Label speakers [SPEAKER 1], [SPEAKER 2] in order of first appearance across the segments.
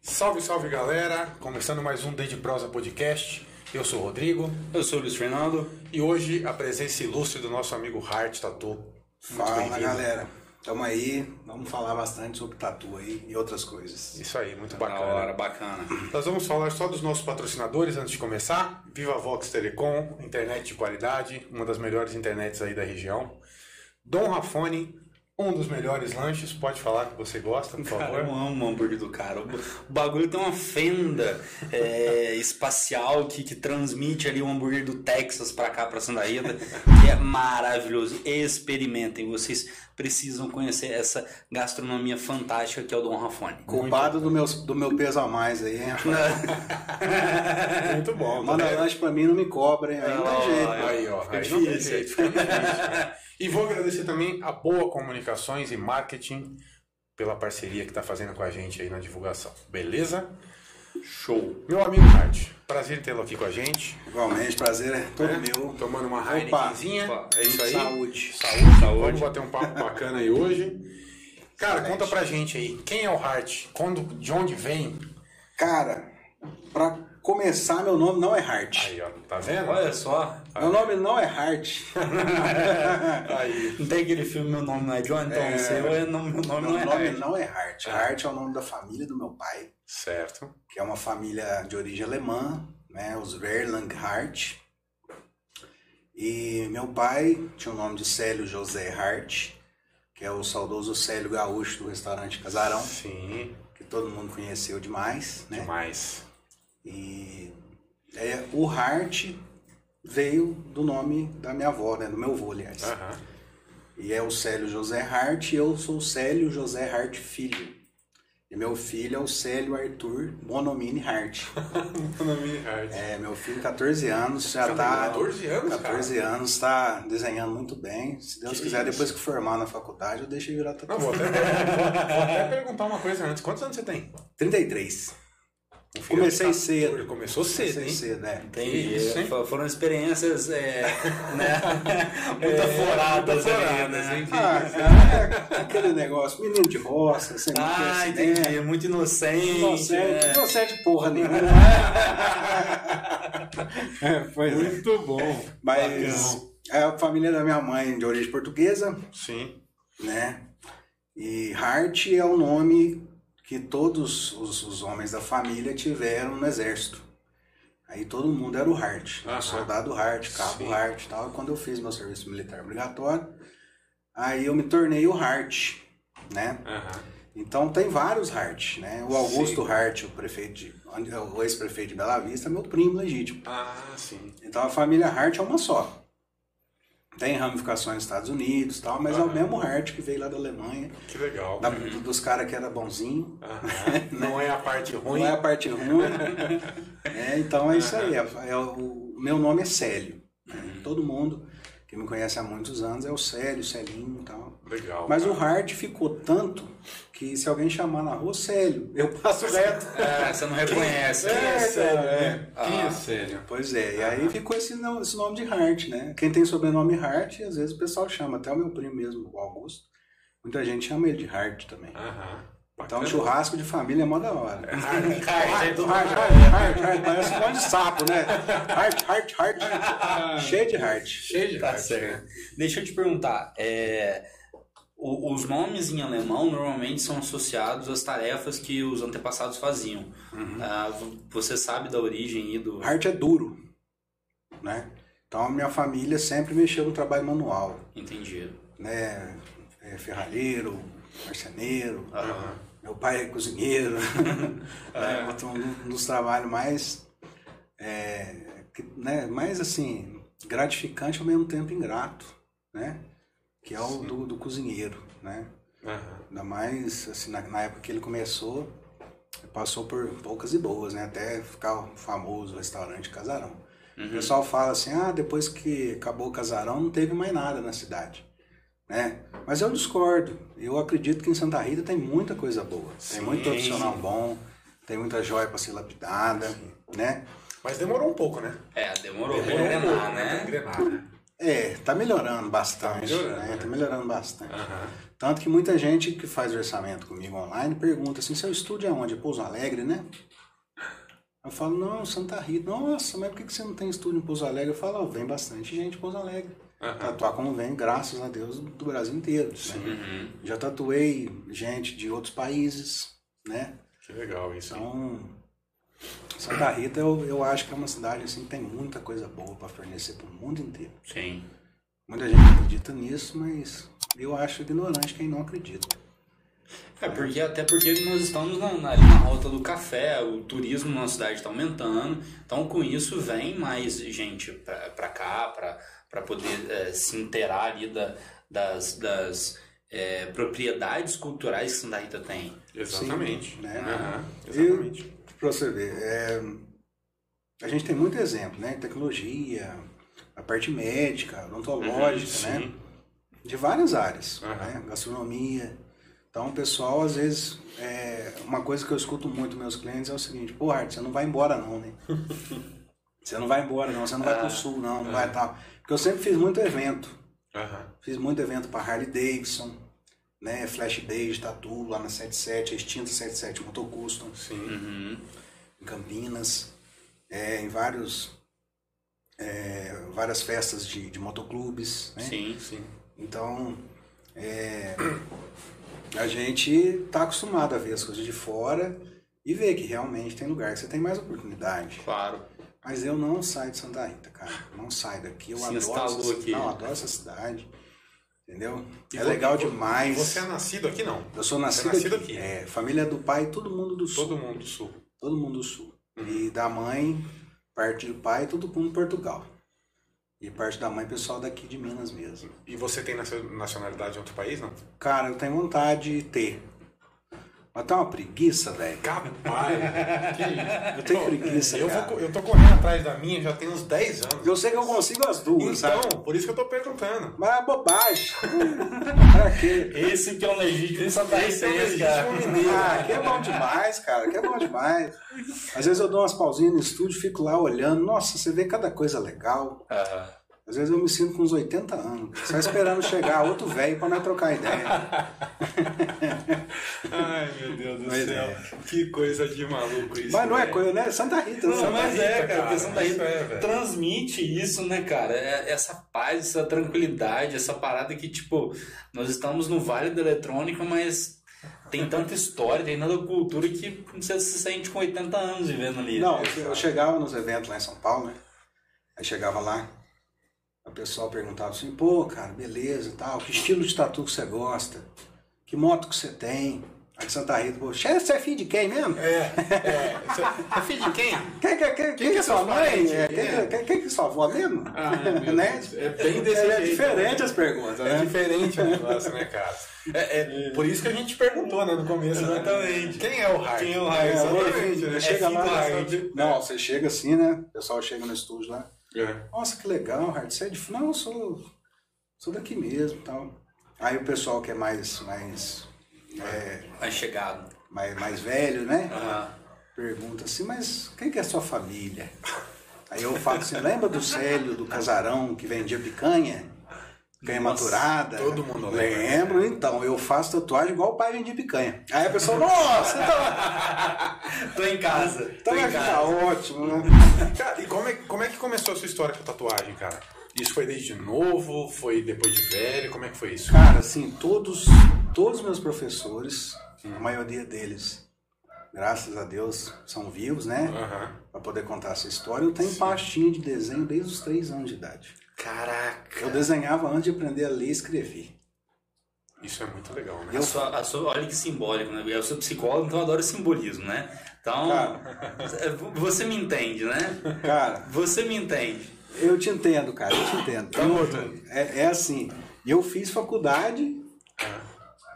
[SPEAKER 1] Salve, salve galera! Começando mais um Dei de Prosa Podcast. Eu sou o Rodrigo
[SPEAKER 2] Eu sou o Luiz Fernando.
[SPEAKER 1] e hoje a presença ilustre do nosso amigo Hart Tatu.
[SPEAKER 3] Fala
[SPEAKER 1] bem-vindo.
[SPEAKER 3] galera, tamo aí, vamos falar bastante sobre tatu aí e outras coisas.
[SPEAKER 1] Isso aí, muito
[SPEAKER 2] É Da hora,
[SPEAKER 1] bacana.
[SPEAKER 2] bacana.
[SPEAKER 1] Nós vamos falar só dos nossos patrocinadores antes de começar. Viva Vox Telecom, internet de qualidade, uma das melhores internets aí da região. Dom Rafone, um dos melhores lanches. Pode falar que você gosta, por
[SPEAKER 2] Cara, eu
[SPEAKER 1] favor.
[SPEAKER 2] amo o hambúrguer do cara. O ba- o bagulho tem uma fenda é, espacial que, que transmite ali o hambúrguer do Texas pra cá, pra Sandaída, que é maravilhoso. Experimentem, vocês precisam conhecer essa gastronomia fantástica que é o Dom Rafone.
[SPEAKER 3] Culpado do meu, do meu peso a mais aí, hein? rapaz?
[SPEAKER 1] Muito bom.
[SPEAKER 3] Manda
[SPEAKER 1] tá vendo?
[SPEAKER 3] lanche pra mim, não me cobra, hein? Aí não
[SPEAKER 2] Ah,
[SPEAKER 3] tem jeito.
[SPEAKER 2] é.
[SPEAKER 1] Aí, ó.
[SPEAKER 2] Fica
[SPEAKER 1] aí
[SPEAKER 2] difícil.
[SPEAKER 1] não tem jeito, fica difícil. e vou agradecer também a Boa Comunicações e Marketing pela parceria que está fazendo com a gente aí na divulgação. Beleza?
[SPEAKER 2] Show.
[SPEAKER 1] Meu amigo Hart, prazer tê-lo aqui com a gente.
[SPEAKER 3] Igualmente, prazer é todo
[SPEAKER 1] né?
[SPEAKER 3] meu.
[SPEAKER 1] Tomando uma
[SPEAKER 3] Opa.
[SPEAKER 1] Heinekenzinha. É isso aí.
[SPEAKER 3] Saúde.
[SPEAKER 1] Saúde.
[SPEAKER 2] Saúde.
[SPEAKER 1] Vamos bater um papo bacana aí hoje. Cara, conta pra gente aí, quem é o Hart? Quando, de onde vem?
[SPEAKER 3] Cara, pra começar, meu nome não é Hart.
[SPEAKER 1] Aí, ó, tá vendo?
[SPEAKER 2] Olha só.
[SPEAKER 3] Meu nome não é Hart.
[SPEAKER 1] Aí.
[SPEAKER 2] Não tem aquele filme Meu Nome Não É John? Então, o seu é, não, meu nome
[SPEAKER 3] Meu
[SPEAKER 2] não é
[SPEAKER 3] nome
[SPEAKER 2] Harry.
[SPEAKER 3] não é Hart. Hart é o nome da família do meu pai,
[SPEAKER 1] Certo.
[SPEAKER 3] que é uma família de origem alemã, né? Os Verlang Hart. E meu pai tinha o nome de Célio José Hart, que é o saudoso Célio Gaúcho do restaurante Casarão,
[SPEAKER 1] Sim,
[SPEAKER 3] que todo mundo conheceu demais, né?
[SPEAKER 1] demais.
[SPEAKER 3] E é, o Hart veio do nome da minha avó, né? Do meu avô, aliás.
[SPEAKER 1] Aham.
[SPEAKER 3] E é o Célio José Hart e eu sou o Célio José Hart Filho. E meu filho é o Célio Arthur Bonomini Hart.
[SPEAKER 1] Hart.
[SPEAKER 3] É, meu filho, 14 anos, já
[SPEAKER 1] Você
[SPEAKER 3] tá.
[SPEAKER 1] tem 14 anos, cara?
[SPEAKER 3] 14 anos, tá desenhando muito bem. Se Deus
[SPEAKER 1] Que
[SPEAKER 3] quiser,
[SPEAKER 1] isso.
[SPEAKER 3] depois que formar na faculdade, eu deixo ele virar
[SPEAKER 1] Não,
[SPEAKER 3] tatuagem.
[SPEAKER 1] vou até, vou até perguntar uma coisa antes. Quantos anos você tem?
[SPEAKER 3] 33.
[SPEAKER 1] Um filho
[SPEAKER 3] Comecei
[SPEAKER 1] de 14.
[SPEAKER 3] cedo.
[SPEAKER 1] Começou cedo,
[SPEAKER 3] Comecei
[SPEAKER 1] hein?
[SPEAKER 3] cedo, né?
[SPEAKER 2] Entendi.
[SPEAKER 1] Isso, hein?
[SPEAKER 2] Fo- Foram experiências é, né? muito
[SPEAKER 1] É,
[SPEAKER 2] foradas,
[SPEAKER 1] muito
[SPEAKER 2] ali,
[SPEAKER 1] foradas,
[SPEAKER 2] né?
[SPEAKER 1] hein?
[SPEAKER 3] Ah, cara, é aquele negócio, menino de roça, sem
[SPEAKER 2] Ah,
[SPEAKER 3] muito
[SPEAKER 2] entendi.
[SPEAKER 3] conhecimento.
[SPEAKER 2] Muito inocente.
[SPEAKER 3] Inocente,
[SPEAKER 1] É.
[SPEAKER 2] né?
[SPEAKER 3] inocente porra nenhuma. É, pois é.
[SPEAKER 1] Muito bom.
[SPEAKER 3] Mas é a família da minha mãe de origem portuguesa,
[SPEAKER 1] Sim.
[SPEAKER 3] né? E Hart é o nome que todos os, os homens da família tiveram no exército. Aí todo mundo era o Hart.
[SPEAKER 1] Ah, sim.
[SPEAKER 3] soldado Hart, cabo
[SPEAKER 1] Sim.
[SPEAKER 3] Hart e tal. E quando eu fiz meu serviço militar obrigatório, aí eu me tornei o Hart, né?
[SPEAKER 1] Aham.
[SPEAKER 3] Então tem vários Hart, né? O Augusto
[SPEAKER 1] Sim.
[SPEAKER 3] Hart, o prefeito de, o ex-prefeito de Bela Vista, é meu primo legítimo.
[SPEAKER 1] Ah, sim.
[SPEAKER 3] Então a família Hart é uma só. Tem ramificações nos Estados Unidos e tal, mas é
[SPEAKER 1] Aham.
[SPEAKER 3] o mesmo Hart que veio lá da Alemanha,
[SPEAKER 1] Que legal.
[SPEAKER 3] da- do- dos caras que era bonzinho.
[SPEAKER 1] Aham. Não é a parte ruim.
[SPEAKER 3] Não é a parte ruim. É, então é isso aí. é- é o, o meu nome é Célio. né? Todo mundo que me conhece há muitos anos é o Célio, Celinho e tal.
[SPEAKER 1] Legal.
[SPEAKER 3] Mas o Hart ficou tanto que se alguém chamar na rua Célio, eu passo reto.
[SPEAKER 2] É, você não reconhece.
[SPEAKER 3] É, cara, é.
[SPEAKER 1] Quem é
[SPEAKER 2] Ah.
[SPEAKER 1] sério?
[SPEAKER 3] Pois é, e aí ficou esse, no- esse nome de Hart, né? Quem tem sobrenome Hart, às vezes o pessoal chama, até o meu primo mesmo, o Augusto, muita gente chama ele de Hart também.
[SPEAKER 1] Aham.
[SPEAKER 3] Então,
[SPEAKER 1] Ah, Bacana.
[SPEAKER 3] churrasco de família é mó da hora.
[SPEAKER 1] Hart.
[SPEAKER 2] Cara,
[SPEAKER 3] Hart, Hart, Hart, Hart, parece um monte de sapo, né? Hart, Hart, Hart, cheio de Hart.
[SPEAKER 1] Cheio de
[SPEAKER 2] Tá
[SPEAKER 1] Hart,
[SPEAKER 2] certo.
[SPEAKER 1] né?
[SPEAKER 2] Deixa eu te perguntar. é, o- os nomes em alemão normalmente são associados às tarefas que os antepassados faziam. Ah, vo- você sabe da origem e do.
[SPEAKER 3] Hart é duro, né? Então, a minha família sempre mexeu no trabalho manual,
[SPEAKER 2] Entendi.
[SPEAKER 3] né? É, Ferralheiro, marceneiro,
[SPEAKER 2] Aham.
[SPEAKER 3] Meu pai é cozinheiro, né? Então, um dos trabalhos mais, é, que, né, mais assim, gratificante ao mesmo tempo ingrato, né? Que é o do, do cozinheiro, né?
[SPEAKER 1] Aham.
[SPEAKER 3] Ainda mais, assim, na, na época que ele começou, passou por poucas e boas, né? Até ficar o famoso restaurante Casarão. O
[SPEAKER 2] Uhum.
[SPEAKER 3] pessoal fala assim, ah, depois que acabou o Casarão não teve mais nada na cidade, né? Mas eu discordo. Eu acredito que em Santa Rita tem muita coisa boa.
[SPEAKER 1] Sim.
[SPEAKER 3] Tem muito profissional bom, tem muita joia para ser lapidada, né?
[SPEAKER 1] Mas demorou um pouco, né? um
[SPEAKER 2] É, demorou pra engrenar,
[SPEAKER 1] Pra
[SPEAKER 2] né?
[SPEAKER 1] engrenar, né?
[SPEAKER 3] É, tá melhorando bastante.
[SPEAKER 1] Tá melhorando,
[SPEAKER 3] né?
[SPEAKER 1] né?
[SPEAKER 3] Tá melhorando bastante.
[SPEAKER 1] Aham.
[SPEAKER 3] Tanto que muita gente que faz orçamento comigo online pergunta assim, seu estúdio é onde? Pouso Alegre, né? Eu falo, não, Santa Rita. Nossa, mas por que que você não tem estúdio em Pouso Alegre? Eu falo, "Ó, vem bastante gente em Pouso Alegre.
[SPEAKER 1] Aham.
[SPEAKER 3] Tatuar como vem, graças a Deus, do Brasil inteiro. né?
[SPEAKER 1] Uhum.
[SPEAKER 3] Já tatuei gente de outros países, né?
[SPEAKER 1] Que legal isso. hein?
[SPEAKER 3] Então, Santa Rita eu, eu acho que é uma cidade assim que tem muita coisa boa para fornecer para o mundo inteiro.
[SPEAKER 2] Sim.
[SPEAKER 3] Muita gente acredita nisso, mas eu acho ignorante quem não acredita.
[SPEAKER 2] É porque, até porque nós estamos na, na- ali na rota do café, o turismo na cidade está aumentando, então com isso vem mais gente pra pra cá, pra pra poder eh, se inteirar ali da- das, das eh, propriedades culturais que Santa Rita tem.
[SPEAKER 1] Exatamente.
[SPEAKER 3] né?
[SPEAKER 1] Aham,
[SPEAKER 3] Eu-
[SPEAKER 1] Exatamente.
[SPEAKER 3] Para você ver, é, a gente tem muito exemplo, né? Tecnologia, a parte médica, odontológica, né?
[SPEAKER 1] Uhum, Sim.
[SPEAKER 3] de várias áreas,
[SPEAKER 1] Aham.
[SPEAKER 3] né? gastronomia. Então, o pessoal, às vezes, é, uma coisa que eu escuto muito dos meus clientes é o seguinte: pô, Art, você não vai embora, não, né? você não vai embora, não, você não
[SPEAKER 1] Ah,
[SPEAKER 3] vai pro sul, não, não
[SPEAKER 1] é.
[SPEAKER 3] vai tal. Porque eu sempre fiz muito evento.
[SPEAKER 1] Aham.
[SPEAKER 3] Fiz muito evento para Harley Davidson, né? Flash Days, Tatu, lá na 77, a extinta 77 Motocustom,
[SPEAKER 1] Sim.
[SPEAKER 2] Uhum.
[SPEAKER 3] em Campinas, é, em vários. é, várias festas de, de motoclubes, né?
[SPEAKER 2] Sim.
[SPEAKER 1] Sim.
[SPEAKER 3] Então, é, a gente tá acostumado a ver as coisas de fora e ver que realmente tem lugar que você tem mais oportunidade.
[SPEAKER 2] Claro.
[SPEAKER 3] Mas eu não saio de Santa Rita, cara. Não saio daqui. Eu
[SPEAKER 2] Se
[SPEAKER 3] adoro
[SPEAKER 2] instalou
[SPEAKER 3] essa, ci-
[SPEAKER 2] aqui.
[SPEAKER 3] Não, eu adoro essa cidade. Entendeu?
[SPEAKER 1] E
[SPEAKER 3] é
[SPEAKER 1] vo-
[SPEAKER 3] legal
[SPEAKER 1] vo-
[SPEAKER 3] demais.
[SPEAKER 1] Você é nascido aqui, não?
[SPEAKER 3] Eu sou nascido,
[SPEAKER 1] nascido aqui.
[SPEAKER 3] aqui. É, família do pai, todo mundo do sul.
[SPEAKER 1] Todo mundo do sul.
[SPEAKER 3] Todo mundo do sul. E da mãe, parte do pai, todo mundo de Portugal. E parte da mãe, pessoal daqui de Minas mesmo.
[SPEAKER 1] E você tem nacio- nacionalidade de outro país, não?
[SPEAKER 3] Cara, eu tenho vontade de ter. Mas tá uma preguiça, velho.
[SPEAKER 1] Capaz!
[SPEAKER 3] Eu tenho preguiça,
[SPEAKER 1] eu, vou
[SPEAKER 3] cara.
[SPEAKER 1] co- eu tô correndo atrás da minha já tem uns 10 anos.
[SPEAKER 3] Eu sei que eu consigo as duas,
[SPEAKER 1] Então,
[SPEAKER 3] sabe?
[SPEAKER 1] por isso que eu tô perguntando.
[SPEAKER 3] Mas é bobagem. pra quê?
[SPEAKER 2] Esse que é um legítimo Santa
[SPEAKER 1] Esse é um legítimo mineiro.
[SPEAKER 3] Ah, que é bom demais, cara. Que é bom demais. Às vezes eu dou umas pausinhas no estúdio, fico lá olhando. Nossa, você vê cada coisa legal. Às vezes eu me sinto com uns 80 anos, só esperando chegar outro velho pra nós trocar ideia.
[SPEAKER 1] Ai, meu Deus do
[SPEAKER 3] Mas
[SPEAKER 1] céu. Que coisa de maluco isso.
[SPEAKER 3] é. Mas não é
[SPEAKER 1] velho.
[SPEAKER 3] coisa, né? Santa Rita,
[SPEAKER 2] Não,
[SPEAKER 3] Santa
[SPEAKER 2] mas
[SPEAKER 3] Rita.
[SPEAKER 2] é, cara,
[SPEAKER 1] cara,
[SPEAKER 2] porque Santa
[SPEAKER 1] isso
[SPEAKER 2] Rita
[SPEAKER 1] é, velho.
[SPEAKER 2] transmite isso, né, cara? É- Essa paz, essa tranquilidade, essa parada que, tipo, nós estamos no Vale da Eletrônica, mas tem tanta história, tem tanta cultura que você se sente com 80 anos vivendo
[SPEAKER 1] é
[SPEAKER 2] ali. né?
[SPEAKER 3] Não, eu chegava nos eventos lá em São Paulo, né? Aí chegava lá, o pessoal perguntava assim, pô, cara, beleza e tal, que estilo de tatu que você gosta? Que moto que você tem? Aí de Santa Rita, pô, "Che, você é filho de quem mesmo?
[SPEAKER 1] É, é. Você-
[SPEAKER 2] É filho de quem?
[SPEAKER 3] Quem, quem, quem, quem que é sua mãe? É, quem, que- quem, quem que é sua avó mesmo?
[SPEAKER 1] Ah, meu
[SPEAKER 3] né?
[SPEAKER 1] Deus, é bem desse
[SPEAKER 3] É
[SPEAKER 1] jeito,
[SPEAKER 3] diferente
[SPEAKER 1] né?
[SPEAKER 3] as perguntas,
[SPEAKER 1] É
[SPEAKER 3] né?
[SPEAKER 1] diferente o negócio, né, cara? É, é por isso que a gente perguntou, né, no começo. né?
[SPEAKER 2] Exatamente.
[SPEAKER 1] Quem é o Hard?
[SPEAKER 2] Quem é o Hard?
[SPEAKER 1] Exatamente, né?
[SPEAKER 3] É, chega lá,
[SPEAKER 1] filho do
[SPEAKER 3] Hart.
[SPEAKER 1] Hard.
[SPEAKER 3] Não, você chega assim, né? O pessoal chega no estúdio lá.
[SPEAKER 1] É.
[SPEAKER 3] Nossa, que legal, Hart. Você é de... Não, eu sou, sou daqui mesmo e tal. Aí o pessoal que é mais, mais, é,
[SPEAKER 2] Mas chegado.
[SPEAKER 3] mais, mais velho, né?
[SPEAKER 2] Ah,
[SPEAKER 3] Pergunta assim, mas quem que é sua família? Aí eu falo assim, lembra do Célio, do casarão, que vendia picanha? Picanha
[SPEAKER 2] Nossa,
[SPEAKER 3] maturada?
[SPEAKER 1] todo mundo lembra. né?
[SPEAKER 3] Lembro, então. Eu faço tatuagem igual o pai vendia picanha. Aí a pessoa, nossa, então,
[SPEAKER 2] tô em casa.
[SPEAKER 3] então vai ficar ótimo, né?
[SPEAKER 1] Cara, e como é, como é que começou a sua história com tatuagem, cara? Isso foi desde novo? Foi depois de velho? Como é que foi isso?
[SPEAKER 3] Cara, assim, todos todos meus professores, a maioria deles, graças a Deus, são vivos, né?
[SPEAKER 1] Aham.
[SPEAKER 3] Pra poder contar essa história. Eu tenho pastinha de desenho desde os três anos de idade.
[SPEAKER 2] Caraca.
[SPEAKER 3] Eu desenhava antes de aprender a ler e escrever.
[SPEAKER 1] Isso é muito legal, né?
[SPEAKER 2] A sua, a sua- olha que simbólico, né? Eu sou psicólogo, então eu adoro simbolismo, né? Então, você me entende, né?
[SPEAKER 3] Cara,
[SPEAKER 2] Você me entende.
[SPEAKER 3] eu te entendo, cara, eu te entendo.
[SPEAKER 1] Tá
[SPEAKER 3] Eu-
[SPEAKER 1] bom,
[SPEAKER 3] é, é assim, eu fiz faculdade
[SPEAKER 1] Ah,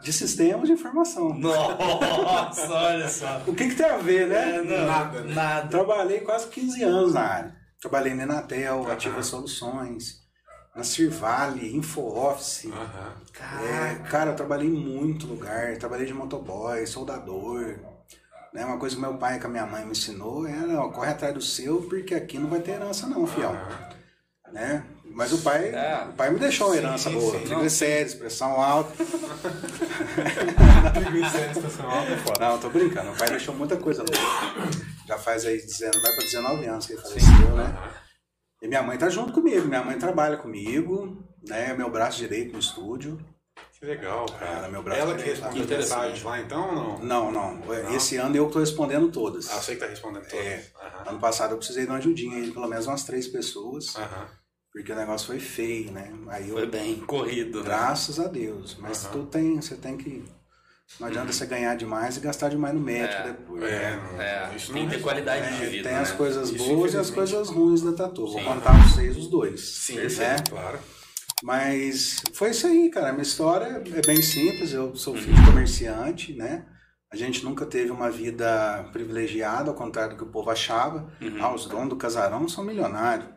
[SPEAKER 3] de sistemas de informação.
[SPEAKER 2] Nossa, olha só.
[SPEAKER 3] O que, que tem a ver, né?
[SPEAKER 4] É,
[SPEAKER 1] nada, né?
[SPEAKER 2] Nada.
[SPEAKER 3] Trabalhei quase 15 anos na área. Trabalhei na Enatel,
[SPEAKER 1] Aham.
[SPEAKER 3] Ativa Soluções, na Cirvale, InfoOffice.
[SPEAKER 1] Aham.
[SPEAKER 3] É,
[SPEAKER 2] Caraca.
[SPEAKER 3] cara, eu trabalhei em muito lugar. Trabalhei de motoboy, soldador. Né? Uma coisa que meu pai e que a minha mãe me é,
[SPEAKER 1] Ah.
[SPEAKER 3] ensinou era, ó, corre atrás do seu, porque aqui não vai ter herança não, fiel.
[SPEAKER 1] Aham.
[SPEAKER 3] Né? Mas o pai,
[SPEAKER 4] É.
[SPEAKER 3] o pai me deixou uma herança
[SPEAKER 1] Sim,
[SPEAKER 3] boa.
[SPEAKER 1] sim.
[SPEAKER 3] Triglicérides, pressão alta.
[SPEAKER 1] Triglicérides estacional é foda.
[SPEAKER 3] Não, tô brincando. O pai deixou muita coisa boa. Já faz aí 19, vai pra 19 anos que ele faleceu, né? E minha mãe tá junto comigo. Minha mãe trabalha comigo, né? É Meu braço direito no estúdio.
[SPEAKER 1] Que legal, cara.
[SPEAKER 3] Cara, meu braço
[SPEAKER 1] É.
[SPEAKER 3] é
[SPEAKER 1] Ela que
[SPEAKER 3] também
[SPEAKER 1] responde
[SPEAKER 4] tá
[SPEAKER 1] as mensagens lá então ou não?
[SPEAKER 3] Não, não. Esse ano eu tô respondendo todas.
[SPEAKER 1] Ah, você que tá respondendo todas.
[SPEAKER 3] É.
[SPEAKER 1] Aham.
[SPEAKER 3] Ano passado eu precisei de uma ajudinha aí, pelo menos umas três pessoas,
[SPEAKER 1] Aham.
[SPEAKER 3] porque o negócio foi feio, né? Aí eu
[SPEAKER 4] Foi bem corrido, né?
[SPEAKER 3] Graças a Deus. Mas
[SPEAKER 1] Aham.
[SPEAKER 3] tu tem, você tem que. Não adianta você ganhar demais e gastar demais no médico
[SPEAKER 4] É,
[SPEAKER 3] depois.
[SPEAKER 1] É,
[SPEAKER 3] né?
[SPEAKER 1] não-
[SPEAKER 4] É,
[SPEAKER 1] isso
[SPEAKER 4] tem que
[SPEAKER 1] não
[SPEAKER 4] ter
[SPEAKER 1] resolve.
[SPEAKER 4] qualidade
[SPEAKER 3] É,
[SPEAKER 4] de vida,
[SPEAKER 3] tem as
[SPEAKER 4] né?
[SPEAKER 3] coisas
[SPEAKER 1] Isso,
[SPEAKER 3] boas e as
[SPEAKER 1] infelizmente.
[SPEAKER 3] coisas ruins da Tatu. Vou
[SPEAKER 4] Sim.
[SPEAKER 3] contar pra vocês os dois.
[SPEAKER 1] Sim,
[SPEAKER 3] né?
[SPEAKER 1] perfeito, claro.
[SPEAKER 3] Mas foi isso aí, cara. Minha história é bem simples. Eu sou filho de comerciante, né? A gente nunca teve uma vida privilegiada, ao contrário do que o povo achava.
[SPEAKER 4] Uhum.
[SPEAKER 3] Ah, os donos do casarão são milionários.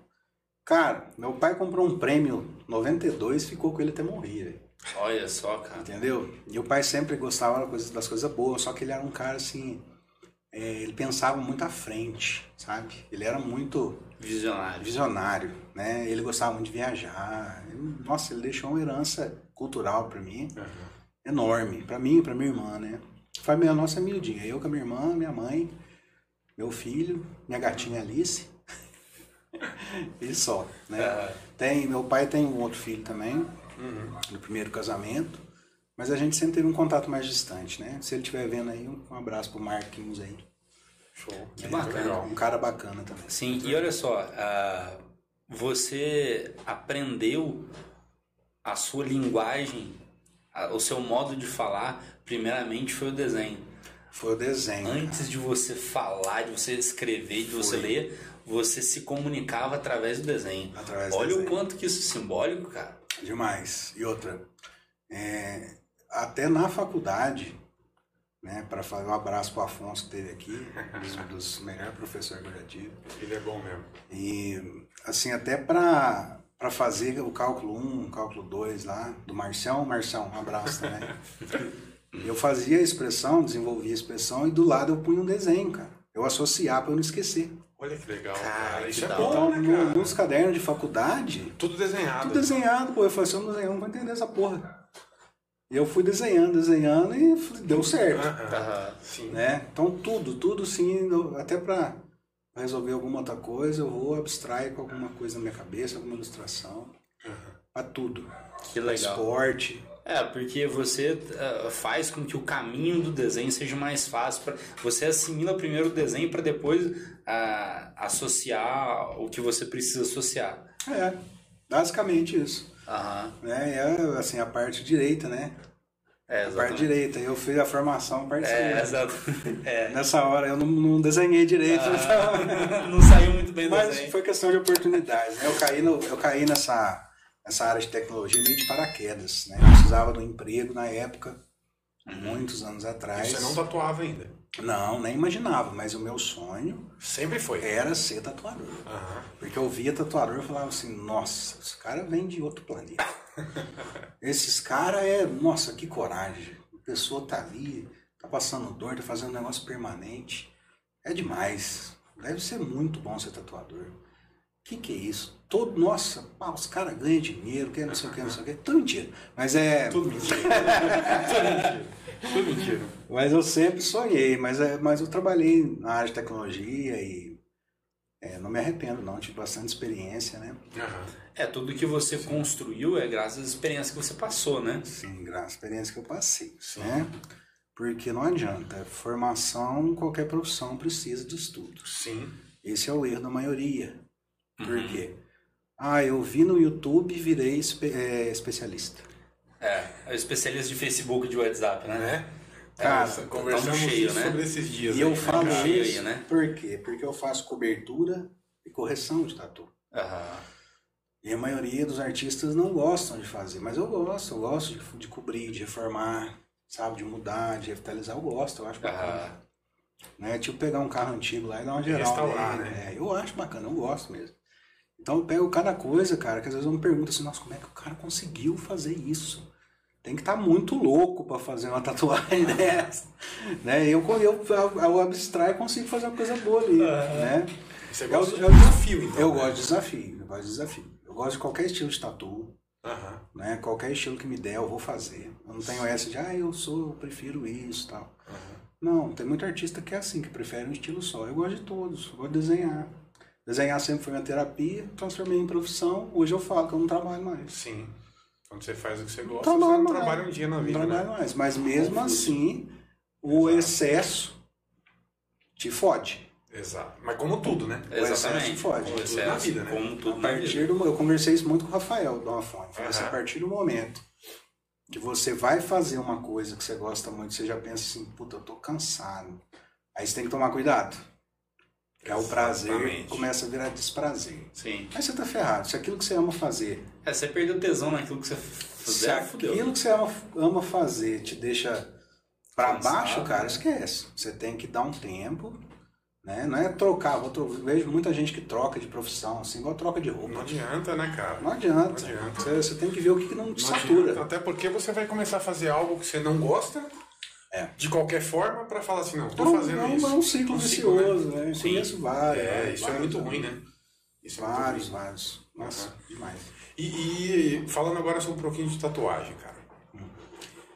[SPEAKER 3] Cara, meu pai comprou um prêmio 92 e ficou com ele até morrer, velho.
[SPEAKER 4] Olha só, cara.
[SPEAKER 3] Entendeu? E o pai sempre gostava da coisa- das coisas boas, só que ele era um cara assim. é, ele pensava muito à frente, sabe? Ele era muito
[SPEAKER 4] Visionário.
[SPEAKER 3] visionário, né? Ele gostava muito de viajar. Ele- nossa, ele deixou uma herança cultural pra mim
[SPEAKER 1] Aham.
[SPEAKER 3] enorme. Pra mim e pra minha irmã, né? Foi a minha nossa miudinha. Eu com a minha irmã, minha mãe, meu filho, minha gatinha Alice. e só, né?
[SPEAKER 4] É.
[SPEAKER 3] Tem, meu pai tem um outro filho também
[SPEAKER 1] Uhum.
[SPEAKER 3] no primeiro casamento, mas a gente sempre teve um contato mais distante, né? Se ele estiver vendo aí, um um abraço pro Marquinhos aí.
[SPEAKER 1] Show.
[SPEAKER 3] É,
[SPEAKER 1] Que
[SPEAKER 3] Um cara bacana também.
[SPEAKER 4] Sim, e olha só, ah, você aprendeu a sua linguagem, a- o seu modo de falar, primeiramente foi o desenho.
[SPEAKER 3] Foi o desenho.
[SPEAKER 4] Antes de você falar, de você escrever, de você
[SPEAKER 3] Foi.
[SPEAKER 4] ler, você se comunicava através do desenho.
[SPEAKER 3] Através do
[SPEAKER 4] olha
[SPEAKER 3] desenho.
[SPEAKER 4] o quanto que isso é simbólico, cara.
[SPEAKER 3] Demais. E outra, é, até na faculdade, né, para fazer um abraço pro Afonso que teve aqui, um dos melhores professores que eu já tive.
[SPEAKER 1] Ele é bom mesmo.
[SPEAKER 3] E assim, até para para fazer o cálculo 1, o cálculo 2 lá, do Marcião, Marcião, um abraço também. eu fazia a expressão, desenvolvia a expressão e do lado eu punha um desenho, cara. Eu associava para eu não esquecer.
[SPEAKER 1] Olha que legal,
[SPEAKER 4] Cara,
[SPEAKER 1] cara.
[SPEAKER 4] que
[SPEAKER 1] Isso é
[SPEAKER 4] da
[SPEAKER 1] bom,
[SPEAKER 3] então,
[SPEAKER 1] né,
[SPEAKER 3] no-
[SPEAKER 1] cara?
[SPEAKER 3] nos cadernos de faculdade,
[SPEAKER 1] Tudo desenhado.
[SPEAKER 3] tudo desenhado, pô. Eu falei assim, eu não desenho, eu não vou entender essa porra. E eu fui desenhando, desenhando e falei, deu certo,
[SPEAKER 1] Aham. Sim.
[SPEAKER 3] né? Então tudo, tudo sim, eu- até pra resolver alguma outra coisa, eu vou abstrair com alguma coisa na minha cabeça, alguma ilustração.
[SPEAKER 1] Aham.
[SPEAKER 3] Pra tudo.
[SPEAKER 4] Que
[SPEAKER 3] Pra
[SPEAKER 4] legal.
[SPEAKER 3] esporte.
[SPEAKER 4] É, porque você ah, faz com que o caminho do desenho seja mais fácil. Pra... Você assimila primeiro o desenho para depois ah, associar o que você precisa associar.
[SPEAKER 3] É, basicamente isso.
[SPEAKER 4] Aham.
[SPEAKER 3] Né? E é assim, a parte direita, né?
[SPEAKER 4] É,
[SPEAKER 3] A parte
[SPEAKER 4] exatamente.
[SPEAKER 3] direita. Eu fiz a formação parte
[SPEAKER 4] É,
[SPEAKER 3] esquerda.
[SPEAKER 4] exato. É.
[SPEAKER 3] Nessa hora eu não, não desenhei direito.
[SPEAKER 4] Ah, não saiu muito bem
[SPEAKER 3] então-
[SPEAKER 4] do
[SPEAKER 3] Mas
[SPEAKER 4] desenho.
[SPEAKER 3] foi questão de oportunidades. né? Eu caí, no, eu caí nessa, nessa área de tecnologia meio de paraquedas. Né? Eu precisava de um emprego na época, muitos anos atrás.
[SPEAKER 1] Você não tá- tatuava ainda.
[SPEAKER 3] Não, nem imaginava, mas o meu sonho
[SPEAKER 1] Sempre foi.
[SPEAKER 3] era ser tatuador.
[SPEAKER 1] Aham.
[SPEAKER 3] Porque eu via tatuador e falava assim, nossa, esse cara vem de outro planeta. Esses caras é, nossa, que coragem. A pessoa tá ali, tá passando dor, tá fazendo um negócio permanente. É demais. Deve ser muito bom ser tatuador. Que que é isso? Todo, nossa, pá, os caras ganham dinheiro, que não sei o que, não sei o que. Tudo mentira. Mas é.
[SPEAKER 1] Tudo mentira. Tudo mentira. Tudo mentira.
[SPEAKER 3] Mas eu sempre sonhei, mas, é, mas eu trabalhei na área de tecnologia e é, não me arrependo não, tive bastante experiência, né?
[SPEAKER 1] Aham.
[SPEAKER 4] É, tudo que você construiu é graças às experiências que você passou, né?
[SPEAKER 3] Sim, graças à experiência que eu passei,
[SPEAKER 1] Sim.
[SPEAKER 3] né? Porque não adianta, formação, qualquer profissão precisa de estudo.
[SPEAKER 1] Sim.
[SPEAKER 3] Esse é o erro da maioria.
[SPEAKER 4] Uhum.
[SPEAKER 3] Por quê? Ah, eu vi no YouTube e virei espe- é, especialista.
[SPEAKER 4] É, especialista de Facebook e de WhatsApp, né?
[SPEAKER 1] Né?
[SPEAKER 3] É, Cara,
[SPEAKER 2] tá um
[SPEAKER 1] Nossa, conversamos
[SPEAKER 4] tamo cheio,
[SPEAKER 1] isso
[SPEAKER 4] né?
[SPEAKER 1] sobre esses dias.
[SPEAKER 3] E eu
[SPEAKER 1] aí, né,
[SPEAKER 3] falo
[SPEAKER 1] cara?
[SPEAKER 4] cheio
[SPEAKER 3] isso,
[SPEAKER 4] aí, né?
[SPEAKER 3] por quê? Porque eu faço cobertura e correção de tatu.
[SPEAKER 4] Aham.
[SPEAKER 3] E a maioria dos artistas não gostam de fazer, mas eu gosto, eu gosto de, de cobrir, de reformar, sabe, de mudar, de revitalizar, eu gosto, eu acho bacana.
[SPEAKER 4] Aham.
[SPEAKER 3] né? Tipo pegar um carro antigo lá e dar uma
[SPEAKER 1] E
[SPEAKER 3] geral
[SPEAKER 1] restaurar,
[SPEAKER 3] nele,
[SPEAKER 1] né?
[SPEAKER 3] né? Eu acho bacana, eu gosto mesmo. Então eu pego cada coisa, cara, que às vezes eu me pergunto assim, nossa, como é que o cara conseguiu fazer isso? Tem que estar muito louco pra fazer uma tatuagem dessa, né? Eu, eu, eu, eu abstraio e consigo fazer uma coisa boa ali, né?
[SPEAKER 1] Você
[SPEAKER 3] Eu-
[SPEAKER 1] gosta de
[SPEAKER 3] eu-
[SPEAKER 1] desafio, então.
[SPEAKER 3] Eu
[SPEAKER 1] né?
[SPEAKER 3] gosto de desafio, eu gosto de desafio. Eu gosto de qualquer estilo de tatu,
[SPEAKER 1] Aham.
[SPEAKER 3] né? Qualquer estilo que me der, eu vou fazer. Eu não tenho essa de, ah, eu sou, eu prefiro isso, tal.
[SPEAKER 1] aham.
[SPEAKER 3] Não, tem muito artista que é assim, que prefere um estilo só. Eu gosto de todos, eu gosto de desenhar. Desenhar sempre foi minha terapia, transformei em profissão. Hoje eu falo que eu não trabalho mais.
[SPEAKER 1] Sim. Quando você faz o que você
[SPEAKER 3] Não
[SPEAKER 1] gosta,
[SPEAKER 3] trabalho
[SPEAKER 1] você não
[SPEAKER 3] mais.
[SPEAKER 1] trabalha um dia na
[SPEAKER 3] Não
[SPEAKER 1] vida,
[SPEAKER 3] trabalho
[SPEAKER 1] né?
[SPEAKER 3] mais. Mas mesmo assim, o
[SPEAKER 1] Exato.
[SPEAKER 3] excesso te fode.
[SPEAKER 1] Exato. Mas como tudo, né?
[SPEAKER 3] excesso
[SPEAKER 4] Exatamente.
[SPEAKER 3] fode.
[SPEAKER 4] Como
[SPEAKER 1] Tudo na
[SPEAKER 4] excesso,
[SPEAKER 1] vida, né?
[SPEAKER 4] Como tudo
[SPEAKER 3] A
[SPEAKER 4] na vida.
[SPEAKER 3] partir do, eu conversei isso muito com o Rafael Donafone. Falei assim,
[SPEAKER 1] Aham.
[SPEAKER 3] a partir do momento que você vai fazer uma coisa que você gosta muito, você já pensa assim, puta, eu tô cansado. Aí você tem que tomar cuidado. É o prazer,
[SPEAKER 1] Exatamente.
[SPEAKER 3] começa a virar desprazer.
[SPEAKER 4] Sim.
[SPEAKER 3] Aí você tá ferrado. Se aquilo que você ama fazer,
[SPEAKER 4] É, você perdeu tesão naquilo que você
[SPEAKER 3] se
[SPEAKER 2] ah,
[SPEAKER 4] fizer,
[SPEAKER 3] aquilo
[SPEAKER 4] fudeu.
[SPEAKER 3] que você ama, ama fazer te deixa pra
[SPEAKER 4] Cansado,
[SPEAKER 3] baixo, cara,
[SPEAKER 4] né?
[SPEAKER 3] esquece. Você tem que dar um tempo, né? Não é trocar. Vou tro... Vejo muita gente que troca de profissão, assim, igual troca de
[SPEAKER 1] Não
[SPEAKER 3] roupa.
[SPEAKER 1] adianta, né, cara?
[SPEAKER 3] Não adianta.
[SPEAKER 1] Não adianta.
[SPEAKER 3] Você, você tem que ver o que, que não te
[SPEAKER 1] Não
[SPEAKER 3] satura.
[SPEAKER 1] adianta, Tá, Até porque você vai começar a fazer algo que você não gosta,
[SPEAKER 3] É.
[SPEAKER 1] de qualquer forma, pra falar assim, não, tô
[SPEAKER 3] Não,
[SPEAKER 1] fazendo
[SPEAKER 3] não,
[SPEAKER 1] isso.
[SPEAKER 3] é um ciclo
[SPEAKER 1] Um ciclo,
[SPEAKER 3] vicioso, né? Eu
[SPEAKER 4] Sim.
[SPEAKER 3] conheço vários.
[SPEAKER 1] É,
[SPEAKER 3] vários,
[SPEAKER 1] isso é
[SPEAKER 3] vários,
[SPEAKER 1] muito ruim, né? Isso é muito
[SPEAKER 3] Vários,
[SPEAKER 1] ruim.
[SPEAKER 3] vários. Nossa,
[SPEAKER 1] Aham.
[SPEAKER 3] demais.
[SPEAKER 1] E, e falando agora sobre um pouquinho de tatuagem, cara.
[SPEAKER 3] Hum.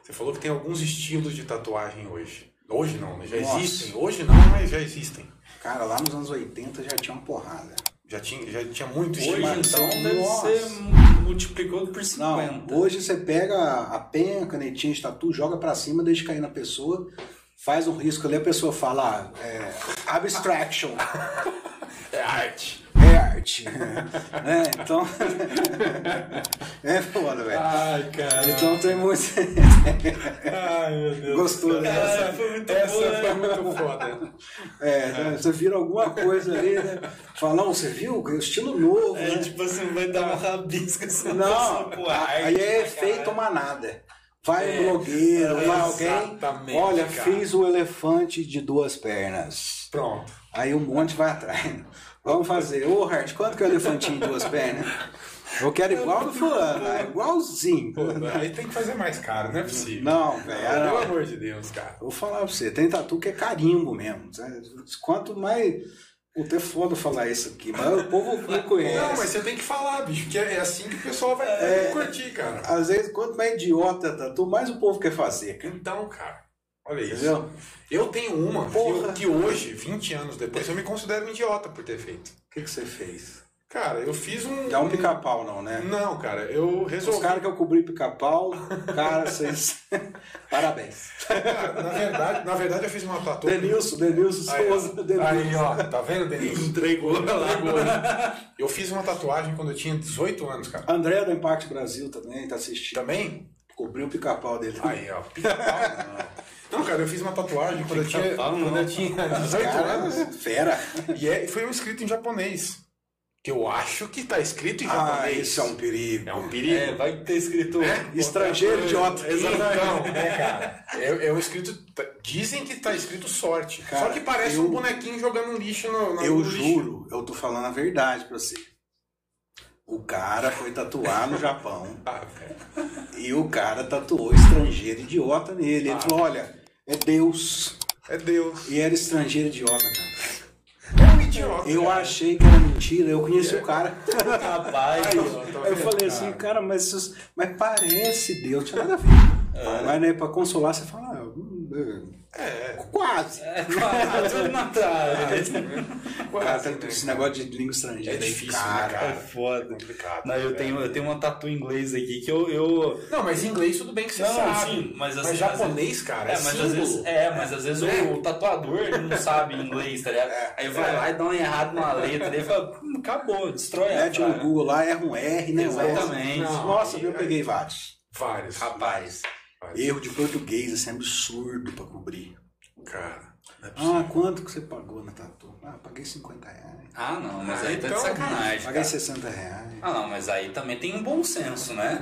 [SPEAKER 1] Você falou que tem alguns estilos de tatuagem hoje. Hoje não, né? Já
[SPEAKER 3] Nossa.
[SPEAKER 1] existem. Hoje não, mas já existem.
[SPEAKER 3] Cara, lá nos anos 80 já tinha uma porrada.
[SPEAKER 1] Já tinha, já tinha muito
[SPEAKER 4] Hoje,
[SPEAKER 1] estilo.
[SPEAKER 3] Mas,
[SPEAKER 4] então, deve
[SPEAKER 3] nossa.
[SPEAKER 4] ser multiplicado por 50.
[SPEAKER 3] Não, hoje você pega a penha, a canetinha de tatu, joga pra cima, deixa cair na pessoa, faz um risco ali, a pessoa fala, ah, é, abstraction,
[SPEAKER 1] É arte.
[SPEAKER 3] é arte. né? Então, é foda, velho.
[SPEAKER 1] Ai, cara.
[SPEAKER 3] Então tem muito...
[SPEAKER 1] Ai, meu Deus.
[SPEAKER 3] Gostoso.
[SPEAKER 1] É,
[SPEAKER 4] Cara, foi muito
[SPEAKER 1] Essa
[SPEAKER 4] boa, né?
[SPEAKER 1] foi muito foda.
[SPEAKER 3] É, né? você vira alguma coisa ali, né? Fala, não, você viu? Que Estilo novo,
[SPEAKER 4] É,
[SPEAKER 3] né?
[SPEAKER 4] tipo assim, vai dar uma rabisca assim se
[SPEAKER 3] Não,
[SPEAKER 2] assim,
[SPEAKER 4] passar pro ar,
[SPEAKER 3] aí é
[SPEAKER 4] cara.
[SPEAKER 3] efeito manada. Vai
[SPEAKER 4] É,
[SPEAKER 3] um blogueiro, vai
[SPEAKER 1] exatamente,
[SPEAKER 3] alguém. Olha,
[SPEAKER 1] cara.
[SPEAKER 3] fiz o elefante de duas pernas.
[SPEAKER 1] Pronto.
[SPEAKER 3] Aí um monte vai atrás. Vamos fazer. Ô, Hart, quanto que é o elefantinho em duas pernas? Eu quero igual do fulano, é igualzinho.
[SPEAKER 1] Pô, aí tem que fazer mais caro, não é possível.
[SPEAKER 3] Não, velho,
[SPEAKER 1] Cara, Pelo
[SPEAKER 3] não.
[SPEAKER 1] amor de Deus, cara.
[SPEAKER 3] Eu Vou falar pra você, tem tatu que é carimbo mesmo. sabe? Quanto mais. Puta, é foda falar isso aqui, mas o povo não conhece. É.
[SPEAKER 1] Não, mas você tem que falar, bicho, que é é assim que o pessoal vai vai curtir, cara.
[SPEAKER 3] Às vezes, quanto mais idiota é tatu, mais o povo quer fazer, cara.
[SPEAKER 1] Então, cara, olha isso.
[SPEAKER 3] Entendeu?
[SPEAKER 1] Eu tenho uma que,
[SPEAKER 3] Porra.
[SPEAKER 1] eu- que hoje, 20 anos depois, eu me considero um idiota por ter feito.
[SPEAKER 3] O que, que você fez?
[SPEAKER 1] Cara, eu fiz um.
[SPEAKER 3] Dá um pica-pau, não, né?
[SPEAKER 1] Não, cara, eu
[SPEAKER 3] Os
[SPEAKER 1] resolvi.
[SPEAKER 3] caras que eu cobri pica-pau, cara, vocês. Parabéns.
[SPEAKER 1] Cara, na, verdade, na verdade, eu fiz uma tatu.
[SPEAKER 3] Denilson, Denilson
[SPEAKER 1] Aí,
[SPEAKER 3] Souza,
[SPEAKER 1] ó.
[SPEAKER 3] Denilson.
[SPEAKER 1] Aí, ó, tá vendo, Denilson?
[SPEAKER 4] Entregou lá.
[SPEAKER 1] Eu fiz uma tatuagem quando eu tinha 18 anos, cara.
[SPEAKER 3] André do Impact Brasil também tá assistindo.
[SPEAKER 1] Também?
[SPEAKER 3] Cobriu o pica-pau dele.
[SPEAKER 1] Aí, ó. pica-pau, não. Não, cara, eu fiz uma tatuagem quando eu tinha,
[SPEAKER 4] Pica-pau, não.
[SPEAKER 1] quando eu tinha 18
[SPEAKER 3] Cara,
[SPEAKER 1] anos.
[SPEAKER 3] fera.
[SPEAKER 1] E é- foi um escrito em japonês. Que eu acho que tá escrito em
[SPEAKER 3] Ah,
[SPEAKER 1] japonês.
[SPEAKER 3] isso é um perigo.
[SPEAKER 1] É um perigo.
[SPEAKER 4] É, vai ter escrito.
[SPEAKER 1] É?
[SPEAKER 3] Estrangeiro idiota.
[SPEAKER 1] Então, né, cara? É, é um escrito. tá- Dizem que tá escrito sorte.
[SPEAKER 3] Cara,
[SPEAKER 1] Só que parece
[SPEAKER 3] eu-
[SPEAKER 1] um bonequinho jogando um lixo no. no
[SPEAKER 3] Eu
[SPEAKER 1] no lixo.
[SPEAKER 3] juro, eu tô falando a verdade pra você. O cara foi tatuar no Japão
[SPEAKER 1] Ah, velho.
[SPEAKER 3] e o cara tatuou estrangeiro idiota nele. Ele
[SPEAKER 1] Ah.
[SPEAKER 3] falou: olha, é Deus.
[SPEAKER 1] é Deus.
[SPEAKER 3] E era estrangeiro idiota, cara.
[SPEAKER 1] É um idiota.
[SPEAKER 3] Eu
[SPEAKER 1] cara.
[SPEAKER 3] achei que era mentira, eu conheci o cara.
[SPEAKER 4] Rapaz,
[SPEAKER 1] Aí, ó, tá
[SPEAKER 3] Aí eu
[SPEAKER 1] vendo,
[SPEAKER 3] falei assim,
[SPEAKER 1] cara?
[SPEAKER 3] cara, mas, isso- mas parece Deus, tinha nada a ver. Mas né, pra consolar, você fala, ah, hum,
[SPEAKER 1] É,
[SPEAKER 3] é, quase.
[SPEAKER 4] é, tá tudo na trave.
[SPEAKER 3] Cara, tá
[SPEAKER 1] quase,
[SPEAKER 3] tem
[SPEAKER 1] né,
[SPEAKER 3] esse
[SPEAKER 1] cara?
[SPEAKER 3] negócio de língua estrangeira.
[SPEAKER 1] É difícil, né,
[SPEAKER 4] É
[SPEAKER 1] cara?
[SPEAKER 4] foda.
[SPEAKER 1] complicado.
[SPEAKER 4] Não, eu
[SPEAKER 1] né,
[SPEAKER 4] tenho,
[SPEAKER 1] velho?
[SPEAKER 4] eu tenho uma tatu em inglês aqui que eu. eu...
[SPEAKER 1] Não, mas em inglês tudo bem que você
[SPEAKER 4] Não,
[SPEAKER 1] sabe.
[SPEAKER 4] sim, mas assim, às
[SPEAKER 1] japonês, cara, é,
[SPEAKER 4] mas
[SPEAKER 1] símbolo.
[SPEAKER 4] às vezes, é, mas às vezes o, o tatuador ele não sabe inglês, tá ligado? Aí vai lá e dá um errado numa letra, daí fala, "Hum, acabou, destrói a
[SPEAKER 3] Mete no
[SPEAKER 4] frase.
[SPEAKER 3] Google lá, erra um R, né? um S.
[SPEAKER 4] Exatamente.
[SPEAKER 1] Não.
[SPEAKER 3] Nossa,
[SPEAKER 1] Aí-
[SPEAKER 3] eu peguei vários.
[SPEAKER 1] Vários.
[SPEAKER 4] Rapaz,
[SPEAKER 1] Vários.
[SPEAKER 3] Erro de português, assim, absurdo pra cobrir.
[SPEAKER 1] Cara. não é possível.
[SPEAKER 3] Ah, quanto que você pagou na tatu? Ah, paguei 50 reais.
[SPEAKER 4] ah não, mas
[SPEAKER 1] Ah,
[SPEAKER 4] aí tá de
[SPEAKER 1] então,
[SPEAKER 4] sacanagem.
[SPEAKER 3] Paguei
[SPEAKER 4] cara.
[SPEAKER 3] 60 reais.
[SPEAKER 4] Ah não, mas aí também tem um bom senso, né?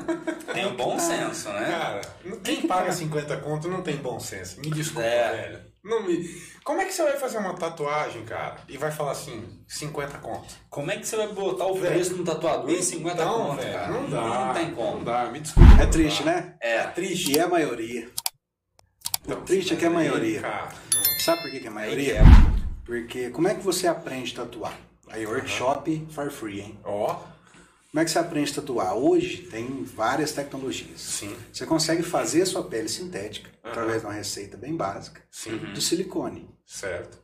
[SPEAKER 4] Tem um bom senso, né?
[SPEAKER 1] Cara, quem paga 50 conto não tem bom senso. Me desculpa,
[SPEAKER 4] É.
[SPEAKER 1] velho. Não me... Como é que você vai fazer uma tatuagem, cara, e vai falar assim, 50 conto?
[SPEAKER 4] Como é que você vai botar o preço num tatuador em 50
[SPEAKER 1] Então,
[SPEAKER 4] conto,
[SPEAKER 1] velho,
[SPEAKER 4] cara?
[SPEAKER 1] Não dá.
[SPEAKER 4] Não tem
[SPEAKER 1] Não
[SPEAKER 4] como.
[SPEAKER 1] dá, me desculpa.
[SPEAKER 3] É
[SPEAKER 1] não
[SPEAKER 3] triste,
[SPEAKER 1] dá.
[SPEAKER 3] né?
[SPEAKER 4] É.
[SPEAKER 3] Triste. E é a maioria.
[SPEAKER 1] Então,
[SPEAKER 3] triste é que é a
[SPEAKER 1] mas aí,
[SPEAKER 3] maioria.
[SPEAKER 1] Cara, não.
[SPEAKER 3] Sabe por que, que é a
[SPEAKER 4] Aí que
[SPEAKER 3] maioria?
[SPEAKER 4] é.
[SPEAKER 3] Porque como é que você aprende a tatuar? Aí, workshop for free, hein?
[SPEAKER 1] Ó,
[SPEAKER 3] Como é que você aprende a tatuar? Hoje tem várias tecnologias.
[SPEAKER 1] Sim.
[SPEAKER 3] Você consegue fazer a sua pele sintética
[SPEAKER 1] Aham.
[SPEAKER 3] através de uma receita bem básica
[SPEAKER 1] Sim.
[SPEAKER 3] do silicone.
[SPEAKER 1] Certo.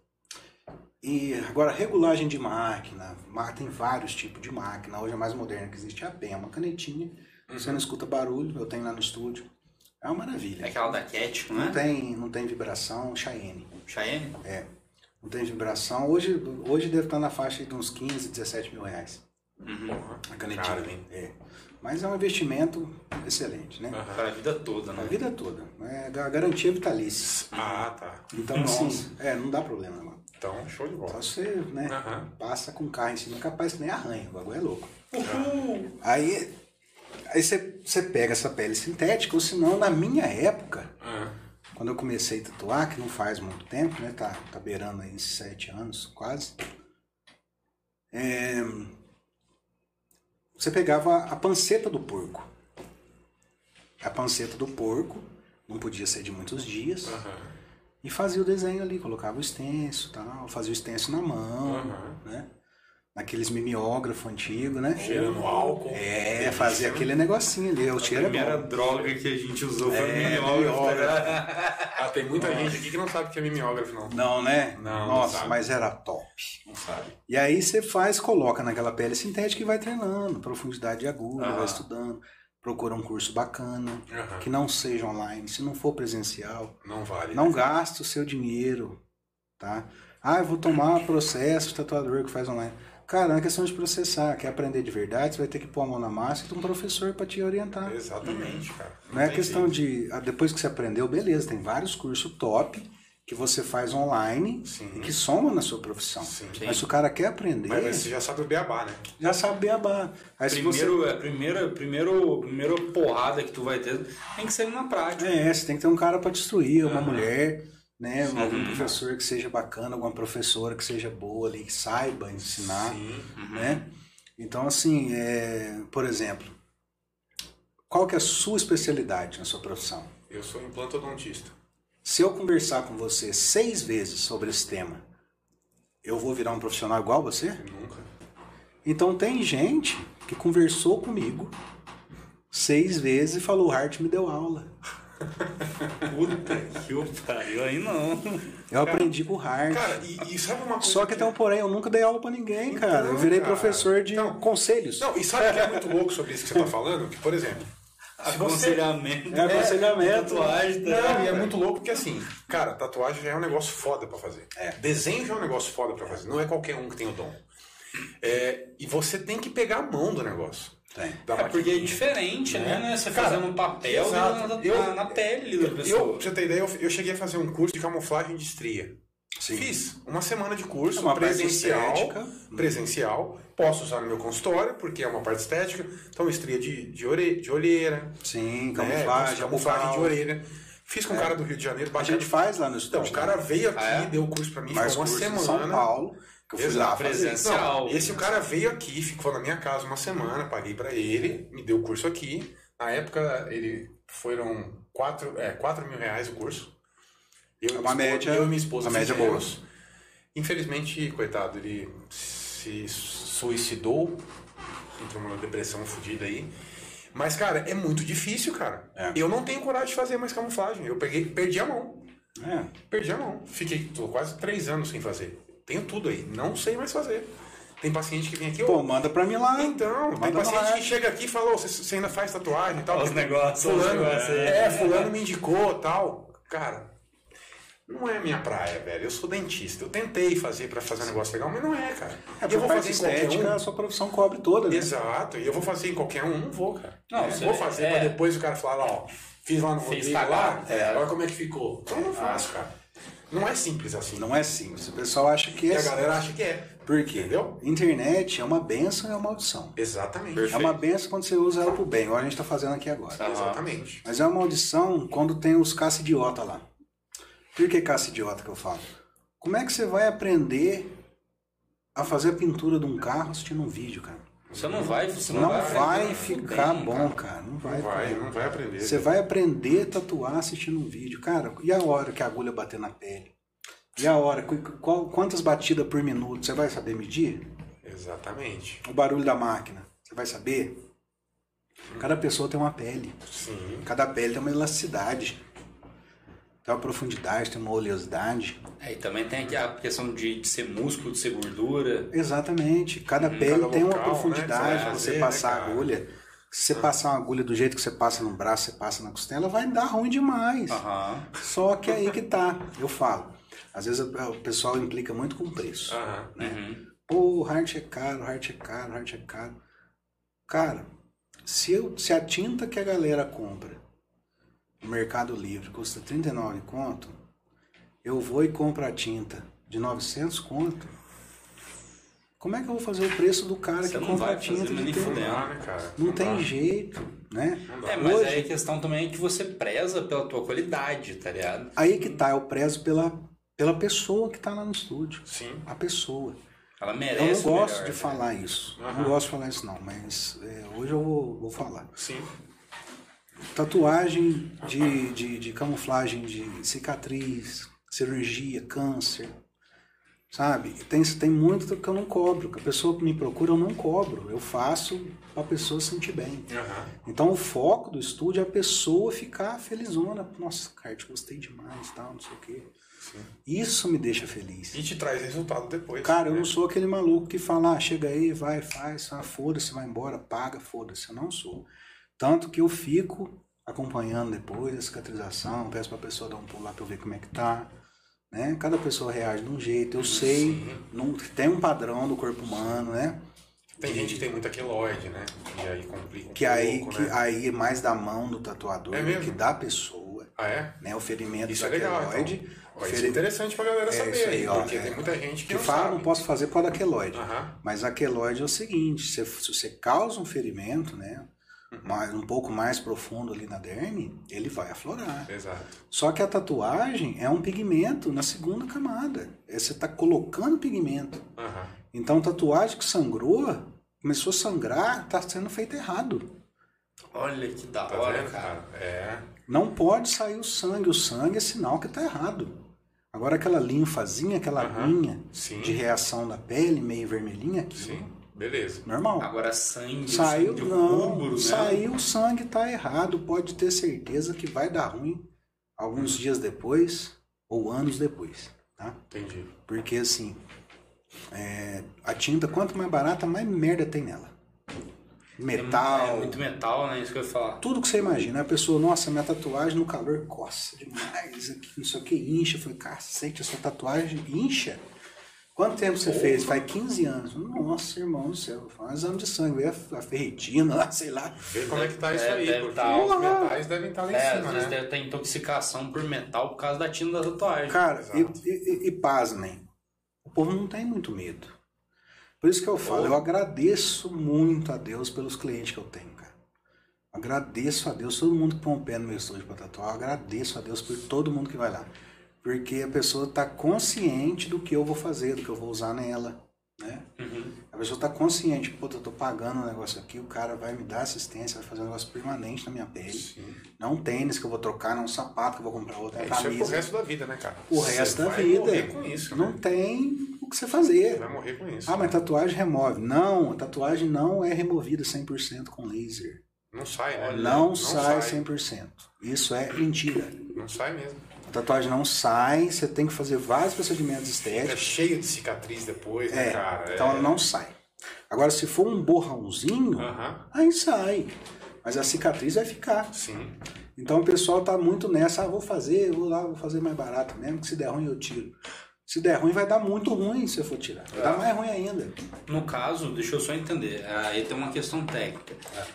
[SPEAKER 3] E agora, regulagem de máquina, ma- tem vários tipos de máquina. Hoje a mais moderna que existe é a PEN, é uma canetinha. Você não escuta barulho, eu tenho lá no estúdio. É uma maravilha.
[SPEAKER 4] É aquela da Cat,
[SPEAKER 3] Não
[SPEAKER 4] né?
[SPEAKER 3] tem, não tem vibração, Cheyenne.
[SPEAKER 4] Cheyenne?
[SPEAKER 3] Não tem vibração. Hoje, hoje deve estar na faixa aí de uns 15, 17 mil reais.
[SPEAKER 4] Uhum.
[SPEAKER 1] Porra.
[SPEAKER 3] A canetinha.
[SPEAKER 1] Caro, hein? Uhum.
[SPEAKER 3] é. Mas é um investimento excelente, né?
[SPEAKER 1] Aham.
[SPEAKER 4] Pra vida toda,
[SPEAKER 3] A
[SPEAKER 4] né?
[SPEAKER 3] vida toda. É a garantia vitalícia.
[SPEAKER 1] Ah, tá.
[SPEAKER 3] Então,
[SPEAKER 4] Nossa.
[SPEAKER 3] assim, é, não dá problema lá.
[SPEAKER 1] Então, show de bola.
[SPEAKER 3] Só você, né?
[SPEAKER 1] Aham.
[SPEAKER 3] Passa com o carro em cima, capaz que nem arranha. O bagulho é louco. Aí, aí você, você pega essa pele sintética, ou senão, na minha época,
[SPEAKER 1] Ah,
[SPEAKER 3] quando eu comecei a tatuar, que não faz muito tempo, né? Tá, tá beirando aí sete anos, quase. É, você pegava a panceta do porco. A panceta do porco, não podia ser de muitos dias.
[SPEAKER 1] Aham.
[SPEAKER 3] E fazia o desenho ali, colocava o extenso tal, fazia o extenso na mão,
[SPEAKER 1] Aham.
[SPEAKER 3] né? Naqueles mimeógrafos antigos, né?
[SPEAKER 1] Cheirando álcool.
[SPEAKER 3] É, fazia aquele negocinho ali, o
[SPEAKER 4] A
[SPEAKER 3] cheiro
[SPEAKER 4] primeira
[SPEAKER 3] é bom.
[SPEAKER 4] droga que a gente usou foi
[SPEAKER 3] É,
[SPEAKER 4] mimeógrafo.
[SPEAKER 3] mimeógrafo.
[SPEAKER 1] Ah, tem muita gente aqui que não sabe o que é mimeógrafo, não.
[SPEAKER 3] Não, né?
[SPEAKER 1] Não, não
[SPEAKER 3] Nossa,
[SPEAKER 1] sabe.
[SPEAKER 3] mas era top.
[SPEAKER 1] Não sabe.
[SPEAKER 3] E aí você faz, coloca naquela pele sintética e vai treinando, profundidade de agulha,
[SPEAKER 1] Ah.
[SPEAKER 3] vai estudando, procura um curso bacana,
[SPEAKER 1] Aham.
[SPEAKER 3] que não seja online, se não for presencial,
[SPEAKER 1] Não vale.
[SPEAKER 3] não
[SPEAKER 1] né?
[SPEAKER 3] gasta o seu dinheiro, tá? Ah, eu vou tomar processo, o tatuador que faz online. Cara, não é questão de processar, quer aprender de verdade, você vai ter que pôr a mão na massa e ter um professor para te orientar.
[SPEAKER 1] É, Exatamente, cara.
[SPEAKER 3] Não é
[SPEAKER 1] tem
[SPEAKER 3] questão
[SPEAKER 1] jeito.
[SPEAKER 3] de, ah, depois que você aprendeu, beleza, tem vários cursos top que você faz online e
[SPEAKER 1] Sim.
[SPEAKER 3] que soma na sua profissão.
[SPEAKER 1] Sim.
[SPEAKER 3] Mas se o cara quer aprender,
[SPEAKER 1] Mas, mas você já sabe o beabá, né?
[SPEAKER 3] já sabe beabá. Aí se
[SPEAKER 4] Primeiro, a primeira, primeiro, primeira porrada que tu vai ter tem que ser na
[SPEAKER 3] você.
[SPEAKER 4] prática.
[SPEAKER 3] É, você tem que ter um cara pra destruir, uma
[SPEAKER 1] Aham.
[SPEAKER 3] mulher, né?
[SPEAKER 4] Sim.
[SPEAKER 3] Algum professor que seja bacana, alguma professora que seja boa ali, que saiba ensinar,
[SPEAKER 1] Sim.
[SPEAKER 3] né? Então, assim, é, por exemplo, qual que é a sua especialidade na sua profissão?
[SPEAKER 1] Eu sou implantodontista.
[SPEAKER 3] Se eu conversar com você seis vezes sobre esse tema, eu vou virar um profissional igual você?
[SPEAKER 1] Nunca.
[SPEAKER 3] Então tem gente que conversou comigo seis vezes e falou, Hart me deu aula.
[SPEAKER 4] Puta que o pariu, aí não.
[SPEAKER 3] Eu aprendi com o Hart.
[SPEAKER 1] Cara, e, e sabe uma coisa.
[SPEAKER 3] Só que tem um porém, eu nunca dei aula pra ninguém,
[SPEAKER 1] Então,
[SPEAKER 3] cara. Eu virei
[SPEAKER 1] cara.
[SPEAKER 3] professor de
[SPEAKER 1] Então-
[SPEAKER 3] conselhos.
[SPEAKER 1] Não, e sabe o que é muito louco sobre isso que você tá falando? Que, por exemplo.
[SPEAKER 3] Ah,
[SPEAKER 1] se você-
[SPEAKER 4] Aconselhamento.
[SPEAKER 3] É aconselhamento.
[SPEAKER 4] Tatuagem, tá?
[SPEAKER 1] Não, e é muito louco porque assim, cara, tatuagem já é um negócio foda pra fazer.
[SPEAKER 3] É.
[SPEAKER 1] Desenho já é um negócio foda pra fazer. Não é qualquer um que tem o dom. É, e você tem que pegar a mão do negócio.
[SPEAKER 3] Tem.
[SPEAKER 1] Da
[SPEAKER 4] É porque é
[SPEAKER 1] maquininha.
[SPEAKER 4] diferente, né? né? Você
[SPEAKER 1] Cara,
[SPEAKER 4] fazendo um papel na,
[SPEAKER 1] exato.
[SPEAKER 4] na-
[SPEAKER 1] Eu-
[SPEAKER 4] na pele da
[SPEAKER 1] Eu,
[SPEAKER 4] pessoa.
[SPEAKER 1] pra você ter ideia, eu, eu cheguei a fazer um curso de camuflagem de estria.
[SPEAKER 3] Sim.
[SPEAKER 1] Fiz uma semana de curso,
[SPEAKER 3] É uma parte
[SPEAKER 1] presencial.
[SPEAKER 3] estética.
[SPEAKER 1] Presencial, posso usar no meu consultório, porque é uma parte estética. Então, estria de, de, ore, de olheira,
[SPEAKER 3] Sim,
[SPEAKER 1] né?
[SPEAKER 3] camuflagem,
[SPEAKER 1] camuflagem de
[SPEAKER 3] bucal. É.
[SPEAKER 1] orelha. Fiz com um cara do Rio de Janeiro,
[SPEAKER 3] A
[SPEAKER 1] bacana.
[SPEAKER 3] gente faz lá no
[SPEAKER 1] Então,
[SPEAKER 3] estúdio. né?
[SPEAKER 1] o cara veio aqui,
[SPEAKER 4] Ah, é?
[SPEAKER 1] deu o curso pra mim,
[SPEAKER 3] faz
[SPEAKER 1] ficou uma
[SPEAKER 3] curso
[SPEAKER 1] semana.
[SPEAKER 3] em São Paulo, que eu fui
[SPEAKER 1] Exato.
[SPEAKER 3] lá fazer.
[SPEAKER 4] presencial.
[SPEAKER 1] Não, esse o cara veio aqui, ficou na minha casa uma semana, paguei pra ele, me deu o curso aqui. Na época, ele foram 4 é, quatro mil reais o curso. Eu,
[SPEAKER 3] É
[SPEAKER 1] e
[SPEAKER 3] uma
[SPEAKER 1] minha esposa-
[SPEAKER 3] média-
[SPEAKER 1] eu e minha esposa
[SPEAKER 3] uma média
[SPEAKER 1] fizemos. Infelizmente, coitado, ele se suicidou, entrou numa depressão fodida aí. Mas, cara, é muito difícil, cara.
[SPEAKER 3] É.
[SPEAKER 1] Eu não tenho coragem de fazer mais camuflagem. Eu peguei, perdi a mão.
[SPEAKER 3] É.
[SPEAKER 1] Perdi a mão. Fiquei tô quase três anos sem fazer. Tenho tudo aí. Não sei mais fazer. Tem paciente que vem aqui.
[SPEAKER 3] Pô,
[SPEAKER 1] ô,
[SPEAKER 3] manda pra mim lá.
[SPEAKER 1] então, tem
[SPEAKER 3] manda
[SPEAKER 1] paciente
[SPEAKER 3] lá.
[SPEAKER 1] que chega aqui e fala, "Ô, você você ainda faz tatuagem e tal.
[SPEAKER 4] Os negócios, os
[SPEAKER 1] fulano,
[SPEAKER 4] negócios aí.
[SPEAKER 1] É, fulano me indicou tal. Cara, não é minha praia, velho. Eu sou dentista. Eu tentei fazer pra fazer um negócio legal, mas não é, cara. E
[SPEAKER 3] É,
[SPEAKER 1] eu
[SPEAKER 3] por
[SPEAKER 1] vou
[SPEAKER 3] parte
[SPEAKER 1] fazer em qualquer
[SPEAKER 3] estética,
[SPEAKER 1] um.
[SPEAKER 3] a sua profissão cobre toda, né?
[SPEAKER 1] Exato, e eu vou fazer em qualquer um, não vou, cara.
[SPEAKER 4] Não,
[SPEAKER 1] É,
[SPEAKER 4] você-
[SPEAKER 1] vou fazer
[SPEAKER 4] é.
[SPEAKER 1] pra depois o cara falar, lá, ó, fiz lá no
[SPEAKER 4] Fez
[SPEAKER 1] Rodrigo lá,
[SPEAKER 4] cagada, é. Ah.
[SPEAKER 1] olha como é que ficou. Então eu não faço, cara. Não é simples assim.
[SPEAKER 3] Não é simples. O pessoal acha que
[SPEAKER 1] E
[SPEAKER 3] é
[SPEAKER 1] a
[SPEAKER 3] simples.
[SPEAKER 1] galera acha que é.
[SPEAKER 3] Por quê?
[SPEAKER 1] Entendeu?
[SPEAKER 3] Internet é uma benção e é uma maldição.
[SPEAKER 1] Exatamente.
[SPEAKER 4] Perfeito.
[SPEAKER 3] É uma benção quando você usa ela pro bem, igual a gente tá fazendo aqui agora.
[SPEAKER 4] Tá.
[SPEAKER 1] Exatamente.
[SPEAKER 3] Mas é uma maldição quando tem os caça-idiota lá. Por que caça-idiota que eu falo? Como é que você vai aprender a fazer a pintura de um carro assistindo um vídeo, cara?
[SPEAKER 4] Você não vai, você
[SPEAKER 3] Não,
[SPEAKER 4] não,
[SPEAKER 3] vai,
[SPEAKER 4] aprender, né?
[SPEAKER 3] ficar
[SPEAKER 4] não tem,
[SPEAKER 3] bom,
[SPEAKER 4] cara.
[SPEAKER 3] cara. Não vai.
[SPEAKER 1] Não vai,
[SPEAKER 3] cara.
[SPEAKER 1] não vai aprender.
[SPEAKER 3] Você vai aprender a tatuar assistindo um vídeo. Cara, e a hora que a agulha bater na pele? E a hora? Qu- qual- quantas batidas por minuto? Você vai saber medir?
[SPEAKER 1] Exatamente.
[SPEAKER 3] O barulho da máquina. Você Você vai saber? Cada pessoa tem uma pele.
[SPEAKER 1] Sim.
[SPEAKER 3] Cada pele tem uma elasticidade. Tem uma profundidade, tem uma oleosidade.
[SPEAKER 4] É, e também tem aqui a questão de, de ser músculo, de ser gordura.
[SPEAKER 3] Exatamente. Cada pele
[SPEAKER 1] cada
[SPEAKER 3] tem uma
[SPEAKER 1] local, né,
[SPEAKER 3] profundidade.
[SPEAKER 1] que você vai fazer,
[SPEAKER 3] você passar
[SPEAKER 1] né,
[SPEAKER 3] a
[SPEAKER 1] cara? Ah.
[SPEAKER 3] agulha. Se você passar uma agulha do jeito que você passa no braço, você passa na costela, vai dar ruim demais.
[SPEAKER 1] Ah.
[SPEAKER 4] Aham.
[SPEAKER 3] Só que aí que tá. Eu falo. Às vezes o o pessoal implica muito com o preço.
[SPEAKER 1] Aham.
[SPEAKER 4] Uhum.
[SPEAKER 3] Pô, o hard é caro, o hard é caro, o hard é caro. Cara, se, eu, se a tinta que a galera compra no Mercado Livre custa 39 conto, eu vou e compro a tinta de 900 conto. Como é que eu vou fazer o preço do cara
[SPEAKER 4] Você
[SPEAKER 3] que
[SPEAKER 4] não
[SPEAKER 3] compra
[SPEAKER 4] vai
[SPEAKER 3] a tinta
[SPEAKER 4] fazer, mas
[SPEAKER 3] de
[SPEAKER 4] nem
[SPEAKER 3] 30?
[SPEAKER 1] Não
[SPEAKER 4] fudendo.
[SPEAKER 1] dá, né, cara?
[SPEAKER 3] Não
[SPEAKER 1] Não
[SPEAKER 3] tem
[SPEAKER 1] dá.
[SPEAKER 3] jeito, né?
[SPEAKER 1] Não dá.
[SPEAKER 4] É, mas
[SPEAKER 3] Hoje-
[SPEAKER 4] aí a questão também é que você preza pela tua qualidade, tá ligado?
[SPEAKER 3] Aí que tá, eu prezo pela, pela pessoa que tá lá no estúdio.
[SPEAKER 1] Sim.
[SPEAKER 3] A pessoa.
[SPEAKER 4] Ela
[SPEAKER 3] Eu não
[SPEAKER 4] merece. o
[SPEAKER 3] gosto
[SPEAKER 4] melhor,
[SPEAKER 3] de
[SPEAKER 4] né?
[SPEAKER 3] falar isso. Eu Não
[SPEAKER 1] Aham.
[SPEAKER 3] gosto de falar isso não, mas é, hoje eu vou- vou falar.
[SPEAKER 1] Sim.
[SPEAKER 3] Tatuagem de, de, de camuflagem de cicatriz, cirurgia, câncer, sabe? Tem, tem muito que eu não cobro. Que a pessoa que me procura, eu não cobro. Eu faço pra pessoa se sentir bem.
[SPEAKER 1] Aham.
[SPEAKER 3] Então o foco do estúdio é a pessoa ficar felizona. Nossa, cara, te gostei demais, tal, não sei o quê. Isso me deixa feliz.
[SPEAKER 1] E te traz resultado depois.
[SPEAKER 3] Cara, eu
[SPEAKER 1] né?
[SPEAKER 3] não sou aquele maluco que fala, ah, chega aí, vai, faz, ah, foda-se, vai embora, paga, foda-se. Eu não sou. Tanto que eu fico acompanhando depois a cicatrização, peço pra pessoa dar um pulo lá pra eu ver como é que tá. Né? Cada pessoa reage de um jeito, eu sei,
[SPEAKER 1] Sim.
[SPEAKER 3] não, tem um padrão do corpo humano, né?
[SPEAKER 1] Tem gente que tem muita queloide, né? E aí complica um
[SPEAKER 3] Que aí,
[SPEAKER 1] pouco,
[SPEAKER 3] que
[SPEAKER 1] né?
[SPEAKER 3] aí é mais da mão do tatuador
[SPEAKER 1] É
[SPEAKER 3] do que
[SPEAKER 1] mesmo?
[SPEAKER 3] da pessoa.
[SPEAKER 1] Ah, é?
[SPEAKER 3] Né? O ferimento
[SPEAKER 1] Isso
[SPEAKER 3] da
[SPEAKER 1] é legal,
[SPEAKER 3] queloide,
[SPEAKER 1] então. Ó, Isso
[SPEAKER 3] Feri-
[SPEAKER 1] é interessante pra galera
[SPEAKER 3] É,
[SPEAKER 1] saber
[SPEAKER 3] isso aí,
[SPEAKER 1] aí,
[SPEAKER 3] ó,
[SPEAKER 1] porque
[SPEAKER 3] é.
[SPEAKER 1] tem muita gente que,
[SPEAKER 3] que
[SPEAKER 1] não
[SPEAKER 3] fala,
[SPEAKER 1] sabe.
[SPEAKER 3] não posso fazer por causa da queloide.
[SPEAKER 1] Aham.
[SPEAKER 3] Mas a queloide é o seguinte, se, se você causa um ferimento, né,
[SPEAKER 1] Uhum.
[SPEAKER 3] mais- um pouco mais profundo ali na derme, ele vai aflorar.
[SPEAKER 1] Exato.
[SPEAKER 3] Só que a tatuagem é um pigmento na segunda camada. É, Você está colocando pigmento.
[SPEAKER 1] Aham.
[SPEAKER 3] Então, tatuagem que sangrou, começou a sangrar, está sendo feito errado.
[SPEAKER 4] Olha que da
[SPEAKER 1] Tá
[SPEAKER 4] hora,
[SPEAKER 1] vendo,
[SPEAKER 4] cara.
[SPEAKER 1] cara? É.
[SPEAKER 3] Não pode sair o sangue. O sangue é sinal que está errado. Agora, aquela linfazinha, aquela
[SPEAKER 1] Aham.
[SPEAKER 3] linha
[SPEAKER 1] Sim.
[SPEAKER 3] de reação da pele, meio vermelhinha, aquilo, é
[SPEAKER 1] Sim. Beleza.
[SPEAKER 3] normal.
[SPEAKER 4] Agora sangue,
[SPEAKER 3] Saiu,
[SPEAKER 4] sangue
[SPEAKER 3] não.
[SPEAKER 4] rubro, né?
[SPEAKER 3] Saiu o sangue, tá errado. Pode ter certeza que vai dar ruim alguns dias depois ou anos depois, tá?
[SPEAKER 1] Entendi.
[SPEAKER 3] Porque assim, é, a tinta, quanto mais barata, mais merda tem nela.
[SPEAKER 4] É mu-
[SPEAKER 3] Metal,
[SPEAKER 4] É muito metal, né? Isso que eu ia falar.
[SPEAKER 3] tudo que você imagina. A pessoa, nossa, minha tatuagem no calor coça demais, aqui, não sei o que, incha. Eu falei, cacete, a sua tatuagem incha? Quanto tempo você fez? Faz 15 anos. Nossa, irmão do céu, faz um exame de sangue, vê a a ferritina lá, sei lá.
[SPEAKER 1] Vê como é que tá isso
[SPEAKER 4] Deve-
[SPEAKER 1] aí,
[SPEAKER 4] deve
[SPEAKER 1] porque
[SPEAKER 4] tá-
[SPEAKER 1] os metais devem estar lá em
[SPEAKER 4] É, às
[SPEAKER 1] cima,
[SPEAKER 4] vezes
[SPEAKER 1] né?
[SPEAKER 4] deve ter intoxicação por metal por causa da tinta da tatuagem.
[SPEAKER 3] Cara, e,
[SPEAKER 1] Exato.
[SPEAKER 3] e, e- e pasmem, o povo não tem muito medo. Por isso que eu falo, eu agradeço muito a Deus pelos clientes que eu tenho, cara. Agradeço a Deus, todo mundo que põe o pé no meu estúdio pra tatuar, eu agradeço a Deus por todo mundo que vai lá. Porque a pessoa tá consciente do que eu vou fazer, do que eu vou usar nela, né?
[SPEAKER 4] Uhum.
[SPEAKER 3] A pessoa tá consciente, pô, eu tô pagando um negócio aqui, o cara vai me dar assistência, vai fazer um negócio permanente na minha pele.
[SPEAKER 1] Sim.
[SPEAKER 3] Não um tênis que eu vou trocar, não um sapato que eu vou comprar outro,
[SPEAKER 1] É,
[SPEAKER 3] é,
[SPEAKER 1] isso é pro
[SPEAKER 3] camisa.
[SPEAKER 1] resto da vida, né, cara?
[SPEAKER 3] O
[SPEAKER 1] Você
[SPEAKER 3] resto da
[SPEAKER 1] vai
[SPEAKER 3] vida.
[SPEAKER 1] morrer com isso,
[SPEAKER 3] Não
[SPEAKER 1] né?
[SPEAKER 3] tem o que você
[SPEAKER 1] Você
[SPEAKER 3] fazer.
[SPEAKER 1] vai morrer com isso.
[SPEAKER 3] Ah, mas tatuagem remove. Não, a tatuagem não é removida 100% com laser.
[SPEAKER 1] Não sai, né?
[SPEAKER 3] Não, sai, 100%. Isso é mentira.
[SPEAKER 1] Não sai mesmo.
[SPEAKER 3] A tatuagem não sai, você tem que fazer vários procedimentos
[SPEAKER 1] É
[SPEAKER 3] estéticos.
[SPEAKER 1] cheio de cicatriz depois, né,
[SPEAKER 3] É,
[SPEAKER 1] cara?
[SPEAKER 3] então
[SPEAKER 1] é... Ah.
[SPEAKER 3] ela não sai. Agora, se for um borrãozinho,
[SPEAKER 1] Aham.
[SPEAKER 3] aí sai. Mas a cicatriz vai ficar.
[SPEAKER 1] Sim.
[SPEAKER 3] Então o pessoal tá muito nessa, ah, vou fazer, vou lá, vou fazer mais barato mesmo, que se der ruim eu tiro. Se der ruim, vai dar muito ruim se eu for tirar. Vai dar mais ruim ainda.
[SPEAKER 4] No caso, deixa eu só entender. Ah, Aí tem uma questão técnica.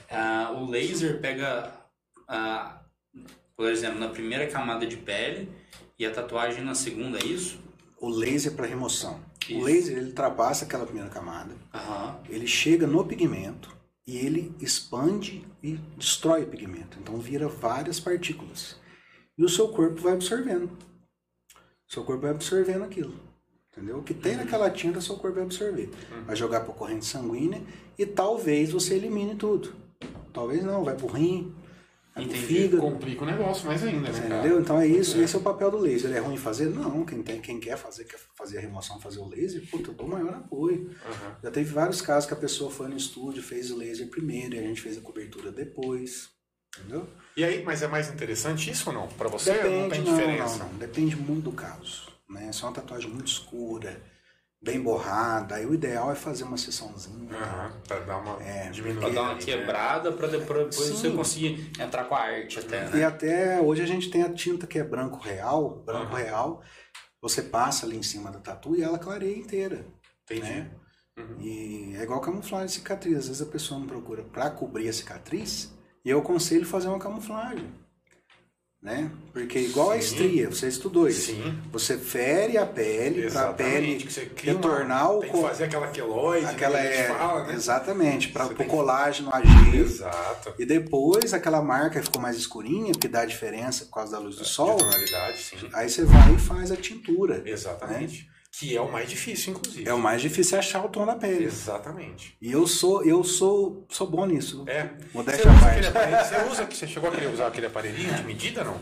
[SPEAKER 1] É.
[SPEAKER 4] Ah, o laser pega, ah, por exemplo, na primeira camada de pele e a tatuagem na segunda, é isso?
[SPEAKER 3] O laser para remoção.
[SPEAKER 4] Isso.
[SPEAKER 3] O laser ele ultrapassa aquela primeira camada,
[SPEAKER 4] Aham.
[SPEAKER 3] ele chega no pigmento e ele expande e destrói o pigmento. Então vira várias partículas. E o seu corpo vai absorvendo. Seu corpo vai absorvendo aquilo. Entendeu? O que tem naquela tinta, seu corpo vai absorver. Vai jogar para a corrente sanguínea e talvez você elimine tudo. Talvez não, vai pro rim,
[SPEAKER 1] Aí o
[SPEAKER 4] Entendi.
[SPEAKER 3] fígado.
[SPEAKER 1] Complica o negócio mais ainda, né,
[SPEAKER 3] Você
[SPEAKER 1] cara?
[SPEAKER 3] entendeu? Então é isso, esse é o papel do laser. É ruim fazer? Não, quem, tem, quem quer fazer, quer fazer a remoção, fazer o laser, puta, eu dou maior apoio.
[SPEAKER 1] Aham.
[SPEAKER 3] Já teve vários casos que a pessoa foi no estúdio, fez o laser primeiro e a gente fez a cobertura depois. Entendeu?
[SPEAKER 1] E aí, mas é mais interessante isso ou não? Pra você não tem
[SPEAKER 3] não,
[SPEAKER 1] diferença.
[SPEAKER 3] não, não. Depende muito do caso. Né? Se é uma tatuagem muito escura, bem borrada, aí o ideal é fazer uma sessãozinha. né?
[SPEAKER 1] Aham, Pra dar uma
[SPEAKER 3] É,
[SPEAKER 1] diminuída.
[SPEAKER 4] Pra dar uma
[SPEAKER 1] né?
[SPEAKER 4] quebrada pra depois
[SPEAKER 3] Sim.
[SPEAKER 4] você conseguir entrar com a arte até, né?
[SPEAKER 3] E até hoje a gente tem a tinta que é branco real, branco
[SPEAKER 1] Aham.
[SPEAKER 3] real, você passa ali em cima da tatu e ela clareia inteira.
[SPEAKER 1] Entendi.
[SPEAKER 3] né?
[SPEAKER 1] Uhum.
[SPEAKER 3] E é igual camuflagem de cicatriz. Às vezes a pessoa me procura para cobrir a cicatriz e eu aconselho fazer uma camuflagem. Né? Porque é igual a
[SPEAKER 1] Sim.
[SPEAKER 3] estria, você estudou isso.
[SPEAKER 1] Sim,
[SPEAKER 3] Você fere a pele para a
[SPEAKER 1] exatamente. É
[SPEAKER 3] pele
[SPEAKER 1] Que você cria uma-
[SPEAKER 3] retornar o
[SPEAKER 1] Tem que
[SPEAKER 3] co-
[SPEAKER 1] fazer aquela queloide, né,
[SPEAKER 3] aquela
[SPEAKER 1] que a gente
[SPEAKER 3] é
[SPEAKER 1] fala, né?
[SPEAKER 3] exatamente para
[SPEAKER 1] Você
[SPEAKER 3] o
[SPEAKER 1] tem que-
[SPEAKER 3] colágeno agir.
[SPEAKER 1] Exato.
[SPEAKER 3] E depois aquela marca que ficou mais escurinha, porque dá a diferença por causa da luz do sol.
[SPEAKER 1] É, De tonalidade, sim.
[SPEAKER 3] Aí você vai e faz a tintura.
[SPEAKER 1] Exatamente. Que é o mais difícil, inclusive.
[SPEAKER 3] Né? É o mais difícil é achar o tom da pele.
[SPEAKER 1] Exatamente.
[SPEAKER 3] E eu sou, eu sou, sou bom nisso.
[SPEAKER 1] É. Você
[SPEAKER 3] Modéstia à
[SPEAKER 1] usa aquele
[SPEAKER 3] parte.
[SPEAKER 1] aparelho? Você usa que você chegou a querer usar aquele aparelhinho de medida não?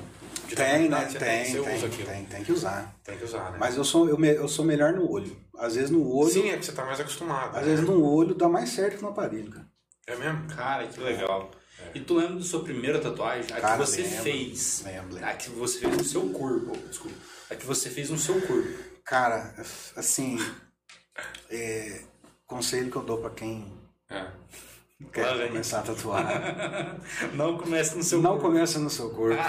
[SPEAKER 1] De
[SPEAKER 3] Tem, né?
[SPEAKER 1] tonalidade, você
[SPEAKER 3] Tem,
[SPEAKER 1] Você usa
[SPEAKER 3] tem,
[SPEAKER 1] aquilo.
[SPEAKER 3] tem, tem que usar.
[SPEAKER 1] Tem que usar, né?
[SPEAKER 3] Mas eu sou, eu, me- eu sou melhor no olho. Às vezes no olho,
[SPEAKER 1] Sim, é porque você tá mais acostumado.
[SPEAKER 3] às
[SPEAKER 1] né?
[SPEAKER 3] vezes no olho dá mais certo que no aparelho, cara.
[SPEAKER 1] É mesmo?
[SPEAKER 4] Cara, que legal. E tu lembra da sua primeira tatuagem?
[SPEAKER 1] É
[SPEAKER 4] A
[SPEAKER 3] É. Cara,
[SPEAKER 4] que você
[SPEAKER 3] lembro.
[SPEAKER 4] fez.
[SPEAKER 3] Lembro, lembro.
[SPEAKER 4] A que você fez no seu corpo. Desculpa. A que você fez no seu corpo.
[SPEAKER 3] Cara, assim, é, conselho que eu dou pra quem
[SPEAKER 1] É.
[SPEAKER 3] quer
[SPEAKER 4] Lá vem.
[SPEAKER 3] começar a tatuar.
[SPEAKER 4] Não comece no seu
[SPEAKER 3] Não
[SPEAKER 4] corpo.
[SPEAKER 3] começa no seu corpo.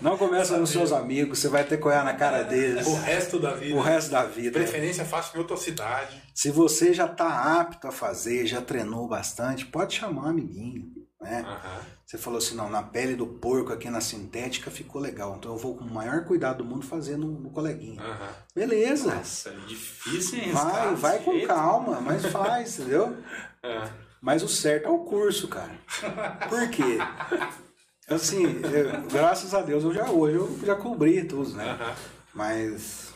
[SPEAKER 3] Não começa nos seus amigos, você vai ter que olhar na cara deles
[SPEAKER 1] O resto da vida.
[SPEAKER 3] o resto da vida.
[SPEAKER 1] Preferência fácil em outra cidade.
[SPEAKER 3] Se você já tá apto a fazer, já treinou bastante, pode chamar amiguinho, né?
[SPEAKER 1] Aham.
[SPEAKER 3] Você falou assim, não, na pele do porco aqui na sintética ficou legal. Então eu vou com o maior cuidado do mundo fazer no, no coleguinha.
[SPEAKER 1] Aham.
[SPEAKER 3] Beleza.
[SPEAKER 4] Nossa, é difícil, hein? esse cara,
[SPEAKER 3] né? Vai,
[SPEAKER 4] desse
[SPEAKER 3] vai com
[SPEAKER 4] jeito.
[SPEAKER 3] calma, mas faz, entendeu?
[SPEAKER 1] É.
[SPEAKER 3] Mas o certo é o curso, cara. Por quê? Assim, eu- graças a Deus eu já hoje eu já cobri tudo, né?
[SPEAKER 1] Aham.
[SPEAKER 3] Mas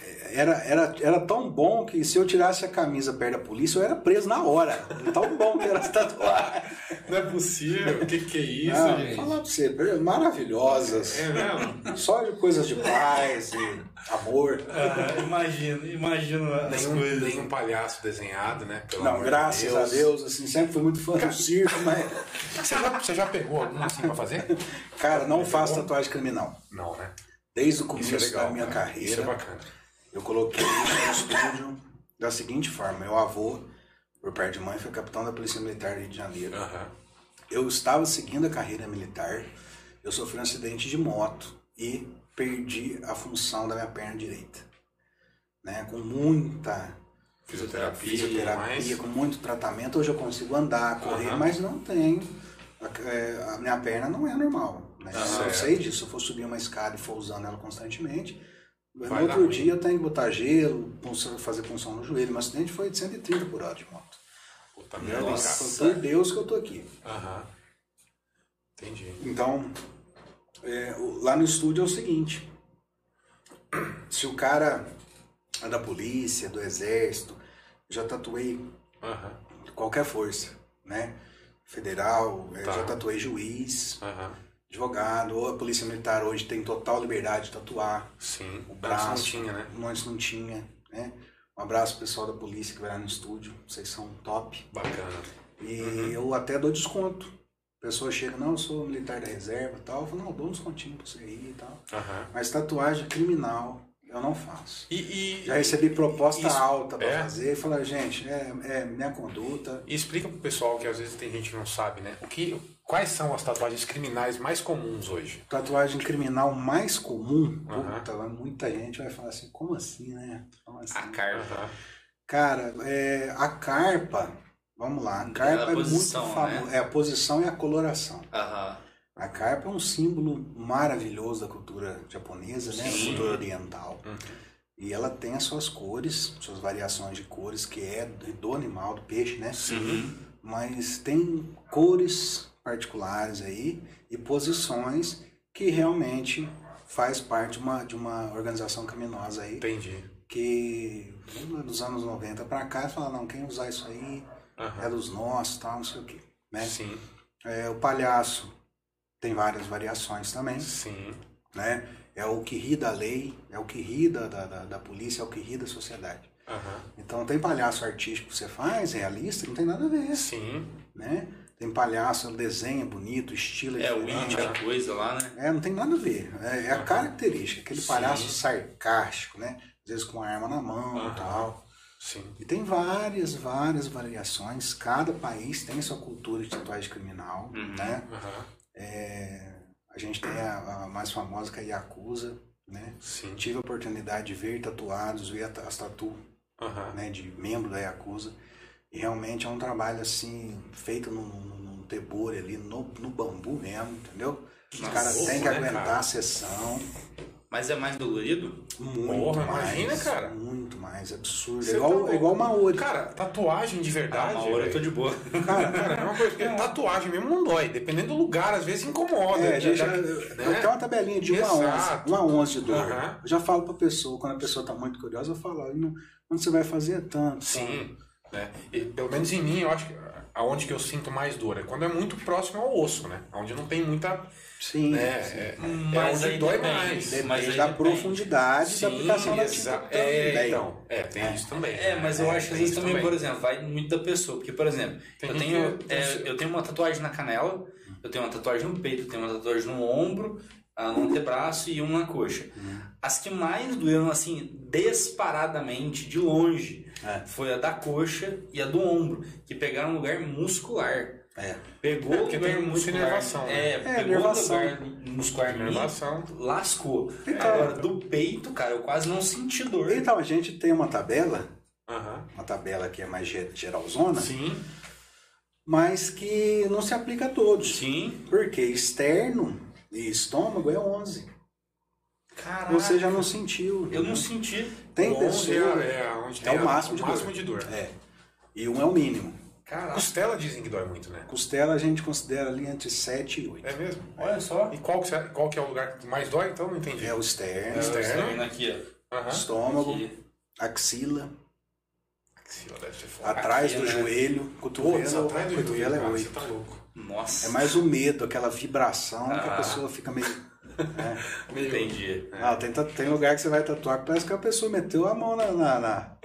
[SPEAKER 3] é, era, era, era tão bom que se eu tirasse a camisa perto da polícia, eu era preso na hora. Tão bom que era essa tatuagem.
[SPEAKER 1] Não é possível. O que, que é isso,
[SPEAKER 3] Ah,
[SPEAKER 1] gente?
[SPEAKER 3] falar pra você, maravilhosas.
[SPEAKER 1] É mesmo?
[SPEAKER 3] Só de coisas de paz e amor.
[SPEAKER 1] É,
[SPEAKER 4] Ah, imagino, imagino as
[SPEAKER 1] Nenhum,
[SPEAKER 4] coisas.
[SPEAKER 1] nenhum palhaço desenhado, né? Pelo amor
[SPEAKER 3] Não,
[SPEAKER 1] de
[SPEAKER 3] graças a Deus, assim, sempre fui muito fã do circo, mas.
[SPEAKER 1] Você já, você já pegou algum assim pra fazer?
[SPEAKER 3] Cara, não faço tatuagem criminal.
[SPEAKER 1] Não, né?
[SPEAKER 3] Desde
[SPEAKER 1] é
[SPEAKER 3] o
[SPEAKER 1] Isso
[SPEAKER 3] começo
[SPEAKER 1] é legal.
[SPEAKER 3] da minha
[SPEAKER 1] né?
[SPEAKER 3] carreira.
[SPEAKER 1] Isso é bacana.
[SPEAKER 3] Eu coloquei isso no estúdio da seguinte forma: meu avô, por parte de mãe, foi capitão da Polícia Militar do Rio de Janeiro.
[SPEAKER 1] Aham.
[SPEAKER 3] Eu estava seguindo a carreira militar, eu sofri um acidente de moto e perdi a função da minha perna direita. Né? Com muita
[SPEAKER 1] Fisioterapia,
[SPEAKER 3] fisioterapia, com muito tratamento, hoje eu consigo andar, correr,
[SPEAKER 1] Aham.
[SPEAKER 3] mas não tenho. A, é, a minha perna não é normal. Né?
[SPEAKER 1] Aham.
[SPEAKER 3] Eu sei disso, se eu for subir uma escada e for usando ela constantemente. No
[SPEAKER 1] Vai dar
[SPEAKER 3] outro
[SPEAKER 1] ruim.
[SPEAKER 3] dia eu tenho que botar gelo, punção- fazer punção no joelho. Meu acidente foi de 130 por hora de moto.
[SPEAKER 1] Puta
[SPEAKER 3] Eu
[SPEAKER 1] merda,
[SPEAKER 3] falei,
[SPEAKER 1] cara.
[SPEAKER 4] Nossa.
[SPEAKER 3] Por Deus que eu tô aqui.
[SPEAKER 1] Aham. Entendi.
[SPEAKER 3] Então, é, o- lá no estúdio é o seguinte: se o cara é da polícia, do exército, já tatuei
[SPEAKER 1] Aham.
[SPEAKER 3] qualquer força, né? Federal, eh,
[SPEAKER 1] Tá.
[SPEAKER 3] já tatuei juiz,
[SPEAKER 1] Aham.
[SPEAKER 3] advogado, ou a polícia militar hoje tem total liberdade de tatuar,
[SPEAKER 1] Sim.
[SPEAKER 3] O braço.
[SPEAKER 1] Antes não tinha, né?
[SPEAKER 3] antes não tinha, né? Um abraço pro pessoal da polícia que vai lá no estúdio, vocês são top.
[SPEAKER 1] Bacana.
[SPEAKER 3] E
[SPEAKER 1] Uhum.
[SPEAKER 3] eu até dou desconto. A pessoa chega, não, eu sou militar da reserva e tal, eu falo, não, eu dou um descontinho pra você aí e tal.
[SPEAKER 1] Aham.
[SPEAKER 3] Mas tatuagem é criminal eu não faço.
[SPEAKER 1] E, e-
[SPEAKER 3] Já recebi proposta
[SPEAKER 1] Isso-
[SPEAKER 3] alta pra
[SPEAKER 1] é?
[SPEAKER 3] fazer e falar, gente, é, é minha conduta,
[SPEAKER 1] e explica pro pessoal que às vezes tem gente que não sabe, né? O que, quais são as tatuagens criminais mais comuns hoje?
[SPEAKER 3] Tatuagem criminal mais comum,
[SPEAKER 1] Aham.
[SPEAKER 3] puta, mas muita gente vai falar assim, como assim, né? Como assim?
[SPEAKER 4] A carta.
[SPEAKER 1] Aham.
[SPEAKER 3] Cara, é, a carpa, vamos lá, a
[SPEAKER 4] É
[SPEAKER 3] carpa
[SPEAKER 4] a
[SPEAKER 3] é
[SPEAKER 4] posição,
[SPEAKER 3] muito famosa. É a posição e a coloração.
[SPEAKER 4] Aham.
[SPEAKER 3] A carpa é um símbolo maravilhoso da cultura japonesa, né? Da
[SPEAKER 4] Sim.
[SPEAKER 3] cultura oriental.
[SPEAKER 1] Uhum.
[SPEAKER 3] E ela tem as suas cores, suas variações de cores, que é do animal, do peixe, né?
[SPEAKER 4] Uhum.
[SPEAKER 3] mas tem cores particulares aí e posições que realmente faz parte de uma, de uma organização criminosa aí
[SPEAKER 1] Entendi.
[SPEAKER 3] que vamos lá, dos anos 90 pra cá fala não quem usar isso aí
[SPEAKER 1] Aham.
[SPEAKER 3] é dos nossos tal não sei o que né
[SPEAKER 1] Sim.
[SPEAKER 3] é, o palhaço tem várias variações também,
[SPEAKER 1] Sim.
[SPEAKER 3] né? É o que ri da lei, é o que ri da, da, da- da polícia, é o que ri da sociedade.
[SPEAKER 1] Aham.
[SPEAKER 3] Então tem palhaço artístico que você faz, realista, que não tem nada a ver,
[SPEAKER 1] Sim.
[SPEAKER 3] né? Tem palhaço, desenho bonito, estilo
[SPEAKER 4] É, o
[SPEAKER 3] diferente.
[SPEAKER 4] índio, a coisa lá, né?
[SPEAKER 3] É, não tem nada a ver. É, é a característica, aquele
[SPEAKER 1] Sim.
[SPEAKER 3] palhaço sarcástico, né? Às vezes com a arma na mão
[SPEAKER 1] Aham.
[SPEAKER 3] e tal.
[SPEAKER 1] Sim.
[SPEAKER 3] E tem várias, várias variações. Cada país tem sua cultura de tatuagem criminal,
[SPEAKER 4] Uhum.
[SPEAKER 3] né?
[SPEAKER 1] Aham.
[SPEAKER 3] É, a gente tem a, a mais famosa que é a Yakuza, né?
[SPEAKER 1] Sim.
[SPEAKER 3] Tive a oportunidade de ver tatuados, ver a ta- as tatu,
[SPEAKER 1] Aham.
[SPEAKER 3] né? De membro da Yakuza. E realmente é um trabalho, assim, feito num, num, num tebore ali, no, no bambu mesmo, entendeu? Os
[SPEAKER 4] Nossa,
[SPEAKER 3] caras têm que
[SPEAKER 1] né,
[SPEAKER 3] aguentar
[SPEAKER 1] cara?
[SPEAKER 3] a sessão.
[SPEAKER 4] Mas é mais dolorido?
[SPEAKER 3] Muito
[SPEAKER 1] Porra,
[SPEAKER 3] mais.
[SPEAKER 1] imagina, cara.
[SPEAKER 3] Muito mais, absurdo.
[SPEAKER 1] Você
[SPEAKER 3] É igual,
[SPEAKER 1] tá
[SPEAKER 3] é igual Maori.
[SPEAKER 1] Cara, tatuagem de
[SPEAKER 4] Ah,
[SPEAKER 1] verdade.
[SPEAKER 4] uma hora eu tô
[SPEAKER 1] velho.
[SPEAKER 4] de boa.
[SPEAKER 1] Cara, é uma coisa. Porque tatuagem mesmo não dói. Dependendo do lugar, às vezes incomoda. né?
[SPEAKER 3] É, a gente já,
[SPEAKER 1] Já- né?
[SPEAKER 3] eu tenho uma tabelinha de 1 a 11,
[SPEAKER 1] Exato.
[SPEAKER 3] 1 a 11 de dor.
[SPEAKER 1] Aham.
[SPEAKER 3] Eu já falo pra pessoa, quando a pessoa tá muito curiosa, eu falo, "Olha, não- quando você vai fazer é tanto.
[SPEAKER 1] Sim. Né? E, pelo menos em mim, eu acho que aonde que eu sinto mais dor é quando é muito próximo ao osso, né? Onde não tem muita.
[SPEAKER 3] Sim.
[SPEAKER 1] né?
[SPEAKER 3] sim.
[SPEAKER 1] É,
[SPEAKER 4] Mas
[SPEAKER 1] onde
[SPEAKER 4] aí
[SPEAKER 1] dói
[SPEAKER 4] depende.
[SPEAKER 1] mais.
[SPEAKER 4] Depende
[SPEAKER 3] Mas
[SPEAKER 4] aí
[SPEAKER 3] da
[SPEAKER 4] depende.
[SPEAKER 3] profundidade da tá aplicação da
[SPEAKER 1] exa-
[SPEAKER 3] tinta
[SPEAKER 1] é,
[SPEAKER 3] também.
[SPEAKER 1] então. É, tem isso também.
[SPEAKER 4] É,
[SPEAKER 1] né?
[SPEAKER 4] mas eu acho que às
[SPEAKER 1] tem
[SPEAKER 4] vezes também, por exemplo, vai muito da pessoa. Porque, por exemplo,
[SPEAKER 1] Tem
[SPEAKER 4] eu
[SPEAKER 1] gente
[SPEAKER 4] tenho,
[SPEAKER 1] que-
[SPEAKER 4] é, eu tenho uma tatuagem na canela, eu tenho uma tatuagem no peito, eu tenho uma tatuagem no ombro, ah, no antebraço e uma na coxa.
[SPEAKER 1] Uhum.
[SPEAKER 4] As que mais doeram, assim, disparadamente, de longe,
[SPEAKER 3] É.
[SPEAKER 4] foi a da coxa e a do ombro, que pegaram um lugar muscular.
[SPEAKER 3] É.
[SPEAKER 4] Pegou
[SPEAKER 1] É,
[SPEAKER 4] o
[SPEAKER 1] porque
[SPEAKER 4] lugar
[SPEAKER 1] tem muita
[SPEAKER 4] muscular.
[SPEAKER 1] inervação, né?
[SPEAKER 4] É,
[SPEAKER 3] É,
[SPEAKER 4] pegou
[SPEAKER 3] inervação.
[SPEAKER 4] o lugar
[SPEAKER 1] É
[SPEAKER 4] muscular em mim,
[SPEAKER 1] Inervação.
[SPEAKER 4] lascou.
[SPEAKER 3] Então.
[SPEAKER 4] Agora, do peito, cara, eu quase não senti dor.
[SPEAKER 3] Então, a gente tem uma tabela,
[SPEAKER 1] Aham.
[SPEAKER 3] uma tabela que é mais ge- geralzona,
[SPEAKER 1] Sim.
[SPEAKER 3] mas que não se aplica a todos.
[SPEAKER 4] Sim.
[SPEAKER 3] Porque externo e estômago é 11.
[SPEAKER 1] Caraca.
[SPEAKER 3] Você já não sentiu.
[SPEAKER 4] Eu não senti.
[SPEAKER 3] Tem
[SPEAKER 1] Onde
[SPEAKER 3] pessoa.
[SPEAKER 1] É, é, onde
[SPEAKER 3] É
[SPEAKER 1] tem
[SPEAKER 3] o
[SPEAKER 1] a-
[SPEAKER 3] máximo de dor.
[SPEAKER 1] máximo de dor.
[SPEAKER 3] É. E um é o mínimo.
[SPEAKER 4] Caraca.
[SPEAKER 1] Costela dizem que dói muito, né?
[SPEAKER 3] Costela a gente considera ali entre 7 e 8.
[SPEAKER 1] É mesmo?
[SPEAKER 4] Olha só.
[SPEAKER 1] E qual que, você- qual que é o lugar que mais dói? Então não entendi.
[SPEAKER 3] É o externo, É
[SPEAKER 1] É. Externo.
[SPEAKER 4] Externo aqui, ó.
[SPEAKER 1] Aham.
[SPEAKER 3] estômago,
[SPEAKER 4] Aqui.
[SPEAKER 3] axila,
[SPEAKER 1] Axila deve ser foda.
[SPEAKER 3] atrás do
[SPEAKER 4] né?
[SPEAKER 3] joelho,
[SPEAKER 1] Putz,
[SPEAKER 3] cotovelo.
[SPEAKER 1] atrás do
[SPEAKER 3] cotovelo é
[SPEAKER 1] joelho, cara, Você
[SPEAKER 3] 8.
[SPEAKER 1] tá louco.
[SPEAKER 4] Nossa.
[SPEAKER 3] É mais o medo, aquela vibração que a
[SPEAKER 4] Ah.
[SPEAKER 3] pessoa fica meio. né?
[SPEAKER 4] Entendi.
[SPEAKER 1] É.
[SPEAKER 3] Ah, tem, ta- tem lugar que você vai tatuar que parece que a pessoa meteu a mão na, na, na,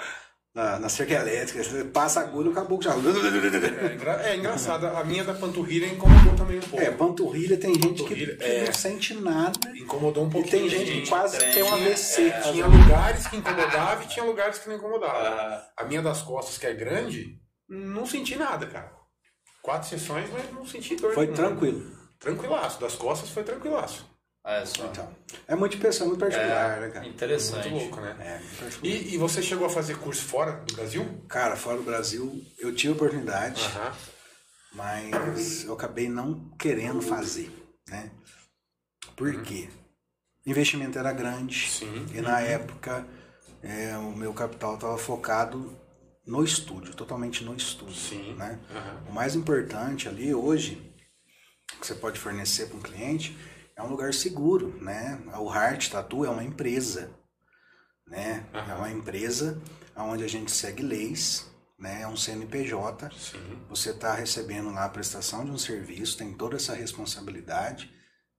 [SPEAKER 3] na- na cerca elétrica. Você passa a agulha e o caboclo já.
[SPEAKER 1] É, engra- é engraçado, a minha da panturrilha incomodou também um pouco.
[SPEAKER 3] É, panturrilha tem gente que,
[SPEAKER 1] Panturrilha,
[SPEAKER 3] que
[SPEAKER 1] é.
[SPEAKER 3] não sente nada.
[SPEAKER 1] incomodou um
[SPEAKER 3] E
[SPEAKER 1] pouquinho.
[SPEAKER 3] tem gente que
[SPEAKER 4] gente
[SPEAKER 3] quase
[SPEAKER 4] treme,
[SPEAKER 3] tem um AVC.
[SPEAKER 1] É, tinha lugares que incomodava e tinha lugares que não incomodava.
[SPEAKER 4] Ah,
[SPEAKER 1] A minha das costas, que é grande, não senti nada, cara. Quatro sessões, mas não senti dor.
[SPEAKER 3] Foi
[SPEAKER 1] nenhuma.
[SPEAKER 3] tranquilo.
[SPEAKER 1] Tranquilaço. Das costas foi tranquilaço.
[SPEAKER 4] olha só.
[SPEAKER 3] Então, é muito pessoa, muito particular, né, cara?
[SPEAKER 4] Interessante.
[SPEAKER 1] Muito louco, né?
[SPEAKER 3] É, muito particular.
[SPEAKER 1] É. E, e você chegou a fazer curso fora do Brasil?
[SPEAKER 3] Cara, fora do Brasil, eu tive a oportunidade,
[SPEAKER 1] Aham.
[SPEAKER 3] mas eu acabei não querendo fazer, né?
[SPEAKER 1] Uhum.
[SPEAKER 3] Por quê? O investimento era grande
[SPEAKER 1] Sim.
[SPEAKER 3] e na época é, o meu capital estava focado no estúdio, totalmente no estúdio,
[SPEAKER 1] Sim.
[SPEAKER 3] né?
[SPEAKER 1] Aham.
[SPEAKER 3] O mais importante ali hoje, que você pode fornecer para um cliente, é um lugar seguro, né? O Heart Tattoo é uma empresa, né? É
[SPEAKER 1] Aham.
[SPEAKER 3] uma empresa onde a gente segue leis, né? É um CNPJ.
[SPEAKER 1] Sim.
[SPEAKER 3] Você está recebendo lá a prestação de um serviço, tem toda essa responsabilidade,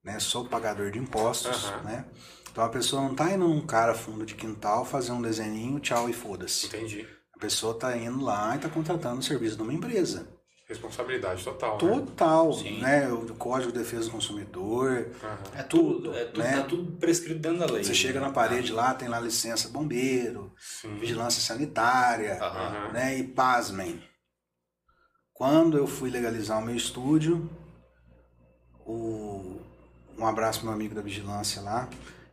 [SPEAKER 3] né? Sou pagador de impostos,
[SPEAKER 1] Aham.
[SPEAKER 3] né? Então a pessoa não tá indo num cara fundo de quintal fazer um desenhinho, tchau e foda-se.
[SPEAKER 1] Entendi.
[SPEAKER 3] A pessoa tá indo lá e tá contratando o serviço de uma empresa.
[SPEAKER 1] Responsabilidade total. Né?
[SPEAKER 3] Total,
[SPEAKER 4] Sim.
[SPEAKER 3] né? O Código de Defesa do Consumidor.
[SPEAKER 1] Aham.
[SPEAKER 4] É tudo, é tudo
[SPEAKER 3] né?
[SPEAKER 4] tá tudo prescrito dentro da lei.
[SPEAKER 3] Você chega na parede lá, tem lá licença bombeiro,
[SPEAKER 1] Sim.
[SPEAKER 3] vigilância sanitária,
[SPEAKER 4] Aham.
[SPEAKER 1] Aham.
[SPEAKER 3] né? E pasmem. Quando eu fui legalizar o meu estúdio, o... um abraço pro meu amigo da vigilância lá,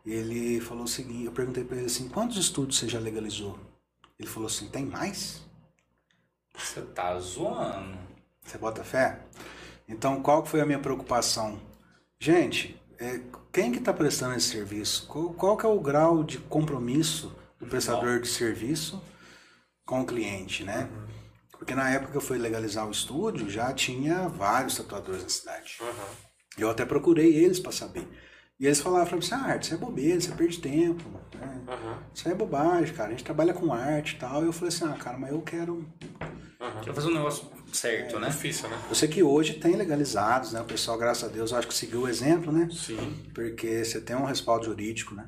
[SPEAKER 3] ele falou o seguinte, eu perguntei pra ele assim, quantos estúdios você já legalizou? Ele falou assim, tem mais?
[SPEAKER 4] Você tá zoando.
[SPEAKER 3] Você bota fé? Então, qual que foi a minha preocupação? Gente, é, quem que está prestando esse serviço? Qual, qual que é o grau de compromisso do prestador de serviço com o cliente, né? Porque na época que eu fui legalizar o estúdio, já tinha vários tatuadores na cidade.
[SPEAKER 1] Aham.
[SPEAKER 3] Eu até procurei eles para saber. E eles falavam pra mim assim, ah, Arte, você é bobeira, você perde tempo, né?
[SPEAKER 1] Aham.
[SPEAKER 3] isso aí é bobagem, cara, a gente trabalha com arte e tal. E eu falei assim, ah, cara, mas eu quero
[SPEAKER 1] Aham.
[SPEAKER 4] Quero fazer um negócio
[SPEAKER 3] É,
[SPEAKER 4] certo, né?
[SPEAKER 1] Difícil, né?
[SPEAKER 3] Eu sei que hoje tem legalizados, né? O pessoal, graças a Deus, eu acho que seguiu o exemplo, né?
[SPEAKER 1] Sim.
[SPEAKER 3] Porque você tem um respaldo jurídico, né?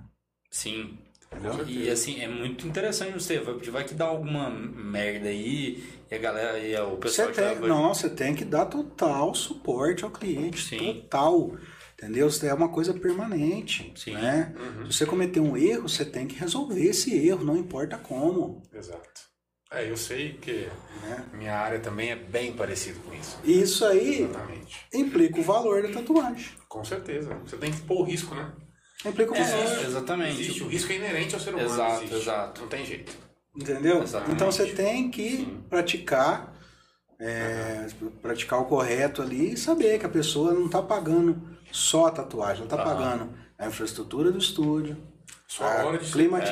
[SPEAKER 4] Sim.
[SPEAKER 3] Entendeu?
[SPEAKER 4] E assim, é muito interessante você, vai, vai que dá alguma merda aí e a galera e o pessoal
[SPEAKER 3] Você
[SPEAKER 4] que
[SPEAKER 3] tem,
[SPEAKER 4] vai-
[SPEAKER 3] não, você tem que dar total suporte ao cliente,
[SPEAKER 4] Sim.
[SPEAKER 3] total. Entendeu? Isso é uma coisa permanente,
[SPEAKER 4] Sim.
[SPEAKER 3] né?
[SPEAKER 1] Uhum.
[SPEAKER 3] Se você cometer um erro, você tem que resolver esse erro, não importa como,
[SPEAKER 1] Exato. É, eu sei que
[SPEAKER 3] né?
[SPEAKER 1] minha área também é bem parecida com isso.
[SPEAKER 3] E isso aí
[SPEAKER 1] Exatamente.
[SPEAKER 3] implica o valor da tatuagem.
[SPEAKER 1] Com certeza. Você tem que pôr o risco, né?
[SPEAKER 3] Implica o valor,
[SPEAKER 4] É, exatamente.
[SPEAKER 1] Existe. O risco é inerente ao ser humano.
[SPEAKER 4] Exato,
[SPEAKER 1] existe.
[SPEAKER 4] exato.
[SPEAKER 1] Não tem jeito.
[SPEAKER 3] entendeu?
[SPEAKER 4] Exatamente.
[SPEAKER 3] Então você tem que praticar, é, praticar o correto ali e saber que a pessoa não está pagando só a tatuagem, ela está
[SPEAKER 4] Aham.
[SPEAKER 3] pagando a infraestrutura do estúdio,
[SPEAKER 1] Só
[SPEAKER 3] a
[SPEAKER 1] a hora de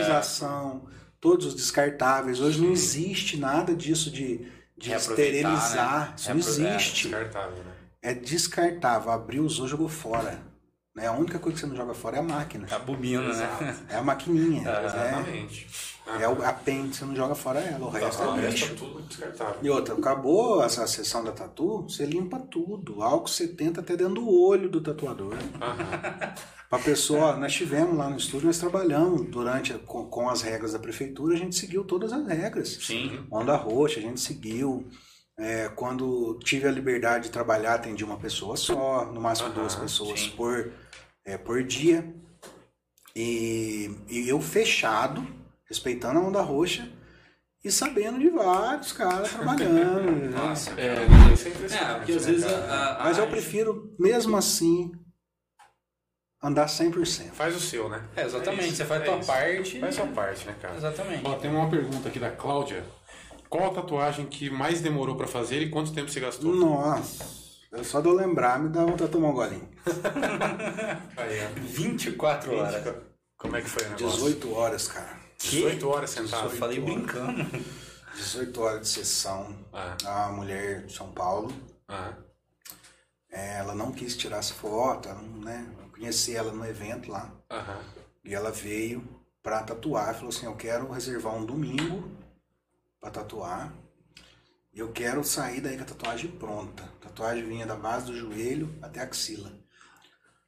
[SPEAKER 3] climatização, todos os descartáveis. Hoje não existe nada disso de, de
[SPEAKER 4] Reaproveitar,
[SPEAKER 3] esterilizar.
[SPEAKER 4] né?
[SPEAKER 3] Isso
[SPEAKER 4] Reapro-
[SPEAKER 3] não
[SPEAKER 4] é,
[SPEAKER 3] existe.
[SPEAKER 1] descartável, né?
[SPEAKER 3] É descartável. Abriu, usou, jogou fora. Né? A única coisa que você não joga fora é a máquina.
[SPEAKER 2] Tá.
[SPEAKER 4] A bobina, Tá né?
[SPEAKER 3] É a maquininha. né?
[SPEAKER 1] Exatamente.
[SPEAKER 3] É o- a pente, você não joga fora ela. O resto
[SPEAKER 1] o
[SPEAKER 3] é
[SPEAKER 1] resto
[SPEAKER 3] lixo.
[SPEAKER 1] é tudo descartável.
[SPEAKER 3] E outra, acabou essa sessão da tatu, você limpa tudo. Álcool 70 até dentro do olho do tatuador.
[SPEAKER 1] Aham.
[SPEAKER 3] Pra pessoa, ó, nós tivemos lá no estúdio, nós trabalhamos durante, com, com as regras da prefeitura, a gente seguiu todas as regras.
[SPEAKER 4] Sim.
[SPEAKER 3] Onda Roxa, a gente seguiu. É, quando tive a liberdade de trabalhar, atendi uma pessoa só, no máximo
[SPEAKER 1] Aham,
[SPEAKER 3] duas pessoas
[SPEAKER 4] sim.
[SPEAKER 3] por, é, por dia. E, e eu fechado, respeitando a Onda Roxa e sabendo de vários caras trabalhando. né?
[SPEAKER 4] Nossa.
[SPEAKER 1] É,
[SPEAKER 4] É,
[SPEAKER 1] isso é impressionante.
[SPEAKER 4] porque às
[SPEAKER 1] né,
[SPEAKER 4] vezes é.
[SPEAKER 1] cara?
[SPEAKER 4] a, a-
[SPEAKER 3] Mas é eu
[SPEAKER 4] a-
[SPEAKER 3] prefiro, mesmo assim, andar 100%.
[SPEAKER 1] Faz o seu, né?
[SPEAKER 4] É, exatamente.
[SPEAKER 1] É isso,
[SPEAKER 4] você faz a
[SPEAKER 1] é
[SPEAKER 4] tua
[SPEAKER 1] isso.
[SPEAKER 4] parte.
[SPEAKER 1] Faz a sua parte, né, cara?
[SPEAKER 4] Exatamente.
[SPEAKER 1] Ó, tem uma pergunta aqui da Cláudia. Qual a tatuagem que mais demorou pra fazer e quanto tempo você
[SPEAKER 3] Hum.
[SPEAKER 1] gastou?
[SPEAKER 3] Nossa, eu só de eu lembrar me dá vontade de tomar um golinho.
[SPEAKER 1] Aí, ó.
[SPEAKER 4] 24 horas.
[SPEAKER 1] Como é que foi o negócio?
[SPEAKER 3] 18 horas, cara.
[SPEAKER 1] 18 horas
[SPEAKER 4] Só
[SPEAKER 1] sentado.
[SPEAKER 4] falei brincando.
[SPEAKER 3] 18 horas de sessão.
[SPEAKER 1] Ah,
[SPEAKER 3] A mulher de São Paulo,
[SPEAKER 1] ah,
[SPEAKER 3] é, ela não quis tirar essa foto, ela não, né? Eu conheci ela no evento lá.
[SPEAKER 1] aham.
[SPEAKER 3] E ela veio pra tatuar. Falou assim: Eu quero reservar um domingo pra tatuar. E eu quero sair daí com a tatuagem pronta. A tatuagem vinha da base do joelho até a axila.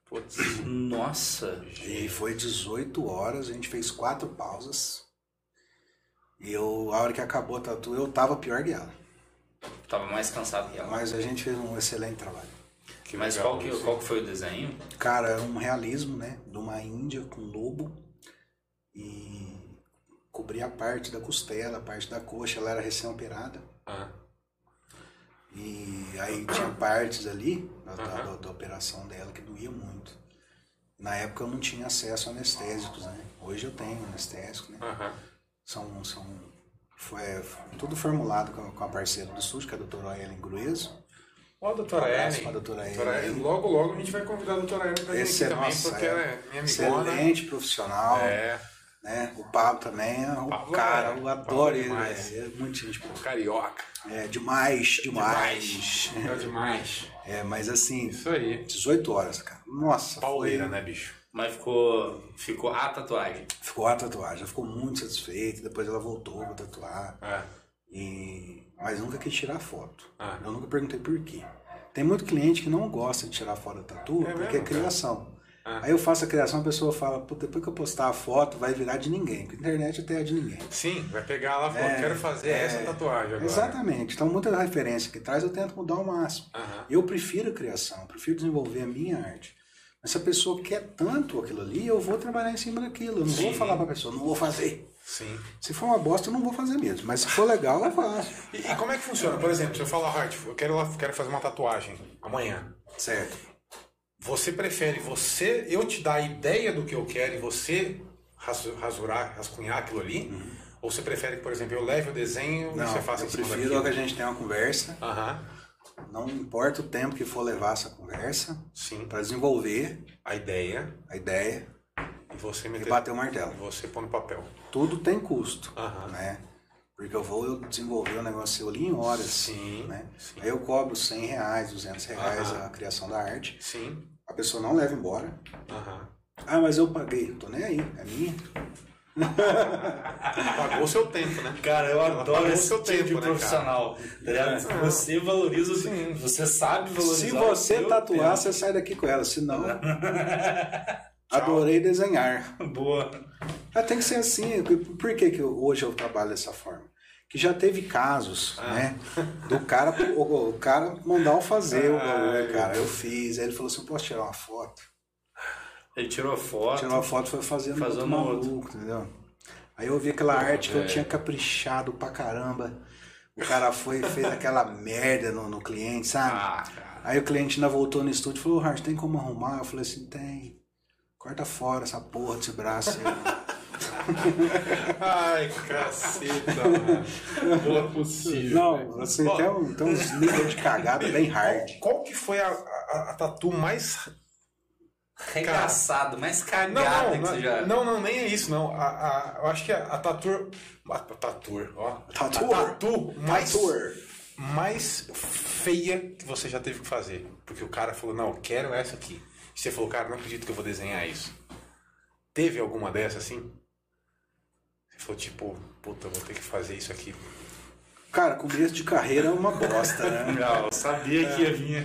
[SPEAKER 1] Putz.
[SPEAKER 4] Nossa.
[SPEAKER 3] E foi 18 horas, a gente fez quatro pausas. E eu, a hora que acabou a tatu, eu tava pior que ela.
[SPEAKER 4] Tava mais cansado que ela.
[SPEAKER 3] Mas a gente fez um excelente trabalho.
[SPEAKER 1] Que
[SPEAKER 4] Mas
[SPEAKER 1] legal
[SPEAKER 4] qual Ah, que,
[SPEAKER 1] isso.
[SPEAKER 4] qual que foi o desenho?
[SPEAKER 3] Cara, é um realismo, né? De uma Índia com lobo. E cobria a parte da costela, a parte da coxa. Ela era recém-operada.
[SPEAKER 1] Ah,
[SPEAKER 3] E aí tinha partes ali da, da-
[SPEAKER 1] Aham.
[SPEAKER 3] da- da operação dela que doía muito. Na época eu não tinha acesso a anestésicos, né? Hoje eu tenho anestésico, né?
[SPEAKER 1] aham.
[SPEAKER 3] São, são, foi, foi tudo formulado com, a- com a parceira do SUS, que é a doutora Ellen Grueso.
[SPEAKER 1] Ó, a doutora
[SPEAKER 3] Um abraço
[SPEAKER 1] Ellen.
[SPEAKER 3] pra doutora Ellen
[SPEAKER 1] Doutora Ellen.
[SPEAKER 3] aí.
[SPEAKER 1] Logo, logo a gente vai convidar a doutora Ellen pra vir aqui
[SPEAKER 3] Esse é
[SPEAKER 1] também,
[SPEAKER 3] nossa,
[SPEAKER 1] porque
[SPEAKER 3] é.
[SPEAKER 1] ela é minha amigona.
[SPEAKER 3] Excelente profissional.
[SPEAKER 1] É,
[SPEAKER 3] né? O Pablo também é o
[SPEAKER 1] Pablo
[SPEAKER 3] cara,
[SPEAKER 1] é-
[SPEAKER 3] eu
[SPEAKER 1] Pablo é
[SPEAKER 3] adoro ele.
[SPEAKER 1] demais.
[SPEAKER 3] É, é muito gente boa.
[SPEAKER 1] carioca.
[SPEAKER 3] É demais, demais.
[SPEAKER 1] É demais.
[SPEAKER 3] É, mas assim,
[SPEAKER 1] Isso aí.
[SPEAKER 3] 18 horas, cara. Nossa,
[SPEAKER 1] Pauleira,
[SPEAKER 3] foi-
[SPEAKER 1] né, bicho?
[SPEAKER 4] Mas ficou. Ficou a tatuagem.
[SPEAKER 3] ficou a tatuagem. Ela ficou muito satisfeita. Depois ela voltou pra tatuar.
[SPEAKER 1] É.
[SPEAKER 3] E... Mas nunca quis tirar foto.
[SPEAKER 1] Ah.
[SPEAKER 3] Eu nunca perguntei por quê. Tem muito cliente que não gosta de tirar foto da tatu
[SPEAKER 1] É
[SPEAKER 3] porque é
[SPEAKER 1] mesmo, cara?
[SPEAKER 3] criação.
[SPEAKER 1] Ah.
[SPEAKER 3] Aí eu faço a criação, a pessoa fala, Pô, depois que eu postar a foto, vai virar de ninguém. Porque a internet até é de ninguém.
[SPEAKER 1] Sim, vai pegar lá e falar,
[SPEAKER 3] É,
[SPEAKER 1] quero fazer
[SPEAKER 3] é.
[SPEAKER 1] essa tatuagem agora.
[SPEAKER 3] Exatamente. Então, muita referência que traz, eu tento mudar o máximo.
[SPEAKER 1] Aham.
[SPEAKER 3] Eu prefiro a criação, eu prefiro desenvolver a minha arte. Mas se a pessoa quer tanto aquilo ali, eu vou trabalhar em cima daquilo. Eu não
[SPEAKER 4] Sim.
[SPEAKER 3] vou falar pra pessoa, não vou fazer.
[SPEAKER 1] Sim.
[SPEAKER 3] Se for uma bosta, eu não vou fazer mesmo. Mas se for legal, eu faço.
[SPEAKER 1] E, e como é que funciona? Por exemplo, se eu falar, Hart, eu quero, lá- quero fazer uma tatuagem amanhã.
[SPEAKER 3] Certo.
[SPEAKER 1] Você prefere você, eu te dar a ideia do que eu quero e você rasu- rasurar, rascunhar aquilo ali? Ou você prefere que, por exemplo, eu leve o desenho
[SPEAKER 3] Uhum. Não,
[SPEAKER 1] e é você faça
[SPEAKER 3] eu
[SPEAKER 1] em cima
[SPEAKER 3] prefiro que a
[SPEAKER 1] daquilo?
[SPEAKER 3] gente tenha uma conversa.
[SPEAKER 1] Aham,
[SPEAKER 3] Não importa o tempo que for levar essa conversa,
[SPEAKER 1] sim.
[SPEAKER 3] para desenvolver
[SPEAKER 1] A ideia
[SPEAKER 3] a ideia
[SPEAKER 1] e você
[SPEAKER 3] e
[SPEAKER 1] meter...
[SPEAKER 3] bater o
[SPEAKER 1] E
[SPEAKER 3] martelo.
[SPEAKER 1] você põe no papel.
[SPEAKER 3] Tudo tem custo,
[SPEAKER 1] Aham.
[SPEAKER 3] né? Porque eu vou desenvolver o negócio ali em horas.
[SPEAKER 1] Sim,
[SPEAKER 3] né?
[SPEAKER 1] sim.
[SPEAKER 3] Aí eu cobro 100 reais, 200 reais
[SPEAKER 1] Aham.
[SPEAKER 3] a criação da arte.
[SPEAKER 1] Sim,
[SPEAKER 3] A pessoa não leva embora.
[SPEAKER 1] aham.
[SPEAKER 3] Ah, mas eu paguei. Tô nem aí, é minha.
[SPEAKER 1] Pagou o seu tempo, né?
[SPEAKER 4] Cara, eu
[SPEAKER 1] Ela
[SPEAKER 4] adoro
[SPEAKER 1] pagou
[SPEAKER 4] esse
[SPEAKER 1] seu
[SPEAKER 4] tipo
[SPEAKER 1] tempo,
[SPEAKER 4] de
[SPEAKER 1] né,
[SPEAKER 4] profissional. tá ligado?
[SPEAKER 1] É.
[SPEAKER 4] Você valoriza, o-
[SPEAKER 1] Sim.
[SPEAKER 4] você sabe valorizar.
[SPEAKER 3] Se
[SPEAKER 4] o
[SPEAKER 3] você
[SPEAKER 4] seu
[SPEAKER 3] tatuar, você sai daqui com ela. Se não,
[SPEAKER 1] Tchau.
[SPEAKER 3] adorei desenhar.
[SPEAKER 4] tempo. Boa.
[SPEAKER 3] Mas tem que ser assim. Por que, que eu- hoje eu trabalho dessa forma? Que já teve casos,
[SPEAKER 4] Ah.
[SPEAKER 3] né? Do cara, o, o cara mandar eu fazer
[SPEAKER 4] Ah.
[SPEAKER 3] o bagulho, né,
[SPEAKER 1] Ai.
[SPEAKER 3] cara. Eu fiz. Aí ele falou assim: posso tirar uma foto?
[SPEAKER 4] Ele tirou foto.
[SPEAKER 3] Tirou uma foto e foi fazendo
[SPEAKER 4] Fazendo
[SPEAKER 3] outro maluco, entendeu? Aí eu vi aquela arte que eu
[SPEAKER 4] velho.
[SPEAKER 3] tinha caprichado pra caramba. O cara foi e fez aquela merda no, no cliente, sabe?
[SPEAKER 4] Ah, cara.
[SPEAKER 3] Aí o cliente ainda voltou no estúdio e falou, Hart, tem como arrumar? Eu falei assim, tem. Corta fora essa porra desse braço aí.
[SPEAKER 1] Ai, caceta, mano. Não é possível.
[SPEAKER 3] Não,
[SPEAKER 1] velho.
[SPEAKER 3] você
[SPEAKER 1] Ó,
[SPEAKER 3] tem, um, tem uns níveis de cagada bem hard.
[SPEAKER 1] Qual que foi a, a, a tatu mais.
[SPEAKER 4] Regaçado, mais
[SPEAKER 1] Não,
[SPEAKER 4] cagada
[SPEAKER 1] não,
[SPEAKER 4] que você já.
[SPEAKER 1] não, não, não, nem é isso, não. A, a- eu acho que a, a tatu. A, a tatu, ó.
[SPEAKER 3] Tatu.
[SPEAKER 1] A tatu mais.
[SPEAKER 3] Tour.
[SPEAKER 1] mais feia que você já teve que fazer. Porque o cara falou, não, eu quero essa aqui. E você falou, cara, não acredito que eu vou desenhar isso. Teve alguma dessa assim? Você falou, tipo, puta, eu vou ter que fazer isso aqui.
[SPEAKER 3] Cara, começo de carreira é uma bosta, né?
[SPEAKER 4] Não, eu sabia que ia vir.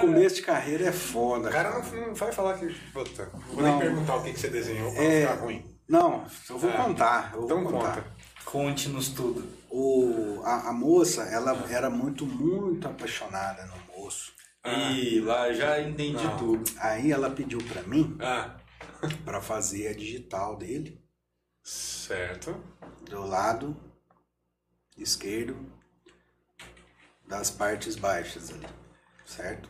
[SPEAKER 3] Começo de carreira é foda.
[SPEAKER 1] O cara não, não vai falar que. Puta, vou nem
[SPEAKER 3] Não.
[SPEAKER 1] perguntar o que, que você desenhou pra
[SPEAKER 3] É.
[SPEAKER 1] ficar ruim.
[SPEAKER 3] Não, eu vou
[SPEAKER 1] É.
[SPEAKER 3] contar. Eu vou
[SPEAKER 1] Então
[SPEAKER 3] contar.
[SPEAKER 1] conta.
[SPEAKER 4] Conte-nos tudo.
[SPEAKER 3] O, a, a moça, ela era muito, muito apaixonada no moço.
[SPEAKER 4] Ih, lá já entendi
[SPEAKER 1] Ah. Não.
[SPEAKER 4] tudo.
[SPEAKER 3] Aí ela pediu pra mim
[SPEAKER 1] Ah,
[SPEAKER 3] pra fazer a digital dele
[SPEAKER 1] certo.
[SPEAKER 3] do lado esquerdo das partes baixas ali, certo?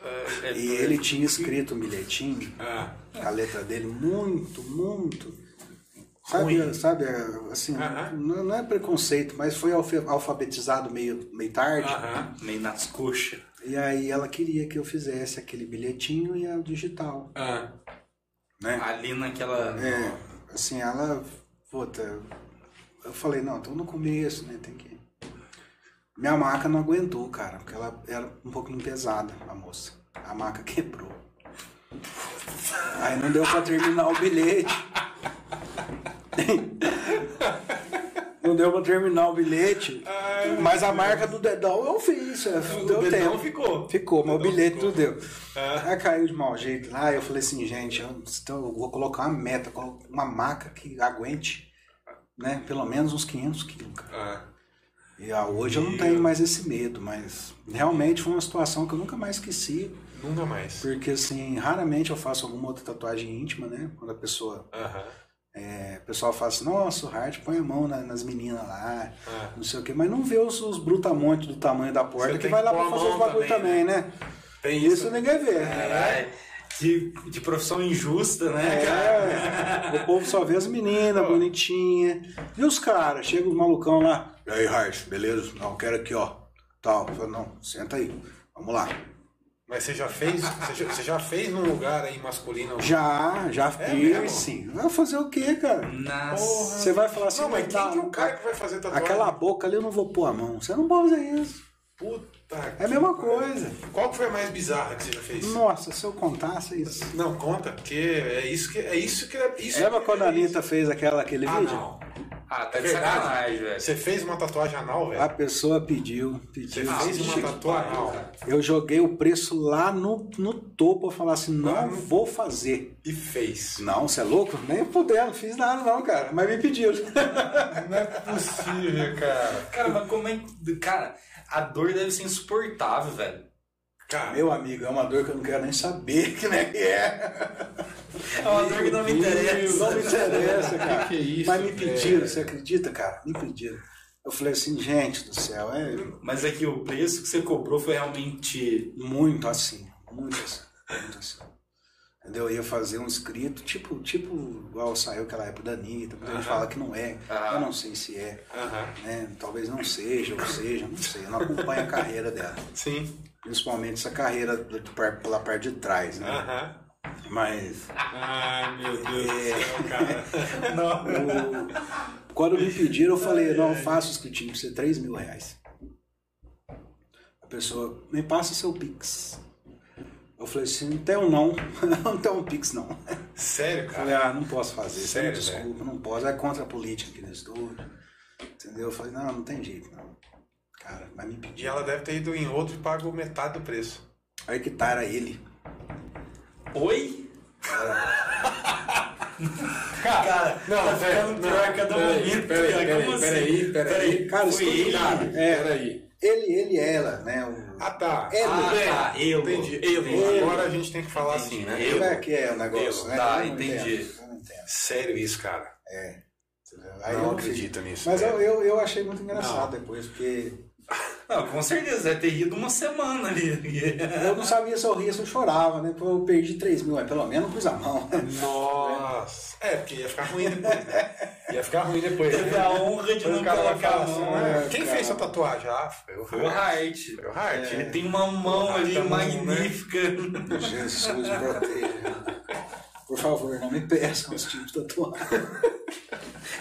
[SPEAKER 4] É,
[SPEAKER 3] E
[SPEAKER 1] tá.
[SPEAKER 3] ele tinha escrito um bilhetinho
[SPEAKER 1] Ah,
[SPEAKER 3] com a letra dele muito, muito. Sabe, sabe assim,
[SPEAKER 1] Aham.
[SPEAKER 3] não não é preconceito, mas foi alfa- alfabetizado meio, meio tarde.
[SPEAKER 1] aham.
[SPEAKER 4] Meio nas coxas.
[SPEAKER 3] E aí ela queria que eu fizesse aquele bilhetinho e a digital.
[SPEAKER 1] Ah,
[SPEAKER 3] né?
[SPEAKER 4] Ali naquela.
[SPEAKER 3] É, assim, ela, puta, eu falei, não, tô no começo, né, tem que... Minha maca não aguentou, cara, porque ela era um pouquinho pesada, a moça. A maca quebrou. Aí não deu pra terminar o bilhete. Não deu pra terminar o bilhete, mas a marca do dedão eu fiz, é, deu
[SPEAKER 1] dedão
[SPEAKER 3] tempo.
[SPEAKER 1] ficou.
[SPEAKER 3] Ficou, mas o
[SPEAKER 1] Dedão
[SPEAKER 3] bilhete
[SPEAKER 1] ficou. É.
[SPEAKER 3] não deu. Aí caiu de mau jeito lá, eu falei assim, gente, eu, então eu vou colocar uma meta, colo- uma maca que aguente, né, pelo menos uns 500 quilos, cara.
[SPEAKER 1] ah.
[SPEAKER 3] E ah, hoje eu não tenho mais esse medo, mas realmente foi uma situação que eu nunca mais esqueci,
[SPEAKER 1] Nunca mais.
[SPEAKER 3] porque assim, raramente eu faço alguma outra tatuagem íntima, né, quando a pessoa,
[SPEAKER 1] Aham.
[SPEAKER 3] é, o pessoal fala assim, nossa, o Hart põe a mão na- nas meninas lá,
[SPEAKER 1] Ah.
[SPEAKER 3] não sei o quê, mas não vê os, os brutamontes do tamanho da porta,
[SPEAKER 1] Você
[SPEAKER 3] que
[SPEAKER 1] tem
[SPEAKER 3] vai
[SPEAKER 1] que
[SPEAKER 3] lá
[SPEAKER 1] pôr
[SPEAKER 3] pra
[SPEAKER 1] a
[SPEAKER 3] fazer os
[SPEAKER 1] mão
[SPEAKER 3] bagulho
[SPEAKER 1] também,
[SPEAKER 3] também, né?
[SPEAKER 1] Tem
[SPEAKER 3] Isso
[SPEAKER 1] isso. É.
[SPEAKER 3] ninguém vê,
[SPEAKER 4] Caralho. Que, é, de profissão injusta, né, cara?
[SPEAKER 3] É, o povo só vê as meninas bonitinhas. E os caras? Chega os malucão lá. E aí, Hart, beleza? Não, quero aqui, ó. Tal. Eu falo, não, senta aí. Vamos lá.
[SPEAKER 1] Mas você já fez? Você já, você já fez num lugar aí masculino?
[SPEAKER 3] Já, já
[SPEAKER 1] É
[SPEAKER 3] fiz, sim. Vai fazer o quê, cara?
[SPEAKER 4] Nossa.
[SPEAKER 1] Porra.
[SPEAKER 3] Você vai falar assim,
[SPEAKER 1] Não, mas
[SPEAKER 3] tá,
[SPEAKER 1] quem que é o cara que vai fazer tatuagem?
[SPEAKER 3] Aquela boca ali eu não vou pôr a mão. Você não pode fazer isso.
[SPEAKER 1] Puta
[SPEAKER 3] É a mesma coisa.
[SPEAKER 1] Qual que foi a mais bizarra que você já fez?
[SPEAKER 3] Nossa, se eu contasse isso.
[SPEAKER 1] Não, conta, porque é isso que é isso que é isso.
[SPEAKER 3] Lembra
[SPEAKER 1] que-
[SPEAKER 3] quando a Anitta fez aquela, aquele
[SPEAKER 1] Ah,
[SPEAKER 3] vídeo?
[SPEAKER 1] não.
[SPEAKER 4] Ah, tá
[SPEAKER 1] É
[SPEAKER 4] de
[SPEAKER 1] verdade.
[SPEAKER 4] sacanagem, velho.
[SPEAKER 1] Você fez uma tatuagem anal,
[SPEAKER 3] A
[SPEAKER 1] velho?
[SPEAKER 3] pessoa pediu,
[SPEAKER 1] Você
[SPEAKER 3] pediu.
[SPEAKER 1] fez
[SPEAKER 4] Ah,
[SPEAKER 1] uma
[SPEAKER 4] que
[SPEAKER 1] tatuagem
[SPEAKER 4] pariu,
[SPEAKER 1] anal
[SPEAKER 4] cara.
[SPEAKER 3] Eu joguei o preço lá no, no topo. Eu falei assim: não vou fazer.
[SPEAKER 1] e fez.
[SPEAKER 3] Não, você é louco? Nem puder, não fiz nada, não, cara. Mas me pediram.
[SPEAKER 1] Não é possível, cara.
[SPEAKER 4] Cara, mas como é que. Cara, a dor deve ser insuportável, velho.
[SPEAKER 1] Cara,
[SPEAKER 3] Meu amigo, é uma dor que eu não quero nem saber como é que é.
[SPEAKER 4] É uma dor que não me interessa.
[SPEAKER 3] Não me interessa, cara.
[SPEAKER 1] Que que é isso,
[SPEAKER 3] Mas me
[SPEAKER 1] velho?
[SPEAKER 3] pediram, você acredita, cara? Me pediram. Eu falei assim: gente do céu, é
[SPEAKER 4] Mas é que o preço que você cobrou foi realmente.
[SPEAKER 3] muito assim. Muito assim. Muito assim. Entendeu? Eu ia fazer um escrito, tipo, tipo igual saiu aquela época da Anitta. Muita gente fala que não é.
[SPEAKER 4] Aham.
[SPEAKER 1] Ah,
[SPEAKER 3] Eu não sei se é.
[SPEAKER 1] aham.
[SPEAKER 3] né? Talvez não seja, ou seja, não sei. Eu não acompanho a carreira dela.
[SPEAKER 1] Sim.
[SPEAKER 3] Principalmente essa carreira do- do par- pela parte de trás, né?
[SPEAKER 1] Aham. É.
[SPEAKER 3] Mas
[SPEAKER 1] Ai, meu Deus do céu, cara.
[SPEAKER 4] Não.
[SPEAKER 3] o- quando me pediram, eu falei, não, eu faço os escritinho pra você, 3 mil reais. A pessoa, me passa seu Pix. Eu falei assim, não tenho não, não tenho um Pix não.
[SPEAKER 1] Sério,
[SPEAKER 3] Eu
[SPEAKER 1] cara?
[SPEAKER 3] falei, ah, não posso fazer, isso aí,
[SPEAKER 1] Sério,
[SPEAKER 3] desculpa, não posso, é contra a política aqui no estúdio. Entendeu? Eu falei, não, não tem jeito não. Cara, vai me
[SPEAKER 1] E
[SPEAKER 3] pedir.
[SPEAKER 1] ela deve ter ido em outro e pago metade do preço.
[SPEAKER 3] Aí que tá, era ele.
[SPEAKER 2] Oi?
[SPEAKER 1] Cara, não,
[SPEAKER 2] tá
[SPEAKER 1] velho,
[SPEAKER 2] ficando
[SPEAKER 1] não,
[SPEAKER 2] pior a cada
[SPEAKER 1] peraí,
[SPEAKER 2] momento,
[SPEAKER 1] peraí,
[SPEAKER 2] cara,
[SPEAKER 1] peraí,
[SPEAKER 2] tá como
[SPEAKER 1] peraí,
[SPEAKER 2] assim?
[SPEAKER 1] peraí.
[SPEAKER 3] Cara,
[SPEAKER 2] foi
[SPEAKER 3] escuta,
[SPEAKER 2] ele?
[SPEAKER 3] cara.
[SPEAKER 1] É. Peraí.
[SPEAKER 3] Ele, ele e ela, né? O...
[SPEAKER 1] Ah, tá.
[SPEAKER 3] Elo.
[SPEAKER 2] Ah, tá, elo.
[SPEAKER 1] Entendi. Elo.
[SPEAKER 2] Entendi.
[SPEAKER 1] Agora a gente tem que falar assim, né?
[SPEAKER 2] Elo.
[SPEAKER 3] Como é que é o negócio,
[SPEAKER 1] Eu,
[SPEAKER 3] né?
[SPEAKER 2] tá,
[SPEAKER 3] Eu não
[SPEAKER 2] entendi.
[SPEAKER 3] entendo, eu não entendo,
[SPEAKER 1] Sério isso, cara.
[SPEAKER 3] entendeu? Aí
[SPEAKER 1] não
[SPEAKER 3] eu
[SPEAKER 1] acredito nisso.
[SPEAKER 3] Mas
[SPEAKER 1] velho.
[SPEAKER 3] eu, eu, eu achei muito engraçado depois, porque
[SPEAKER 2] Não, com certeza, deve ter rido uma semana ali.
[SPEAKER 3] eu não sabia se eu ria, se eu chorava, né? Porque eu perdi 3 mil, mas pelo menos eu pus a mão.
[SPEAKER 1] Nossa. É, porque ia ficar ruim depois, né? Ia ficar ruim depois.
[SPEAKER 2] Teve a honra de
[SPEAKER 1] Depois
[SPEAKER 2] não
[SPEAKER 1] o cara vai
[SPEAKER 2] colocar
[SPEAKER 1] falar
[SPEAKER 2] a
[SPEAKER 1] assim,
[SPEAKER 2] mão.
[SPEAKER 1] né?
[SPEAKER 3] é,
[SPEAKER 1] Quem
[SPEAKER 3] cara.
[SPEAKER 1] fez sua tatuagem? Ah, foi o
[SPEAKER 2] Foi o
[SPEAKER 1] Hart.
[SPEAKER 2] Hart.
[SPEAKER 1] Foi o Hart.
[SPEAKER 2] Ele tem uma mão ali
[SPEAKER 1] É. Tá bom, né?
[SPEAKER 2] magnífica.
[SPEAKER 3] Jesus, proteja. Por favor, não me peçam esse tipo de tatuagem.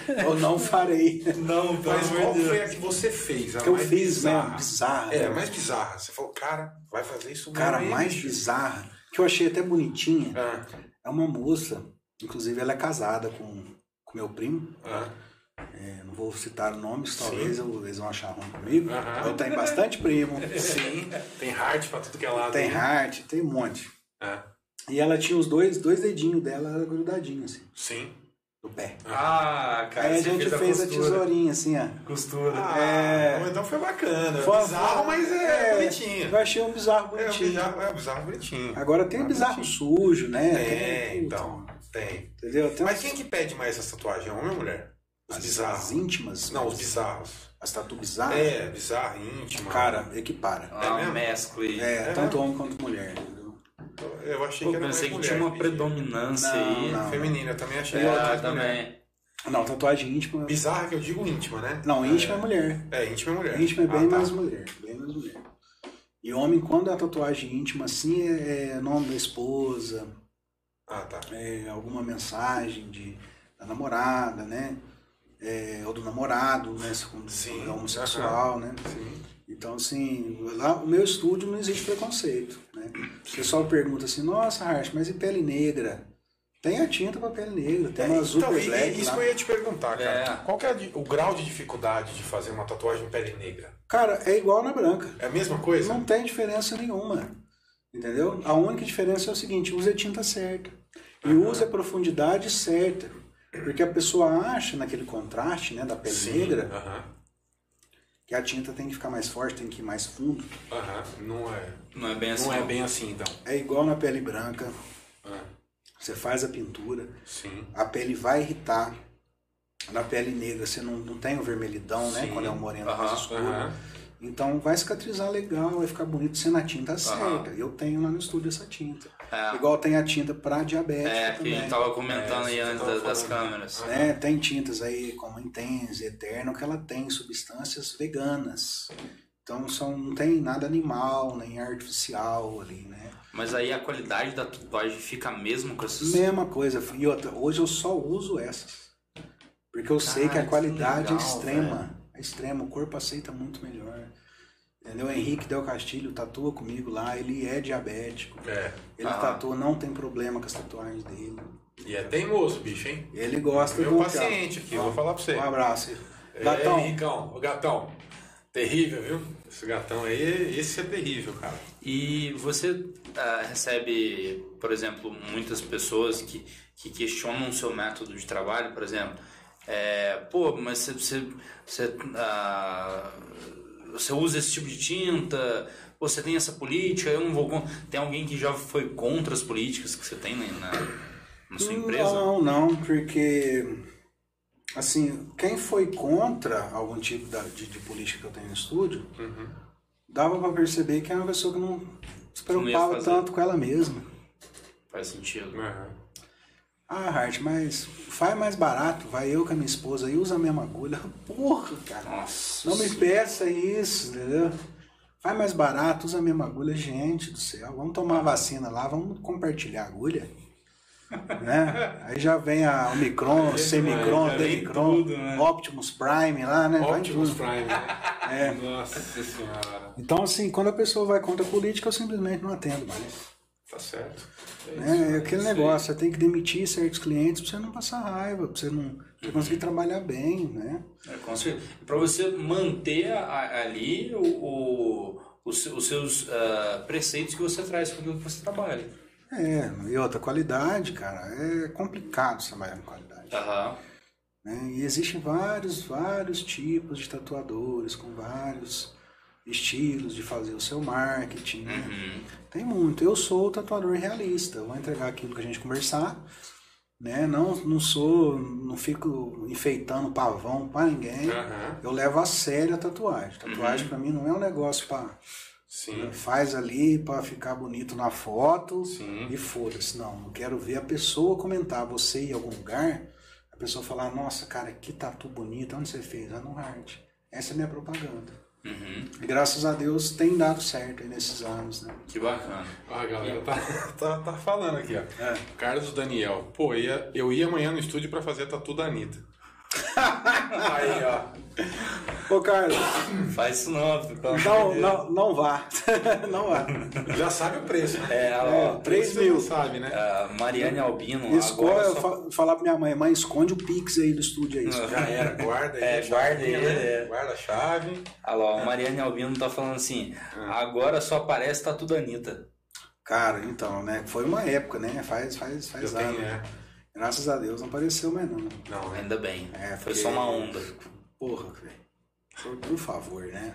[SPEAKER 3] Eu não farei.
[SPEAKER 2] Não, pelo
[SPEAKER 1] Mas
[SPEAKER 2] amor
[SPEAKER 1] qual
[SPEAKER 2] de
[SPEAKER 1] foi
[SPEAKER 2] Deus.
[SPEAKER 1] a que você fez? A
[SPEAKER 3] Que eu
[SPEAKER 1] Tá mais
[SPEAKER 3] fiz, né?
[SPEAKER 1] bizarra.
[SPEAKER 3] Bizarra.
[SPEAKER 1] É, a mais bizarra. Você falou, cara, vai fazer isso
[SPEAKER 3] Cara,
[SPEAKER 1] mesmo, hein,
[SPEAKER 3] mais
[SPEAKER 1] bicho?
[SPEAKER 3] bizarra, que eu achei até bonitinha,
[SPEAKER 1] Ah,
[SPEAKER 3] é uma moça, inclusive ela é casada com, com meu primo.
[SPEAKER 1] ah.
[SPEAKER 3] É, não vou citar nomes, talvez eu- eles vão achar ruim comigo.
[SPEAKER 1] Aham.
[SPEAKER 3] Eu tenho bastante primo.
[SPEAKER 1] Sim, tem Hart pra tudo que é lado.
[SPEAKER 3] Tem heart, tem um monte.
[SPEAKER 1] Ah,
[SPEAKER 3] E ela tinha os dois, dois dedinhos dela era grudadinho, assim,
[SPEAKER 1] sim.
[SPEAKER 3] do pé.
[SPEAKER 2] Ah, cara,
[SPEAKER 3] Aí a
[SPEAKER 2] você
[SPEAKER 3] gente
[SPEAKER 2] fez a
[SPEAKER 3] fez a,
[SPEAKER 2] costura.
[SPEAKER 3] tesourinha, assim, ó.
[SPEAKER 2] Costura.
[SPEAKER 1] Ah,
[SPEAKER 3] É.
[SPEAKER 1] então foi bacana.
[SPEAKER 3] Foi-
[SPEAKER 1] bizarro, mas é,
[SPEAKER 3] é,
[SPEAKER 1] bonitinho.
[SPEAKER 3] Eu achei um bizarro
[SPEAKER 1] É, o
[SPEAKER 3] bonitinho.
[SPEAKER 1] bizarro, é, o bizarro bonitinho.
[SPEAKER 3] Agora tem um
[SPEAKER 1] Ah,
[SPEAKER 3] bizarro sujo, né?
[SPEAKER 1] É,
[SPEAKER 3] Tem-
[SPEAKER 1] então. Tem.
[SPEAKER 3] Entendeu? Tem
[SPEAKER 1] Mas quem que pede mais essa tatuagem? É Homem ou mulher? Os
[SPEAKER 3] as,
[SPEAKER 1] bizarros.
[SPEAKER 3] as íntimas.
[SPEAKER 1] Não, os bizarros.
[SPEAKER 3] As tatu bizarras.
[SPEAKER 1] É, bizarro, íntimo.
[SPEAKER 3] Cara, equipara.
[SPEAKER 1] É
[SPEAKER 2] Ah,
[SPEAKER 1] mesmo?
[SPEAKER 2] um mesclo aí.
[SPEAKER 3] É,
[SPEAKER 1] É
[SPEAKER 3] tanto homem quanto mulher. entendeu?
[SPEAKER 1] Eu achei
[SPEAKER 2] Pô,
[SPEAKER 1] que era mais
[SPEAKER 2] pensei que
[SPEAKER 1] mulher
[SPEAKER 2] tinha uma
[SPEAKER 1] pedia.
[SPEAKER 2] predominância
[SPEAKER 3] Não,
[SPEAKER 2] aí.
[SPEAKER 3] não.
[SPEAKER 1] Feminina, eu também achei.
[SPEAKER 2] É,
[SPEAKER 1] outra mulher.
[SPEAKER 2] também.
[SPEAKER 3] Não, tatuagem íntima. é
[SPEAKER 1] Bizarra que eu digo íntima, né?
[SPEAKER 3] Não, íntima é, mulher.
[SPEAKER 1] É, íntima é mulher.
[SPEAKER 3] Íntima é bem
[SPEAKER 1] Ah, tá.
[SPEAKER 3] mais mulher. Bem mais mulher. E homem, quando é tatuagem íntima, assim, é, é nome da esposa,
[SPEAKER 1] Ah, tá.
[SPEAKER 3] é, alguma mensagem de, da namorada, né? É, ou do namorado, né? Se como-
[SPEAKER 1] Sim,
[SPEAKER 3] é homossexual, né?
[SPEAKER 1] Sim.
[SPEAKER 3] Então, assim, lá o meu estúdio não existe preconceito, né? O pessoal pergunta assim, nossa, Hart, mas e pele negra? Tem a tinta pra pele negra, tem uma azul
[SPEAKER 1] Então,
[SPEAKER 3] pra
[SPEAKER 1] e-
[SPEAKER 3] black
[SPEAKER 1] e isso
[SPEAKER 3] lá.
[SPEAKER 1] que eu ia te perguntar, cara.
[SPEAKER 2] É.
[SPEAKER 1] Qual que é a di- o grau de dificuldade de fazer uma tatuagem em pele negra?
[SPEAKER 3] Cara, é igual na branca.
[SPEAKER 1] É a mesma coisa?
[SPEAKER 3] Não tem diferença nenhuma, entendeu? A única diferença é o seguinte, usa a tinta certa. E usa a profundidade certa. Porque a pessoa acha naquele contraste, né, da pele negra,
[SPEAKER 1] Aham.
[SPEAKER 3] que a tinta tem que ficar mais forte, tem que ir mais fundo.
[SPEAKER 1] Aham. Não é.
[SPEAKER 2] Não é bem assim.
[SPEAKER 1] Não é bem assim, então.
[SPEAKER 3] É igual na pele branca,
[SPEAKER 1] Ah,
[SPEAKER 3] você faz a pintura,
[SPEAKER 1] sim.
[SPEAKER 3] a pele vai irritar. Na pele negra você não, não tem o vermelhidão, né?
[SPEAKER 1] Sim.
[SPEAKER 3] Quando é um moreno
[SPEAKER 2] Aham,
[SPEAKER 3] mais escuro.
[SPEAKER 1] aham.
[SPEAKER 3] Então vai cicatrizar legal, vai ficar bonito sendo a tinta
[SPEAKER 2] Aham.
[SPEAKER 3] certa. Eu tenho lá no estúdio essa tinta.
[SPEAKER 2] É.
[SPEAKER 3] Igual tem a tinta para diabético
[SPEAKER 2] É, que a
[SPEAKER 3] também.
[SPEAKER 2] gente tava comentando
[SPEAKER 1] É,
[SPEAKER 2] aí
[SPEAKER 1] você
[SPEAKER 2] antes
[SPEAKER 1] tava
[SPEAKER 2] da- das
[SPEAKER 1] falando.
[SPEAKER 2] câmeras.
[SPEAKER 3] né? Tem tintas aí como Intense, Eterno, que ela tem substâncias veganas. Então são, não tem nada animal, nem artificial ali, né?
[SPEAKER 2] Mas aí a qualidade da tatuagem fica mesmo com esses.
[SPEAKER 3] Mesma coisa. E outra, hoje eu só uso essas. Porque eu sei que
[SPEAKER 2] Cara,
[SPEAKER 3] a
[SPEAKER 2] que
[SPEAKER 3] qualidade
[SPEAKER 2] legal,
[SPEAKER 3] é extrema. É extrema. O corpo aceita muito melhor. Entendeu? O Henrique Del Castilho tatua comigo lá. Ele é diabético.
[SPEAKER 1] É.
[SPEAKER 3] Ele
[SPEAKER 2] Ah.
[SPEAKER 3] tatua, não tem problema com as tatuagens dele.
[SPEAKER 1] E é teimoso, bicho, hein?
[SPEAKER 3] Ele gosta
[SPEAKER 1] Meu
[SPEAKER 3] do
[SPEAKER 1] paciente aqui, vou falar pra você.
[SPEAKER 3] Um abraço.
[SPEAKER 1] Gatão.
[SPEAKER 3] Gatão.
[SPEAKER 1] É, Ricão. Ô, gatão. Terrível, viu? Esse gatão aí, esse é terrível, cara.
[SPEAKER 2] E você ah, recebe, por exemplo, muitas pessoas que, que questionam o seu método de trabalho, por exemplo. É, Pô, mas você, você, você, ah, você usa esse tipo de tinta, pô, você tem essa política, eu não vou. con-". Tem alguém que já foi contra as políticas que você tem né, na, na- na sua empresa?
[SPEAKER 3] um Não, não, porque assim, quem foi contra algum tipo da- de, de política que eu tenho no estúdio,
[SPEAKER 2] Uhum.
[SPEAKER 3] dava pra perceber que era uma pessoa que não se
[SPEAKER 2] Não ia
[SPEAKER 3] preocupava
[SPEAKER 2] fazer.
[SPEAKER 3] tanto com ela mesma.
[SPEAKER 2] Faz sentido.
[SPEAKER 1] Aham.
[SPEAKER 3] Ah, Hart, mas faz mais barato, vai eu com a minha esposa e usa a mesma agulha. Porra, cara.
[SPEAKER 2] Nossa.
[SPEAKER 3] Não me peça isso, entendeu? Faz mais barato, usa a mesma agulha, gente do céu. Vamos tomar a vacina lá, vamos compartilhar a agulha. né? Aí já vem a Omicron, Semicron,
[SPEAKER 2] já vem
[SPEAKER 3] Demicron,
[SPEAKER 2] tudo, né?
[SPEAKER 3] Optimus Prime lá, né? Vai
[SPEAKER 1] Optimus
[SPEAKER 3] tudo.
[SPEAKER 1] Prime, né?
[SPEAKER 3] É.
[SPEAKER 1] Nossa senhora.
[SPEAKER 3] Então, assim, quando a pessoa vai contra a política, eu simplesmente não atendo mais.
[SPEAKER 1] Tá certo.
[SPEAKER 3] É, né? é aquele negócio, você tem que demitir certos clientes pra você não passar raiva, pra você não pra você conseguir trabalhar bem, né?
[SPEAKER 2] É, com certeza. Para você manter a- a- ali o, o- os, se- os seus ah, preceitos que você traz para o que você trabalha.
[SPEAKER 3] É, e outra, qualidade, cara, é complicado você trabalhar com qualidade.
[SPEAKER 2] Aham.
[SPEAKER 3] né? E existem vários, vários tipos de tatuadores, com vários estilos de fazer o seu marketing, né?
[SPEAKER 2] Uhum.
[SPEAKER 3] Tem muito. Eu sou o tatuador realista. Eu Vou entregar aquilo que a gente conversar. Né? Não, não sou, não fico enfeitando pavão pra ninguém.
[SPEAKER 1] Aham.
[SPEAKER 3] Eu levo a sério a tatuagem. Tatuagem pra mim não é um negócio pra né,
[SPEAKER 1] Sim.
[SPEAKER 3] faz ali pra ficar bonito na foto
[SPEAKER 1] Sim.
[SPEAKER 3] e foda-se. Não, eu quero ver a pessoa comentar, você em algum lugar, a pessoa falar, nossa, cara, que tatu bonito, onde você fez? Ah, no Hard. Essa é a minha propaganda.
[SPEAKER 2] Uhum.
[SPEAKER 3] E graças a Deus tem dado certo aí nesses anos, né?
[SPEAKER 2] Que bacana.
[SPEAKER 1] Ó, a galera tá, tá, tá falando aqui, ó.
[SPEAKER 3] É.
[SPEAKER 1] Carlos Daniel. Pô, eu ia, eu ia amanhã no estúdio pra fazer a tatu da Anitta. Aí, ó.
[SPEAKER 3] Ô, Carlos,
[SPEAKER 4] Faz isso não, pelo amor de
[SPEAKER 3] Não,
[SPEAKER 4] Deus.
[SPEAKER 3] não, não vá. não vá.
[SPEAKER 1] Já sabe o preço, né?
[SPEAKER 4] É, a,
[SPEAKER 3] É,
[SPEAKER 4] ó,
[SPEAKER 3] três
[SPEAKER 1] Você
[SPEAKER 3] mil.
[SPEAKER 1] não Sabe,
[SPEAKER 2] É.
[SPEAKER 1] né?
[SPEAKER 4] a Mariane Albino
[SPEAKER 3] Escolha,
[SPEAKER 4] agora
[SPEAKER 3] eu
[SPEAKER 4] só-
[SPEAKER 3] fa- falar pra minha mãe, mãe, esconde o Pix aí do estúdio aí.
[SPEAKER 4] Não.
[SPEAKER 1] Já era, guarda aí.
[SPEAKER 4] É,
[SPEAKER 1] a
[SPEAKER 4] guarda
[SPEAKER 1] chavinha,
[SPEAKER 4] ele, é.
[SPEAKER 1] Guarda a chave.
[SPEAKER 4] Olha lá, ó, a Mariane Albino tá falando assim,
[SPEAKER 2] Ah.
[SPEAKER 4] agora só aparece Tatu da Anitta.
[SPEAKER 3] Cara, então, né? Foi uma época, né? Faz, faz, faz
[SPEAKER 1] Eu
[SPEAKER 3] anos.
[SPEAKER 1] tenho, é.
[SPEAKER 3] né? Graças a Deus não apareceu mais não.
[SPEAKER 1] Não, né?
[SPEAKER 4] Ainda bem.
[SPEAKER 3] É,
[SPEAKER 4] Foi
[SPEAKER 3] porque-
[SPEAKER 4] só uma onda.
[SPEAKER 3] Porra, velho. Por, por favor, né?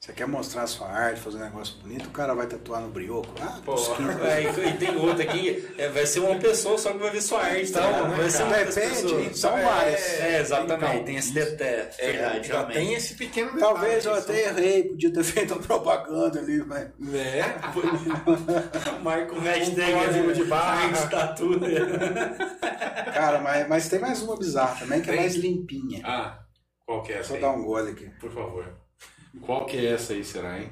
[SPEAKER 3] Você quer mostrar a sua arte, fazer um negócio bonito, o cara vai tatuar no brioco. Ah,
[SPEAKER 1] Pô,
[SPEAKER 3] os 15
[SPEAKER 4] É, e, e tem outra aqui, é, vai ser uma pessoa só que vai ver sua arte, tá?
[SPEAKER 1] Então, né,
[SPEAKER 4] vai ser uma
[SPEAKER 3] cara?
[SPEAKER 4] das
[SPEAKER 3] Depende,
[SPEAKER 4] pessoas.
[SPEAKER 3] são várias.
[SPEAKER 4] É, exatamente,
[SPEAKER 1] Então,
[SPEAKER 4] tem esse detalhe.
[SPEAKER 1] É,
[SPEAKER 4] verdade,
[SPEAKER 1] já
[SPEAKER 4] realmente.
[SPEAKER 1] tem esse pequeno detalhe.
[SPEAKER 3] Talvez eu até errei, podia ter feito uma propaganda ali, mas.
[SPEAKER 1] É,
[SPEAKER 4] Marca o hashtag
[SPEAKER 1] Um código
[SPEAKER 2] é.
[SPEAKER 1] de barra.
[SPEAKER 4] Marcos Tatu. né?
[SPEAKER 3] Cara, mas, mas tem mais uma bizarra também que é
[SPEAKER 1] Tem?
[SPEAKER 3] mais limpinha.
[SPEAKER 1] Ah, qual que é essa
[SPEAKER 3] Só
[SPEAKER 1] aí?
[SPEAKER 3] dar um gole aqui.
[SPEAKER 1] Por favor. Qual que é essa aí, será, hein?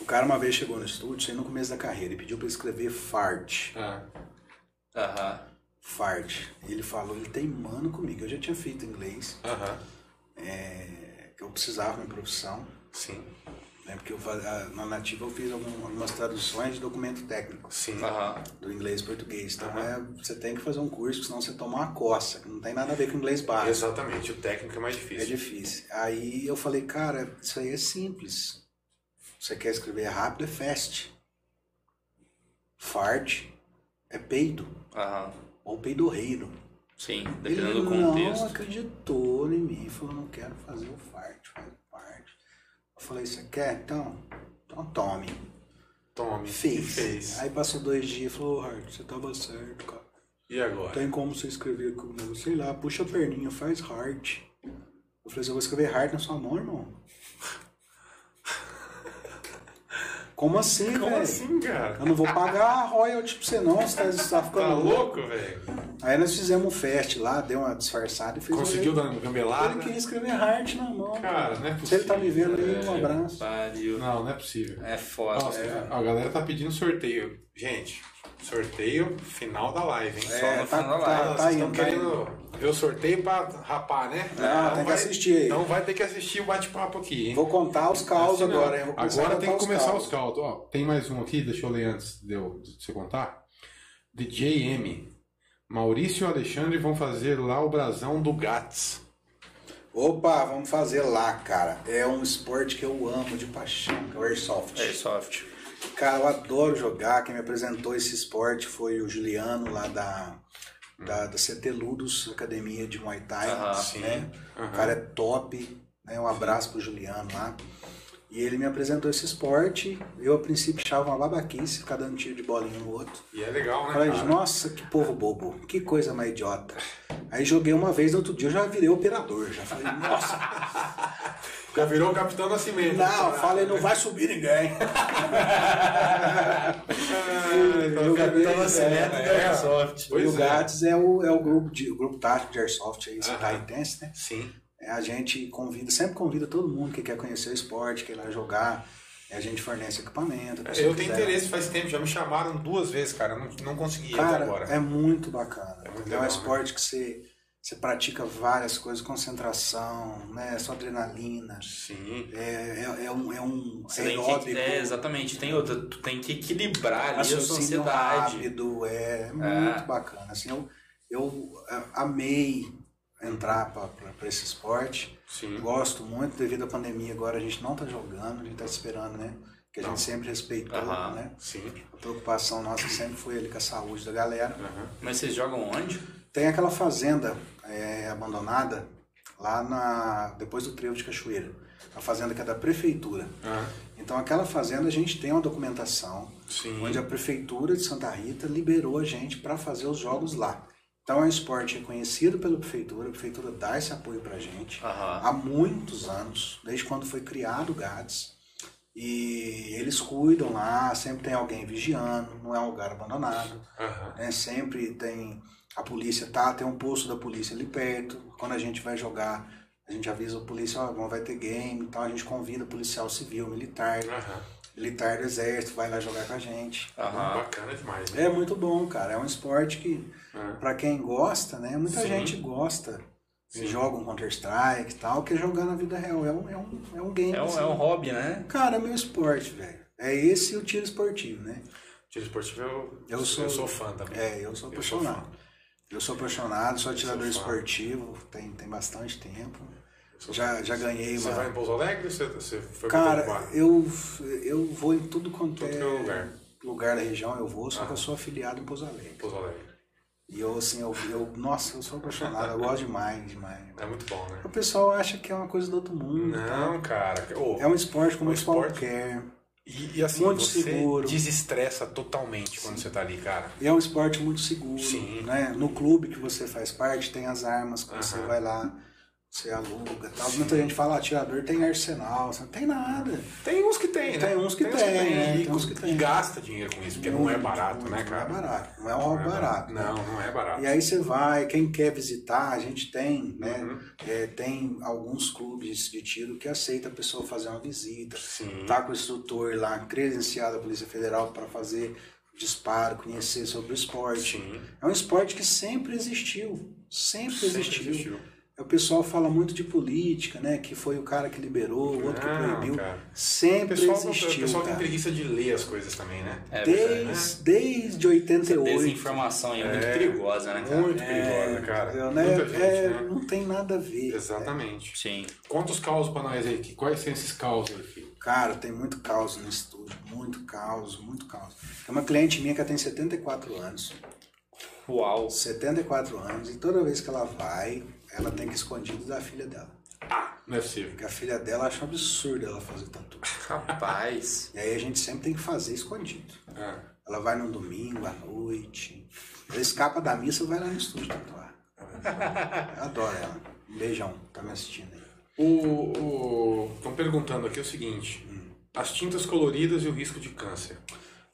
[SPEAKER 3] O cara uma vez chegou no estúdio, isso aí no começo da carreira, e pediu pra eu escrever fart.
[SPEAKER 1] Ah,
[SPEAKER 4] Aham.
[SPEAKER 3] Fart. Ele falou, ele tem mano comigo. Eu já tinha feito inglês,
[SPEAKER 1] aham.
[SPEAKER 3] é, que eu precisava na profissão,
[SPEAKER 1] Sim,
[SPEAKER 3] né? Porque eu, fa- a- na nativa eu fiz algum- algumas traduções de documento técnico,
[SPEAKER 1] sim.
[SPEAKER 4] Aham.
[SPEAKER 3] do inglês e português. Então
[SPEAKER 1] Aham.
[SPEAKER 3] é, você tem que fazer um curso, senão você toma uma coça, que não tem nada a ver com inglês básico.
[SPEAKER 1] Ah, Exatamente, o técnico é mais
[SPEAKER 3] É
[SPEAKER 1] difícil.
[SPEAKER 3] difícil. Aí eu falei, cara, isso aí é simples. Você quer escrever rápido, é fast. Fart é peido.
[SPEAKER 4] Aham.
[SPEAKER 3] ou peidorreiro.
[SPEAKER 4] Sim,
[SPEAKER 3] Ele
[SPEAKER 4] dependendo do
[SPEAKER 3] não
[SPEAKER 4] contexto.
[SPEAKER 3] acreditou em mim, falou, não quero fazer o fart, faz parte. Eu falei, você quer? Então, então tome.
[SPEAKER 1] Tome.
[SPEAKER 3] Fez.
[SPEAKER 1] Fez.
[SPEAKER 3] Aí passou dois dias e falou, Hart, você tava certo, cara.
[SPEAKER 1] E agora?
[SPEAKER 3] Tem como você escrever comigo, sei lá, puxa a perninha, faz Hart. Eu falei, eu vou escrever Hart na sua mão, irmão. Como assim,
[SPEAKER 1] Como
[SPEAKER 3] velho?
[SPEAKER 1] assim, cara?
[SPEAKER 3] Eu não vou pagar a royalty pra você não, você tá, você tá ficando
[SPEAKER 1] Tá
[SPEAKER 3] louco.
[SPEAKER 1] louco, velho?
[SPEAKER 3] Aí nós fizemos um fest lá, deu uma disfarçada e fez
[SPEAKER 1] Conseguiu
[SPEAKER 3] um...
[SPEAKER 1] dar uma gambelada?
[SPEAKER 3] Ele queria escrever Hart na mão.
[SPEAKER 1] Cara, não é
[SPEAKER 3] Se ele
[SPEAKER 1] possível.
[SPEAKER 3] tá me vendo aí,
[SPEAKER 1] É.
[SPEAKER 2] É,
[SPEAKER 3] um abraço.
[SPEAKER 4] Pariu.
[SPEAKER 1] Não, não é possível.
[SPEAKER 4] É foda.
[SPEAKER 1] Nossa,
[SPEAKER 4] é.
[SPEAKER 1] a galera tá pedindo sorteio. Gente, sorteio final da live, hein?
[SPEAKER 4] Só no
[SPEAKER 3] tá,
[SPEAKER 4] final da
[SPEAKER 3] tá-
[SPEAKER 4] live,
[SPEAKER 3] tá
[SPEAKER 1] É, Vocês
[SPEAKER 3] indo,
[SPEAKER 1] estão
[SPEAKER 3] tá indo.
[SPEAKER 1] querendo ver o sorteio pra rapar, né?
[SPEAKER 3] Não, Ah, tem que assistir aí.
[SPEAKER 1] Então vai ter que assistir o bate-papo aqui, hein?
[SPEAKER 3] Vou contar os caos
[SPEAKER 1] Assim, não.
[SPEAKER 3] agora, hein? Vou começar a
[SPEAKER 1] Agora tem que
[SPEAKER 3] contar
[SPEAKER 1] começar
[SPEAKER 3] caos.
[SPEAKER 1] os caldos. Ó, tem mais um aqui, deixa eu ler antes de, eu, de você contar. DJ M. Maurício e Alexandre vão fazer lá o brasão do Gats.
[SPEAKER 3] Opa, vamos fazer lá, cara. É um esporte que eu amo de paixão, que é o Airsoft.
[SPEAKER 4] Airsoft.
[SPEAKER 3] Cara, eu adoro jogar. Quem me apresentou esse esporte foi o Juliano, lá da, da, da CT Ludus, Academia de Muay Thai.
[SPEAKER 4] Aham,
[SPEAKER 3] né?
[SPEAKER 1] Aham.
[SPEAKER 3] O cara é top. Né? Um abraço pro Juliano lá. E ele me apresentou esse esporte. Eu, a princípio, achava uma babaquice, ficar dando tiro de bolinha no outro.
[SPEAKER 1] E é legal, né?
[SPEAKER 3] Falei,
[SPEAKER 1] cara?
[SPEAKER 3] nossa, que povo bobo, que coisa mais idiota. Aí joguei uma vez, no outro dia eu já virei operador. Já falei, nossa,
[SPEAKER 1] Já virou o Capitão Nascimento. né?
[SPEAKER 3] não, falei, não vai subir ninguém. Eu
[SPEAKER 1] Capitão
[SPEAKER 3] ganhei,
[SPEAKER 1] Nascimento
[SPEAKER 3] né?
[SPEAKER 1] do
[SPEAKER 4] é Airsoft.
[SPEAKER 1] é, Pois
[SPEAKER 3] e o
[SPEAKER 1] é.
[SPEAKER 3] Gats é. o, é o grupo, de, o grupo tático de Airsoft aí,
[SPEAKER 1] Aham.
[SPEAKER 3] uh Intense, né?
[SPEAKER 1] Sim.
[SPEAKER 3] É, a gente convida, sempre convida todo mundo que quer conhecer o esporte, que quer ir lá jogar. E a gente fornece equipamento. a pessoa
[SPEAKER 1] Eu tenho
[SPEAKER 3] quiser.
[SPEAKER 1] interesse faz tempo, já me chamaram duas vezes, cara. eu Não, não consegui ir até
[SPEAKER 3] Cara,
[SPEAKER 1] agora.
[SPEAKER 3] é muito bacana.
[SPEAKER 1] muito
[SPEAKER 3] entendeu? É
[SPEAKER 1] legal,
[SPEAKER 3] um
[SPEAKER 1] né?
[SPEAKER 3] esporte que você, Você pratica várias coisas, concentração, né? Só adrenalina.
[SPEAKER 1] Sim.
[SPEAKER 3] É, é, é um, é um
[SPEAKER 2] Você tem que-
[SPEAKER 3] aeróbico.
[SPEAKER 2] é, exatamente. Tem outra. Tu tem que equilibrar ali a sua
[SPEAKER 3] raciocínio é um
[SPEAKER 2] ansiedade.
[SPEAKER 3] rápido, é muito bacana. Assim, eu, eu ah, amei entrar para esse esporte.
[SPEAKER 2] Uhum.
[SPEAKER 1] Sim.
[SPEAKER 3] Gosto muito, devido à pandemia agora a gente não tá jogando, a gente tá esperando, né? Que a gente sempre respeitou,
[SPEAKER 2] Uhum. Aham.
[SPEAKER 3] né?
[SPEAKER 1] Sim.
[SPEAKER 3] A preocupação nossa sempre foi ali com a saúde da galera.
[SPEAKER 1] Aham.
[SPEAKER 2] Mas vocês jogam onde?
[SPEAKER 3] Tem aquela fazenda é, abandonada lá na depois do trevo de Cachoeira. A fazenda que é da prefeitura.
[SPEAKER 1] Ah,
[SPEAKER 3] Então aquela fazenda a gente tem uma documentação
[SPEAKER 1] sim.
[SPEAKER 3] onde a prefeitura de Santa Rita liberou a gente para fazer os jogos lá. Então é um esporte reconhecido pela prefeitura, a prefeitura dá esse apoio para a gente
[SPEAKER 2] Aham.
[SPEAKER 3] há muitos anos, desde quando foi criado o GADS. E eles cuidam lá, sempre tem alguém vigiando, não é um lugar abandonado.
[SPEAKER 1] Aham.
[SPEAKER 3] né? Sempre tem a polícia, tá? Tem um posto da polícia ali perto. Quando a gente vai jogar, a gente avisa a polícia, ó, vai ter game, então a gente convida policial civil, militar,
[SPEAKER 1] Aham.
[SPEAKER 3] militar do exército, vai lá jogar com a gente.
[SPEAKER 2] Aham.
[SPEAKER 1] Bacana demais, né?
[SPEAKER 3] É muito bom, cara. É um esporte que,
[SPEAKER 1] Ah,
[SPEAKER 3] pra quem gosta, né? Muita
[SPEAKER 1] Sim.
[SPEAKER 3] gente gosta.
[SPEAKER 1] Sim.
[SPEAKER 3] Eles jogam Counter-Strike e tal, que é jogar na vida real. É um, é um, é um game.
[SPEAKER 2] É um,
[SPEAKER 3] assim.
[SPEAKER 2] é um hobby, né?
[SPEAKER 3] Cara, é meu esporte, velho. É esse o tiro esportivo, né?
[SPEAKER 1] Tiro esportivo eu,
[SPEAKER 3] Eu sou-
[SPEAKER 1] fã também.
[SPEAKER 3] É, eu sou
[SPEAKER 1] Tá Eu sou
[SPEAKER 3] apaixonado. Eu sou apaixonado, sou atirador
[SPEAKER 1] Eu sou fã.
[SPEAKER 3] esportivo, tem, tem bastante tempo.
[SPEAKER 1] Sou
[SPEAKER 3] Já, já ganhei
[SPEAKER 1] Você
[SPEAKER 3] uma.
[SPEAKER 1] vai em Pouso Alegre ou você, você foi pra
[SPEAKER 3] Cara,
[SPEAKER 1] Tarubá?
[SPEAKER 3] eu, eu vou em tudo quanto
[SPEAKER 1] Tudo
[SPEAKER 3] é
[SPEAKER 1] que é lugar.
[SPEAKER 3] lugar da região, eu vou, só
[SPEAKER 1] Ah.
[SPEAKER 3] que eu sou afiliado em Pouso Alegre.
[SPEAKER 1] Pouso Alegre.
[SPEAKER 3] E eu, assim, eu, eu- nossa, eu sou apaixonado, eu gosto demais, demais.
[SPEAKER 1] É muito bom, né?
[SPEAKER 3] O pessoal acha que é uma coisa do outro mundo.
[SPEAKER 1] Não, cara. Ô,
[SPEAKER 3] tá? É um esporte
[SPEAKER 1] É
[SPEAKER 3] como
[SPEAKER 1] um esporte.
[SPEAKER 3] qualquer.
[SPEAKER 1] e, e assim,
[SPEAKER 3] muito
[SPEAKER 1] você
[SPEAKER 3] seguro.
[SPEAKER 1] desestressa totalmente quando você tá ali, cara.
[SPEAKER 3] E é um esporte muito seguro,
[SPEAKER 1] Sim.
[SPEAKER 3] né? No clube que você faz parte, tem as armas que você
[SPEAKER 1] Aham.
[SPEAKER 3] vai lá, você aluga e tal. Muita gente fala, atirador tem arsenal, você não tem nada.
[SPEAKER 1] Tem uns que tem, né?
[SPEAKER 3] Tem uns que
[SPEAKER 1] uns
[SPEAKER 3] tem, né?
[SPEAKER 1] e-
[SPEAKER 3] Tem uns que
[SPEAKER 1] e
[SPEAKER 3] tem.
[SPEAKER 1] gasta dinheiro com isso, porque não é
[SPEAKER 3] Muito,
[SPEAKER 1] barato,
[SPEAKER 3] muito,
[SPEAKER 1] né, cara?
[SPEAKER 3] Não é barato, não é um roubo barato. né?
[SPEAKER 1] Não, não é barato.
[SPEAKER 3] E aí você vai, quem quer visitar, a gente tem, né?
[SPEAKER 1] Uhum.
[SPEAKER 3] É, tem alguns clubes de tiro que aceita a pessoa fazer uma visita,
[SPEAKER 1] Sim.
[SPEAKER 3] tá com o instrutor lá, credenciado da Polícia Federal para fazer disparo, conhecer sobre o esporte.
[SPEAKER 1] Sim.
[SPEAKER 3] É um esporte que sempre existiu. Sempre,
[SPEAKER 1] Sempre
[SPEAKER 3] existiu. É,
[SPEAKER 1] existiu.
[SPEAKER 3] O pessoal fala muito de política, né? Que foi o cara que liberou, o outro que
[SPEAKER 1] Não,
[SPEAKER 3] proibiu.
[SPEAKER 1] cara. O
[SPEAKER 3] Sempre
[SPEAKER 1] pessoal, o
[SPEAKER 3] existiu.
[SPEAKER 1] pessoal tem
[SPEAKER 3] cara.
[SPEAKER 1] preguiça de ler as coisas também, né?
[SPEAKER 2] É verdade.
[SPEAKER 3] desde, desde 88.
[SPEAKER 2] Desinformação aí é muito
[SPEAKER 1] É.
[SPEAKER 2] perigosa, né, cara?
[SPEAKER 1] Muito perigosa, cara.
[SPEAKER 3] entendeu, né?
[SPEAKER 1] Muita gente,
[SPEAKER 3] É,
[SPEAKER 1] né?
[SPEAKER 3] Não tem nada a ver.
[SPEAKER 1] Exatamente.
[SPEAKER 2] Sim.
[SPEAKER 1] Conta os causos pra nós aí, que quais são esses causos aí, filho?
[SPEAKER 3] Cara, tem muito caos no estúdio. Muito caos, muito caos. Tem uma cliente minha que ela tem 74 anos.
[SPEAKER 2] Uau.
[SPEAKER 3] 74 anos. E toda vez que ela vai, ela tem que ir escondido da filha dela.
[SPEAKER 1] Ah, não é possível.
[SPEAKER 3] Porque a filha dela acha um absurdo ela fazer tatu.
[SPEAKER 2] Rapaz.
[SPEAKER 3] E aí a gente sempre tem que fazer escondido.
[SPEAKER 2] É.
[SPEAKER 1] Ah,
[SPEAKER 3] Ela vai no domingo à noite. Ela escapa da missa e vai lá no estúdio tatuar. Eu adoro ela. Um beijão, tá me assistindo aí.
[SPEAKER 1] o. Estão perguntando aqui é o seguinte: as tintas coloridas e o risco de câncer.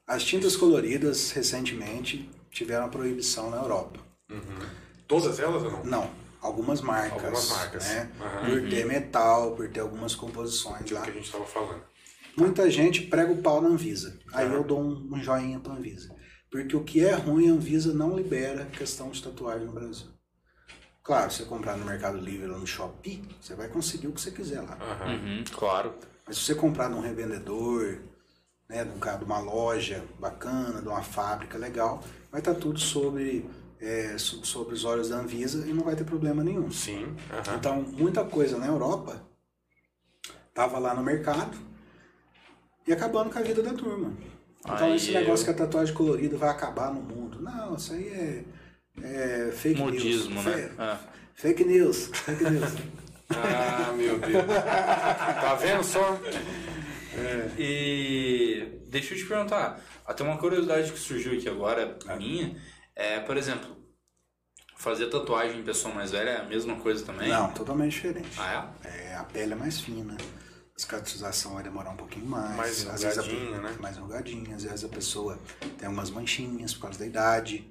[SPEAKER 3] As tintas coloridas, recentemente, tiveram a proibição na Europa.
[SPEAKER 2] Uhum.
[SPEAKER 1] Todas elas ou não?
[SPEAKER 3] Não, algumas marcas.
[SPEAKER 1] Algumas marcas. Uhum.
[SPEAKER 3] Né?
[SPEAKER 1] Aham.
[SPEAKER 3] Por ter metal, por ter algumas composições
[SPEAKER 1] Aquilo
[SPEAKER 3] lá.
[SPEAKER 1] que a gente tava falando.
[SPEAKER 3] Muita gente prega o pau na Anvisa. Aí
[SPEAKER 1] Aham.
[SPEAKER 3] eu dou um, um joinha pra Anvisa. Porque o que é ruim, a Anvisa não libera questão de tatuagem no Brasil. Claro, se você comprar no Mercado Livre ou no Shopee, você vai conseguir o que você quiser lá.
[SPEAKER 1] Aham.
[SPEAKER 2] Uhum, claro.
[SPEAKER 3] Mas se você comprar num revendedor, né, de um cara- de uma loja bacana, de uma fábrica legal, vai estar tudo sobre, é, so- sobre os olhos da Anvisa e não vai ter problema nenhum.
[SPEAKER 1] Sim.
[SPEAKER 2] Uhum.
[SPEAKER 1] aham.
[SPEAKER 3] Então, muita coisa na Europa tava lá no mercado e acabando com a vida da turma. Então,
[SPEAKER 2] Aí
[SPEAKER 3] esse negócio que a tatuagem colorida vai acabar no mundo. Não, isso aí é, é fake
[SPEAKER 2] Modismo,
[SPEAKER 3] news.
[SPEAKER 2] né?
[SPEAKER 3] Fe-
[SPEAKER 2] Ah.
[SPEAKER 3] Fake news, fake news.
[SPEAKER 1] Ah, meu Deus. tá vendo só?
[SPEAKER 2] É. E deixa eu te perguntar, até uma curiosidade que surgiu aqui agora, a minha, é, por exemplo, fazer tatuagem em pessoa mais velha é a mesma coisa também?
[SPEAKER 3] Não, totalmente diferente.
[SPEAKER 2] Ah, é?
[SPEAKER 3] É, a pele é mais fina, a cicatrização vai demorar um pouquinho mais.
[SPEAKER 1] Mais
[SPEAKER 3] às vezes a-
[SPEAKER 1] enrugadinha, né?
[SPEAKER 3] Mais enrugadinha, às vezes a pessoa tem algumas manchinhas por causa da idade,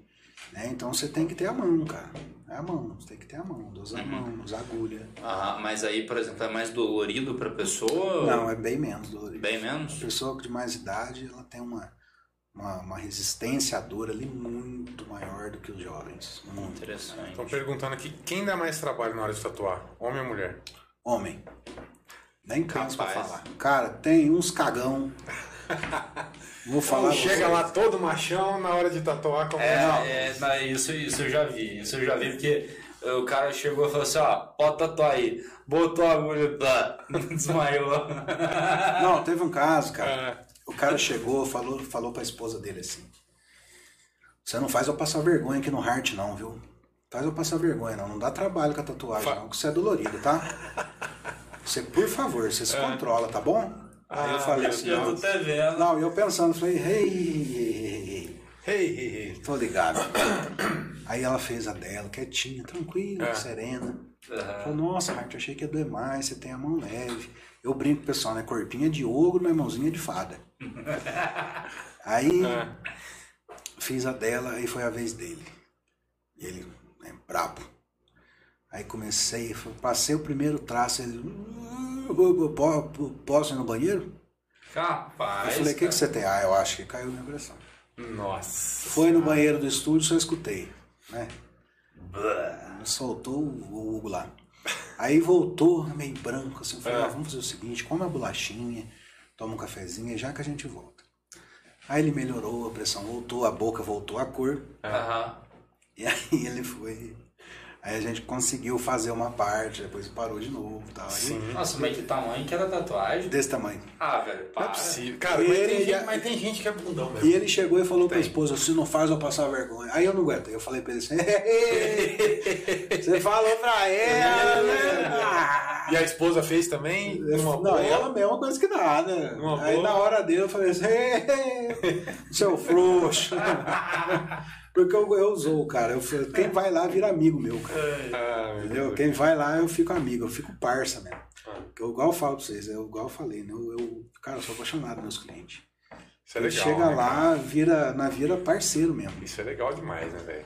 [SPEAKER 3] né? Então você tem que ter a mão, cara. É a mão, você tem que ter a mão, usar
[SPEAKER 1] Uhum.
[SPEAKER 3] a mão, usar agulha.
[SPEAKER 2] Aham, mas aí, por exemplo, é mais dolorido pra pessoa?
[SPEAKER 3] Não, é bem menos dolorido.
[SPEAKER 2] Bem menos?
[SPEAKER 3] A pessoa de mais idade, ela tem uma, uma, uma resistência à dor ali muito maior do que os jovens. Muito.
[SPEAKER 2] Interessante.
[SPEAKER 1] Estão perguntando aqui quem dá mais trabalho na hora de tatuar, homem ou mulher?
[SPEAKER 3] Homem. Nem canso pra
[SPEAKER 2] Capaz.
[SPEAKER 3] falar. Cara, tem uns cagão. Vou falar.
[SPEAKER 1] Chega lá todo machão na hora de tatuar como
[SPEAKER 2] É, é, não, isso, isso eu já vi, isso eu já vi, porque o cara chegou e falou assim, ó, pode tatuar aí. Botou a agulha, pá, desmaiou.
[SPEAKER 3] Não, teve um caso, cara. O cara chegou, falou, falou pra esposa dele assim: Você não faz eu passar vergonha aqui no Heart, não, viu? Faz eu passar vergonha, não. Não dá trabalho com a tatuagem, não, que você é dolorido, tá? Você, por favor, você se controla, tá bom? Aí eu falei assim:
[SPEAKER 2] Eu tô
[SPEAKER 3] Não,
[SPEAKER 2] até vendo.
[SPEAKER 3] não e eu pensando, falei: Ei, ei, ei, ei.
[SPEAKER 1] Ei, ei, ei.
[SPEAKER 3] Tô ligado. Aí ela fez a dela, quietinha, tranquila, serena. Falou, nossa, Hart, achei que ia doer mais, você tem a mão leve. Eu brinco, pessoal, né? Corpinho é de ogro, minha mãozinha é de fada. Aí fiz a dela e foi a vez dele. E ele, né, brabo. Aí comecei, fui- passei o primeiro traço, ele. "Hum, eu- eu po- Posso ir no banheiro?
[SPEAKER 2] Capaz.
[SPEAKER 3] Eu falei, o que,
[SPEAKER 2] cara.
[SPEAKER 3] que você tem? Ah, eu acho que caiu minha pressão.
[SPEAKER 1] Nossa.
[SPEAKER 3] Foi no banheiro do estúdio, só escutei, né?
[SPEAKER 2] Blá.
[SPEAKER 3] Soltou o Hugo lá. Aí voltou meio branco, assim, falou,
[SPEAKER 1] É.
[SPEAKER 3] "Ah, vamos fazer o seguinte, come a bolachinha, toma um cafezinho, e já que a gente volta. Aí ele melhorou, a pressão voltou, a boca voltou a cor,
[SPEAKER 2] Aham.
[SPEAKER 3] e aí ele foi. Aí a gente conseguiu fazer uma parte, depois parou de novo e tal. Aí,
[SPEAKER 1] Sim.
[SPEAKER 2] Nossa, mas que tamanho que era a tatuagem?
[SPEAKER 3] Desse tamanho.
[SPEAKER 2] Ah, velho,
[SPEAKER 1] Não é
[SPEAKER 2] para.
[SPEAKER 1] possível. Cara, mas
[SPEAKER 3] Ele
[SPEAKER 1] tem,
[SPEAKER 3] já-
[SPEAKER 1] gente, mas tem gente que é bundão mesmo.
[SPEAKER 3] E ele chegou e falou pra
[SPEAKER 1] Tem.
[SPEAKER 3] esposa, se não faz, eu vou passar vergonha. Aí eu não aguentei. Eu falei pra ele assim, você falou pra
[SPEAKER 1] É.
[SPEAKER 3] ela, né? Ah,
[SPEAKER 1] E a esposa fez também? Uma
[SPEAKER 3] É, não,
[SPEAKER 1] boa.
[SPEAKER 3] ela mesma coisa que dá, né?
[SPEAKER 1] Numa
[SPEAKER 3] Aí
[SPEAKER 1] boa.
[SPEAKER 3] na hora dele eu falei assim, seu frouxo. Porque eu, eu zoo, cara. Eu falei, quem vai lá vira amigo meu, cara.
[SPEAKER 1] Ah, meu
[SPEAKER 3] Entendeu?
[SPEAKER 1] Deus.
[SPEAKER 3] Quem vai lá eu fico amigo, eu fico parça mesmo.
[SPEAKER 1] Ah.
[SPEAKER 3] Eu, igual eu falo pra vocês, eu igual eu falei, né? Eu, eu- cara, eu sou apaixonado pelos meus clientes.
[SPEAKER 1] Isso é legal.
[SPEAKER 3] Chega
[SPEAKER 1] né, cara?
[SPEAKER 3] lá, vira, na vira parceiro mesmo.
[SPEAKER 1] Isso é legal demais, né, velho?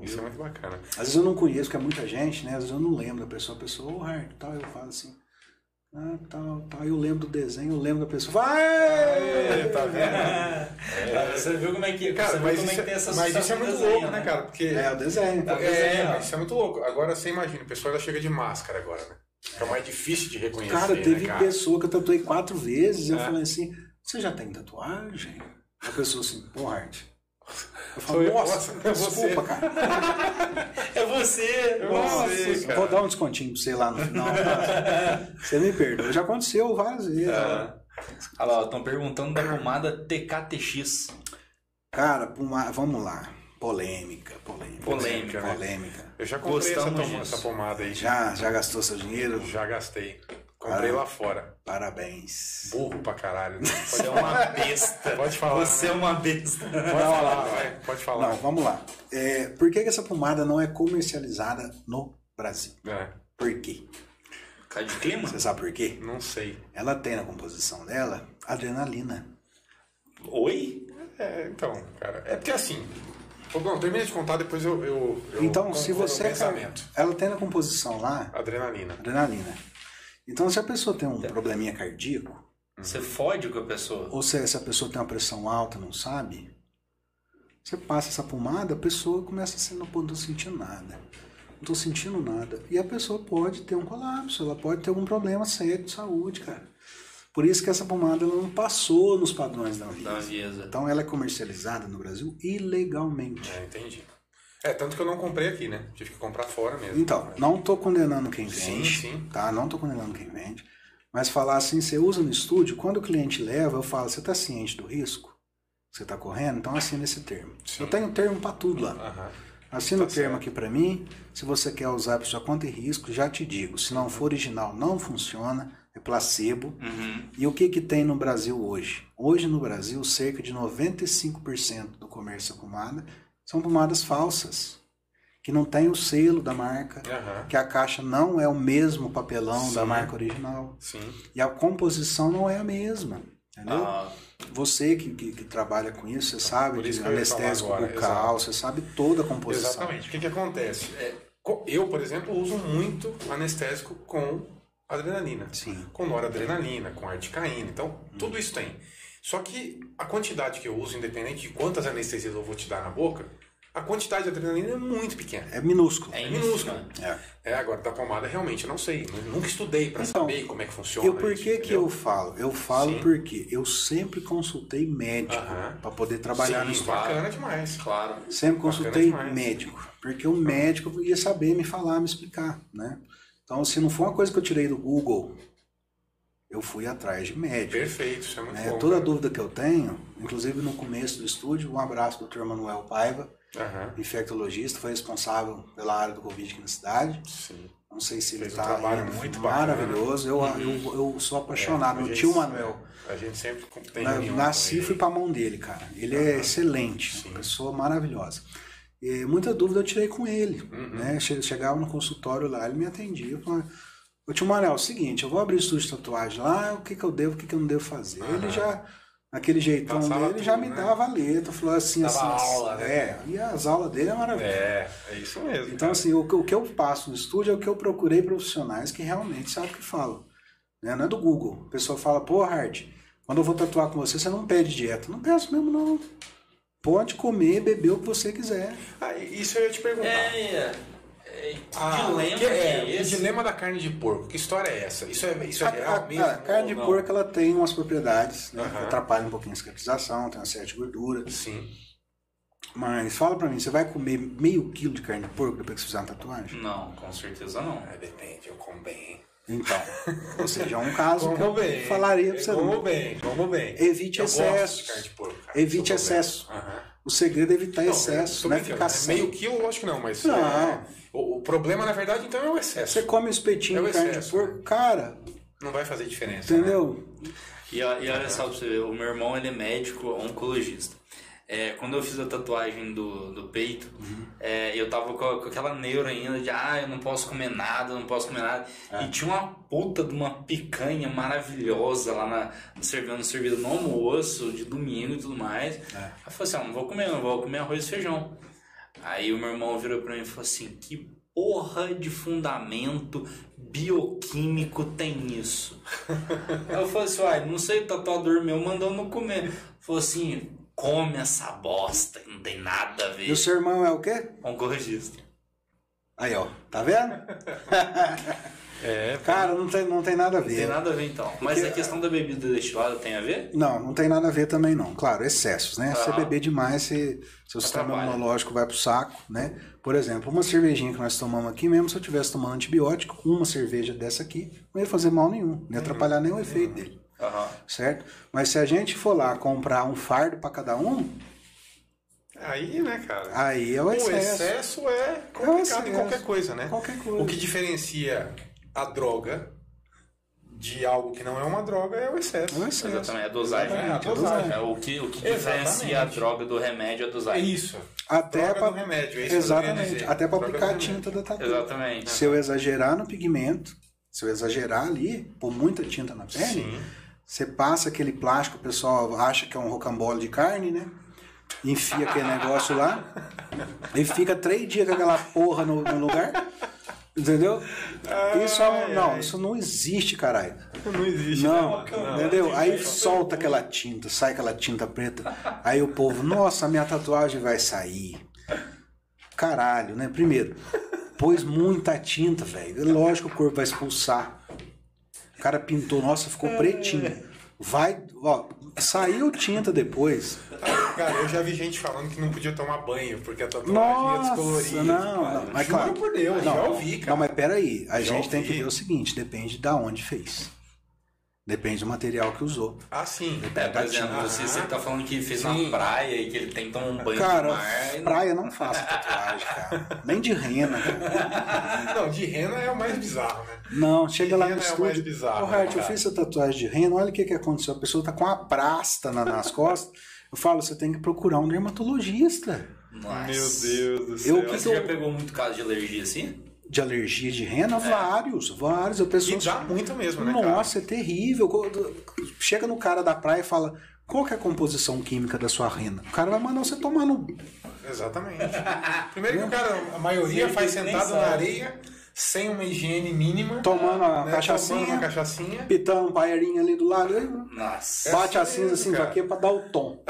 [SPEAKER 1] Isso é muito bacana.
[SPEAKER 3] Às vezes eu não conheço, porque é muita gente, né? Às vezes eu não lembro da pessoa, a pessoa, ô Hart, tal, eu falo assim, ah, tal, tal, eu lembro do desenho, eu lembro da pessoa, vai!
[SPEAKER 1] É, tá vendo?
[SPEAKER 2] É, Você viu como é que, você
[SPEAKER 1] Cara,
[SPEAKER 2] viu
[SPEAKER 1] mas
[SPEAKER 2] como é
[SPEAKER 1] isso,
[SPEAKER 2] que tem
[SPEAKER 1] é-
[SPEAKER 2] essa
[SPEAKER 1] mas isso é
[SPEAKER 2] associação
[SPEAKER 1] muito
[SPEAKER 2] com desenho,
[SPEAKER 1] louco, né, cara? Porque
[SPEAKER 3] É, o desenho.
[SPEAKER 2] Tá.
[SPEAKER 1] É,
[SPEAKER 2] Desenho, ó.
[SPEAKER 1] mas isso é muito louco. Agora você imagina, o pessoal já chega de máscara agora, né? Fica mais difícil de reconhecer,
[SPEAKER 3] Cara,
[SPEAKER 1] né,
[SPEAKER 3] teve
[SPEAKER 1] cara?
[SPEAKER 3] pessoa que eu tatuei quatro vezes, eu
[SPEAKER 1] É.
[SPEAKER 3] falei assim, você já tem tatuagem? A pessoa assim, pô, Hart. Eu falo,
[SPEAKER 1] Foi-
[SPEAKER 3] nossa,
[SPEAKER 1] nossa, é você."
[SPEAKER 3] desculpa, cara.
[SPEAKER 2] É você!
[SPEAKER 1] Eu
[SPEAKER 2] nossa.
[SPEAKER 1] não sei, cara.
[SPEAKER 3] Vou dar um descontinho pra você lá no final. tá? você me perdoa. Já aconteceu várias vezes.
[SPEAKER 1] É.
[SPEAKER 3] né?
[SPEAKER 2] Olha lá, estão perguntando da pomada TKTX.
[SPEAKER 3] Cara, pra uma- vamos lá. Polêmica, polêmica.
[SPEAKER 2] Polêmica,
[SPEAKER 1] né?
[SPEAKER 3] polêmica.
[SPEAKER 1] Eu já comprei essa,
[SPEAKER 2] Gostamos
[SPEAKER 1] toma-
[SPEAKER 2] disso.
[SPEAKER 1] essa pomada aí. Já,
[SPEAKER 3] Já, já gastou seu dinheiro?
[SPEAKER 1] gastei. Comprei
[SPEAKER 3] Ah.
[SPEAKER 1] lá fora.
[SPEAKER 3] Parabéns.
[SPEAKER 1] Burro pra caralho. Né?
[SPEAKER 2] Você é uma besta.
[SPEAKER 1] Pode falar.
[SPEAKER 2] Você
[SPEAKER 1] né?
[SPEAKER 2] é uma besta.
[SPEAKER 3] um-
[SPEAKER 1] Pode falar, vai. Pode falar.
[SPEAKER 3] Não, vamos lá. É, por que, que essa pomada não é comercializada no Brasil?
[SPEAKER 1] É,
[SPEAKER 3] Por quê?
[SPEAKER 2] Cara de clima?
[SPEAKER 3] Você sabe por quê?
[SPEAKER 1] não sei.
[SPEAKER 3] Ela tem na composição dela adrenalina.
[SPEAKER 2] Oi?
[SPEAKER 1] É, então, cara. É porque assim. Ô, Bruno, termina de contar, depois eu. eu, eu
[SPEAKER 3] Então,
[SPEAKER 1] concluo
[SPEAKER 3] se
[SPEAKER 1] meu
[SPEAKER 3] você.
[SPEAKER 1] Pensamento.
[SPEAKER 3] Ela tem na composição lá
[SPEAKER 1] Adrenalina.
[SPEAKER 3] adrenalina. Então, se a pessoa tem um probleminha cardíaco,
[SPEAKER 2] Você fode com a pessoa.
[SPEAKER 3] ou se essa pessoa tem uma pressão alta, não sabe, você passa essa pomada, a pessoa começa a ser, não estou sentindo nada, não estou sentindo nada. E a pessoa pode ter um colapso, ela pode ter algum problema sério de saúde, cara. Por isso que essa pomada ela não passou nos padrões da
[SPEAKER 2] Da
[SPEAKER 3] vida.
[SPEAKER 2] Anvisa.
[SPEAKER 3] Então ela é comercializada no Brasil ilegalmente.
[SPEAKER 1] É, entendi. É, tanto que eu não comprei aqui, né? Tive que comprar fora mesmo.
[SPEAKER 3] Então, não tô condenando quem vende,
[SPEAKER 1] Sim, sim.
[SPEAKER 3] tá? Não tô condenando quem vende. Mas falar assim, você usa no estúdio, quando o cliente leva, eu falo, você tá ciente do risco? que Você tá correndo? Então assina esse termo.
[SPEAKER 1] Sim.
[SPEAKER 3] Eu tenho um termo pra tudo lá.
[SPEAKER 1] Aham.
[SPEAKER 3] Assina
[SPEAKER 1] Tá
[SPEAKER 3] o termo
[SPEAKER 1] certo.
[SPEAKER 3] aqui pra mim. Se você quer usar por sua conta e risco, já te digo. Se não for original, não funciona. É placebo.
[SPEAKER 2] Uhum.
[SPEAKER 3] E o que que tem no Brasil hoje? Hoje no Brasil, cerca de 95% do comércio da pomada são pomadas falsas, que não tem o selo da marca,
[SPEAKER 1] Aham.
[SPEAKER 3] que a caixa não é o mesmo papelão da
[SPEAKER 1] Sim.
[SPEAKER 3] marca original
[SPEAKER 1] Sim.
[SPEAKER 3] e a composição não é a mesma, entendeu?
[SPEAKER 2] Ah,
[SPEAKER 3] Você que, que- que trabalha com isso, você sabe
[SPEAKER 1] por isso
[SPEAKER 3] de
[SPEAKER 1] que eu ia
[SPEAKER 3] anestésico
[SPEAKER 1] falar agora,
[SPEAKER 3] bucal, você sabe toda a composição.
[SPEAKER 1] Exatamente. O que, que acontece? É, co- eu, por exemplo, uso muito anestésico com adrenalina.
[SPEAKER 3] Sim.
[SPEAKER 1] Com noradrenalina, com articaína. Então, tudo isso tem. Só que a quantidade que eu uso, independente de quantas anestesias eu vou te dar na boca, a quantidade de adrenalina é muito pequena.
[SPEAKER 3] É minúsculo.
[SPEAKER 2] É
[SPEAKER 1] É
[SPEAKER 2] minúsculo.
[SPEAKER 1] minúscula.
[SPEAKER 3] É.
[SPEAKER 1] É, agora, da pomada, realmente, eu não sei. Eu Nunca estudei pra
[SPEAKER 3] Então,
[SPEAKER 1] saber como é que funciona.
[SPEAKER 3] E por
[SPEAKER 1] isso,
[SPEAKER 3] que que
[SPEAKER 1] entendeu?
[SPEAKER 3] eu falo? Eu falo
[SPEAKER 1] Sim.
[SPEAKER 3] porque eu sempre consultei médico
[SPEAKER 1] Aham.
[SPEAKER 3] para poder trabalhar no
[SPEAKER 1] Sim,
[SPEAKER 3] estúdio.
[SPEAKER 1] bacana demais.
[SPEAKER 2] Claro.
[SPEAKER 3] Sempre consultei
[SPEAKER 1] demais.
[SPEAKER 3] médico, porque o médico ia saber me falar, me explicar, né? Então, se não for uma coisa que eu tirei do Google, eu fui atrás de médico.
[SPEAKER 1] Perfeito, isso é muito
[SPEAKER 3] né?
[SPEAKER 1] bom.
[SPEAKER 3] Toda
[SPEAKER 1] cara.
[SPEAKER 3] dúvida que eu tenho, inclusive no começo do estúdio, um abraço do Dr. Manuel Paiva,
[SPEAKER 1] Aham,
[SPEAKER 3] infectologista, foi responsável pela área do Covid aqui na cidade.
[SPEAKER 1] sim.
[SPEAKER 3] Não sei se ele
[SPEAKER 1] Fez um
[SPEAKER 3] está
[SPEAKER 1] trabalho muito bacana.
[SPEAKER 3] maravilhoso. Eu, eu, eu sou apaixonado.
[SPEAKER 1] É, a
[SPEAKER 3] Meu
[SPEAKER 1] gente- é,
[SPEAKER 3] tio Manuel,
[SPEAKER 1] A gente sempre tem
[SPEAKER 3] na-
[SPEAKER 1] reunião
[SPEAKER 3] nasci e
[SPEAKER 1] com
[SPEAKER 3] fui
[SPEAKER 1] ele.
[SPEAKER 3] pra mão dele, cara. Ele é excelente,
[SPEAKER 1] Sim.
[SPEAKER 3] uma pessoa maravilhosa. E muita dúvida eu tirei com ele.
[SPEAKER 1] Uhum.
[SPEAKER 3] Né? Che- Chegava no consultório lá, ele me atendia. Eu falava, ô tio Manuel, é o seguinte, eu vou abrir o estúdio de tatuagem lá, o que, que eu devo, o que, que eu não devo fazer. Ele
[SPEAKER 1] Aham.
[SPEAKER 3] já, naquele jeitão
[SPEAKER 1] Passava
[SPEAKER 3] dele, já
[SPEAKER 1] tudo,
[SPEAKER 3] me
[SPEAKER 1] né?
[SPEAKER 3] dava a letra, falou assim,
[SPEAKER 1] Dava
[SPEAKER 3] assim.
[SPEAKER 1] aula,
[SPEAKER 3] assim,
[SPEAKER 1] né?
[SPEAKER 3] É, e as aulas dele é maravilhosas.
[SPEAKER 1] É, é isso mesmo.
[SPEAKER 3] Então,
[SPEAKER 1] cara.
[SPEAKER 3] assim, o que, o que eu passo no estúdio é o que eu procurei profissionais que realmente sabem o que falam. né? Não é do Google. A pessoa fala, pô, Hart, quando eu vou tatuar com você, você não pede dieta. Não peço mesmo, não. Pode comer, beber o que você quiser.
[SPEAKER 1] Ah, isso eu ia te perguntar.
[SPEAKER 2] É, é,
[SPEAKER 1] Ah,
[SPEAKER 2] dilema
[SPEAKER 1] que é,
[SPEAKER 2] é
[SPEAKER 1] o
[SPEAKER 2] esse?
[SPEAKER 1] dilema da carne de porco. Que história é essa? Isso é, isso é
[SPEAKER 3] a,
[SPEAKER 1] real
[SPEAKER 3] a-
[SPEAKER 1] mesmo?
[SPEAKER 3] a carne de
[SPEAKER 1] ou não?
[SPEAKER 3] porco ela tem umas propriedades né, que
[SPEAKER 1] Aham.
[SPEAKER 3] atrapalham um pouquinho a cicatrização, tem é uma certa gordura.
[SPEAKER 1] Sim.
[SPEAKER 3] Mas fala pra mim, você vai comer meio quilo de carne de porco depois que você fizer uma tatuagem?
[SPEAKER 2] Não, com certeza não.
[SPEAKER 1] Ah, depende, eu como bem.
[SPEAKER 3] Então, ou seja, é um caso que eu
[SPEAKER 1] Como bem.
[SPEAKER 3] falaria pra você.
[SPEAKER 1] Como
[SPEAKER 3] não.
[SPEAKER 1] bem, como bem.
[SPEAKER 3] Evite
[SPEAKER 1] eu Gosto de
[SPEAKER 3] excessos.
[SPEAKER 1] carne de porco, cara, isso
[SPEAKER 3] Evite
[SPEAKER 1] eu tô
[SPEAKER 3] excesso.
[SPEAKER 1] vendo. Aham.
[SPEAKER 3] O segredo é evitar
[SPEAKER 1] Não, eu
[SPEAKER 3] excesso,
[SPEAKER 1] tô
[SPEAKER 3] não é
[SPEAKER 1] brincando,
[SPEAKER 3] ficar
[SPEAKER 1] né?
[SPEAKER 3] sem.
[SPEAKER 1] Meio quilo, lógico que não, mas.
[SPEAKER 3] Não.
[SPEAKER 1] é, o, o problema, na verdade, então é o excesso.
[SPEAKER 3] Você come um espetinho
[SPEAKER 1] É o
[SPEAKER 3] de carne de
[SPEAKER 1] excesso, É
[SPEAKER 3] porco, cara,
[SPEAKER 1] Não vai fazer diferença. né?
[SPEAKER 3] entendeu?
[SPEAKER 2] E, ó- e olha só pra você ver, o meu irmão ele é médico oncologista. É, quando eu fiz a tatuagem do, do peito, é, eu tava com, a- com aquela neura ainda de ah, eu não posso comer nada, eu não posso comer nada. E tinha uma puta de uma picanha maravilhosa lá na, servindo servido no almoço, de domingo e tudo mais. Aí eu falei assim, ah, não vou comer, não vou comer arroz e feijão. Aí o meu irmão virou pra mim e falou assim, que porra de fundamento bioquímico tem isso? Aí eu falei assim, uai, não sei, tatuador meu mandou não comer. Falou assim, come essa bosta, que não tem nada a
[SPEAKER 3] E
[SPEAKER 2] ver.
[SPEAKER 3] o seu irmão é o quê?
[SPEAKER 2] Oncologista.
[SPEAKER 3] Aí, ó, tá vendo?
[SPEAKER 1] É,
[SPEAKER 3] Cara, não tem, não tem nada a
[SPEAKER 2] Não tem
[SPEAKER 3] ver.
[SPEAKER 2] nada a ver então. Mas a questão da bebida destilada tem a ver?
[SPEAKER 3] Não, não tem nada a ver também não. Claro, excessos, né? Se você
[SPEAKER 1] Ah.
[SPEAKER 2] Aham.
[SPEAKER 3] beber demais, você, seu sistema
[SPEAKER 2] Atrapalha.
[SPEAKER 3] imunológico vai pro saco, né? Por exemplo, uma cervejinha que nós tomamos aqui, mesmo se eu tivesse tomando antibiótico, uma cerveja dessa aqui, não ia fazer mal nenhum,
[SPEAKER 1] Uhum.
[SPEAKER 3] não ia atrapalhar nenhum efeito dele,
[SPEAKER 2] Aham.
[SPEAKER 3] certo? Mas se a gente for lá comprar um fardo pra cada um,
[SPEAKER 1] Aí, né, cara?
[SPEAKER 3] aí é o
[SPEAKER 1] o
[SPEAKER 3] excesso.
[SPEAKER 1] excesso é complicado
[SPEAKER 3] É o excesso.
[SPEAKER 1] em qualquer coisa, né?
[SPEAKER 3] Qualquer coisa.
[SPEAKER 1] O que diferencia a droga de algo que não é uma droga é o excesso.
[SPEAKER 3] É o excesso.
[SPEAKER 2] Exatamente, é a dosagem.
[SPEAKER 1] Exatamente,
[SPEAKER 2] né?
[SPEAKER 1] a dosagem.
[SPEAKER 2] É o que, o que
[SPEAKER 1] Exatamente.
[SPEAKER 2] diferencia a droga do remédio é a
[SPEAKER 1] É
[SPEAKER 2] dosagem.
[SPEAKER 1] isso.
[SPEAKER 3] Até
[SPEAKER 1] Droga
[SPEAKER 3] pra...
[SPEAKER 1] do remédio, é isso que eu queria
[SPEAKER 3] Exatamente.
[SPEAKER 1] dizer.
[SPEAKER 3] Até pra
[SPEAKER 1] Droga
[SPEAKER 3] aplicar a
[SPEAKER 1] do remédio.
[SPEAKER 3] tinta da tatu.
[SPEAKER 2] Exatamente.
[SPEAKER 3] Se eu exagerar no pigmento, se eu exagerar ali, pôr muita tinta na pele,
[SPEAKER 1] Sim.
[SPEAKER 3] você passa aquele plástico, o pessoal acha que é um rocambole de carne, né? Enfia aquele negócio lá e fica três dias com aquela porra no, no lugar. Entendeu? Isso é um-
[SPEAKER 1] Ai,
[SPEAKER 3] não,
[SPEAKER 1] ai.
[SPEAKER 3] isso não existe, caralho.
[SPEAKER 1] Tipo, Não existe.
[SPEAKER 3] Não,
[SPEAKER 1] né? Não.
[SPEAKER 3] entendeu? Aí solta aquela tinta, sai aquela tinta preta. Aí o povo, nossa, minha tatuagem vai sair. Caralho, né? Primeiro, pôs muita tinta, velho. É Lógico que o corpo vai expulsar. O cara pintou, nossa, ficou
[SPEAKER 1] É.
[SPEAKER 3] pretinho. Vai, ó, saiu tinta depois.
[SPEAKER 1] Cara, eu já vi gente falando que não podia tomar banho porque a é tatuagem ia
[SPEAKER 3] Nossa,
[SPEAKER 1] descolorir.
[SPEAKER 3] não,
[SPEAKER 1] cara.
[SPEAKER 3] não. Mas
[SPEAKER 1] Juro
[SPEAKER 3] claro,
[SPEAKER 1] por Deus,
[SPEAKER 3] não,
[SPEAKER 1] já ouvi, cara.
[SPEAKER 3] Não, mas peraí, a
[SPEAKER 1] Já
[SPEAKER 3] gente tem que
[SPEAKER 1] ouvi.
[SPEAKER 3] ver o seguinte, depende da onde fez. Depende do material que usou.
[SPEAKER 1] Ah, sim. ah,
[SPEAKER 2] É, por exemplo, se
[SPEAKER 1] Aham.
[SPEAKER 2] você tá falando que fez
[SPEAKER 1] Sim.
[SPEAKER 2] na praia e que ele tem que tomar um banho
[SPEAKER 3] Cara,
[SPEAKER 2] de mar. e não-
[SPEAKER 3] praia não faço tatuagem, cara. Nem de rena, cara.
[SPEAKER 1] Não, de rena é o mais bizarro, né?
[SPEAKER 3] Não, chega lá no
[SPEAKER 1] rena é o mais
[SPEAKER 3] estúdio.
[SPEAKER 1] bizarro,
[SPEAKER 3] Ô, Hart,
[SPEAKER 1] né,
[SPEAKER 3] eu
[SPEAKER 1] cara?"
[SPEAKER 3] fiz essa tatuagem de rena, olha o que, que aconteceu. A pessoa tá com uma prasta na- nas costas. Eu falo, você tem que procurar um dermatologista
[SPEAKER 2] Nossa.
[SPEAKER 1] do
[SPEAKER 3] céu.
[SPEAKER 2] Mas Você já pegou muito caso de alergia assim?
[SPEAKER 3] de alergia de rena. Vários, vários. A pessoa.
[SPEAKER 1] É. E dá muito mesmo, né, cara?
[SPEAKER 3] Nossa, é terrível. Quando- Chega no cara da praia e fala. Qual que é a composição química da sua rena? O cara vai mandar você tomar no.
[SPEAKER 1] Exatamente. Primeiro que o cara, a maioria faz
[SPEAKER 2] nem
[SPEAKER 1] sentado na
[SPEAKER 2] sabe.
[SPEAKER 1] areia, sem uma higiene mínima.
[SPEAKER 3] Tomando uma
[SPEAKER 1] né,
[SPEAKER 3] cachaçinha.
[SPEAKER 1] Tomando uma cachaçinha.
[SPEAKER 3] Pitando um baiarinho ali do lado, hein?
[SPEAKER 2] Nossa.
[SPEAKER 3] bate
[SPEAKER 1] É
[SPEAKER 3] a
[SPEAKER 1] isso,
[SPEAKER 3] cinza assim pra
[SPEAKER 1] cara.
[SPEAKER 3] quê? Pra dar o tom.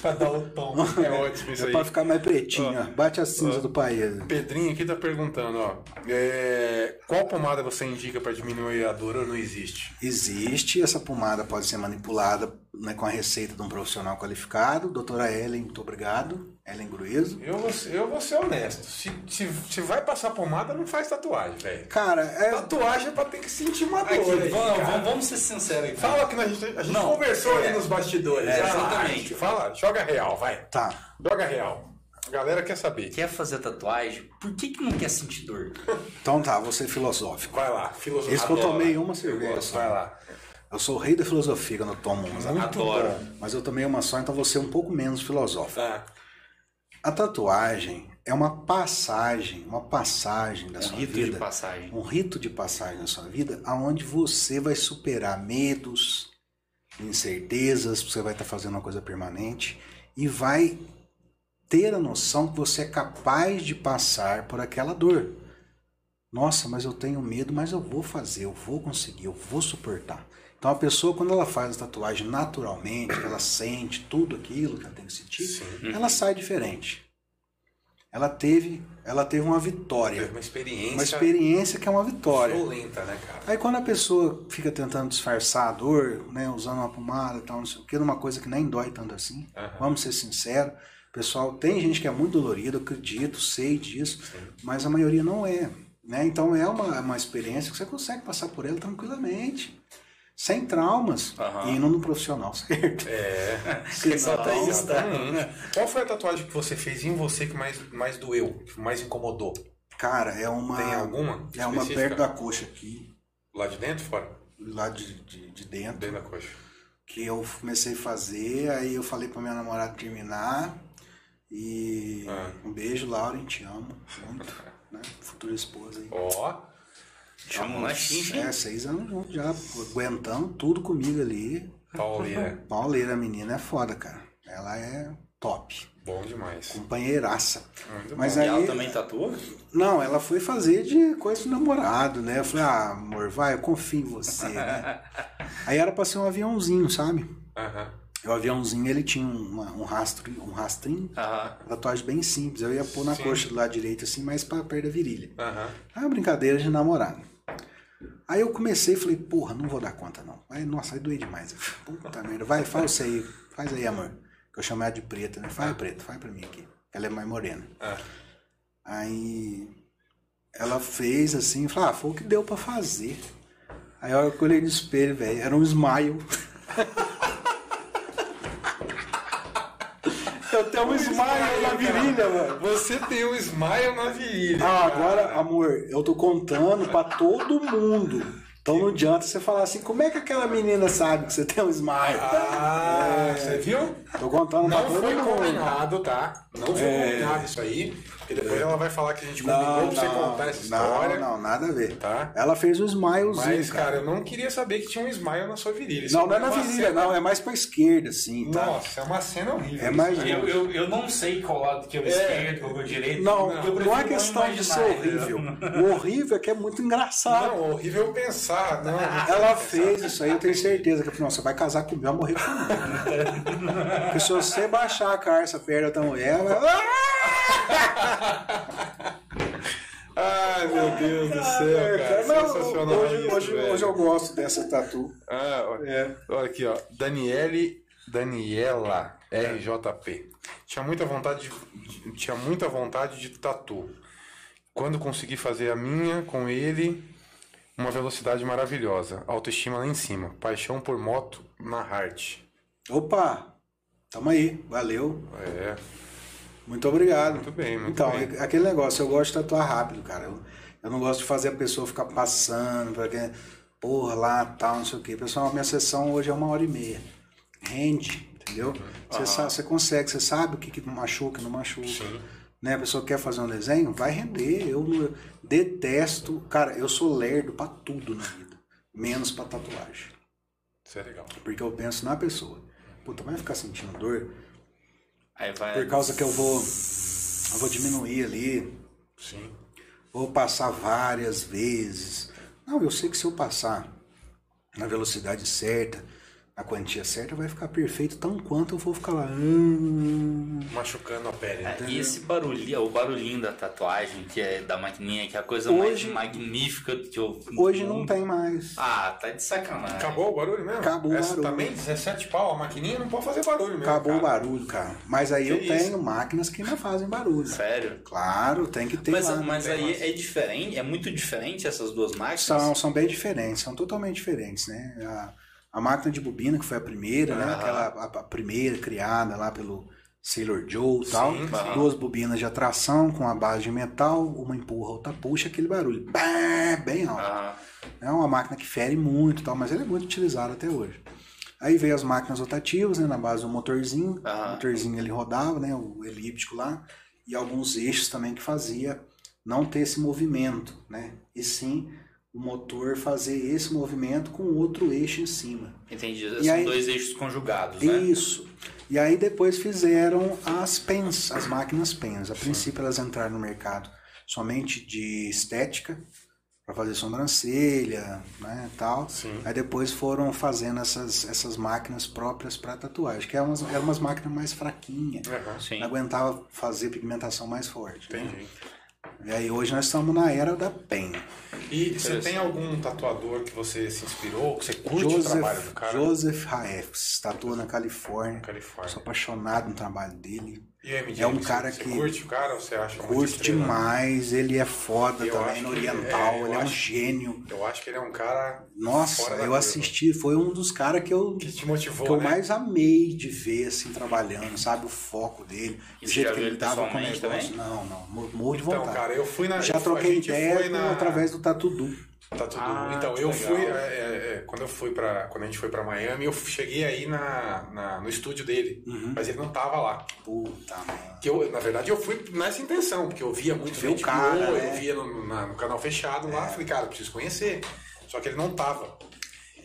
[SPEAKER 1] pra dar o tom. É ótimo isso
[SPEAKER 3] É
[SPEAKER 1] aí.
[SPEAKER 3] pra ficar mais pretinho, ó. Bate a cinza do país.
[SPEAKER 1] Pedrinho aqui tá perguntando, ó. é, qual pomada você indica pra diminuir a dor ou não existe?
[SPEAKER 3] Existe, essa pomada pode ser manipulada né, com a receita de um profissional qualificado. Doutora Ellen, muito obrigado. Ellen Grueso.
[SPEAKER 1] Eu vou, eu vou ser honesto. Se, se, se vai passar pomada, não faz tatuagem, velho.
[SPEAKER 3] Cara, é,
[SPEAKER 1] Tatuagem é pra ter que sentir uma dor.
[SPEAKER 2] Aqui,
[SPEAKER 1] aí,
[SPEAKER 2] vamos,
[SPEAKER 1] cara.
[SPEAKER 2] vamos, vamos ser sinceros aqui.
[SPEAKER 1] Fala que a gente, a gente
[SPEAKER 2] Não,
[SPEAKER 1] conversou
[SPEAKER 2] é.
[SPEAKER 1] ali nos bastidores. Vai
[SPEAKER 2] É,
[SPEAKER 1] lá,
[SPEAKER 2] exatamente.
[SPEAKER 1] Fala, joga real, vai.
[SPEAKER 3] tá.
[SPEAKER 1] Joga real. A galera quer saber.
[SPEAKER 2] Quer fazer tatuagem? Por que, que não quer sentir dor?
[SPEAKER 3] Então tá, vou ser filosófico.
[SPEAKER 1] Vai lá, filosofia.
[SPEAKER 3] Esse que eu
[SPEAKER 1] Adoro.
[SPEAKER 3] tomei uma cerveja
[SPEAKER 1] gosto,
[SPEAKER 3] só.
[SPEAKER 1] Vai lá.
[SPEAKER 3] Eu sou o rei da filosofia quando eu tomo umas.
[SPEAKER 1] Muito
[SPEAKER 2] Adoro.
[SPEAKER 1] bom.
[SPEAKER 3] Mas eu tomei uma só, então vou ser um pouco menos filosófico.
[SPEAKER 1] Tá.
[SPEAKER 3] A tatuagem é uma passagem, uma passagem da
[SPEAKER 2] É um
[SPEAKER 3] sua
[SPEAKER 2] rito
[SPEAKER 3] vida.
[SPEAKER 2] de passagem.
[SPEAKER 3] um rito de passagem na sua vida aonde você vai superar medos, incertezas, você vai estar fazendo uma coisa permanente e vai ter a noção que você é capaz de passar por aquela dor. Nossa, mas eu tenho medo, mas eu vou fazer, eu vou conseguir, eu vou suportar. Então a pessoa quando ela faz a tatuagem naturalmente, que ela sente tudo aquilo que ela tem que sentir, ela sai diferente. Ela teve, ela teve uma vitória
[SPEAKER 1] Teve É uma experiência.
[SPEAKER 3] uma experiência que é uma vitória.
[SPEAKER 1] violenta, né, cara?
[SPEAKER 3] Aí quando a pessoa fica tentando disfarçar a dor, né, usando uma pomada e tal, não sei o que, numa coisa que nem dói tanto assim,
[SPEAKER 1] Aham.
[SPEAKER 3] vamos ser sinceros, pessoal, tem gente que é muito dolorida, eu acredito, sei disso, mas a maioria não é. Né? Então é uma, uma experiência que você consegue passar por ela tranquilamente, sem traumas,
[SPEAKER 2] Aham.
[SPEAKER 3] e indo no profissional, certo?
[SPEAKER 2] Ressalta
[SPEAKER 3] Não,
[SPEAKER 2] isso, tá?
[SPEAKER 1] Exatamente. É. Qual foi a tatuagem que você fez em você que mais, mais doeu, que mais incomodou?
[SPEAKER 3] Cara, é uma,
[SPEAKER 1] Tem alguma?
[SPEAKER 3] é uma
[SPEAKER 1] específica?
[SPEAKER 3] perto da coxa aqui,
[SPEAKER 1] Lá de dentro, fora?
[SPEAKER 3] do lado de, de, de dentro.
[SPEAKER 1] Dentro da coxa.
[SPEAKER 3] que eu comecei a fazer, aí eu falei pra minha namorada terminar. E
[SPEAKER 1] Ah.
[SPEAKER 3] um beijo, Lauren, te amo muito, né? Futura esposa aí.
[SPEAKER 1] Ó.
[SPEAKER 2] Chamou na xincha, hein?
[SPEAKER 3] É, seis anos juntos já, pô, aguentando tudo comigo ali.
[SPEAKER 1] Paulina.
[SPEAKER 3] Pauleira, a menina é foda, cara. Ela é top,
[SPEAKER 1] Bom demais.
[SPEAKER 3] companheiraça.
[SPEAKER 1] Muito
[SPEAKER 3] Mas
[SPEAKER 2] E ela
[SPEAKER 3] aí,
[SPEAKER 2] também tatua?
[SPEAKER 3] não, ela foi fazer de coisa de namorado, né? Eu falei, ah, amor, vai, eu confio em você, né? Aí era pra ser um aviãozinho, sabe?
[SPEAKER 1] Aham.
[SPEAKER 3] E O aviãozinho, ele tinha uma- um rastro, um rastrinho
[SPEAKER 2] Aham.
[SPEAKER 3] Uma tatuagem bem simples. Eu ia pôr na
[SPEAKER 1] Sim.
[SPEAKER 3] coxa do lado direito, assim, mais pra perto da virilha.
[SPEAKER 1] Aham.
[SPEAKER 3] Ah, brincadeira de namorado. Aí eu comecei e falei, porra, não vou dar conta, não. Aí, nossa, aí doei demais. Eu falei, Puta merda, vai, faz isso aí. Faz aí, amor. Que eu chamo ela de preta, né? Faz, preta, faz pra mim aqui. Ela é mais morena.
[SPEAKER 1] Ah.
[SPEAKER 3] Aí ela fez assim, falou, ah, foi o que deu pra fazer. Aí a hora que eu olhei no espelho, velho, era um smile. eu tenho um smile na virilha, mano.
[SPEAKER 1] Você tem um smile na virilha.
[SPEAKER 3] Ah, agora, amor, eu tô contando pra todo mundo. Então não adianta você falar assim, como é que aquela menina sabe que você tem um smile? é.
[SPEAKER 1] Ah, você viu?
[SPEAKER 3] Tô contando pra
[SPEAKER 1] Não
[SPEAKER 3] todo
[SPEAKER 1] foi
[SPEAKER 3] mundo.
[SPEAKER 1] combinado, tá? Não foi
[SPEAKER 3] É.
[SPEAKER 1] combinado isso aí. Porque depois ela vai falar que a gente combinou pra você contar essa história.
[SPEAKER 3] não, não, nada a ver.
[SPEAKER 1] Tá?
[SPEAKER 3] Ela fez um smilezinho,
[SPEAKER 1] Mas, cara, eu não queria saber que tinha um smile na sua virilha. Isso
[SPEAKER 3] Não, não é
[SPEAKER 1] uma
[SPEAKER 3] na virilha,
[SPEAKER 1] cena-
[SPEAKER 3] não. É mais pra esquerda, assim, tá?
[SPEAKER 1] Nossa, é uma cena horrível.
[SPEAKER 3] É mais-
[SPEAKER 1] isso aí.
[SPEAKER 2] Eu, eu, eu não sei qual lado que é o esquerdo, qual que é o direito.
[SPEAKER 3] Não,
[SPEAKER 2] Eu
[SPEAKER 3] não,
[SPEAKER 2] prefiro
[SPEAKER 3] é questão de ser
[SPEAKER 2] imaginar,
[SPEAKER 3] horrível.
[SPEAKER 2] entendeu?
[SPEAKER 3] O horrível é que é muito engraçado.
[SPEAKER 1] Não, é horrível eu pensar. Não,
[SPEAKER 3] Ela fez isso aí, eu tenho certeza. Que eu falei, não, você vai casar comigo, vai morrer comigo. Porque se você baixar a carça perto da mulher, ela...
[SPEAKER 1] Ai, meu Deus do céu, cara.
[SPEAKER 3] Mas
[SPEAKER 1] Sensacional
[SPEAKER 3] "Ah, tá hoje,
[SPEAKER 1] isso,
[SPEAKER 3] hoje,
[SPEAKER 1] velho.
[SPEAKER 3] hoje eu gosto dessa tatu.
[SPEAKER 1] Ah, ó- olha aqui, ó. Daniele, Daniela RJP. Tinha muita vontade de, tinha muita vontade de tatu. Quando consegui fazer a minha com ele, uma velocidade maravilhosa, autoestima lá em cima, paixão por moto na heart.
[SPEAKER 3] Opa! Tamo aí, valeu.
[SPEAKER 1] É,
[SPEAKER 3] Muito obrigado.
[SPEAKER 1] muito bem, muito
[SPEAKER 3] então,
[SPEAKER 1] bem.
[SPEAKER 3] é aquele negócio, eu gosto de tatuar rápido, cara. Eu, eu não gosto de fazer a pessoa ficar passando, pra quem, porra, lá, tal, não sei o quê. Pessoal, minha sessão hoje é uma hora e meia. Rende, entendeu? Você sabe, você consegue, você sabe o que, que machuca, não machuca. Né? A pessoa quer fazer um desenho, vai render. Eu, não- eu detesto, cara, eu sou lerdo pra tudo na vida, menos pra tatuagem.
[SPEAKER 1] Isso é legal.
[SPEAKER 3] Porque eu penso na pessoa. Puta, vai ficar sentindo dor?
[SPEAKER 2] Aí vai.
[SPEAKER 3] Por causa que eu vou. Eu vou diminuir ali.
[SPEAKER 1] Sim.
[SPEAKER 3] Vou passar várias vezes. Não, eu sei que se eu passar na velocidade certa, na quantia certa, vai ficar perfeito tão quanto eu vou ficar lá. hum,
[SPEAKER 1] Machucando a pele. né?
[SPEAKER 2] É, E esse barulhinho, o barulhinho da tatuagem, que é da maquininha, que é a coisa
[SPEAKER 3] Hoje-
[SPEAKER 2] mais magnífica que eu.
[SPEAKER 3] Hoje não tem mais.
[SPEAKER 2] Ah, tá de sacanagem.
[SPEAKER 1] Acabou o barulho mesmo?
[SPEAKER 3] Acabou o
[SPEAKER 1] Essa
[SPEAKER 3] barulho.
[SPEAKER 1] também, 17 pau, a maquininha não pode fazer barulho mesmo.
[SPEAKER 3] Acabou o
[SPEAKER 1] cara.
[SPEAKER 3] barulho, cara. Mas aí
[SPEAKER 1] Que
[SPEAKER 3] eu
[SPEAKER 1] isso?
[SPEAKER 3] tenho máquinas que não fazem barulho.
[SPEAKER 2] Sério?
[SPEAKER 3] Claro, tem que ter
[SPEAKER 2] mas
[SPEAKER 3] lá. né?
[SPEAKER 2] mas
[SPEAKER 1] tem
[SPEAKER 2] aí
[SPEAKER 1] mais.
[SPEAKER 2] é diferente, é muito diferente essas duas máquinas.
[SPEAKER 3] São, são bem diferentes, são totalmente diferentes, né? A, a máquina de bobina, que foi a primeira, né?
[SPEAKER 2] Aham.
[SPEAKER 3] Aquela, a, a primeira criada lá pelo Sailor Joe e tal.
[SPEAKER 1] Sim,
[SPEAKER 2] sim.
[SPEAKER 3] Duas bobinas de atração com a base de metal, uma empurra, outra puxa, aquele barulho. Bah, bem alto.
[SPEAKER 2] Ah,
[SPEAKER 3] É uma máquina que fere muito e tal, mas ela é muito utilizada até hoje. Aí veio as máquinas rotativas, né, na base do motorzinho.
[SPEAKER 2] Aham.
[SPEAKER 3] O motorzinho ele rodava, né, o elíptico lá, e alguns eixos também que fazia não ter esse movimento, né? E sim o motor fazer esse movimento com outro eixo em cima.
[SPEAKER 2] entendi.
[SPEAKER 3] E
[SPEAKER 2] São
[SPEAKER 3] aí-
[SPEAKER 2] dois eixos conjugados, né?
[SPEAKER 3] Isso. E aí depois fizeram as pens, as máquinas pens. A princípio elas entraram no mercado somente de estética, para fazer sobrancelha, né, e tal.
[SPEAKER 1] Sim.
[SPEAKER 3] Aí depois foram fazendo essas, essas máquinas próprias para tatuagem, que eram umas, eram umas máquinas mais fraquinhas,
[SPEAKER 1] Aham,
[SPEAKER 2] Sim.
[SPEAKER 3] não aguentava fazer pigmentação mais forte. né?
[SPEAKER 1] entendi.
[SPEAKER 3] E aí hoje nós estamos na era da pen.
[SPEAKER 1] E você
[SPEAKER 2] Interessante.
[SPEAKER 1] tem algum tatuador que você se inspirou, que você curte o trabalho do
[SPEAKER 3] Joseph,
[SPEAKER 1] cara?
[SPEAKER 3] Joseph Raefs, tatuou na
[SPEAKER 1] Na
[SPEAKER 3] Califórnia.
[SPEAKER 1] Califórnia.
[SPEAKER 3] Sou apaixonado no trabalho dele.
[SPEAKER 1] E o MJ,
[SPEAKER 3] É um
[SPEAKER 1] você-
[SPEAKER 3] cara
[SPEAKER 1] você
[SPEAKER 3] que-
[SPEAKER 1] curte o cara ou você acha muito
[SPEAKER 3] Curto
[SPEAKER 1] estrela?
[SPEAKER 3] demais, ele é foda
[SPEAKER 1] Eu acho
[SPEAKER 3] também, no
[SPEAKER 1] que-
[SPEAKER 3] oriental,
[SPEAKER 1] é, eu
[SPEAKER 3] ele é um
[SPEAKER 1] acho-
[SPEAKER 3] gênio.
[SPEAKER 1] Eu acho que ele é um cara.
[SPEAKER 3] Nossa,
[SPEAKER 1] fora da
[SPEAKER 3] eu
[SPEAKER 1] curva.
[SPEAKER 3] assisti, foi um dos caras que eu
[SPEAKER 1] Que te motivou.
[SPEAKER 3] O que eu
[SPEAKER 1] né?
[SPEAKER 3] mais amei de ver, assim, trabalhando, sabe? O foco dele,
[SPEAKER 2] E
[SPEAKER 3] o
[SPEAKER 2] você
[SPEAKER 3] jeito
[SPEAKER 2] já
[SPEAKER 3] que
[SPEAKER 2] viu
[SPEAKER 3] ele
[SPEAKER 2] ele
[SPEAKER 3] dava com o negócio.
[SPEAKER 2] pessoalmente também?
[SPEAKER 3] Não, não, mor- morro de
[SPEAKER 1] Então,
[SPEAKER 3] vontade.
[SPEAKER 1] cara, eu fui na.
[SPEAKER 3] já troquei
[SPEAKER 1] a gente
[SPEAKER 3] ideia
[SPEAKER 1] foi na-
[SPEAKER 3] através do Tatudu.
[SPEAKER 1] Tá tudo.
[SPEAKER 2] Ah,
[SPEAKER 1] então,
[SPEAKER 2] que
[SPEAKER 1] eu
[SPEAKER 2] legal.
[SPEAKER 1] fui. é, é, é, quando eu fui para Quando a gente foi pra Miami, eu cheguei aí na, na- no estúdio dele.
[SPEAKER 3] Uhum.
[SPEAKER 1] Mas ele não tava lá.
[SPEAKER 3] Puta, mano.
[SPEAKER 1] Que eu, na verdade, eu fui nessa intenção, porque eu via muito
[SPEAKER 3] Ver o
[SPEAKER 1] gente
[SPEAKER 3] cara,
[SPEAKER 1] boa,
[SPEAKER 3] né? É.
[SPEAKER 1] eu via no, no- na- no canal fechado lá, falei, cara, preciso conhecer. Só que ele não tava.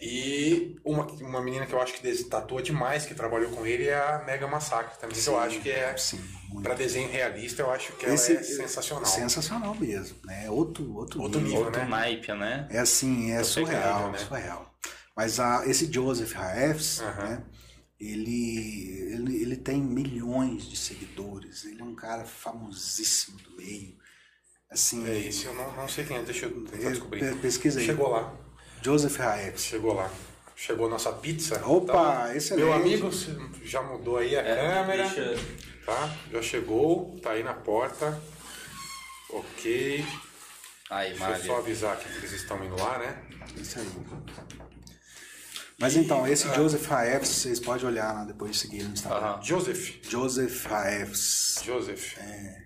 [SPEAKER 1] E uma, uma menina que eu acho que des- tatua demais, que trabalhou com ele, é a Mega Massacre também, que eu acho que é.
[SPEAKER 3] Sim, muito.
[SPEAKER 1] Pra desenho realista, eu acho que
[SPEAKER 3] Esse-
[SPEAKER 1] ela é sensacional.
[SPEAKER 3] Sensacional mesmo, né? Outro, outro,
[SPEAKER 1] Outro
[SPEAKER 3] nível.
[SPEAKER 1] nível,
[SPEAKER 2] Outro
[SPEAKER 1] né?
[SPEAKER 2] naipe, né?
[SPEAKER 3] É assim, é
[SPEAKER 1] Tá
[SPEAKER 3] surreal,
[SPEAKER 1] pegado, né?
[SPEAKER 3] surreal. Mas a, esse Joseph Raefs,
[SPEAKER 1] Aham.
[SPEAKER 3] né? Ele, ele, ele tem milhões de seguidores. Ele é um cara famosíssimo do meio. Assim,
[SPEAKER 1] É isso, eu não, não sei quem é, deixa eu tentar descobrir.
[SPEAKER 3] pe- pesquisa aí.
[SPEAKER 1] Chegou lá.
[SPEAKER 3] Joseph Raefs.
[SPEAKER 1] Chegou lá. Chegou nossa pizza.
[SPEAKER 3] Opa,
[SPEAKER 1] tá?
[SPEAKER 3] excelente.
[SPEAKER 1] Meu amigo se- já mudou aí a
[SPEAKER 2] É,
[SPEAKER 1] câmera, tá? Já chegou, tá aí na porta. Ok.
[SPEAKER 2] Aí,
[SPEAKER 1] Deixa eu só
[SPEAKER 2] Maria.
[SPEAKER 1] avisar aqui que eles estão indo lá, né?
[SPEAKER 3] Isso aí. Mas então, esse Joseph Raefs, vocês podem olhar lá depois de seguir no Instagram.
[SPEAKER 1] Ah.
[SPEAKER 2] Aham.
[SPEAKER 1] Joseph.
[SPEAKER 3] Joseph Raefs.
[SPEAKER 1] Joseph. É.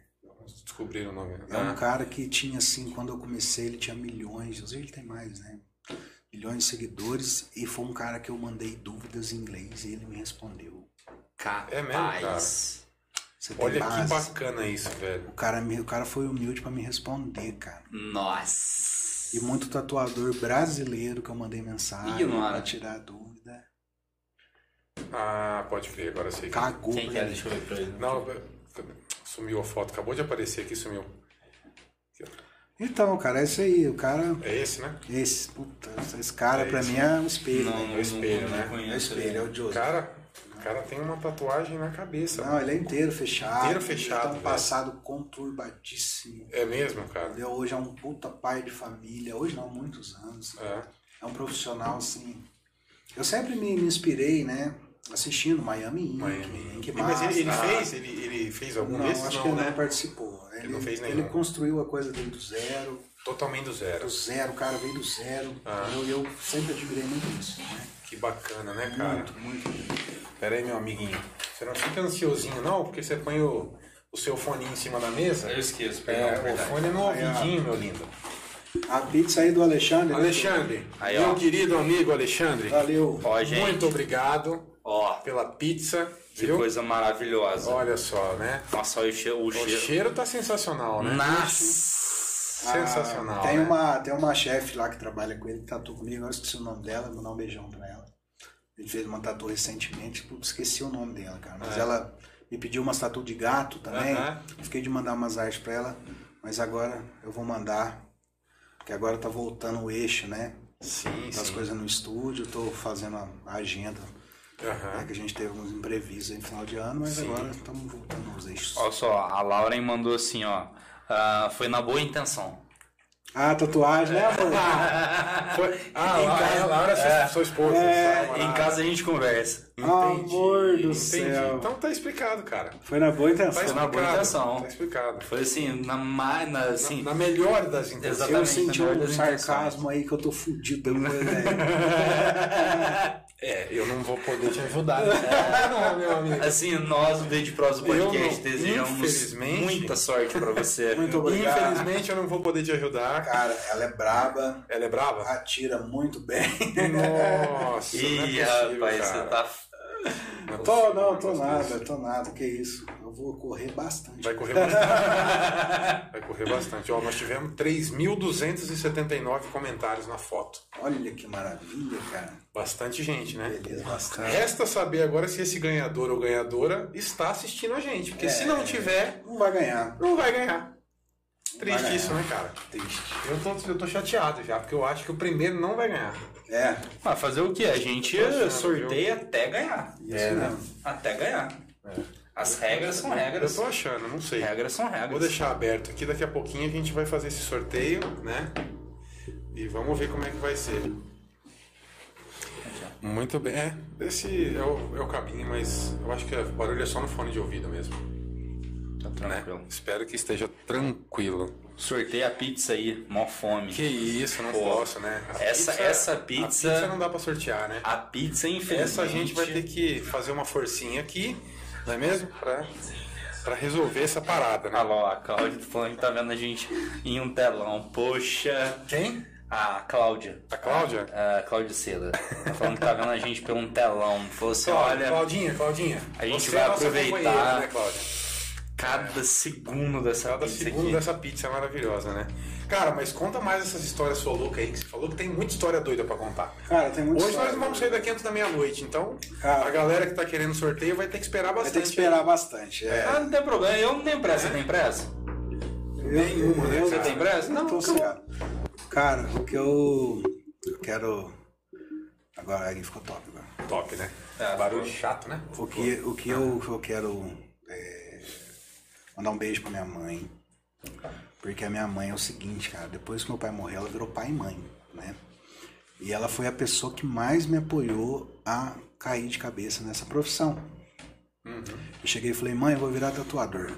[SPEAKER 1] Descobriram o nome. né?
[SPEAKER 3] É
[SPEAKER 2] Ah.
[SPEAKER 3] um cara que tinha assim, quando eu comecei, ele tinha milhões, hoje ele tem mais, né? Milhões de seguidores e foi um cara que eu mandei dúvidas em inglês e ele me respondeu.
[SPEAKER 2] Capaz.
[SPEAKER 1] É mesmo,
[SPEAKER 3] Você tem
[SPEAKER 1] Olha que
[SPEAKER 3] base?
[SPEAKER 1] bacana isso, velho.
[SPEAKER 3] O cara, me- o cara foi humilde pra me responder, cara.
[SPEAKER 2] Nossa.
[SPEAKER 3] E muito tatuador brasileiro que eu mandei mensagem
[SPEAKER 2] Ignora.
[SPEAKER 3] pra tirar dúvida.
[SPEAKER 1] Ah, pode crer, agora eu sei. que-
[SPEAKER 3] Cagou
[SPEAKER 2] Quem que
[SPEAKER 3] pra
[SPEAKER 2] é?
[SPEAKER 3] mim.
[SPEAKER 2] Deixa eu ver pra ele.
[SPEAKER 1] Não, sumiu a foto, acabou de aparecer aqui, sumiu.
[SPEAKER 3] Então, cara, é isso aí. O cara.
[SPEAKER 1] É esse, né?
[SPEAKER 3] Esse, puta, esse cara
[SPEAKER 1] É
[SPEAKER 3] pra
[SPEAKER 1] isso,
[SPEAKER 3] mim é um espelho.
[SPEAKER 2] Não,
[SPEAKER 3] né?
[SPEAKER 1] É o espelho,
[SPEAKER 2] não,
[SPEAKER 1] né?
[SPEAKER 2] não
[SPEAKER 3] É um
[SPEAKER 2] conheço.
[SPEAKER 3] espelho, é o
[SPEAKER 1] O
[SPEAKER 3] Joseph.
[SPEAKER 1] cara, o cara tem uma tatuagem na cabeça.
[SPEAKER 3] Não, ele é inteiro fechado.
[SPEAKER 1] Inteiro fechado, é.
[SPEAKER 3] Ele tem um
[SPEAKER 1] velho.
[SPEAKER 3] passado conturbadíssimo.
[SPEAKER 1] É mesmo, cara?
[SPEAKER 3] Entendeu? Hoje é um puta pai de família, hoje não, há muitos anos.
[SPEAKER 1] É.
[SPEAKER 3] É um profissional assim. Eu sempre me, me inspirei, né? Assistindo Miami Inc.
[SPEAKER 1] Miami.
[SPEAKER 3] Inc.
[SPEAKER 1] Mas ele, ele
[SPEAKER 3] Master.
[SPEAKER 1] fez? Ele, ele fez algum
[SPEAKER 3] Não,
[SPEAKER 1] desses?
[SPEAKER 3] acho
[SPEAKER 1] Não,
[SPEAKER 3] que ele
[SPEAKER 1] né?
[SPEAKER 3] não participou. Ele,
[SPEAKER 1] não fez
[SPEAKER 3] ele
[SPEAKER 1] nenhum.
[SPEAKER 3] construiu a coisa dele do zero,
[SPEAKER 1] Totalmente do zero.
[SPEAKER 3] do zero, o cara veio do zero.
[SPEAKER 1] Ah.
[SPEAKER 3] entendeu? E Eu, sempre admirei muito isso. Né?
[SPEAKER 1] Que bacana, né, cara?
[SPEAKER 3] Muito, muito.
[SPEAKER 1] Pera aí, meu amiguinho. Você não fica ansiosinho, não? Porque você põe o, o seu foninho em cima da mesa.
[SPEAKER 2] Eu esqueço, perdão,
[SPEAKER 1] É, o
[SPEAKER 2] verdade.
[SPEAKER 1] fone no
[SPEAKER 3] Aí, ó.
[SPEAKER 1] ouvidinho, meu lindo.
[SPEAKER 3] A pizza aí do Alexandre. né?
[SPEAKER 1] Alexandre,
[SPEAKER 2] Aí, ó.
[SPEAKER 1] meu querido amigo Alexandre,
[SPEAKER 3] Valeu.
[SPEAKER 2] Ó, gente.
[SPEAKER 1] é muito obrigado
[SPEAKER 2] Ó,
[SPEAKER 1] pela pizza,
[SPEAKER 2] que
[SPEAKER 1] viu?
[SPEAKER 2] coisa maravilhosa.
[SPEAKER 1] Olha só, né?
[SPEAKER 2] Nossa, olha o cheiro. O
[SPEAKER 1] O
[SPEAKER 2] cheiro.
[SPEAKER 1] cheiro tá sensacional, né?
[SPEAKER 2] Nossa.
[SPEAKER 1] Sensacional.
[SPEAKER 3] Ah, Tem
[SPEAKER 1] né?
[SPEAKER 3] uma, tem uma chefe lá que trabalha com ele, que tatuou comigo, agora esqueci o nome dela, vou mandar um beijão pra ela. Ele fez uma tatu recentemente, putz, esqueci o nome dela, cara. Mas ela me pediu uma tatu de gato também.
[SPEAKER 1] É. Aham.
[SPEAKER 3] Fiquei de mandar umas artes pra ela. Mas agora eu vou mandar, porque agora tá voltando o eixo, né?
[SPEAKER 1] Sim,
[SPEAKER 3] Das
[SPEAKER 1] sim.
[SPEAKER 3] coisas no estúdio, tô fazendo a a agenda.
[SPEAKER 1] É.
[SPEAKER 3] né, que a gente teve uns imprevistos aí no final de ano, mas agora estamos voltando aos eixos.
[SPEAKER 2] Olha só, a Lauren mandou assim, ó. ah, foi na boa intenção.
[SPEAKER 3] Ah, tatuagem, né, amor?
[SPEAKER 1] Foi- Ah, lá, é, Laura, sua- sua esposa.
[SPEAKER 3] É,
[SPEAKER 1] sua
[SPEAKER 2] Em
[SPEAKER 1] namorada.
[SPEAKER 2] casa a gente conversa.
[SPEAKER 3] Amor do
[SPEAKER 1] Entendi.
[SPEAKER 3] céu.
[SPEAKER 1] Então tá explicado, cara.
[SPEAKER 3] Foi na boa
[SPEAKER 1] Tá
[SPEAKER 3] intenção.
[SPEAKER 2] na boa
[SPEAKER 1] explicado,
[SPEAKER 2] intenção.
[SPEAKER 1] Tá explicado.
[SPEAKER 2] Foi assim, na, ma- na assim,
[SPEAKER 1] Na melhor das intenções.
[SPEAKER 2] Exatamente.
[SPEAKER 3] Eu senti
[SPEAKER 1] né?
[SPEAKER 2] na melhor
[SPEAKER 3] um
[SPEAKER 2] das intenções.
[SPEAKER 3] sarcasmo aí que eu tô fudido. né, velho?
[SPEAKER 1] É, eu não vou poder te ajudar. né? Não, meu amigo.
[SPEAKER 2] assim, nós do Dede Pros do
[SPEAKER 1] Eu
[SPEAKER 2] podcast
[SPEAKER 1] não,
[SPEAKER 2] desejamos
[SPEAKER 1] infelizmente.
[SPEAKER 2] muita sorte pra você.
[SPEAKER 3] Muito obrigado.
[SPEAKER 1] Infelizmente eu não vou poder te ajudar.
[SPEAKER 3] Cara, ela é braba,
[SPEAKER 1] Ela é brava?
[SPEAKER 3] atira muito bem.
[SPEAKER 1] Nossa, não
[SPEAKER 2] Ih,
[SPEAKER 1] é possível,
[SPEAKER 2] rapaz,
[SPEAKER 1] cara.
[SPEAKER 2] você tá
[SPEAKER 1] Não é
[SPEAKER 3] Tô,
[SPEAKER 1] possível, é
[SPEAKER 3] não, tô
[SPEAKER 1] possível.
[SPEAKER 3] nada, tô nada, que isso. Eu vou correr bastante.
[SPEAKER 1] Vai correr bastante. Vai correr bastante. Ó, nós tivemos 3.279 comentários na foto.
[SPEAKER 3] Olha que maravilha, cara.
[SPEAKER 1] Bastante gente, né?
[SPEAKER 3] Beleza, bastante.
[SPEAKER 1] Resta saber agora se esse ganhador ou ganhadora está assistindo a gente. Porque se não tiver,
[SPEAKER 3] Não vai ganhar.
[SPEAKER 1] não É. vai ganhar. Triste
[SPEAKER 3] ganhar.
[SPEAKER 1] isso, né, cara?
[SPEAKER 3] Triste.
[SPEAKER 1] Eu tô, eu tô chateado já, porque eu acho que o primeiro não vai ganhar.
[SPEAKER 3] É,
[SPEAKER 2] Ah, fazer o quê? A gente
[SPEAKER 1] achando,
[SPEAKER 2] sorteia até ganhar.
[SPEAKER 3] isso
[SPEAKER 1] É, né?
[SPEAKER 3] mesmo.
[SPEAKER 2] Até ganhar. As regras são
[SPEAKER 1] É. Eu
[SPEAKER 2] regras.
[SPEAKER 1] tô achando, não sei.
[SPEAKER 2] Regras são regras.
[SPEAKER 1] É, Vou deixar aberto aqui, daqui a pouquinho a gente vai fazer esse sorteio, né? E vamos ver como é que vai ser. Muito bem. É, esse é o, é o caminho, mas eu acho que o barulho é só no fone de ouvido mesmo.
[SPEAKER 2] Tá
[SPEAKER 1] Né?
[SPEAKER 2] tranquilo.
[SPEAKER 1] Espero que esteja tranquilo.
[SPEAKER 2] Sorteia a pizza aí, mó fome.
[SPEAKER 1] Que isso, não
[SPEAKER 2] Pô,
[SPEAKER 1] posso, né? A
[SPEAKER 2] essa- essa
[SPEAKER 1] a
[SPEAKER 2] pizza-
[SPEAKER 1] pizza não dá pra sortear, né?
[SPEAKER 2] A pizza, infelizmente.
[SPEAKER 1] Essa a gente vai ter que fazer uma forcinha aqui, não é mesmo? Pra, pra resolver essa parada, né?
[SPEAKER 2] Ah lá, a Cláudia falando que tá vendo a gente em um telão. Poxa.
[SPEAKER 1] Quem?
[SPEAKER 2] A Cláudia.
[SPEAKER 1] A Tá, Cláudia?
[SPEAKER 2] A Cláudia Ah, Seda. Tá falando que tá vendo a gente por um telão. Falou assim:
[SPEAKER 1] Cláudia,
[SPEAKER 2] olha,
[SPEAKER 1] Claudinha, Claudinha.
[SPEAKER 2] A gente
[SPEAKER 1] você
[SPEAKER 2] vai
[SPEAKER 1] é nossa
[SPEAKER 2] aproveitar.
[SPEAKER 1] companheira, Né, Cláudia?
[SPEAKER 2] cada segundo dessa
[SPEAKER 1] Cada
[SPEAKER 2] pizza
[SPEAKER 1] segundo
[SPEAKER 2] aqui.
[SPEAKER 1] dessa pizza maravilhosa, né? Cara, mas conta mais essas histórias sua louca aí, que você falou que tem muita história doida pra contar.
[SPEAKER 3] Cara, tem muito
[SPEAKER 1] Hoje nós não vamos sair daqui antes da meia-noite, então
[SPEAKER 3] Cara.
[SPEAKER 1] a galera que tá querendo sorteio vai ter que esperar
[SPEAKER 3] Vai ter
[SPEAKER 1] bastante. né?
[SPEAKER 3] que esperar bastante. É.
[SPEAKER 2] Ah, não tem problema, eu não tenho pressa. Você tem pressa?
[SPEAKER 3] Nenhuma,
[SPEAKER 1] né,
[SPEAKER 3] Eu,
[SPEAKER 1] cara?
[SPEAKER 2] Tem pressa?
[SPEAKER 3] Não,
[SPEAKER 2] Não,
[SPEAKER 3] tô cegado. Então Cara, o que eu eu quero. Agora aí ficou top agora.
[SPEAKER 1] Top, né?
[SPEAKER 2] É,
[SPEAKER 1] Barulho chato, né?
[SPEAKER 3] O que, o que eu, eu quero é, mandar um beijo pra minha mãe. Porque a minha mãe é o seguinte, cara, depois que meu pai morreu, ela virou pai e mãe, né? E ela foi a pessoa que mais me apoiou a cair de cabeça nessa profissão. Eu cheguei e falei, mãe, eu vou virar tatuador.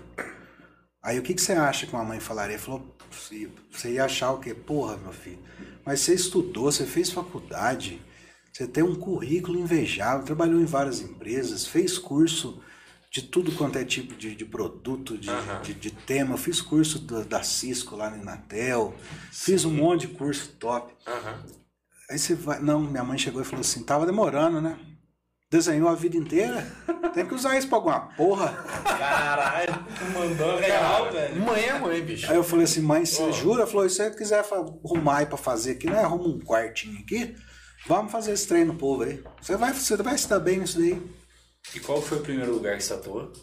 [SPEAKER 3] Aí o que, que você acha que uma mãe falaria? Falou, "Você- você ia achar o quê? Porra, meu filho. Mas você estudou, você fez faculdade, você tem um currículo invejável, trabalhou em várias empresas, fez curso de tudo quanto é tipo de, de produto, de,
[SPEAKER 1] Aham.
[SPEAKER 3] de, de tema. Eu fiz curso do- da Cisco lá na Inatel, fiz um monte de curso top.
[SPEAKER 1] Aham.
[SPEAKER 3] Aí você vai. Não, minha mãe chegou e falou assim: tava demorando, né? Desenhou a vida inteira. Tem que usar isso pra alguma porra.
[SPEAKER 2] Caralho, tu mandou real, velho.
[SPEAKER 1] Mãe é mãe, bicho.
[SPEAKER 3] Aí eu falei assim, mãe, você
[SPEAKER 1] Ó.
[SPEAKER 3] jura? Ela falou, se você quiser fa- arrumar aí pra fazer aqui, né? Arruma um quartinho aqui. Vamos fazer esse treino povo aí. Você vai, você vai se dar bem nisso daí.
[SPEAKER 2] E qual foi o primeiro lugar que você atuou?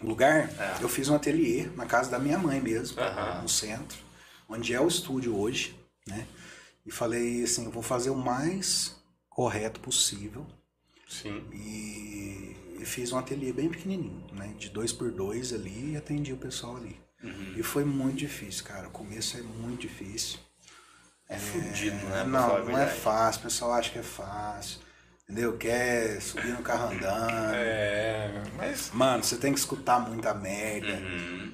[SPEAKER 3] O lugar,
[SPEAKER 2] É.
[SPEAKER 3] eu fiz um ateliê na casa da minha mãe mesmo,
[SPEAKER 2] Aham.
[SPEAKER 3] no centro, onde é o estúdio hoje, né? E falei assim, eu vou fazer o mais correto possível.
[SPEAKER 1] Sim.
[SPEAKER 3] E, e fiz um ateliê bem pequenininho, né? De dois por dois ali e atendi o pessoal ali.
[SPEAKER 2] Uhum.
[SPEAKER 3] E foi muito difícil, cara. O começo é muito difícil.
[SPEAKER 2] É fudido, né? pra falar a
[SPEAKER 3] não, não é
[SPEAKER 2] verdade.
[SPEAKER 3] fácil. O pessoal acha que é fácil. Entendeu? Quer subir no carro andando.
[SPEAKER 2] Ah.
[SPEAKER 1] É, mas
[SPEAKER 3] Mano, você tem que escutar muita merda.
[SPEAKER 2] Uhum.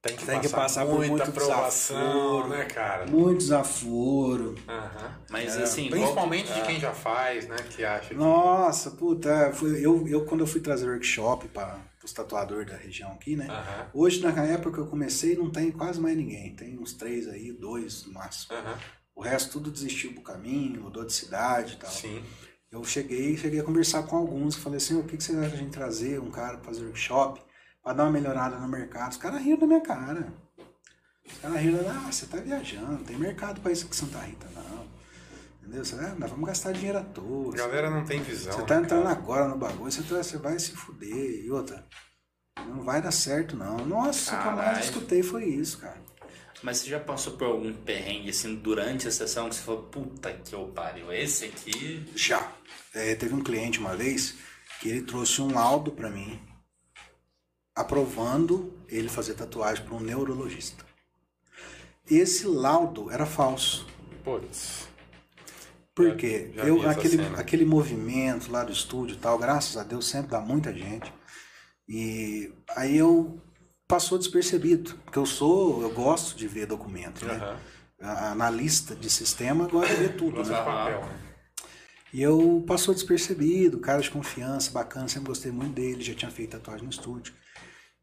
[SPEAKER 1] tem que,
[SPEAKER 3] Tem que passar por
[SPEAKER 1] muita
[SPEAKER 3] muito
[SPEAKER 1] aprovação,
[SPEAKER 3] desaforo.
[SPEAKER 1] né, cara?
[SPEAKER 3] Muito desaforo.
[SPEAKER 1] Aham.
[SPEAKER 2] Mas assim, qual-
[SPEAKER 1] Principalmente de
[SPEAKER 2] Ah,
[SPEAKER 1] quem já faz, né? Que acha que.
[SPEAKER 3] Nossa, puta. é, Foi, eu, eu, quando eu fui trazer workshop para os tatuadores da região aqui, né?
[SPEAKER 1] Aham.
[SPEAKER 3] Hoje, na época que eu comecei, não tem quase mais ninguém. Tem uns três aí, dois no máximo.
[SPEAKER 1] Aham.
[SPEAKER 3] O resto tudo desistiu pro caminho, mudou de cidade e tal.
[SPEAKER 1] Sim.
[SPEAKER 3] Eu cheguei, cheguei a conversar com alguns, falei assim, o que, que você acha de a gente trazer um cara pra fazer workshop, pra dar uma melhorada no mercado? Os caras riram da minha cara. Os caras riram, ah, você tá viajando, não tem mercado pra isso aqui em Santa Rita, não. Entendeu? Você, ah, nós vamos gastar dinheiro à toa.
[SPEAKER 1] A galera não tem visão.
[SPEAKER 3] Você tá
[SPEAKER 1] né,
[SPEAKER 3] entrando
[SPEAKER 1] cara?
[SPEAKER 3] agora no bagulho, você, tá- você vai se fuder. E outra, não vai dar certo, não. Nossa, o que eu mais
[SPEAKER 2] Caralho.
[SPEAKER 3] escutei foi isso, cara.
[SPEAKER 2] Mas você já passou por algum perrengue, assim, durante a sessão que você falou, puta que eu pariu, esse aqui.
[SPEAKER 3] Já. É, teve um cliente uma vez que ele trouxe um laudo pra mim aprovando ele fazer tatuagem para um neurologista. Esse laudo era falso.
[SPEAKER 1] Putz. Já-
[SPEAKER 3] Porque
[SPEAKER 1] já vi
[SPEAKER 3] eu,
[SPEAKER 1] essa
[SPEAKER 3] aquele,
[SPEAKER 1] cena.
[SPEAKER 3] aquele movimento lá do estúdio e tal, graças a Deus, sempre dá muita gente. E aí eu passou despercebido. Porque eu sou, eu gosto de ver documento, né?
[SPEAKER 1] Aham.
[SPEAKER 3] A- Analista de sistema gosta de ver tudo,
[SPEAKER 1] Gosto
[SPEAKER 3] né?
[SPEAKER 1] de papel, né?
[SPEAKER 3] E eu passou despercebido, cara de confiança, bacana, sempre gostei muito dele, já tinha feito tatuagem no estúdio.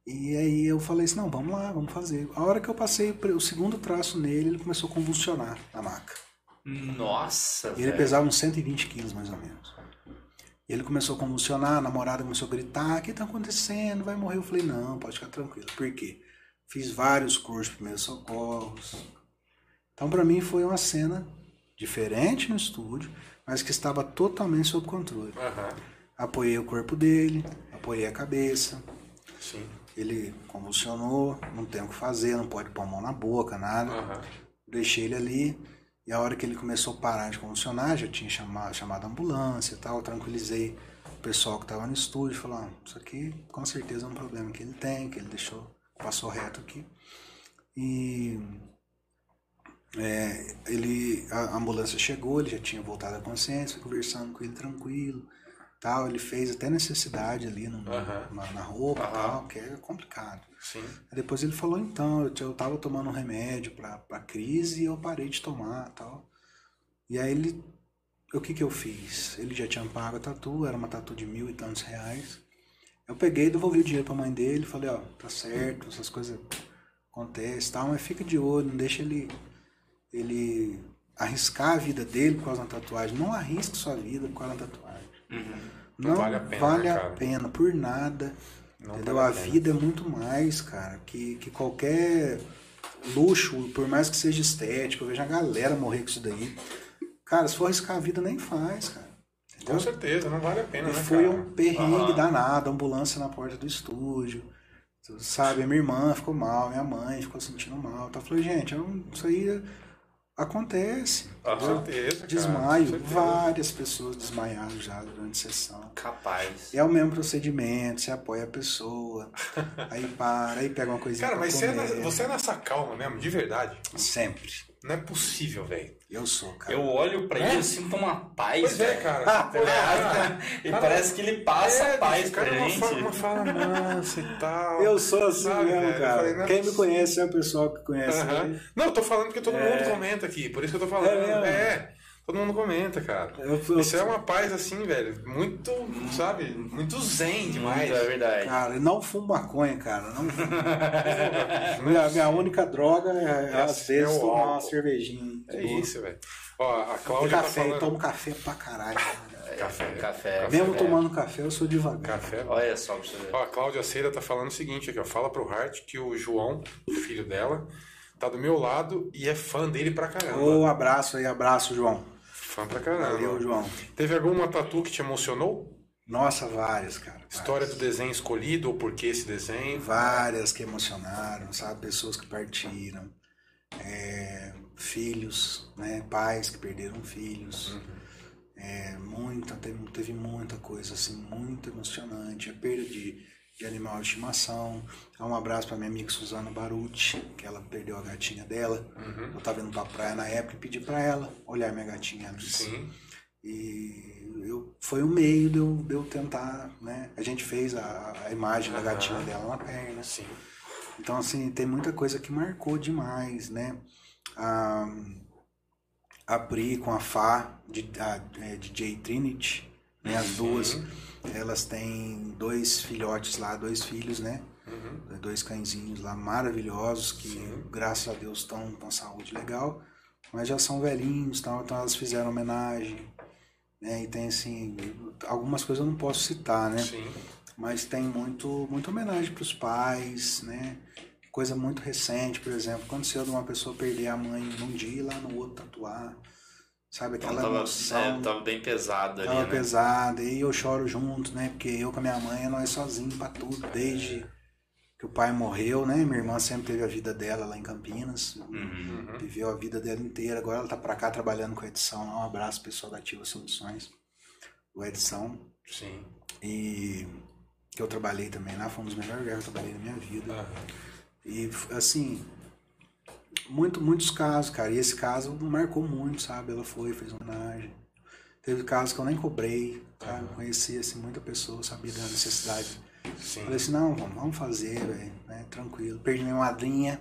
[SPEAKER 3] E aí eu falei assim, não, vamos lá, vamos fazer. A hora que eu passei pre- o segundo traço nele, ele começou a convulsionar na maca.
[SPEAKER 2] Nossa,
[SPEAKER 3] E ele
[SPEAKER 2] velho.
[SPEAKER 3] pesava uns 120 quilos, mais ou menos. E ele começou a convulsionar, a namorada começou a gritar, o que tá acontecendo? Vai morrer. Eu falei, não, pode ficar tranquilo. Por quê? Fiz vários cursos de primeiros socorros. Então, pra mim, foi uma cena diferente no estúdio, mas que estava totalmente sob controle.
[SPEAKER 1] Aham.
[SPEAKER 3] Apoiei o corpo dele, apoiei a cabeça.
[SPEAKER 1] Sim.
[SPEAKER 3] Ele convulsionou, não tem o que fazer, não pode pôr a mão na boca, nada.
[SPEAKER 1] Aham.
[SPEAKER 3] Deixei ele ali. E a hora que ele começou a parar de convulsionar, já tinha chamado, chamado a ambulância e tal. eu Tranquilizei o pessoal que estava no estúdio. Falei, "Ah, isso aqui com certeza é um problema que ele tem, que ele deixou, passou reto aqui. E é, ele, a ambulância chegou, ele já tinha voltado à consciência, conversando com ele tranquilo. Tal, ele fez até necessidade ali no-
[SPEAKER 1] Aham.
[SPEAKER 3] na, na roupa,
[SPEAKER 1] Aham.
[SPEAKER 3] tal, que é complicado.
[SPEAKER 1] Sim.
[SPEAKER 3] Aí Depois ele falou, então, eu, t- eu tava tomando um remédio pra, pra crise e eu parei de tomar tal. E aí ele, o que que eu fiz? Ele já tinha pago a tatu, era uma tatu de mil e tantos reais. Eu peguei e devolvi o dinheiro pra mãe dele, falei, ó, tá certo, essas coisas acontecem tal, mas fica de olho, não deixa ele, ele arriscar a vida dele por causa da tatuagem. Não arrisque sua vida por causa da tatuagem.
[SPEAKER 2] Uhum.
[SPEAKER 3] Não vale a pena, né,
[SPEAKER 1] cara.
[SPEAKER 3] por nada.
[SPEAKER 1] Não né?
[SPEAKER 3] entendeu?
[SPEAKER 1] vale a
[SPEAKER 3] a
[SPEAKER 1] pena.
[SPEAKER 3] vida é muito mais, cara, que, que qualquer luxo, por mais que seja estético. Eu vejo a galera morrer com isso daí. Cara, se for arriscar a vida, nem faz, cara.
[SPEAKER 1] Com certeza, não vale a pena,
[SPEAKER 3] E
[SPEAKER 1] né,
[SPEAKER 3] foi
[SPEAKER 1] cara?
[SPEAKER 3] um perrengue
[SPEAKER 2] Aham.
[SPEAKER 3] danado, ambulância na porta do estúdio. Tu Sabe, a minha irmã ficou mal, minha mãe ficou sentindo mal. Tá falou, gente, eu não- isso aí acontece.
[SPEAKER 1] Com
[SPEAKER 3] entendeu?
[SPEAKER 1] certeza, cara.
[SPEAKER 3] Desmaio,
[SPEAKER 1] Com certeza.
[SPEAKER 3] várias pessoas desmaiaram já durante a sessão.
[SPEAKER 2] Capaz.
[SPEAKER 3] É o mesmo procedimento, você apoia a pessoa, aí para, aí pega uma coisinha.
[SPEAKER 1] Cara,
[SPEAKER 3] pra
[SPEAKER 1] mas você é, na-
[SPEAKER 3] comer. né?
[SPEAKER 1] você é nessa calma mesmo, de verdade.
[SPEAKER 3] Sempre.
[SPEAKER 1] Não é possível, velho.
[SPEAKER 3] Eu sou, cara.
[SPEAKER 2] Eu olho pra ele
[SPEAKER 1] É?
[SPEAKER 2] e eu sinto uma paz.
[SPEAKER 1] Pois é,
[SPEAKER 2] velho.
[SPEAKER 1] cara.
[SPEAKER 2] Ah, pô,
[SPEAKER 1] Cara,
[SPEAKER 2] e
[SPEAKER 1] cara,
[SPEAKER 2] parece que ele passa
[SPEAKER 1] É,
[SPEAKER 2] paz
[SPEAKER 1] bicho,
[SPEAKER 2] pra
[SPEAKER 1] cara, uma
[SPEAKER 2] gente.
[SPEAKER 1] fala, uma fala mansa e tal.
[SPEAKER 3] Eu sou assim
[SPEAKER 1] Sabe,
[SPEAKER 3] mesmo,
[SPEAKER 1] velho? Eu
[SPEAKER 3] cara.
[SPEAKER 1] falei, não é
[SPEAKER 3] Quem me
[SPEAKER 1] possível.
[SPEAKER 3] conhece é o pessoal que conhece.
[SPEAKER 1] Aham.
[SPEAKER 3] né?
[SPEAKER 1] Não, eu tô falando porque
[SPEAKER 2] É.
[SPEAKER 1] todo mundo comenta aqui, por isso que eu tô falando.
[SPEAKER 3] É mesmo?
[SPEAKER 1] É, todo mundo comenta, cara.
[SPEAKER 3] Eu, eu-
[SPEAKER 1] Isso é uma paz assim, velho, muito, sabe, muito zen demais.
[SPEAKER 2] Muito, é verdade.
[SPEAKER 3] Cara, eu não fumo maconha, cara. eu Não fumo. minha, minha única droga é,
[SPEAKER 1] É
[SPEAKER 3] às vezes,
[SPEAKER 1] o
[SPEAKER 3] tomar uma
[SPEAKER 1] álcool.
[SPEAKER 3] cervejinha.
[SPEAKER 1] É
[SPEAKER 3] de boa.
[SPEAKER 1] isso, velho. Ó, a
[SPEAKER 3] E
[SPEAKER 1] Cláudia tá
[SPEAKER 3] café, então. eu
[SPEAKER 1] falando...
[SPEAKER 3] tomo café pra caralho. cara.
[SPEAKER 1] Café.
[SPEAKER 2] Café.
[SPEAKER 3] Mesmo
[SPEAKER 2] café.
[SPEAKER 3] tomando café, eu sou devagar.
[SPEAKER 1] Café.
[SPEAKER 2] Olha só pra você ver.
[SPEAKER 1] Ó, a Cláudia Ceira tá falando o seguinte aqui, ó. Fala pro Hart que o João, o filho dela, tá do meu lado e é fã dele pra caramba.
[SPEAKER 3] Ô, abraço aí, abraço, João.
[SPEAKER 1] Fã pra caramba.
[SPEAKER 3] Valeu, João.
[SPEAKER 1] Teve alguma tatu que te emocionou?
[SPEAKER 3] Nossa, várias, cara. várias.
[SPEAKER 1] História do desenho escolhido ou por que esse desenho?
[SPEAKER 3] várias que emocionaram, sabe? Pessoas que partiram, é, filhos, né? Pais que perderam filhos.
[SPEAKER 1] Uhum.
[SPEAKER 3] É, muita, teve, teve muita coisa assim, muito emocionante. A perda de, de animal de estimação. Então, Um abraço para minha amiga Suzana Baruti, que ela perdeu a gatinha dela.
[SPEAKER 1] Uhum.
[SPEAKER 3] Eu tava indo pra praia na época e pedi para ela olhar minha gatinha antes.
[SPEAKER 1] Sim.
[SPEAKER 3] E eu, foi um meio de eu, de eu tentar, né? A gente fez a, a imagem da
[SPEAKER 1] Aham.
[SPEAKER 3] gatinha dela na perna.
[SPEAKER 1] Sim.
[SPEAKER 3] Então, assim, tem muita coisa que marcou demais, né? A, a Pri com a Fá, de, a, é, DJ Trinity, né? As duas,
[SPEAKER 1] Uhum.
[SPEAKER 3] elas têm dois filhotes lá, dois filhos, né?
[SPEAKER 1] Uhum.
[SPEAKER 3] Dois cãezinhos lá maravilhosos que,
[SPEAKER 1] Sim.
[SPEAKER 3] graças a Deus, estão com saúde legal, mas já são velhinhos, tal, então elas fizeram homenagem, né? E tem, assim, algumas coisas eu não posso citar, né?
[SPEAKER 1] Sim.
[SPEAKER 3] mas tem muito muita homenagem para os pais, né? Coisa muito recente, por exemplo, aconteceu de uma pessoa perder a mãe num dia e lá no outro tatuar, sabe
[SPEAKER 2] Então,
[SPEAKER 3] aquela
[SPEAKER 2] tava,
[SPEAKER 3] emoção,
[SPEAKER 2] é, tava bem pesado ali,
[SPEAKER 3] tava
[SPEAKER 2] né?
[SPEAKER 3] pesada, e eu choro junto, né? Porque eu com a minha mãe, nós sozinhos para tudo, desde que o pai morreu, né? Minha irmã sempre teve a vida dela lá em Campinas,
[SPEAKER 2] Uhum.
[SPEAKER 1] Uhum.
[SPEAKER 3] viveu a vida dela inteira. Agora ela tá pra cá trabalhando com a edição. lá. Um abraço pessoal da Ativa Soluções, o edição
[SPEAKER 1] Sim.
[SPEAKER 3] e que eu trabalhei também lá. Foi um dos melhores lugares que eu trabalhei na minha vida.
[SPEAKER 1] Aham.
[SPEAKER 3] E assim, muito, muitos casos, cara. E esse caso marcou muito, sabe? Ela foi, fez homenagem. Teve casos que eu nem cobrei, sabe? Conheci assim, muita pessoa, sabia da necessidade.
[SPEAKER 1] Sim.
[SPEAKER 3] Falei assim, não, vamos, vamos fazer, velho, né? Tranquilo. Perdi minha madrinha,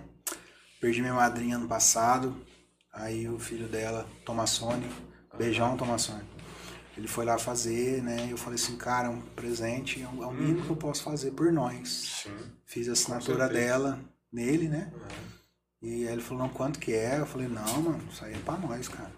[SPEAKER 3] perdi minha madrinha ano passado. Aí o filho dela, Tomassone, beijão Tomassone. Ele foi lá fazer, né? Eu falei assim, cara, é um presente, é o é o mínimo que eu posso fazer por nós.
[SPEAKER 1] Sim.
[SPEAKER 3] Fiz a assinatura
[SPEAKER 1] Uhum. certeza. Uhum.
[SPEAKER 3] dela nele, né? E aí ele falou, não, quanto que é? Eu falei, não, mano, isso aí é pra nós, cara.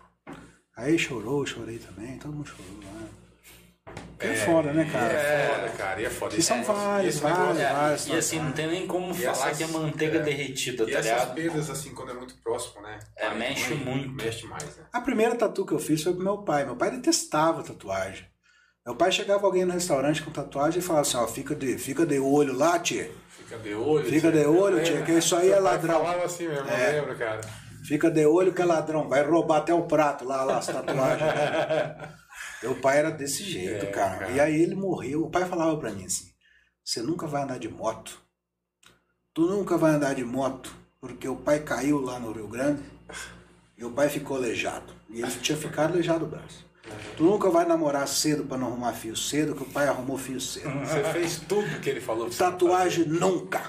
[SPEAKER 3] Aí chorou, eu chorei também, todo mundo chorou lá. É, foda, né, cara?
[SPEAKER 1] É foda, cara. E é foda.
[SPEAKER 3] E são vários,
[SPEAKER 1] esse negócio-
[SPEAKER 3] vários, vários.
[SPEAKER 2] E assim, não tem nem como
[SPEAKER 1] E
[SPEAKER 2] falar
[SPEAKER 1] essas-
[SPEAKER 2] que é manteiga
[SPEAKER 1] é.
[SPEAKER 2] derretida,
[SPEAKER 1] E
[SPEAKER 2] tá
[SPEAKER 1] essas
[SPEAKER 2] ligado?
[SPEAKER 1] perdas, assim, quando é muito próximo, né?
[SPEAKER 2] É, mexe muito.
[SPEAKER 1] Mexe mais, né?
[SPEAKER 3] A primeira tatu que eu fiz foi pro meu pai. Meu pai detestava tatuagem. Meu pai chegava alguém no restaurante com tatuagem e falava assim, ó, fica de, fica de olho lá, tia.
[SPEAKER 1] Fica de olho.
[SPEAKER 3] Fica
[SPEAKER 1] tia.
[SPEAKER 3] de olho,
[SPEAKER 1] Eu
[SPEAKER 3] tia,
[SPEAKER 1] lembro.
[SPEAKER 3] que isso aí
[SPEAKER 1] Seu
[SPEAKER 3] é
[SPEAKER 1] pai
[SPEAKER 3] ladrão. É.
[SPEAKER 1] falava assim mesmo, eu lembro, cara.
[SPEAKER 3] Fica de olho que é ladrão, vai roubar até o prato lá, lá, as tatuagens. Meu pai era desse jeito,
[SPEAKER 1] É,
[SPEAKER 3] cara.
[SPEAKER 1] cara.
[SPEAKER 3] E aí ele morreu. O pai falava pra mim assim: você nunca vai andar de moto. Tu nunca vai andar de moto, porque o pai caiu lá no Rio Grande e o pai ficou aleijado. E ele tinha ficado aleijado o braço. Tu nunca vai namorar cedo pra não arrumar fio cedo, que o pai arrumou fio cedo.
[SPEAKER 1] Você fez tudo que ele falou. pra você
[SPEAKER 3] Tatuagem nunca.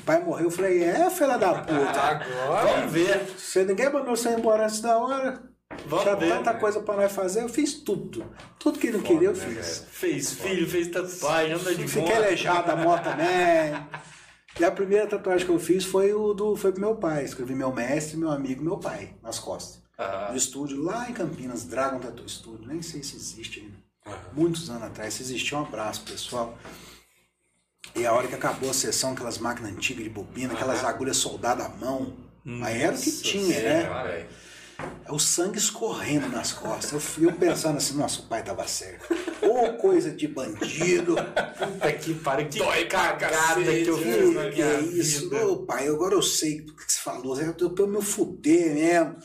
[SPEAKER 3] O pai morreu, eu falei, é, filha da
[SPEAKER 1] fazer.
[SPEAKER 3] puta.
[SPEAKER 1] Agora.
[SPEAKER 2] Vamos ver.
[SPEAKER 3] Você ninguém mandou você ir embora antes da hora.
[SPEAKER 2] Vamos
[SPEAKER 3] Tinha
[SPEAKER 2] ver,
[SPEAKER 3] tanta
[SPEAKER 2] né?
[SPEAKER 3] coisa pra nós fazer, eu fiz tudo. Tudo que ele não queria, eu
[SPEAKER 1] né,
[SPEAKER 3] fiz.
[SPEAKER 2] Fez filho, fez tatuagem, anda de
[SPEAKER 3] Fiquei
[SPEAKER 2] moto.
[SPEAKER 3] aleijado a moto também. E a primeira tatuagem que eu fiz foi o do foi pro meu pai. Escrevi meu mestre, meu amigo, meu pai nas costas.
[SPEAKER 2] Ah,
[SPEAKER 3] No estúdio lá em Campinas, Dragon Tattoo Studio, nem sei se existe ainda.
[SPEAKER 1] Aham.
[SPEAKER 3] Muitos anos atrás, se existia um abraço, pessoal. E a hora que acabou a sessão, aquelas máquinas antigas de bobina, aquelas agulhas soldadas à mão. Aí era o que
[SPEAKER 2] Nossa
[SPEAKER 3] tinha, né?
[SPEAKER 1] Cara, velho.
[SPEAKER 3] É o sangue escorrendo nas costas. Eu fui pensando assim, nosso pai tava certo. Ô, coisa de bandido.
[SPEAKER 2] puta que pariu, que
[SPEAKER 1] Dói pra
[SPEAKER 2] cagada que eu
[SPEAKER 1] cacete,
[SPEAKER 2] fiz na
[SPEAKER 1] né?
[SPEAKER 3] Que, que
[SPEAKER 2] minha
[SPEAKER 3] é isso?
[SPEAKER 2] vida.
[SPEAKER 3] Ô, pai, agora eu sei o que você falou. Eu tô pra eu me fuder mesmo.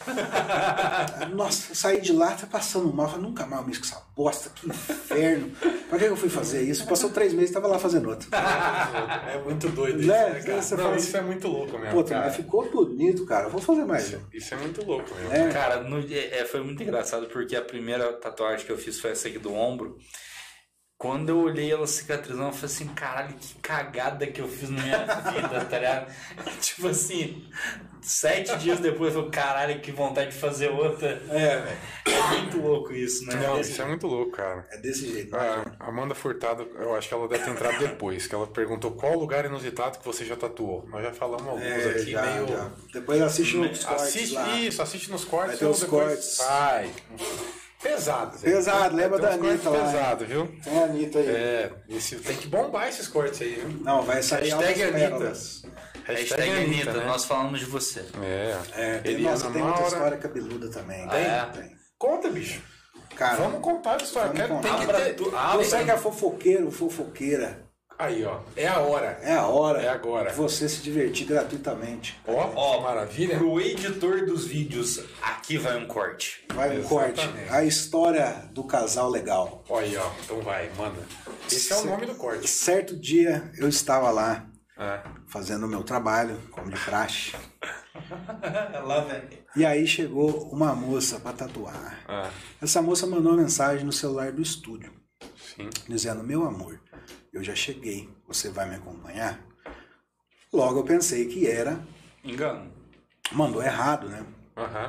[SPEAKER 3] Nossa, eu saí de lá, tá passando mal. Eu falei, nunca mais eu mexo com essa bosta, que inferno. Pra que eu fui fazer isso? Passou três meses, tava lá fazendo outro.
[SPEAKER 1] É muito doido isso,
[SPEAKER 3] Né?
[SPEAKER 1] né, cara?
[SPEAKER 3] Você
[SPEAKER 1] Não,
[SPEAKER 3] fala
[SPEAKER 1] isso é muito louco mesmo,
[SPEAKER 3] Pô,
[SPEAKER 1] cara.
[SPEAKER 3] mas ficou bonito, cara. Eu Vou fazer mais. um.
[SPEAKER 1] Isso, isso é muito louco mesmo.
[SPEAKER 3] É.
[SPEAKER 2] Cara, no- é- é, foi muito engraçado porque a primeira tatuagem que eu fiz foi essa aqui do ombro. Quando eu olhei ela cicatrizando, eu falei assim, caralho, que cagada que eu fiz na minha vida, tá ligado? tipo assim, sete dias depois eu falei, caralho, que vontade de fazer outra.
[SPEAKER 3] É, velho.
[SPEAKER 2] É muito louco isso, né?
[SPEAKER 1] Não, isso é muito louco, cara.
[SPEAKER 3] É desse jeito.
[SPEAKER 1] A Amanda Furtado, eu acho que ela deve ter entrado depois, que ela perguntou qual lugar inusitado que você já tatuou. Nós já falamos alguns
[SPEAKER 3] É,
[SPEAKER 1] aqui,
[SPEAKER 3] já,
[SPEAKER 1] meio...
[SPEAKER 3] já. Depois assiste os cortes
[SPEAKER 1] Assiste
[SPEAKER 3] lá.
[SPEAKER 1] isso, assiste nos cortes.
[SPEAKER 3] Vai ter
[SPEAKER 1] ou
[SPEAKER 3] os
[SPEAKER 1] depois-
[SPEAKER 3] cortes.
[SPEAKER 1] Vai. Pesado. Zé.
[SPEAKER 3] Pesado,
[SPEAKER 1] Vai
[SPEAKER 3] lembra
[SPEAKER 1] ter
[SPEAKER 3] da
[SPEAKER 1] uns cortes
[SPEAKER 3] Anitta lá,
[SPEAKER 1] Pesado, viu?
[SPEAKER 3] Tem a Anitta aí.
[SPEAKER 1] É, esse, tem que bombar esses cortes aí, viu?
[SPEAKER 3] Não, vai sair
[SPEAKER 1] Hashtag
[SPEAKER 3] altas
[SPEAKER 1] Anitta.
[SPEAKER 3] pérolas.
[SPEAKER 2] Hashtag é Anitta, né? nós falamos de você.
[SPEAKER 1] É.
[SPEAKER 3] É, tem,
[SPEAKER 1] Eliana
[SPEAKER 3] nossa, tem outra
[SPEAKER 1] Maura.
[SPEAKER 3] história cabeluda também.
[SPEAKER 2] Tem? Ah, é?
[SPEAKER 3] Tem.
[SPEAKER 1] Conta, bicho.
[SPEAKER 3] Cara,
[SPEAKER 1] Vamos contar a história.
[SPEAKER 3] vamos
[SPEAKER 1] Quero,
[SPEAKER 3] contar.
[SPEAKER 1] tem que
[SPEAKER 2] Abra
[SPEAKER 1] ter-
[SPEAKER 2] tu-
[SPEAKER 1] abre-
[SPEAKER 3] você que é fofoqueiro, fofoqueira,
[SPEAKER 1] Aí, ó. É a hora.
[SPEAKER 3] é a hora
[SPEAKER 1] É agora.
[SPEAKER 3] de você se divertir gratuitamente.
[SPEAKER 1] Ó,
[SPEAKER 2] Ó,
[SPEAKER 1] maravilha.
[SPEAKER 2] Pro editor dos vídeos, aqui vai um corte.
[SPEAKER 3] Vai um
[SPEAKER 1] Exatamente.
[SPEAKER 3] corte. A história do casal legal.
[SPEAKER 1] Olha aí, ó. Então vai, manda. Esse é o nome do corte.
[SPEAKER 3] Certo dia eu estava lá
[SPEAKER 1] É.
[SPEAKER 3] fazendo o meu trabalho, como de praxe,
[SPEAKER 2] Lá, velho.
[SPEAKER 3] e aí chegou uma moça para tatuar.
[SPEAKER 1] Ah,
[SPEAKER 3] Essa moça mandou uma mensagem no celular do estúdio.
[SPEAKER 1] sim.
[SPEAKER 3] dizendo: Meu amor, eu já cheguei, você vai me acompanhar? Logo eu pensei que era,
[SPEAKER 2] Engano.
[SPEAKER 3] mandou errado, né?
[SPEAKER 1] Aham.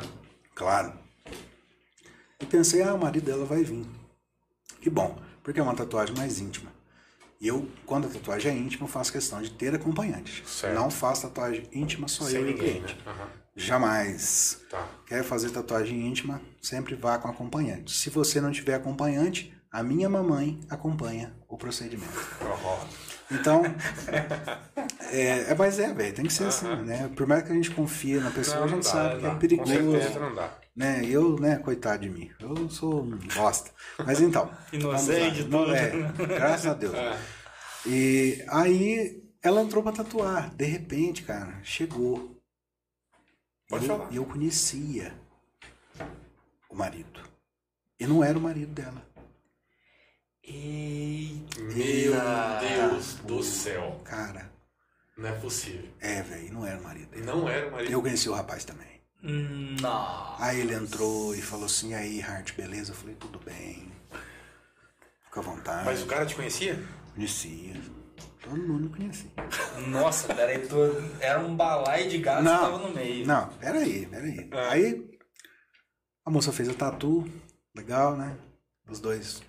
[SPEAKER 3] Claro. E pensei: Ah, o marido dela vai vir. Que bom, porque é uma tatuagem mais íntima. E eu, quando a tatuagem é íntima, eu faço questão de ter acompanhante.
[SPEAKER 1] Certo.
[SPEAKER 3] Não faço tatuagem íntima só
[SPEAKER 1] Sem
[SPEAKER 3] eu e o
[SPEAKER 1] ninguém, né?
[SPEAKER 3] cliente.
[SPEAKER 1] Aham.
[SPEAKER 3] Jamais.
[SPEAKER 1] Tá.
[SPEAKER 3] Quer fazer tatuagem íntima, sempre vá com acompanhante. Se você não tiver acompanhante, a minha mamãe acompanha o procedimento.
[SPEAKER 1] Ó,
[SPEAKER 3] Então, é, é, mas é, velho, tem que ser assim, né? Por mais que a gente confie na pessoa, a gente sabe que é
[SPEAKER 1] Com certeza
[SPEAKER 3] perigoso,
[SPEAKER 1] não dá.
[SPEAKER 3] né? Eu, né, coitado de mim, eu sou um bosta. Mas então,
[SPEAKER 2] Inocente,
[SPEAKER 3] vamos lá.
[SPEAKER 2] tudo.
[SPEAKER 3] É, graças a Deus.
[SPEAKER 1] É.
[SPEAKER 3] E aí ela entrou pra tatuar. De repente, cara, chegou.
[SPEAKER 1] Pode
[SPEAKER 3] E eu-
[SPEAKER 1] falar.
[SPEAKER 3] E eu conhecia o marido. E não era o marido dela.
[SPEAKER 2] Eita.
[SPEAKER 1] Meu
[SPEAKER 2] Eita.
[SPEAKER 1] Deus do céu.
[SPEAKER 3] Cara,
[SPEAKER 1] Não é possível.
[SPEAKER 3] é, velho, não era o marido dele.
[SPEAKER 1] Não era o marido.
[SPEAKER 3] Eu conheci o rapaz também.
[SPEAKER 2] Nossa.
[SPEAKER 3] Aí ele entrou e falou assim, e aí, Hart, beleza? Eu falei, tudo bem. Fica à vontade.
[SPEAKER 1] Mas o cara te conhecia?
[SPEAKER 3] Conhecia. Todo mundo conhecia.
[SPEAKER 2] Nossa, peraí, tu era um balaio de gato que
[SPEAKER 3] Não.
[SPEAKER 2] tava no meio.
[SPEAKER 3] Não, peraí, peraí.
[SPEAKER 1] É.
[SPEAKER 3] Aí a moça fez a tatu, legal, né? Os dois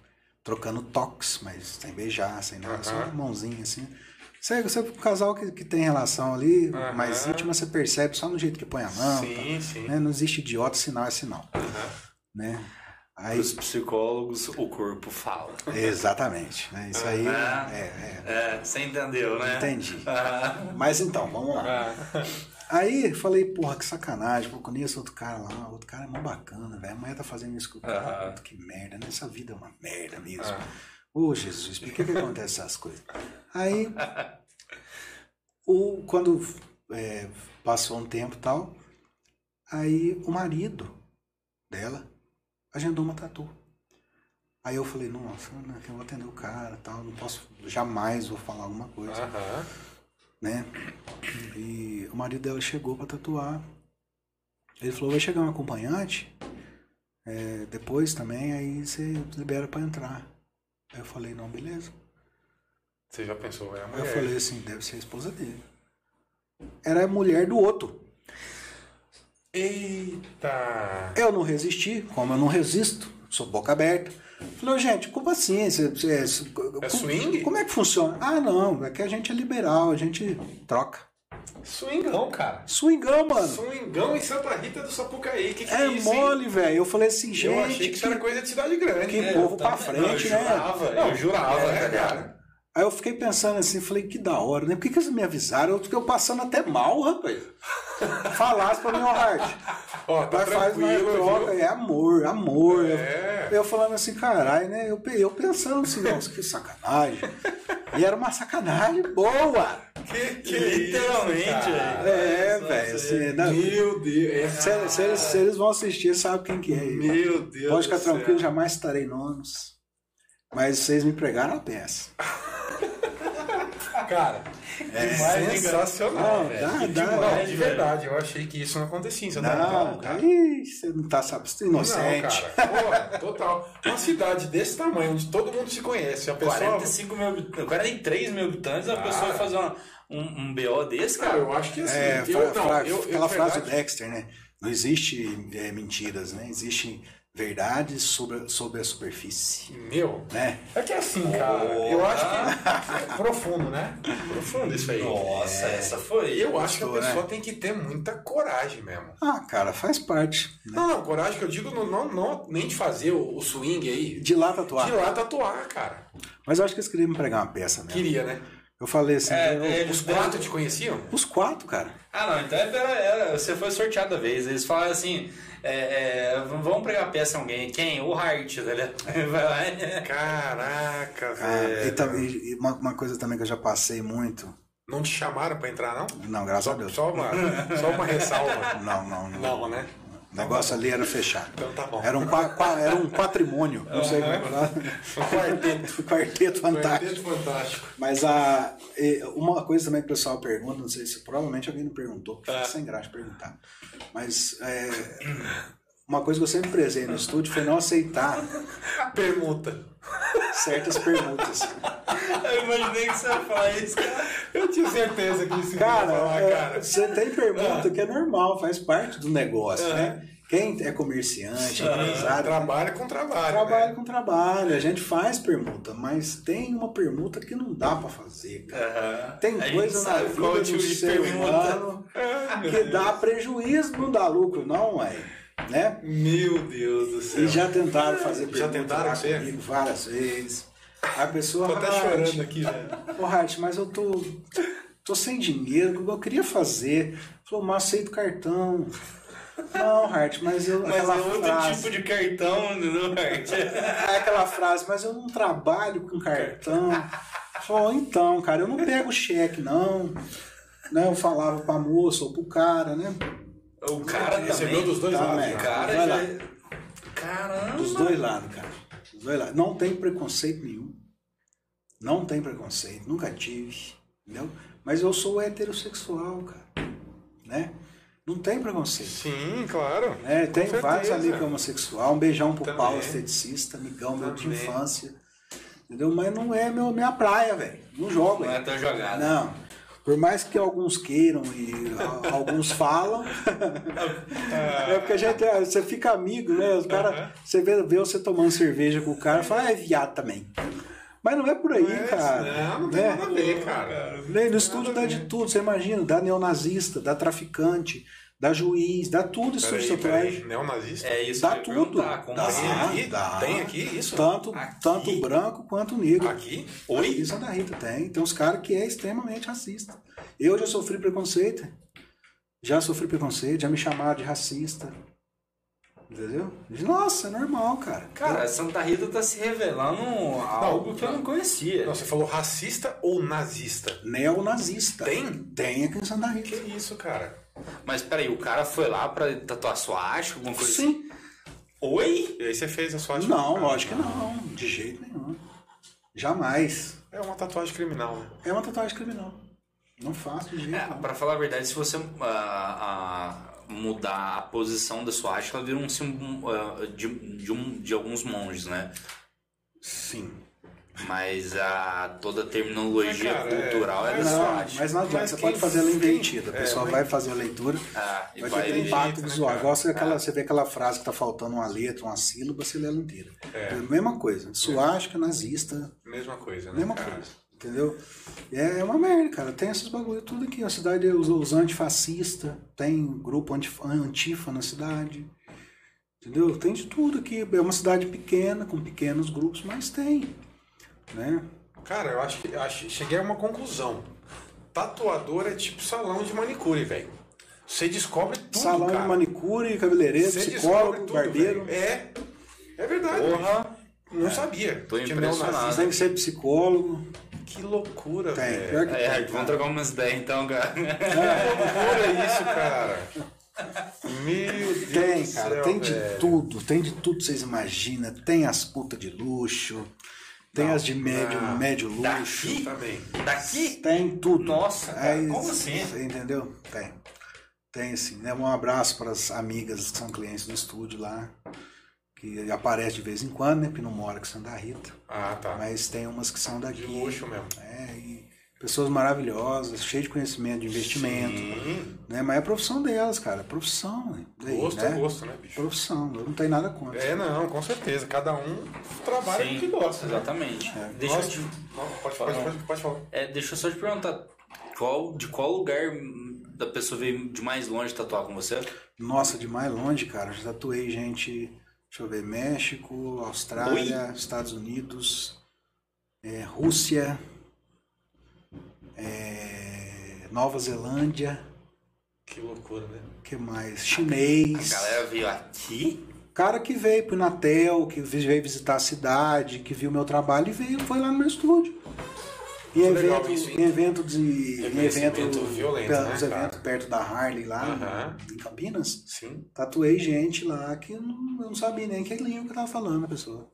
[SPEAKER 3] trocando toques, mas sem beijar, sem nada, só
[SPEAKER 1] Aham.
[SPEAKER 3] uma mãozinha assim. Você, você um casal que, que tem relação ali,
[SPEAKER 1] Aham.
[SPEAKER 3] mais íntima, você percebe só no jeito que põe a mão. tá?
[SPEAKER 1] sim, sim.
[SPEAKER 3] Né? Não existe idiota, sinal é sinal. Né? Aí,
[SPEAKER 2] Os psicólogos, o corpo fala.
[SPEAKER 3] exatamente. né? Isso aí
[SPEAKER 2] Aham.
[SPEAKER 3] é, é.
[SPEAKER 2] É, você entendeu, né?
[SPEAKER 3] Entendi.
[SPEAKER 2] Ah,
[SPEAKER 3] Mas então, vamos lá.
[SPEAKER 1] Ah,
[SPEAKER 3] Aí eu falei, porra, que sacanagem, pô, conheço outro cara lá, outro cara é mó bacana, velho. A mulher tá fazendo isso com o cara,
[SPEAKER 2] Aham.
[SPEAKER 3] puta, que merda, né? Essa vida é uma merda mesmo.
[SPEAKER 1] Ah.
[SPEAKER 3] Ô Jesus, por que, que acontece essas coisas? Aí, o, quando é, passou um tempo e tal, aí o marido dela agendou uma tatu. Aí eu falei, nossa, né, que eu vou atender o cara e tal, não posso, jamais vou falar alguma coisa
[SPEAKER 1] Aham.
[SPEAKER 3] né? E o marido dela chegou pra tatuar. Ele falou: vai chegar um acompanhante é, depois também, aí você libera pra entrar. Aí eu falei: não, beleza.
[SPEAKER 1] Você já pensou, é a
[SPEAKER 3] Aí
[SPEAKER 1] mulher.
[SPEAKER 3] eu falei assim: deve ser a esposa dele. Era a mulher do outro.
[SPEAKER 1] Eita!
[SPEAKER 3] Eu não resisti, como eu não resisto, sou boca aberta. Falei, "Ô, gente, com paciência. Você,
[SPEAKER 1] É swing?
[SPEAKER 3] Como é que funciona? Ah, não, é que a gente é liberal, a gente troca.
[SPEAKER 1] Swingão, cara.
[SPEAKER 3] Swingão, mano.
[SPEAKER 1] Swingão em Santa Rita do Sapucaí. Que que é,
[SPEAKER 3] É
[SPEAKER 1] isso, hein?
[SPEAKER 3] mole, velho. Eu falei assim, gente.
[SPEAKER 1] Eu achei que isso era coisa de cidade grande.
[SPEAKER 3] que
[SPEAKER 1] É,
[SPEAKER 3] povo
[SPEAKER 1] eu
[SPEAKER 3] pra
[SPEAKER 1] também.
[SPEAKER 3] frente,
[SPEAKER 1] Não, eu
[SPEAKER 3] né? é,
[SPEAKER 1] Jurava, eu jurava, né, cara.
[SPEAKER 3] Aí eu fiquei pensando assim, falei, que da hora, né? Por que, que eles me avisaram? Eu fiquei passando até mal, rapaz. Falasse pra mim, ó, Hart.
[SPEAKER 1] Ó, tá
[SPEAKER 3] Vai faz na
[SPEAKER 1] tranquilo,
[SPEAKER 3] troca,
[SPEAKER 1] viu?
[SPEAKER 3] é amor, amor.
[SPEAKER 1] É.
[SPEAKER 3] Eu, eu falando assim, caralho, né? Eu, pe- eu pensando assim, nossa, que sacanagem. E era uma sacanagem boa.
[SPEAKER 1] Que, que
[SPEAKER 2] Literalmente,
[SPEAKER 1] isso, cara?
[SPEAKER 2] velho.
[SPEAKER 3] É,
[SPEAKER 2] só
[SPEAKER 3] velho.
[SPEAKER 2] isso aí.
[SPEAKER 3] assim, né?
[SPEAKER 1] Meu Deus.
[SPEAKER 3] Se,
[SPEAKER 1] é-
[SPEAKER 3] se eles, se eles vão assistir, sabe quem que é.
[SPEAKER 1] Meu Deus.
[SPEAKER 3] Pode ficar
[SPEAKER 1] do céu.
[SPEAKER 3] tranquilo, jamais estarei nomes. Mas vocês me pregaram a peça.
[SPEAKER 1] Cara, é sensacional,
[SPEAKER 3] Não,
[SPEAKER 1] velho.
[SPEAKER 3] dá,
[SPEAKER 1] Que
[SPEAKER 3] dá,
[SPEAKER 1] demais,
[SPEAKER 3] velho.
[SPEAKER 1] de verdade. Eu achei que isso não acontecia em Santa Rita,
[SPEAKER 3] Não,
[SPEAKER 1] cara.
[SPEAKER 3] aí você não tá sabendo, você é inocente.
[SPEAKER 1] Não, cara. Porra, total. Uma cidade desse tamanho, onde todo mundo se conhece, a pessoa...
[SPEAKER 2] 45 mil habitantes, 43 mil habitantes, a
[SPEAKER 1] Cara.
[SPEAKER 2] pessoa
[SPEAKER 3] Ah.
[SPEAKER 2] fazer uma- um, um BO desse,
[SPEAKER 1] Cara,
[SPEAKER 2] cara.
[SPEAKER 1] eu acho que assim...
[SPEAKER 3] É,
[SPEAKER 1] eu,
[SPEAKER 3] fra-
[SPEAKER 1] não,
[SPEAKER 3] fra-
[SPEAKER 1] eu, eu,
[SPEAKER 3] aquela frase do
[SPEAKER 1] verdade,
[SPEAKER 3] Dexter, né? Não existe é, mentiras, né? Existem verdades sobre, a- sobre a superfície,
[SPEAKER 1] assim, Meu...
[SPEAKER 3] né?
[SPEAKER 1] É que é assim, cara. Eu acho que... é profundo, né? Profundo isso aí.
[SPEAKER 2] Nossa,
[SPEAKER 1] é
[SPEAKER 3] É.
[SPEAKER 2] essa foi.
[SPEAKER 1] Eu acho que a
[SPEAKER 3] Gostou, né?
[SPEAKER 1] pessoa tem que ter muita coragem mesmo.
[SPEAKER 3] Ah, cara, faz parte. Né?
[SPEAKER 1] Não, não, coragem que eu digo não, não, não nem de fazer o, o swing aí.
[SPEAKER 3] De lá tatuar. É.
[SPEAKER 1] De lá tatuar, cara.
[SPEAKER 3] Mas eu acho que eles queriam me pregar uma peça mesmo.
[SPEAKER 1] Queria, né?
[SPEAKER 3] Eu falei assim,
[SPEAKER 2] É,
[SPEAKER 3] eu-
[SPEAKER 2] é,
[SPEAKER 1] Os
[SPEAKER 2] eles
[SPEAKER 1] quatro te conheciam?
[SPEAKER 3] os quatro, cara.
[SPEAKER 2] Ah, não, então é, pera- é, você foi sorteado a vez. Eles falaram assim: é, é, v- vamos pregar peça a alguém. Quem? O Hart, tá ligado? Vai lá.
[SPEAKER 1] Caraca,
[SPEAKER 3] Ah,
[SPEAKER 1] velho.
[SPEAKER 3] e tam- e- e uma, uma coisa também que eu já passei muito.
[SPEAKER 1] Não te chamaram pra entrar, não?
[SPEAKER 3] Não, graças
[SPEAKER 1] Só,
[SPEAKER 3] a Deus.
[SPEAKER 1] só uma, só uma ressalva.
[SPEAKER 3] Não, não, não.
[SPEAKER 1] Não, né?
[SPEAKER 3] O negócio ali era fechado.
[SPEAKER 1] Então tá bom.
[SPEAKER 3] Era um, pa- pa- era um patrimônio, não sei como é que fala.
[SPEAKER 1] Um quarteto.
[SPEAKER 3] Um quarteto fantástico.
[SPEAKER 1] Quarteto fantástico.
[SPEAKER 3] Mas a, e, uma coisa também que o pessoal pergunta, não sei se provavelmente alguém não perguntou, porque fica sem graça perguntar. Mas é, uma coisa que eu sempre prezei no estúdio foi não aceitar
[SPEAKER 1] Permuta.
[SPEAKER 3] certas perguntas.
[SPEAKER 2] Eu imaginei que você ia falar isso, cara.
[SPEAKER 1] Eu tinha certeza que isso
[SPEAKER 3] Cara,
[SPEAKER 1] ia falar,
[SPEAKER 3] é,
[SPEAKER 1] cara.
[SPEAKER 3] você tem pergunta que é normal, faz parte do negócio, né? Quem é comerciante, empresário,
[SPEAKER 1] Ah, Trabalha com trabalho.
[SPEAKER 3] Trabalho
[SPEAKER 1] né?
[SPEAKER 3] com trabalho, a gente faz permuta, mas tem uma permuta que não dá pra fazer, cara.
[SPEAKER 2] Aham.
[SPEAKER 3] Tem
[SPEAKER 2] A gente
[SPEAKER 3] coisa na
[SPEAKER 2] sabe
[SPEAKER 3] vida
[SPEAKER 2] qual
[SPEAKER 3] do
[SPEAKER 2] tipo de
[SPEAKER 3] ser
[SPEAKER 2] pergunta.
[SPEAKER 3] humano que dá prejuízo, não dá lucro, não, ué. Né?
[SPEAKER 1] Meu Deus do céu.
[SPEAKER 3] E já tentaram fazer permuta
[SPEAKER 1] tentaram
[SPEAKER 3] lá
[SPEAKER 1] ser?
[SPEAKER 3] comigo várias vezes. A pessoa
[SPEAKER 1] Tô até
[SPEAKER 3] "Hart,
[SPEAKER 1] chorando aqui, velho.
[SPEAKER 3] Ô, Hart, mas eu tô, tô sem dinheiro, eu queria fazer. Falou, mas aceito cartão. Não, Hart, mas eu.
[SPEAKER 2] Mas é
[SPEAKER 3] aquela
[SPEAKER 2] outro
[SPEAKER 3] frase-
[SPEAKER 2] tipo de cartão, entendeu, Hart?
[SPEAKER 3] É aquela frase, mas eu não trabalho com cartão. Ou então, cara, eu não pego cheque, não. Né, eu falava pra moça ou pro cara, né?
[SPEAKER 2] O cara
[SPEAKER 1] Recebeu
[SPEAKER 2] também.
[SPEAKER 1] dos dois
[SPEAKER 3] Tá,
[SPEAKER 1] lados.
[SPEAKER 3] né?
[SPEAKER 1] né?
[SPEAKER 2] O cara
[SPEAKER 3] Vai
[SPEAKER 2] já... é-
[SPEAKER 3] lá.
[SPEAKER 2] Caramba.
[SPEAKER 3] Dos dois lados, cara. Dos dois lados. Não tem preconceito nenhum. Não tem preconceito. Nunca tive. Entendeu? Mas eu sou heterossexual, cara. Né? Não tem preconceito.
[SPEAKER 1] Sim, claro.
[SPEAKER 3] É, tem
[SPEAKER 1] certeza.
[SPEAKER 3] vários amigos homossexuais. Um beijão pro
[SPEAKER 1] Também.
[SPEAKER 3] Paulo, esteticista, amigão meu de
[SPEAKER 1] Também.
[SPEAKER 3] infância. Entendeu? Mas não é meu, minha praia, velho. Não jogo,
[SPEAKER 2] Não é
[SPEAKER 3] velho.
[SPEAKER 2] tão jogado.
[SPEAKER 3] Não. Por mais que alguns queiram e a- alguns falam, é porque a gente, é- você fica amigo, né? Os cara, você vê, vê você tomando cerveja com o cara e fala, ah, é viado também. Mas não é por aí,
[SPEAKER 1] Mas,
[SPEAKER 3] cara.
[SPEAKER 1] Não, não tem
[SPEAKER 3] né?
[SPEAKER 1] nada a ver, cara.
[SPEAKER 3] Né, No estúdio dá de tudo, você imagina, dá neonazista, dá traficante, dá juiz, dá tudo isso.
[SPEAKER 1] Peraí,
[SPEAKER 3] você
[SPEAKER 1] peraí. Neonazista?
[SPEAKER 2] É isso
[SPEAKER 3] Dá
[SPEAKER 2] que eu ia
[SPEAKER 3] tudo.
[SPEAKER 2] perguntar, como
[SPEAKER 3] Dá.
[SPEAKER 2] assim?
[SPEAKER 1] Tem aqui?
[SPEAKER 3] dá.
[SPEAKER 1] Tem aqui isso?
[SPEAKER 3] tanto,
[SPEAKER 2] Aqui.
[SPEAKER 3] tanto branco quanto negro.
[SPEAKER 1] Aqui?
[SPEAKER 3] Oi? Em Santa Rita tem. Tem uns caras que é extremamente racista. Eu já sofri preconceito. Já sofri preconceito, já me chamaram de racista. Entendeu? Nossa, é normal, cara.
[SPEAKER 2] Cara, Santa Rita tá se revelando algo que eu não conhecia.
[SPEAKER 1] Não, você falou racista ou nazista?
[SPEAKER 3] Neonazista.
[SPEAKER 1] Tem?
[SPEAKER 3] Tem aqui em Santa Rita.
[SPEAKER 1] Que isso, cara?
[SPEAKER 2] Mas peraí, o cara foi lá pra tatuar suástica, alguma coisa assim?
[SPEAKER 3] Sim.
[SPEAKER 2] Oi?
[SPEAKER 1] E aí você fez a sua Ah, tá.
[SPEAKER 3] Não, lógico que não. De jeito nenhum. Jamais.
[SPEAKER 1] É uma tatuagem criminal, né?
[SPEAKER 3] É uma tatuagem criminal. Não faço de jeito
[SPEAKER 2] É,
[SPEAKER 3] nenhum.
[SPEAKER 2] pra falar a verdade, se você ah, ah, mudar a posição da suástica, ela vira um símbolo ah, de, de, um- de alguns monges, né?
[SPEAKER 3] Sim.
[SPEAKER 2] Mas a, toda a terminologia
[SPEAKER 1] Mas, cara, é-
[SPEAKER 2] cultural é, da
[SPEAKER 1] Mas
[SPEAKER 3] Não,
[SPEAKER 2] suástica.
[SPEAKER 3] mas não adianta.
[SPEAKER 1] Mas
[SPEAKER 3] você
[SPEAKER 1] quem-
[SPEAKER 3] pode fazer ela
[SPEAKER 1] quem-
[SPEAKER 3] invertida. A
[SPEAKER 1] é,
[SPEAKER 3] pessoa
[SPEAKER 1] mas-
[SPEAKER 3] vai fazer a leitura.
[SPEAKER 2] Ah, e
[SPEAKER 3] Vai
[SPEAKER 2] vai...
[SPEAKER 3] ter um
[SPEAKER 1] jeito,
[SPEAKER 3] impacto
[SPEAKER 1] né,
[SPEAKER 3] visual.
[SPEAKER 1] cara?
[SPEAKER 3] Igual você, aquela, você vê aquela frase que tá faltando uma letra, uma sílaba, você lê ela inteira. É. a mesma coisa. Suástica, nazista,
[SPEAKER 1] Mesma coisa, né?
[SPEAKER 3] mesma
[SPEAKER 1] cara?
[SPEAKER 3] coisa. Entendeu? É uma merda, cara. Tem esses bagulho tudo aqui. A cidade, os, os antifascistas, tem grupo antif- antifa na cidade. Entendeu? Tem de tudo aqui. É uma cidade pequena, com pequenos grupos, mas tem. Né?
[SPEAKER 1] Cara, eu acho que acho- cheguei a uma conclusão. Tatuador é tipo salão de manicure, velho. Você descobre tudo,
[SPEAKER 3] Salão
[SPEAKER 1] cara.
[SPEAKER 3] de manicure, cabeleireiro,
[SPEAKER 1] Você descobre
[SPEAKER 3] psicólogo,
[SPEAKER 1] tudo,
[SPEAKER 3] barbeiro. é.
[SPEAKER 1] velho. É. É verdade.
[SPEAKER 2] Porra!
[SPEAKER 1] Não sabia.
[SPEAKER 2] Tô
[SPEAKER 1] Tinha
[SPEAKER 2] impressionado.
[SPEAKER 1] neonazista.
[SPEAKER 3] Tem que ser psicólogo.
[SPEAKER 1] Que loucura,
[SPEAKER 3] Tem.
[SPEAKER 1] velho.
[SPEAKER 3] Pior que
[SPEAKER 2] É,
[SPEAKER 3] tem,
[SPEAKER 2] vamos trocar umas ideias então, cara.
[SPEAKER 1] Olha é isso, cara. Meu Deus
[SPEAKER 3] Tem,
[SPEAKER 1] do
[SPEAKER 3] cara,
[SPEAKER 1] céu,
[SPEAKER 3] tem de
[SPEAKER 1] velho.
[SPEAKER 3] tudo, tem de tudo que vocês imaginam. Tem as putas de luxo, tem as de médio,
[SPEAKER 1] não.
[SPEAKER 3] médio luxo.
[SPEAKER 2] Daqui?
[SPEAKER 1] Também.
[SPEAKER 2] Daqui?
[SPEAKER 3] Tem tudo.
[SPEAKER 2] Nossa, cara,
[SPEAKER 3] Aí,
[SPEAKER 2] como assim?
[SPEAKER 3] você Entendeu? Tem. Tem sim. né? Um abraço para as amigas que são clientes do estúdio lá, que aparece de vez em quando, né? Porque não mora que são da Rita.
[SPEAKER 1] Ah, tá.
[SPEAKER 3] Mas tem umas que são daqui.
[SPEAKER 1] De luxo mesmo.
[SPEAKER 3] né? E pessoas maravilhosas, cheias de conhecimento, de investimento.
[SPEAKER 1] Sim.
[SPEAKER 3] Né? Mas é a profissão delas, cara. É profissão. né? Daí,
[SPEAKER 1] Gosto
[SPEAKER 3] né?
[SPEAKER 1] é gosto, né, bicho?
[SPEAKER 3] Profissão, eu não tenho nada contra.
[SPEAKER 1] É, não, com certeza. Cada um trabalha
[SPEAKER 2] Sim,
[SPEAKER 1] o que gosta. né?
[SPEAKER 2] Exatamente.
[SPEAKER 3] É.
[SPEAKER 2] Deixa eu
[SPEAKER 1] Nossa,
[SPEAKER 2] te
[SPEAKER 1] não, pode, pode, pode, pode falar.
[SPEAKER 2] É, deixa eu só te perguntar, qual, de qual lugar hum, da pessoa veio de mais longe tatuar com você?
[SPEAKER 3] Nossa, de mais longe, cara. Já tatuei gente, deixa eu ver, México, Austrália, Estados Unidos, é, Rússia, é, Nova Zelândia,
[SPEAKER 1] Que loucura, né?
[SPEAKER 3] que mais?
[SPEAKER 2] A
[SPEAKER 3] Chinês.
[SPEAKER 2] galera veio aqui?
[SPEAKER 3] Cara que veio pro Inatel, que veio visitar a cidade, que viu meu trabalho e veio, foi lá no meu estúdio. Em
[SPEAKER 1] Que legal
[SPEAKER 3] evento,
[SPEAKER 1] isso, hein?
[SPEAKER 3] em evento de. Em
[SPEAKER 1] Reconhecimento
[SPEAKER 3] evento,
[SPEAKER 1] violento,
[SPEAKER 3] pela-
[SPEAKER 1] né,
[SPEAKER 3] os
[SPEAKER 1] cara?
[SPEAKER 3] eventos perto da Harley lá,
[SPEAKER 1] Aham.
[SPEAKER 3] em Campinas.
[SPEAKER 1] Sim.
[SPEAKER 3] Tatuei gente lá que eu não, eu não sabia nem que língua que eu tava falando a pessoa.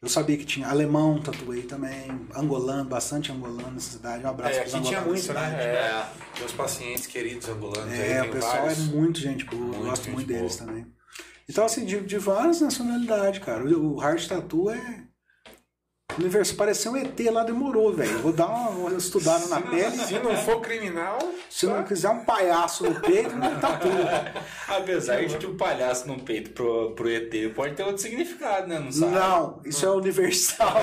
[SPEAKER 3] Eu sabia que tinha alemão, tatuei também, angolano, bastante angolano nessa cidade. Um abraço
[SPEAKER 1] É,
[SPEAKER 3] pros
[SPEAKER 1] aqui tinha
[SPEAKER 3] angolanos da
[SPEAKER 1] muito,
[SPEAKER 3] cidade.
[SPEAKER 1] né? É, meus pacientes queridos angolanos aí,
[SPEAKER 3] É,
[SPEAKER 1] tem
[SPEAKER 3] o pessoal
[SPEAKER 1] vários.
[SPEAKER 3] é muito gente boa, eu
[SPEAKER 1] Muito
[SPEAKER 3] gosto
[SPEAKER 1] gente
[SPEAKER 3] muito
[SPEAKER 1] boa.
[SPEAKER 3] deles também. Então, assim, de, de várias nacionalidades, cara. O, o Hard Tattoo é. O universo pareceu um ET lá, demorou, velho. Vou dar uma, uma estudada na pele.
[SPEAKER 1] Se não for criminal,
[SPEAKER 3] Se não quiser um palhaço no peito, não tá tudo.
[SPEAKER 2] Apesar de que o palhaço no peito pro, pro ET pode ter outro significado, né? Não sabe?
[SPEAKER 3] Não, isso é universal.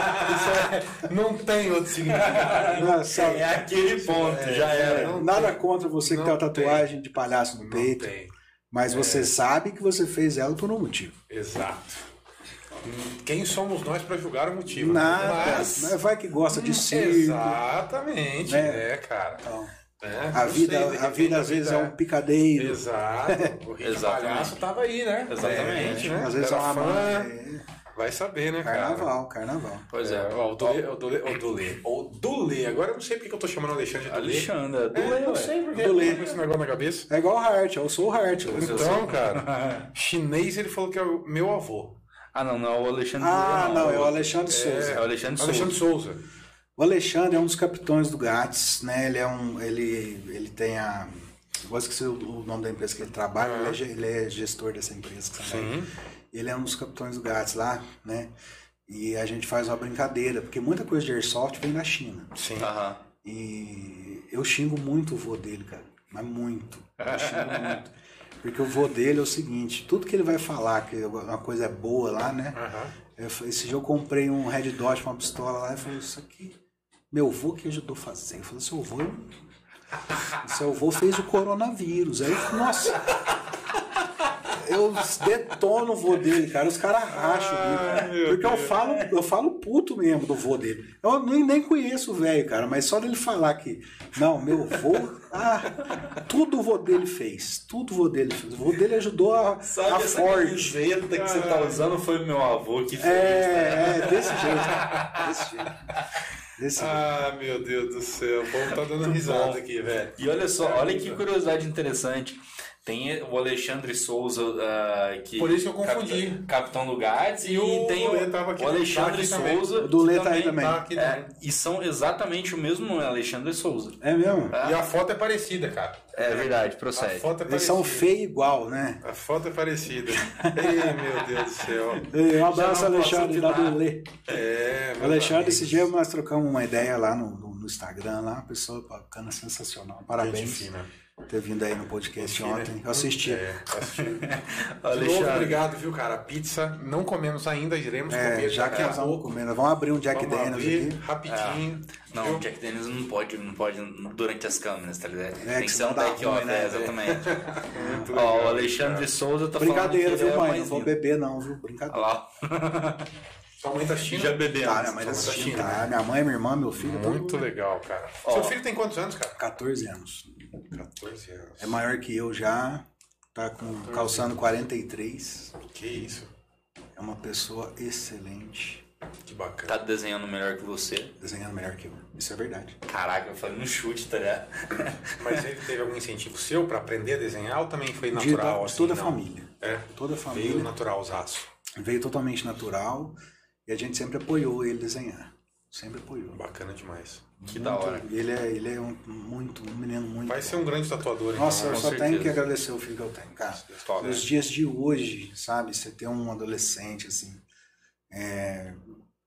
[SPEAKER 1] é, não tem outro significado.
[SPEAKER 3] Não, sério.
[SPEAKER 2] É aquele ponto,
[SPEAKER 3] É,
[SPEAKER 2] já era.
[SPEAKER 1] É, não
[SPEAKER 3] Nada contra você que
[SPEAKER 1] Não
[SPEAKER 3] tem uma tatuagem de palhaço no
[SPEAKER 1] Não
[SPEAKER 3] peito,
[SPEAKER 1] tem. É.
[SPEAKER 3] mas você sabe que você fez ela por um motivo.
[SPEAKER 1] Exato. Hum, Quem somos nós para julgar o motivo? né?
[SPEAKER 3] Nada.
[SPEAKER 1] Mas- Hum,
[SPEAKER 3] Mas vai que gosta de circo.
[SPEAKER 1] Exatamente,
[SPEAKER 3] né?
[SPEAKER 1] né, cara?
[SPEAKER 3] Então,
[SPEAKER 1] É,
[SPEAKER 3] a
[SPEAKER 1] não
[SPEAKER 3] vida,
[SPEAKER 1] sei, de
[SPEAKER 3] a
[SPEAKER 1] repente
[SPEAKER 3] vida às vezes é um picadeiro.
[SPEAKER 1] Exato. O Rick
[SPEAKER 2] Exatamente.
[SPEAKER 1] Palhaço tava aí, né?
[SPEAKER 2] Exatamente.
[SPEAKER 1] É, né?
[SPEAKER 3] Às vezes é
[SPEAKER 1] Era
[SPEAKER 3] uma
[SPEAKER 1] fã,
[SPEAKER 3] mãe.
[SPEAKER 1] Vai saber, né, cara?
[SPEAKER 3] Carnaval, carnaval.
[SPEAKER 2] Pois
[SPEAKER 1] É,
[SPEAKER 2] é.
[SPEAKER 1] ó, o Dulê, o Dulê, o Dulê, o Dulê. Agora eu não sei porque que eu tô chamando o Alexandre de Dulê.
[SPEAKER 2] Alexandra, do
[SPEAKER 1] É, eu
[SPEAKER 2] Leo,
[SPEAKER 1] não
[SPEAKER 2] ué.
[SPEAKER 1] sei porque Dulê. com esse negócio na cabeça.
[SPEAKER 3] É igual o Hart, eu sou o Hart. né? eu sou-
[SPEAKER 1] Então, cara, chinês ele falou que é o meu avô.
[SPEAKER 2] Ah, não, não é o Alexandre do
[SPEAKER 3] Ah,
[SPEAKER 2] Leo,
[SPEAKER 3] não, é o
[SPEAKER 2] outro.
[SPEAKER 3] Alexandre Souza.
[SPEAKER 2] É o Alexandre Souza.
[SPEAKER 1] Alexandre Souza.
[SPEAKER 3] O Alexandre é um dos capitões do GATS, né? Ele é um. Ele, ele tem a. Agora esqueci o, o nome da empresa que ele trabalha, ele, é, ge- ele é gestor dessa empresa também.
[SPEAKER 1] Uhum.
[SPEAKER 3] Ele é um dos capitões do GATS lá, né? E a gente faz uma brincadeira, porque muita coisa de airsoft vem da China.
[SPEAKER 1] Sim.
[SPEAKER 2] Aham.
[SPEAKER 3] E eu xingo muito o vô dele, cara. Mas muito. Eu xingo muito. Porque o vô dele é o seguinte, tudo que ele vai falar, que uma coisa é boa lá, né?
[SPEAKER 1] Aham.
[SPEAKER 3] Eu fa- esse dia eu comprei um Red Dot com uma pistola lá e falei, isso aqui, meu avô que ajudou a fazer. Eu falei, seu avô, seu avô fez o coronavírus. Aí, eu- nossa, eu detono o vô dele, cara. Os caras racham o bico.
[SPEAKER 1] meu
[SPEAKER 3] Porque eu falo, eu falo puto mesmo do vô dele. Eu nem, nem conheço o velho, cara, mas só dele falar que, não, meu vô, ah, tudo o vô dele fez. Tudo o vô dele fez. O vô dele ajudou a,
[SPEAKER 2] Sabe
[SPEAKER 3] a
[SPEAKER 2] essa
[SPEAKER 3] Ford.
[SPEAKER 2] camiseta que você tá usando foi meu avô que fez. né?
[SPEAKER 3] É, é, desse jeito. Desse jeito. Desse jeito.
[SPEAKER 1] Ah, meu Deus do céu. O povo tá dando risada aqui, velho.
[SPEAKER 2] E olha só, olha que curiosidade interessante. Tem o Alexandre Souza, ah, que.
[SPEAKER 1] Por isso que eu confundi.
[SPEAKER 2] Capitão, capitão do Gades, e,
[SPEAKER 1] E o
[SPEAKER 2] tem
[SPEAKER 1] Lê tava aqui,
[SPEAKER 2] o Alexandre
[SPEAKER 1] tá aqui também.
[SPEAKER 2] Souza.
[SPEAKER 3] O do Lê
[SPEAKER 2] que
[SPEAKER 3] tá aí também.
[SPEAKER 1] Tá aqui
[SPEAKER 2] é,
[SPEAKER 1] dentro.
[SPEAKER 2] e são exatamente o mesmo nome, Alexandre Souza.
[SPEAKER 3] É mesmo?
[SPEAKER 2] Ah,
[SPEAKER 1] E a foto é parecida, cara.
[SPEAKER 2] É verdade,
[SPEAKER 1] A
[SPEAKER 2] procede.
[SPEAKER 1] foto é parecida.
[SPEAKER 3] Eles são feios igual, né?
[SPEAKER 1] A foto é parecida. Ei, meu Deus do céu.
[SPEAKER 3] Ei, Um
[SPEAKER 2] Já
[SPEAKER 3] abraço,
[SPEAKER 2] não posso
[SPEAKER 3] Alexandre, da
[SPEAKER 2] opinar.
[SPEAKER 3] Belê.
[SPEAKER 1] É, meus
[SPEAKER 3] Alexandre, esse
[SPEAKER 1] amigos.
[SPEAKER 3] dia um nós trocamos uma ideia lá no, no- no Instagram, lá, uma pessoa bacana, sensacional.
[SPEAKER 1] Gente
[SPEAKER 3] Parabéns
[SPEAKER 1] fina.
[SPEAKER 3] por ter vindo aí no podcast
[SPEAKER 1] Fina.
[SPEAKER 3] ontem. Eu assisti.
[SPEAKER 1] É, assisti. De novo,
[SPEAKER 2] Alexandre.
[SPEAKER 1] obrigado, viu, cara? A pizza não comemos ainda, iremos
[SPEAKER 3] É,
[SPEAKER 1] comer.
[SPEAKER 3] já
[SPEAKER 2] né?
[SPEAKER 3] que
[SPEAKER 1] daqui a
[SPEAKER 3] nós vamos
[SPEAKER 1] pouco.
[SPEAKER 3] comer, nós vamos abrir um Jack
[SPEAKER 1] Vamos
[SPEAKER 3] Daniels
[SPEAKER 1] abrir
[SPEAKER 3] aqui.
[SPEAKER 1] rapidinho.
[SPEAKER 2] Não,
[SPEAKER 1] viu?
[SPEAKER 2] Jack Daniels não pode, não pode durante as câmeras, tá ligado? Tem
[SPEAKER 3] É, que
[SPEAKER 2] que ser
[SPEAKER 3] não
[SPEAKER 2] um
[SPEAKER 3] dá
[SPEAKER 2] take-off,
[SPEAKER 3] ruim, né,
[SPEAKER 2] é,
[SPEAKER 3] velho?
[SPEAKER 2] exatamente.
[SPEAKER 3] É.
[SPEAKER 1] Muito
[SPEAKER 2] Ó,
[SPEAKER 1] legal.
[SPEAKER 2] o Alexandre Souza tá falando
[SPEAKER 3] Brincadeira,
[SPEAKER 2] que ele
[SPEAKER 3] viu,
[SPEAKER 2] é o
[SPEAKER 3] mãe? Não
[SPEAKER 2] mais
[SPEAKER 3] vou
[SPEAKER 2] lindo.
[SPEAKER 3] beber, não, viu? Brincadeira.
[SPEAKER 2] Olha lá.
[SPEAKER 1] Sua mãe tá assistindo?
[SPEAKER 2] Já bebeu.
[SPEAKER 3] Tá, minha mãe tá
[SPEAKER 1] Vamos da
[SPEAKER 3] assistindo.
[SPEAKER 1] China,
[SPEAKER 3] Tá,
[SPEAKER 2] né?
[SPEAKER 3] minha mãe, minha irmã, meu filho. todo
[SPEAKER 1] Muito
[SPEAKER 3] mundo.
[SPEAKER 1] legal, cara.
[SPEAKER 2] Ó.
[SPEAKER 1] Seu filho tem quantos anos, cara?
[SPEAKER 3] 14 anos.
[SPEAKER 1] 14 anos.
[SPEAKER 3] É maior que eu já, tá com calçando 43.
[SPEAKER 1] Que isso.
[SPEAKER 3] É uma pessoa excelente,
[SPEAKER 1] Que bacana.
[SPEAKER 2] Tá desenhando melhor que você.
[SPEAKER 3] desenhando melhor que eu. Isso é verdade.
[SPEAKER 2] Caraca, eu falei no chute, tá ligado?
[SPEAKER 1] Mas ele teve algum incentivo seu pra aprender a desenhar ou também foi
[SPEAKER 3] De,
[SPEAKER 1] natural?
[SPEAKER 3] da- de
[SPEAKER 1] assim,
[SPEAKER 3] toda a
[SPEAKER 1] não?
[SPEAKER 3] família.
[SPEAKER 1] É.
[SPEAKER 3] Toda a
[SPEAKER 1] Veio
[SPEAKER 3] família
[SPEAKER 1] natural os aços.
[SPEAKER 3] veio, totalmente natural e a gente sempre apoiou ele desenhar. Sempre apoiou.
[SPEAKER 1] Bacana demais.
[SPEAKER 2] Que da hora.
[SPEAKER 3] Muito- Ele é, ele é um, muito, um menino muito.
[SPEAKER 1] Vai
[SPEAKER 3] bom.
[SPEAKER 1] ser um grande tatuador, então.
[SPEAKER 3] Nossa, eu
[SPEAKER 1] né?
[SPEAKER 3] só
[SPEAKER 2] certeza.
[SPEAKER 3] tenho que agradecer o filho que eu tenho, cara.
[SPEAKER 1] Top, né?
[SPEAKER 3] Nos dias de hoje, sabe? Você ter um adolescente, assim, é,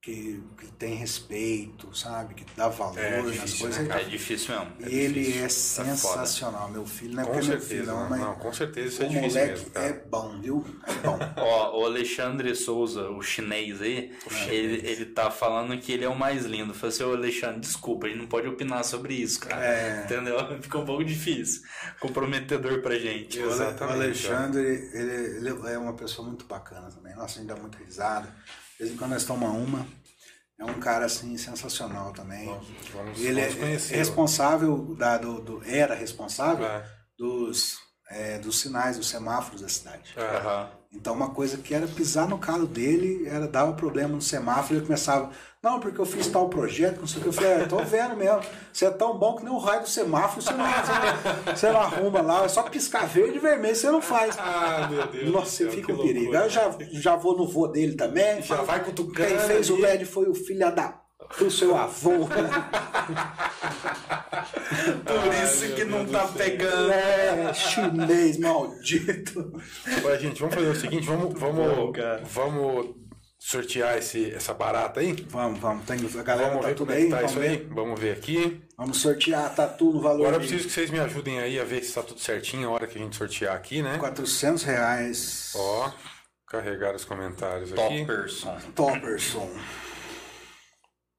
[SPEAKER 3] que, que tem respeito, sabe? Que dá valor
[SPEAKER 1] É
[SPEAKER 3] nas
[SPEAKER 1] difícil,
[SPEAKER 3] coisas.
[SPEAKER 1] né,
[SPEAKER 2] É difícil mesmo.
[SPEAKER 3] e ele
[SPEAKER 2] difícil.
[SPEAKER 3] é
[SPEAKER 2] Tá foda.
[SPEAKER 3] sensacional, meu filho. Não é
[SPEAKER 1] Com
[SPEAKER 3] porque é meu filho,
[SPEAKER 1] certeza.
[SPEAKER 3] não,
[SPEAKER 1] Não,
[SPEAKER 3] mas
[SPEAKER 1] não, com certeza isso é
[SPEAKER 3] o
[SPEAKER 1] difícil
[SPEAKER 3] moleque
[SPEAKER 1] mesmo,
[SPEAKER 3] é
[SPEAKER 1] cara.
[SPEAKER 3] bom, viu? É bom.
[SPEAKER 2] Ó, o Alexandre Souza, o chinês aí, Ele, ele tá falando que ele é o mais lindo. Eu Falei assim, ô Alexandre, desculpa, a gente não pode opinar sobre isso, cara.
[SPEAKER 3] É,
[SPEAKER 2] Entendeu? Fica um pouco difícil. Comprometedor pra gente.
[SPEAKER 3] o Ale-
[SPEAKER 1] Exatamente,
[SPEAKER 3] O Alexandre, ele, ele é uma pessoa muito bacana também. Nossa, a gente dá muita risada. De vez em quando nós tomamos uma. É um cara, assim, sensacional também.
[SPEAKER 1] Vamos,
[SPEAKER 3] E ele é
[SPEAKER 1] vamos conhecer.
[SPEAKER 3] responsável, da, do, do- era responsável
[SPEAKER 1] É,
[SPEAKER 3] dos, é, dos sinais, dos semáforos da cidade.
[SPEAKER 1] é.
[SPEAKER 2] Aham.
[SPEAKER 3] Então, uma coisa que era pisar no calo dele, era dava problema no semáforo, ele começava, não, porque eu fiz tal projeto, não sei o que. Eu falei, "Ah, eu tô vendo mesmo, você é tão bom que nem o raio do semáforo, você não, você não, você não arruma lá, é só piscar verde e vermelho, você não faz.
[SPEAKER 1] Ah, meu Deus. do
[SPEAKER 3] Nossa, você
[SPEAKER 1] céu,
[SPEAKER 3] fica
[SPEAKER 1] que
[SPEAKER 3] um perigo.
[SPEAKER 1] loucura.
[SPEAKER 3] Aí eu já, já vou no vô dele também.
[SPEAKER 1] Já vai cutucando
[SPEAKER 3] Quem fez o
[SPEAKER 1] ali.
[SPEAKER 3] LED foi o filho da. O seu avô.
[SPEAKER 2] Por isso que não tá pegando.
[SPEAKER 3] É, chinês maldito.
[SPEAKER 1] Olha, gente, vamos fazer o seguinte, vamos,
[SPEAKER 2] bom,
[SPEAKER 1] vamos,
[SPEAKER 2] cara.
[SPEAKER 1] vamos sortear esse, essa barata aí.
[SPEAKER 3] Vamos, vamos. Tem, a galera
[SPEAKER 1] vamos
[SPEAKER 3] tá
[SPEAKER 1] ver
[SPEAKER 3] tudo
[SPEAKER 1] como é
[SPEAKER 3] aí.
[SPEAKER 1] que tá
[SPEAKER 3] vamos,
[SPEAKER 1] isso
[SPEAKER 3] ver.
[SPEAKER 1] aí. Vamos ver aqui.
[SPEAKER 3] vamos sortear tatu no valor
[SPEAKER 1] Agora eu
[SPEAKER 3] de
[SPEAKER 1] preciso que vocês me ajudem aí a ver se tá tudo certinho a hora que a gente sortear aqui, né?
[SPEAKER 3] 400 reais.
[SPEAKER 1] Ó, carregar os comentários aqui.
[SPEAKER 2] Topperson.
[SPEAKER 3] Topperson.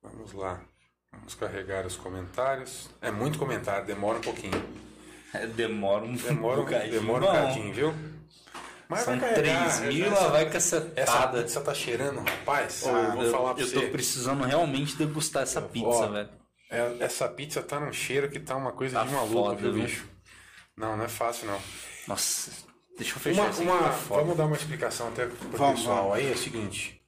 [SPEAKER 1] Vamos lá. Vamos carregar os comentários. É muito comentário, demora um pouquinho.
[SPEAKER 2] É, Demora um
[SPEAKER 1] Demora um,
[SPEAKER 2] bocadinho.
[SPEAKER 1] demora um
[SPEAKER 2] Bom,
[SPEAKER 1] bocadinho, viu? Mas
[SPEAKER 2] São
[SPEAKER 1] vai carregar. né?
[SPEAKER 2] 3 mil,
[SPEAKER 1] Essa-
[SPEAKER 2] ela vai
[SPEAKER 1] Essa
[SPEAKER 2] cacetada.
[SPEAKER 1] pizza tá cheirando, rapaz.
[SPEAKER 2] Ô,
[SPEAKER 1] eu vou
[SPEAKER 2] eu,
[SPEAKER 1] falar pra
[SPEAKER 2] eu
[SPEAKER 1] você.
[SPEAKER 2] tô precisando realmente degustar essa pizza,
[SPEAKER 1] ó,
[SPEAKER 2] velho.
[SPEAKER 1] É, Essa pizza tá num cheiro que tá uma coisa
[SPEAKER 2] Tá
[SPEAKER 1] de maluco,
[SPEAKER 2] foda,
[SPEAKER 1] viu,
[SPEAKER 2] viu?
[SPEAKER 1] bicho? Não, não é fácil, não.
[SPEAKER 2] Nossa, deixa eu fechar
[SPEAKER 1] Uma,
[SPEAKER 2] isso aqui,
[SPEAKER 1] uma-
[SPEAKER 2] tá foda.
[SPEAKER 1] vamos dar uma explicação até pro
[SPEAKER 3] Vamos,
[SPEAKER 1] pessoal
[SPEAKER 3] vamos.
[SPEAKER 1] aí, é o seguinte.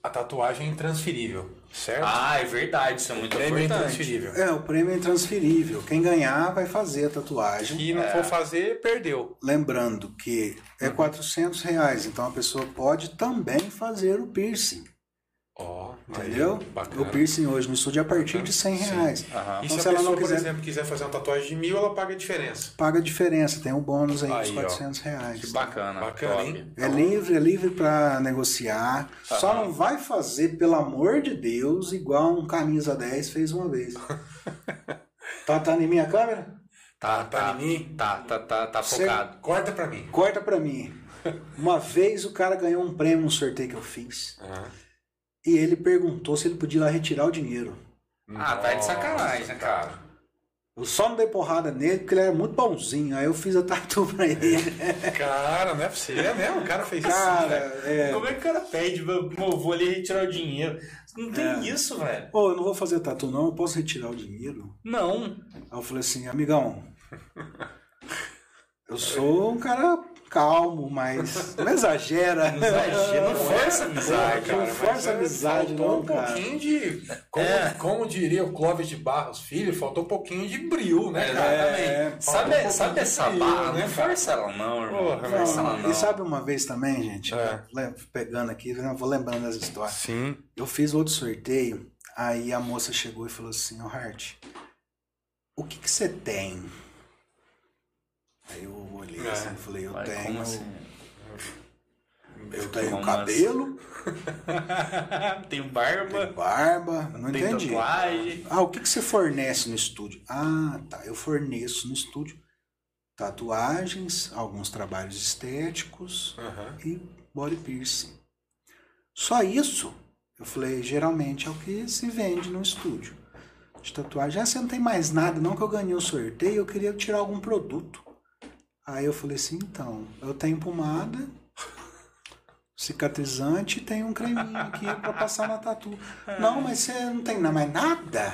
[SPEAKER 1] a tatuagem é intransferível, certo?
[SPEAKER 2] Ah, é verdade, isso é muito
[SPEAKER 1] prêmio é
[SPEAKER 2] importante.
[SPEAKER 1] intransferível.
[SPEAKER 3] É, o prêmio é intransferível. Quem ganhar vai fazer a tatuagem.
[SPEAKER 1] E não for fazer, perdeu.
[SPEAKER 3] Lembrando que
[SPEAKER 1] Uhum.
[SPEAKER 3] é 400 reais, então a pessoa pode também fazer o piercing,
[SPEAKER 1] Ó,
[SPEAKER 3] entendeu?
[SPEAKER 1] aí, Bacana.
[SPEAKER 3] O piercing hoje no estúdio é a partir de 100 reais.
[SPEAKER 2] Aham.
[SPEAKER 1] E
[SPEAKER 3] Então,
[SPEAKER 1] se,
[SPEAKER 3] se
[SPEAKER 1] a
[SPEAKER 3] ela
[SPEAKER 1] pessoa,
[SPEAKER 3] não
[SPEAKER 1] por
[SPEAKER 3] quiser,
[SPEAKER 1] exemplo, quiser fazer uma tatuagem de mil, ela paga a diferença.
[SPEAKER 3] paga a diferença, tem um bônus aí,
[SPEAKER 1] Aí,
[SPEAKER 3] dos
[SPEAKER 1] ó.
[SPEAKER 3] 400 reais.
[SPEAKER 2] Que bacana.
[SPEAKER 1] Bacana,
[SPEAKER 2] top.
[SPEAKER 1] hein?
[SPEAKER 3] É livre, é livre para negociar. Só não vai fazer, pelo amor de Deus, igual um camisa 10 fez uma vez. tá, tá em minha câmera?
[SPEAKER 2] Tá,
[SPEAKER 1] Tá
[SPEAKER 2] tá,
[SPEAKER 1] em mim?
[SPEAKER 2] tá, tá, tá, tá
[SPEAKER 3] Você-
[SPEAKER 2] focado.
[SPEAKER 1] Corta pra mim.
[SPEAKER 3] Corta pra mim. Uma vez o cara ganhou um prêmio num sorteio que eu fiz. E ele perguntou se ele podia ir lá retirar o dinheiro.
[SPEAKER 2] Ah, tá de sacanagem, né, cara?
[SPEAKER 3] Eu só não dei porrada nele porque ele era muito bonzinho. Aí eu fiz a tatu pra ele.
[SPEAKER 1] Cara, não é possível. É mesmo, o cara fez isso.
[SPEAKER 3] Cara,
[SPEAKER 1] velho.
[SPEAKER 3] é.
[SPEAKER 2] Como é que o cara pede? "Meu, Eu vou ali retirar o dinheiro. Não tem isso,
[SPEAKER 1] É.
[SPEAKER 2] velho.
[SPEAKER 3] Pô, eu não vou fazer tatu não, eu posso retirar o dinheiro?
[SPEAKER 2] Não.
[SPEAKER 3] Aí eu falei assim, amigão, eu sou um cara calmo, mas não exagera.
[SPEAKER 2] Não exagera, não força a
[SPEAKER 1] Ah,
[SPEAKER 2] amizade,
[SPEAKER 1] cara,
[SPEAKER 3] Não
[SPEAKER 1] mas
[SPEAKER 3] força
[SPEAKER 1] é,
[SPEAKER 3] amizade
[SPEAKER 1] faltou
[SPEAKER 3] não,
[SPEAKER 1] um
[SPEAKER 3] cara.
[SPEAKER 1] pouquinho de. Como, como diria o Clóvis de Barros Filho, faltou um pouquinho de
[SPEAKER 2] É,
[SPEAKER 1] brilho, né, cara?
[SPEAKER 2] Exatamente.
[SPEAKER 1] Falta um
[SPEAKER 2] Sabe, sabe
[SPEAKER 1] pouquinho
[SPEAKER 2] essa
[SPEAKER 1] de
[SPEAKER 2] barra?
[SPEAKER 1] brilho,
[SPEAKER 2] Não
[SPEAKER 1] né, cara?
[SPEAKER 2] força ela não, irmão.
[SPEAKER 1] Porra, mas-
[SPEAKER 2] Não força ela não.
[SPEAKER 3] E sabe uma vez também, gente,
[SPEAKER 1] É.
[SPEAKER 3] le- pegando aqui, eu vou lembrando das histórias.
[SPEAKER 1] Sim.
[SPEAKER 3] Eu fiz outro sorteio, aí a moça chegou e falou assim, ô Hart, o que que você tem? Aí eu olhei
[SPEAKER 1] É.
[SPEAKER 3] assim e falei, eu
[SPEAKER 2] Vai,
[SPEAKER 3] tenho.
[SPEAKER 2] como assim? Tipo,
[SPEAKER 3] Eu tenho um
[SPEAKER 2] Como assim?"
[SPEAKER 3] cabelo,
[SPEAKER 2] Tem barba,
[SPEAKER 3] tenho barba, não
[SPEAKER 2] tem
[SPEAKER 3] entendi.
[SPEAKER 2] tatuagem.
[SPEAKER 3] Ah, o que, que você fornece no estúdio? Ah, tá. Eu forneço no estúdio tatuagens, alguns trabalhos estéticos e body piercing. Só isso, eu falei, geralmente é o que se vende no estúdio. De tatuagem. Ah, você não tem mais nada, não que eu ganhei o sorteio, eu queria tirar algum produto. Aí eu falei assim, então, eu tenho pomada, cicatrizante e tem um creminho aqui pra passar na tatu. Não, mas você não tem na- mais nada?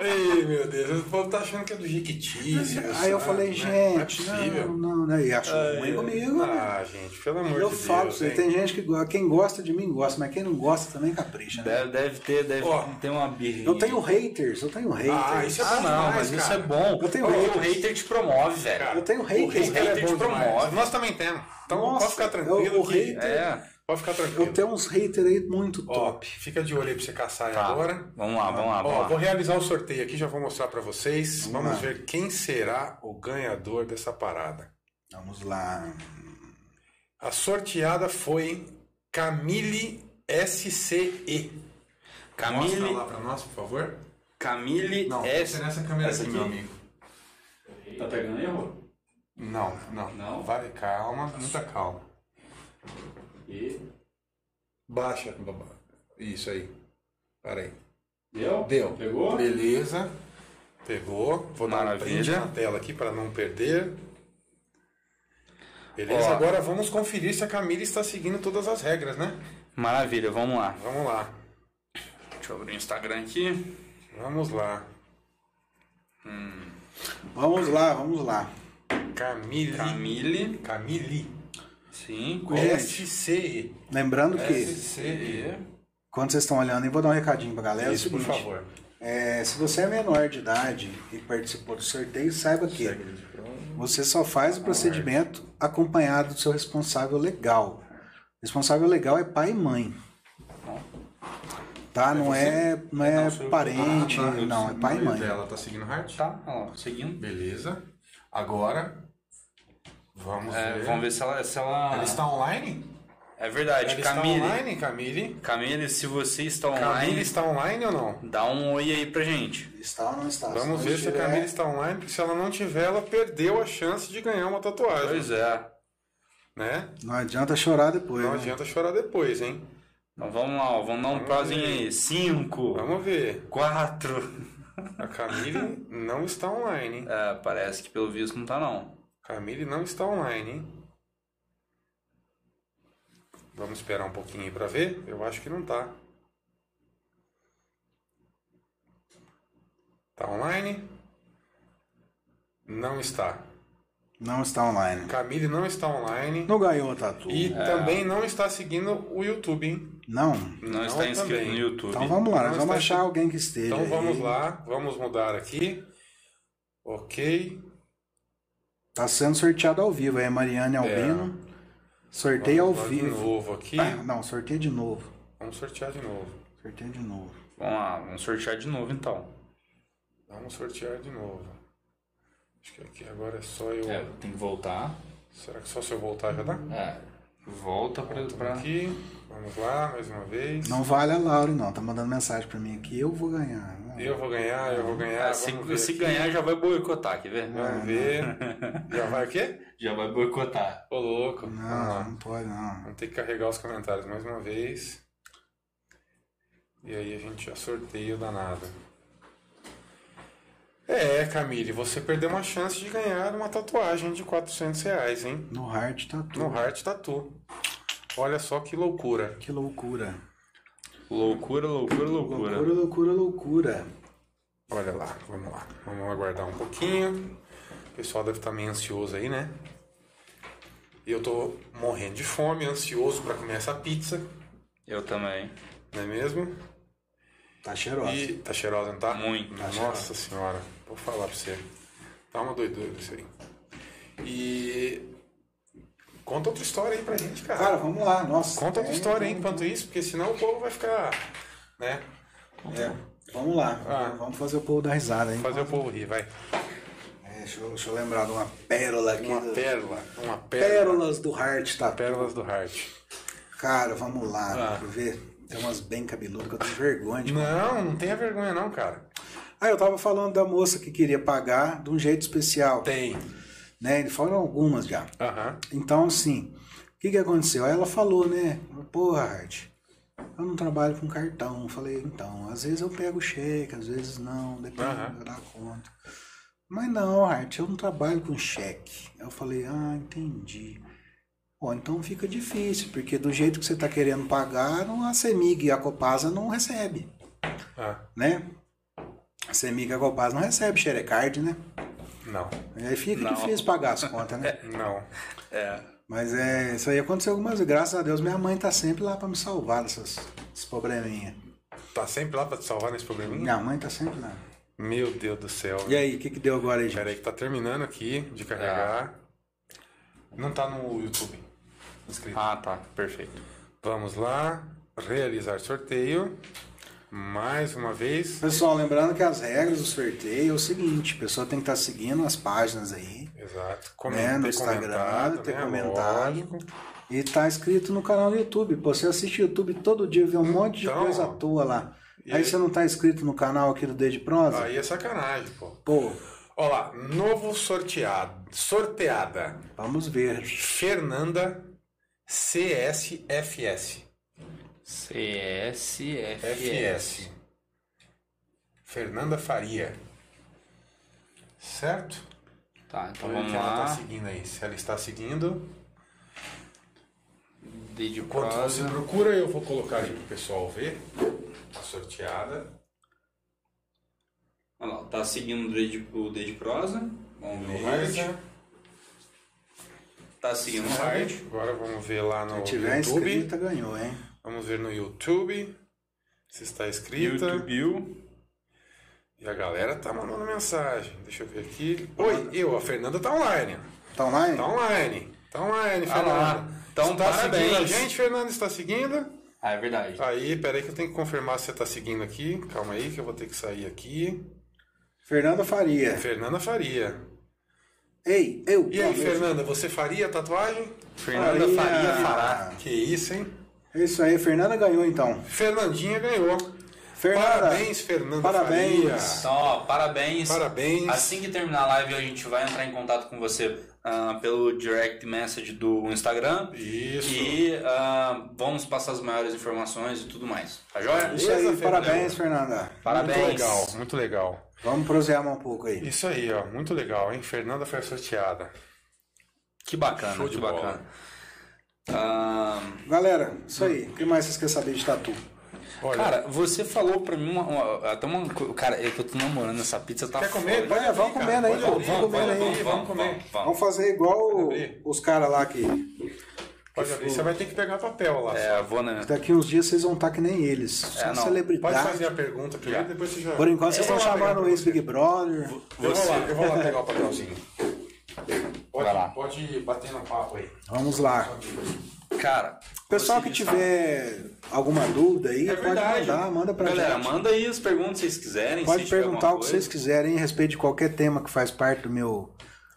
[SPEAKER 1] Ei, meu Deus, o povo tá achando que é do Jiquitis.
[SPEAKER 3] Aí eu falei, gente,
[SPEAKER 1] né? Não é possível.
[SPEAKER 3] não, não, né? E achou ruim comigo, né?
[SPEAKER 1] Ah, gente, pelo amor
[SPEAKER 3] Eu
[SPEAKER 1] de Deus.
[SPEAKER 3] falo pra você,
[SPEAKER 1] hein?
[SPEAKER 3] tem gente que gosta, quem gosta de mim gosta, mas quem não gosta também capricha, né?
[SPEAKER 2] Deve, deve ter, deve
[SPEAKER 1] Ó,
[SPEAKER 2] ter uma birrinha.
[SPEAKER 3] Eu tenho haters, eu tenho haters.
[SPEAKER 1] Ah, isso é
[SPEAKER 2] Ah,
[SPEAKER 1] bom
[SPEAKER 2] não,
[SPEAKER 1] demais,
[SPEAKER 2] mas isso
[SPEAKER 1] cara.
[SPEAKER 2] é bom.
[SPEAKER 3] Eu tenho
[SPEAKER 2] Porque o
[SPEAKER 3] haters.
[SPEAKER 2] hater te promove, velho.
[SPEAKER 3] Eu tenho
[SPEAKER 1] é O
[SPEAKER 3] haters, cara.
[SPEAKER 1] hater
[SPEAKER 2] é bom
[SPEAKER 1] te
[SPEAKER 2] demais.
[SPEAKER 1] promove. Nós também temos. Então
[SPEAKER 3] Nossa,
[SPEAKER 1] pode ficar
[SPEAKER 3] eu-
[SPEAKER 1] tranquilo.
[SPEAKER 3] o
[SPEAKER 1] que-
[SPEAKER 3] hater-
[SPEAKER 2] É.
[SPEAKER 1] Pode ficar tranquilo.
[SPEAKER 3] Eu tenho uns haters aí muito
[SPEAKER 1] Ó,
[SPEAKER 3] top.
[SPEAKER 1] fica de olho aí pra você caçar aí
[SPEAKER 2] Tá.
[SPEAKER 1] agora.
[SPEAKER 2] Vamos lá, vamos lá,
[SPEAKER 1] Ó,
[SPEAKER 2] vamos
[SPEAKER 1] vou
[SPEAKER 2] lá.
[SPEAKER 1] realizar o sorteio aqui, já vou mostrar pra vocês. Vamos,
[SPEAKER 3] lá.
[SPEAKER 1] ver quem será o ganhador dessa parada.
[SPEAKER 3] Vamos lá.
[SPEAKER 1] A sorteada foi Camille SCE. Mostra
[SPEAKER 2] Camille,
[SPEAKER 1] lá pra nós, por favor.
[SPEAKER 2] Camille
[SPEAKER 1] Não,
[SPEAKER 2] S.
[SPEAKER 1] essa é nessa câmera
[SPEAKER 2] essa
[SPEAKER 1] aqui,
[SPEAKER 2] aqui?
[SPEAKER 1] meu amigo.
[SPEAKER 2] Tá pegando erro?
[SPEAKER 1] Não, não.
[SPEAKER 2] Não?
[SPEAKER 1] Vai, calma, muita calma.
[SPEAKER 2] E
[SPEAKER 1] Baixa. babá. Isso aí. Pera aí.
[SPEAKER 2] deu?
[SPEAKER 1] Deu.
[SPEAKER 2] Pegou?
[SPEAKER 1] Beleza. Pegou. Vou
[SPEAKER 2] Maravilha.
[SPEAKER 1] dar um print na tela aqui para não perder. Beleza,
[SPEAKER 2] Ó.
[SPEAKER 1] agora vamos conferir se a Camila está seguindo todas as regras, né?
[SPEAKER 2] Maravilha, vamos lá.
[SPEAKER 1] Vamos lá.
[SPEAKER 2] Deixa eu abrir o Instagram aqui.
[SPEAKER 1] Vamos lá.
[SPEAKER 3] Vamos lá, vamos lá.
[SPEAKER 1] Camille.
[SPEAKER 2] Camille,
[SPEAKER 1] Camille.
[SPEAKER 2] sim.
[SPEAKER 3] Gente.
[SPEAKER 1] SCE.
[SPEAKER 3] Lembrando
[SPEAKER 1] É,
[SPEAKER 3] que,
[SPEAKER 1] SCE.
[SPEAKER 3] quando vocês estão olhando, eu vou dar um recadinho pra galera. é o
[SPEAKER 1] Isso, por
[SPEAKER 3] seguinte,
[SPEAKER 1] favor.
[SPEAKER 3] é, se você é menor de idade e participou do sorteio, saiba que você só faz o procedimento acompanhado do seu responsável legal. Responsável legal é pai e mãe. Tá? Não é, não é parente,
[SPEAKER 1] Ah, tá.
[SPEAKER 3] não, é pai e mãe.
[SPEAKER 1] Ela tá seguindo o Hart?
[SPEAKER 2] Tá, ó, seguindo.
[SPEAKER 1] Beleza. Agora, vamos
[SPEAKER 2] É,
[SPEAKER 1] ver.
[SPEAKER 2] vamos ver se ela. Se ela...
[SPEAKER 1] Ela está online?
[SPEAKER 2] É verdade,
[SPEAKER 1] Ela
[SPEAKER 2] Camille.
[SPEAKER 1] está online, Camille?
[SPEAKER 2] Camille, se você está
[SPEAKER 1] Camille
[SPEAKER 2] online,
[SPEAKER 1] está online ou não?
[SPEAKER 2] dá um oi aí pra gente.
[SPEAKER 3] Está ou não está? Se
[SPEAKER 1] Vamos
[SPEAKER 3] não
[SPEAKER 1] ver se a
[SPEAKER 3] tiver,
[SPEAKER 1] Camila está online, porque se ela não tiver, ela perdeu a chance de ganhar uma tatuagem,
[SPEAKER 2] Pois é.
[SPEAKER 1] né?
[SPEAKER 3] Não adianta chorar depois.
[SPEAKER 1] Não
[SPEAKER 3] né?
[SPEAKER 1] adianta chorar depois, hein?
[SPEAKER 2] Então vamos lá, ó, vamos dar um pauzinho aí. Cinco,
[SPEAKER 1] Vamos ver.
[SPEAKER 2] quatro.
[SPEAKER 1] A Camille não está online, hein?
[SPEAKER 2] É, parece que pelo visto não tá não.
[SPEAKER 1] Camille não está online, hein? Vamos esperar um pouquinho aí pra ver? Eu acho que não tá. Tá online? Não está.
[SPEAKER 3] Não está online.
[SPEAKER 1] Camille não está online.
[SPEAKER 3] No ganhou Tatu.
[SPEAKER 1] E também não está seguindo o YouTube, hein?
[SPEAKER 3] Não.
[SPEAKER 4] Não, está inscrito
[SPEAKER 1] também.
[SPEAKER 4] no YouTube.
[SPEAKER 3] Então vamos lá,
[SPEAKER 1] Não
[SPEAKER 3] nós vamos
[SPEAKER 1] está
[SPEAKER 3] achar
[SPEAKER 1] aqui.
[SPEAKER 3] alguém que esteja.
[SPEAKER 1] Então vamos
[SPEAKER 3] aí.
[SPEAKER 1] lá, vamos mudar aqui. Ok.
[SPEAKER 3] Tá sendo sorteado ao vivo, aí a Mariane Albino. Sorteio ao
[SPEAKER 1] É. Vamos lá De
[SPEAKER 3] vivo.
[SPEAKER 1] novo aqui.
[SPEAKER 3] Ah, não, sorteio de novo.
[SPEAKER 1] Vamos sortear de novo.
[SPEAKER 3] Sorteio de novo.
[SPEAKER 4] Vamos lá, vamos sortear de novo então.
[SPEAKER 1] Vamos sortear de novo. Acho que aqui agora é só eu.
[SPEAKER 4] É, tem que voltar.
[SPEAKER 1] Será que só se eu voltar já dá?
[SPEAKER 4] É, volta pra. pra...
[SPEAKER 1] Aqui. Vamos lá, mais uma vez.
[SPEAKER 3] Não vale a Laura, não. Tá mandando mensagem pra mim aqui. Eu vou ganhar.
[SPEAKER 1] Eu vou ganhar, eu vou
[SPEAKER 2] É,
[SPEAKER 1] ganhar.
[SPEAKER 4] Ah, se
[SPEAKER 1] É, vamos ver
[SPEAKER 4] se
[SPEAKER 1] aqui.
[SPEAKER 4] ganhar, já vai boicotar, quer ver?
[SPEAKER 1] Vamos ver. Já vai o quê?
[SPEAKER 4] Já vai boicotar.
[SPEAKER 1] Ô louco. Vamos
[SPEAKER 3] Não,
[SPEAKER 1] lá.
[SPEAKER 3] não pode, não.
[SPEAKER 1] Vamos ter que carregar os comentários mais uma vez. E aí a gente já sorteia o danado. É, Camille, você perdeu uma chance de ganhar uma tatuagem de 400 reais, hein?
[SPEAKER 3] No tá hard tatu.
[SPEAKER 1] No Heart Tattoo. Olha só que loucura.
[SPEAKER 3] Que loucura.
[SPEAKER 4] Loucura, loucura, loucura.
[SPEAKER 3] Loucura, loucura, loucura.
[SPEAKER 1] Olha lá, vamos lá. Vamos aguardar um pouquinho. O pessoal deve estar meio ansioso aí, né? E eu tô morrendo de fome, ansioso pra comer essa pizza,
[SPEAKER 4] Eu também.
[SPEAKER 1] não é mesmo?
[SPEAKER 3] Tá cheirosa.
[SPEAKER 1] E tá cheirosa, não tá?
[SPEAKER 4] Muito.
[SPEAKER 1] Nossa senhora, vou falar pra você. Tá uma doidura isso aí. E. Conta outra história aí pra gente, cara.
[SPEAKER 3] Cara, vamos lá. Nossa.
[SPEAKER 1] Conta outra
[SPEAKER 3] tem-
[SPEAKER 1] história aí enquanto isso, porque senão o povo vai ficar. né?
[SPEAKER 3] É, Vamos lá.
[SPEAKER 1] Ah.
[SPEAKER 3] Vamos fazer o povo dar risada, hein?
[SPEAKER 1] Fazer o povo rir, vai.
[SPEAKER 3] É, deixa, eu, deixa eu lembrar de uma pérola aqui.
[SPEAKER 1] Uma
[SPEAKER 3] do-
[SPEAKER 1] pérola. Uma pérola.
[SPEAKER 3] Pérolas do hard tatu.
[SPEAKER 1] Pérolas do Heart.
[SPEAKER 3] Cara, vamos lá.
[SPEAKER 1] Ah.
[SPEAKER 3] Quer ver? Tem umas bem cabeludas que eu tenho vergonha de
[SPEAKER 1] Não, não tenha vergonha não, cara.
[SPEAKER 3] Ah, eu tava falando da moça que queria pagar de um jeito especial.
[SPEAKER 1] Tem.
[SPEAKER 3] Né? Ele falou algumas já.
[SPEAKER 1] Aham.
[SPEAKER 3] Então, assim, o que, que aconteceu? Aí ela falou, né? Porra, Art, eu não trabalho com cartão. Eu falei, então, às vezes eu pego cheque, às vezes não, depende
[SPEAKER 1] Aham.
[SPEAKER 3] da conta. Mas não, Art, eu não trabalho com cheque. Eu falei, ah, entendi. Bom, então fica difícil, porque do jeito que você está querendo pagar, não- a CEMIG e a Copasa não recebe,
[SPEAKER 1] Ah,
[SPEAKER 3] né? A CEMIG e a Copasa não recebe Xerecard, né?
[SPEAKER 1] não.
[SPEAKER 3] E aí fica
[SPEAKER 4] Não.
[SPEAKER 3] difícil pagar as contas, né?
[SPEAKER 1] Não.
[SPEAKER 4] É.
[SPEAKER 3] Mas é, isso aí aconteceu algumas vezes. Graças a Deus, minha mãe tá sempre lá pra me salvar dessas, desses probleminha.
[SPEAKER 1] Tá sempre lá pra te salvar nesse probleminha?
[SPEAKER 3] Minha mãe tá sempre lá.
[SPEAKER 1] Meu Deus do céu.
[SPEAKER 3] E aí, o que que deu agora aí, gente?
[SPEAKER 1] Pera aí que tá terminando aqui de carregar.
[SPEAKER 3] É.
[SPEAKER 1] Não tá no YouTube. Inscrito.
[SPEAKER 4] Ah, tá. Perfeito.
[SPEAKER 1] Vamos lá. Realizar sorteio. Mais uma vez.
[SPEAKER 3] Pessoal, lembrando que as regras do sorteio é o seguinte, a pessoa tem que estar seguindo as páginas aí
[SPEAKER 1] Exato.
[SPEAKER 3] Né, no
[SPEAKER 1] ter
[SPEAKER 3] Instagram,
[SPEAKER 1] comentado,
[SPEAKER 3] ter
[SPEAKER 1] né?
[SPEAKER 3] comentado.
[SPEAKER 1] Lógico.
[SPEAKER 3] e tá inscrito no canal do YouTube. Pô, Você assiste YouTube todo dia, vê um monte de
[SPEAKER 1] Então,
[SPEAKER 3] coisa à
[SPEAKER 1] ó.
[SPEAKER 3] toa lá.
[SPEAKER 1] E
[SPEAKER 3] Aí
[SPEAKER 1] aí?
[SPEAKER 3] você não tá inscrito no canal aqui do Dedo de Prosa?
[SPEAKER 1] Aí é sacanagem, pô.
[SPEAKER 3] Pô,
[SPEAKER 1] Ó lá, novo sorteado. Sorteada.
[SPEAKER 3] vamos ver.
[SPEAKER 1] Fernanda CSFS.
[SPEAKER 4] CSFS.
[SPEAKER 1] FS. Fernanda Faria. Certo?
[SPEAKER 4] Tá, então vamos
[SPEAKER 1] Vamos ver quem ela tá
[SPEAKER 4] lá.
[SPEAKER 1] seguindo aí. Se ela está seguindo.
[SPEAKER 4] Desde
[SPEAKER 1] Enquanto você
[SPEAKER 4] prosa.
[SPEAKER 1] procura, eu vou colocar aí pro pessoal ver. A sorteada.
[SPEAKER 2] Olha lá, tá seguindo o dedo, o dedo prosa. Vamos ver o hard.
[SPEAKER 1] Beleza.
[SPEAKER 2] Tá
[SPEAKER 1] um
[SPEAKER 2] seguindo o hard.
[SPEAKER 1] Agora vamos ver lá no
[SPEAKER 3] Se tiver
[SPEAKER 1] YouTube.
[SPEAKER 3] inscrita, ganhou, hein?
[SPEAKER 1] Vamos ver no YouTube. Se está inscrita.
[SPEAKER 4] YouTube.
[SPEAKER 1] E a galera tá mandando mensagem. Deixa eu ver aqui. Oi, eu, a Fernanda tá online.
[SPEAKER 3] Tá online?
[SPEAKER 1] Tá online. Tá online,
[SPEAKER 4] Ah lá.
[SPEAKER 1] Fernanda.
[SPEAKER 4] Então,
[SPEAKER 1] tá
[SPEAKER 4] parabéns.
[SPEAKER 1] seguindo a gente, Fernanda? Está seguindo?
[SPEAKER 4] Ah, é verdade.
[SPEAKER 1] Aí, peraí que eu tenho que confirmar se você tá seguindo aqui. Calma aí que eu vou ter que sair aqui.
[SPEAKER 3] Fernanda Faria.
[SPEAKER 1] Fernanda Faria.
[SPEAKER 3] Ei, eu.
[SPEAKER 1] E aí,
[SPEAKER 3] Deus.
[SPEAKER 1] Fernanda, você faria tatuagem?
[SPEAKER 4] Fernanda
[SPEAKER 3] Faria.
[SPEAKER 4] Faria
[SPEAKER 3] Ah.
[SPEAKER 4] Fará.
[SPEAKER 1] Que isso, hein?
[SPEAKER 3] É isso aí, Fernanda ganhou então.
[SPEAKER 1] Fernandinha ganhou.
[SPEAKER 3] Fernanda,
[SPEAKER 1] Parabéns, Fernanda
[SPEAKER 3] Parabéns.
[SPEAKER 1] Faria.
[SPEAKER 2] Então, ó, parabéns.
[SPEAKER 1] Parabéns.
[SPEAKER 2] Assim que terminar a live, a gente vai entrar em contato com você ah, pelo direct message do Instagram.
[SPEAKER 1] Isso.
[SPEAKER 2] E ah, vamos passar as maiores informações e tudo mais. Tá joia?
[SPEAKER 3] isso aí,
[SPEAKER 1] Beleza,
[SPEAKER 3] parabéns, Fernanda.
[SPEAKER 2] Parabéns.
[SPEAKER 1] Muito legal, muito legal.
[SPEAKER 3] Vamos prosear mais um pouco aí.
[SPEAKER 1] Isso aí, ó. Muito legal, hein? Fernanda foi a sorteada.
[SPEAKER 2] Que bacana,
[SPEAKER 1] Show de
[SPEAKER 2] que
[SPEAKER 1] bola.
[SPEAKER 2] bacana. Ah,
[SPEAKER 3] Galera, isso aí. O que mais vocês querem saber de tatu?
[SPEAKER 1] Olha,
[SPEAKER 2] Cara, você falou pra mim uma, uma- até uma. co- Cara, eu que eu tô namorando essa pizza, tá
[SPEAKER 1] quer comer?
[SPEAKER 2] foda.
[SPEAKER 1] Pode
[SPEAKER 3] É, vamos
[SPEAKER 1] abrir,
[SPEAKER 3] comendo
[SPEAKER 1] cara. Pode
[SPEAKER 3] aí, pô.
[SPEAKER 1] abrir,
[SPEAKER 3] Vamos
[SPEAKER 1] pode
[SPEAKER 3] comendo aí.
[SPEAKER 1] abrir, Vamos comer.
[SPEAKER 3] né? Vamos fazer igual
[SPEAKER 1] Pode abrir.
[SPEAKER 3] os caras lá que
[SPEAKER 1] Pode abrir. Você vai ter que pegar papel lá.
[SPEAKER 2] É, vou na.
[SPEAKER 3] daqui uns dias vocês vão estar que nem eles. Só
[SPEAKER 2] É, não.
[SPEAKER 1] Pode
[SPEAKER 3] celebridade.
[SPEAKER 1] fazer é a pergunta primeiro, depois você já.
[SPEAKER 3] Tá. Por enquanto vocês
[SPEAKER 1] Eu
[SPEAKER 3] estão
[SPEAKER 1] vou lá pegar
[SPEAKER 3] chamando o
[SPEAKER 1] pra você.
[SPEAKER 3] ex-Big Brother.
[SPEAKER 1] Eu vou lá, eu vou lá pegar o papelzinho. Pode,
[SPEAKER 2] Vai lá.
[SPEAKER 1] pode bater
[SPEAKER 3] um
[SPEAKER 1] no papo aí.
[SPEAKER 3] Vamos lá.
[SPEAKER 2] Cara, tá-
[SPEAKER 3] Pessoal que tiver alguma dúvida aí,
[SPEAKER 1] É
[SPEAKER 3] pode
[SPEAKER 1] verdade.
[SPEAKER 3] mandar, manda pra
[SPEAKER 2] galera,
[SPEAKER 3] gente.
[SPEAKER 2] manda aí as perguntas que vocês quiserem.
[SPEAKER 3] Pode
[SPEAKER 2] se tiver
[SPEAKER 3] perguntar o
[SPEAKER 2] alguma coisa.
[SPEAKER 3] que vocês quiserem a respeito de qualquer tema que faz parte do meu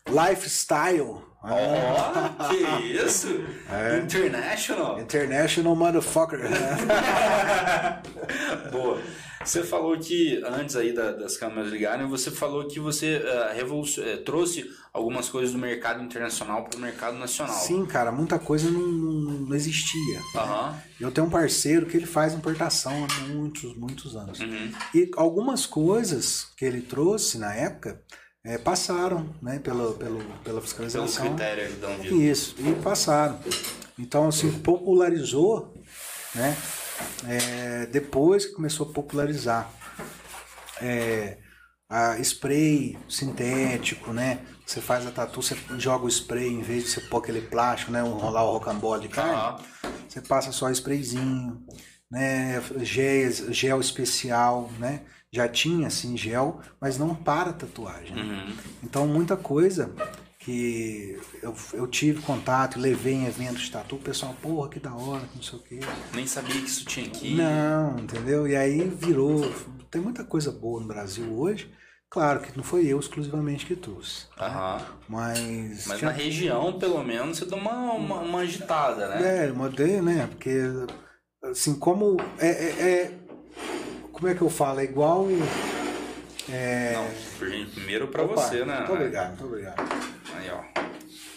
[SPEAKER 3] lifestyle. Ah,
[SPEAKER 2] Ó, que isso?
[SPEAKER 3] É.
[SPEAKER 2] International.
[SPEAKER 3] International motherfucker.
[SPEAKER 2] Boa. Você falou que, antes aí da- das câmeras ligarem, você falou que você eh, revolucio- eh, trouxe algumas coisas do mercado internacional para o mercado nacional.
[SPEAKER 3] Sim, cara, muita coisa não, não- não existia.
[SPEAKER 2] Aham.
[SPEAKER 3] Eu tenho um parceiro que ele faz importação há muitos, muitos anos.
[SPEAKER 2] Uhum.
[SPEAKER 3] E algumas coisas que ele trouxe na época eh, passaram né, pelo, pelo, pela
[SPEAKER 2] Pelo
[SPEAKER 3] fiscalização.
[SPEAKER 2] critério ali da Anvisa.
[SPEAKER 3] Isso, e passaram. Então, assim, popularizou, né? É, depois que começou a popularizar. É, a spray sintético, né? Você faz a tatu, você joga o spray em vez de você pôr aquele plástico, né? Rolar o rocambole de carne.
[SPEAKER 2] Aham.
[SPEAKER 3] Você passa só sprayzinho, né? Gel, gel especial, né? Já tinha, assim, gel, mas não para a tatuagem. né?
[SPEAKER 2] Uhum.
[SPEAKER 3] Então, muita coisa que eu, eu tive contato, levei em eventos de tatu, o pessoal, porra, que da hora, que não sei o quê.
[SPEAKER 2] Nem sabia que isso tinha aqui.
[SPEAKER 3] Não, entendeu? E aí virou. Tem muita coisa boa no Brasil hoje. Claro que não foi eu exclusivamente que trouxe,
[SPEAKER 2] Aham.
[SPEAKER 3] mas.
[SPEAKER 2] Mas
[SPEAKER 3] tinha-
[SPEAKER 2] na região, pelo menos, você dá uma, uma, uma agitada, né?
[SPEAKER 3] É, eu mandei, né? Porque, assim, como. É, é- é- Como é que eu falo? É igual.
[SPEAKER 2] Não, por gente, primeiro pra
[SPEAKER 3] É. Opa,
[SPEAKER 2] você, né?
[SPEAKER 3] Muito obrigado, muito obrigado.
[SPEAKER 2] Aí, ó.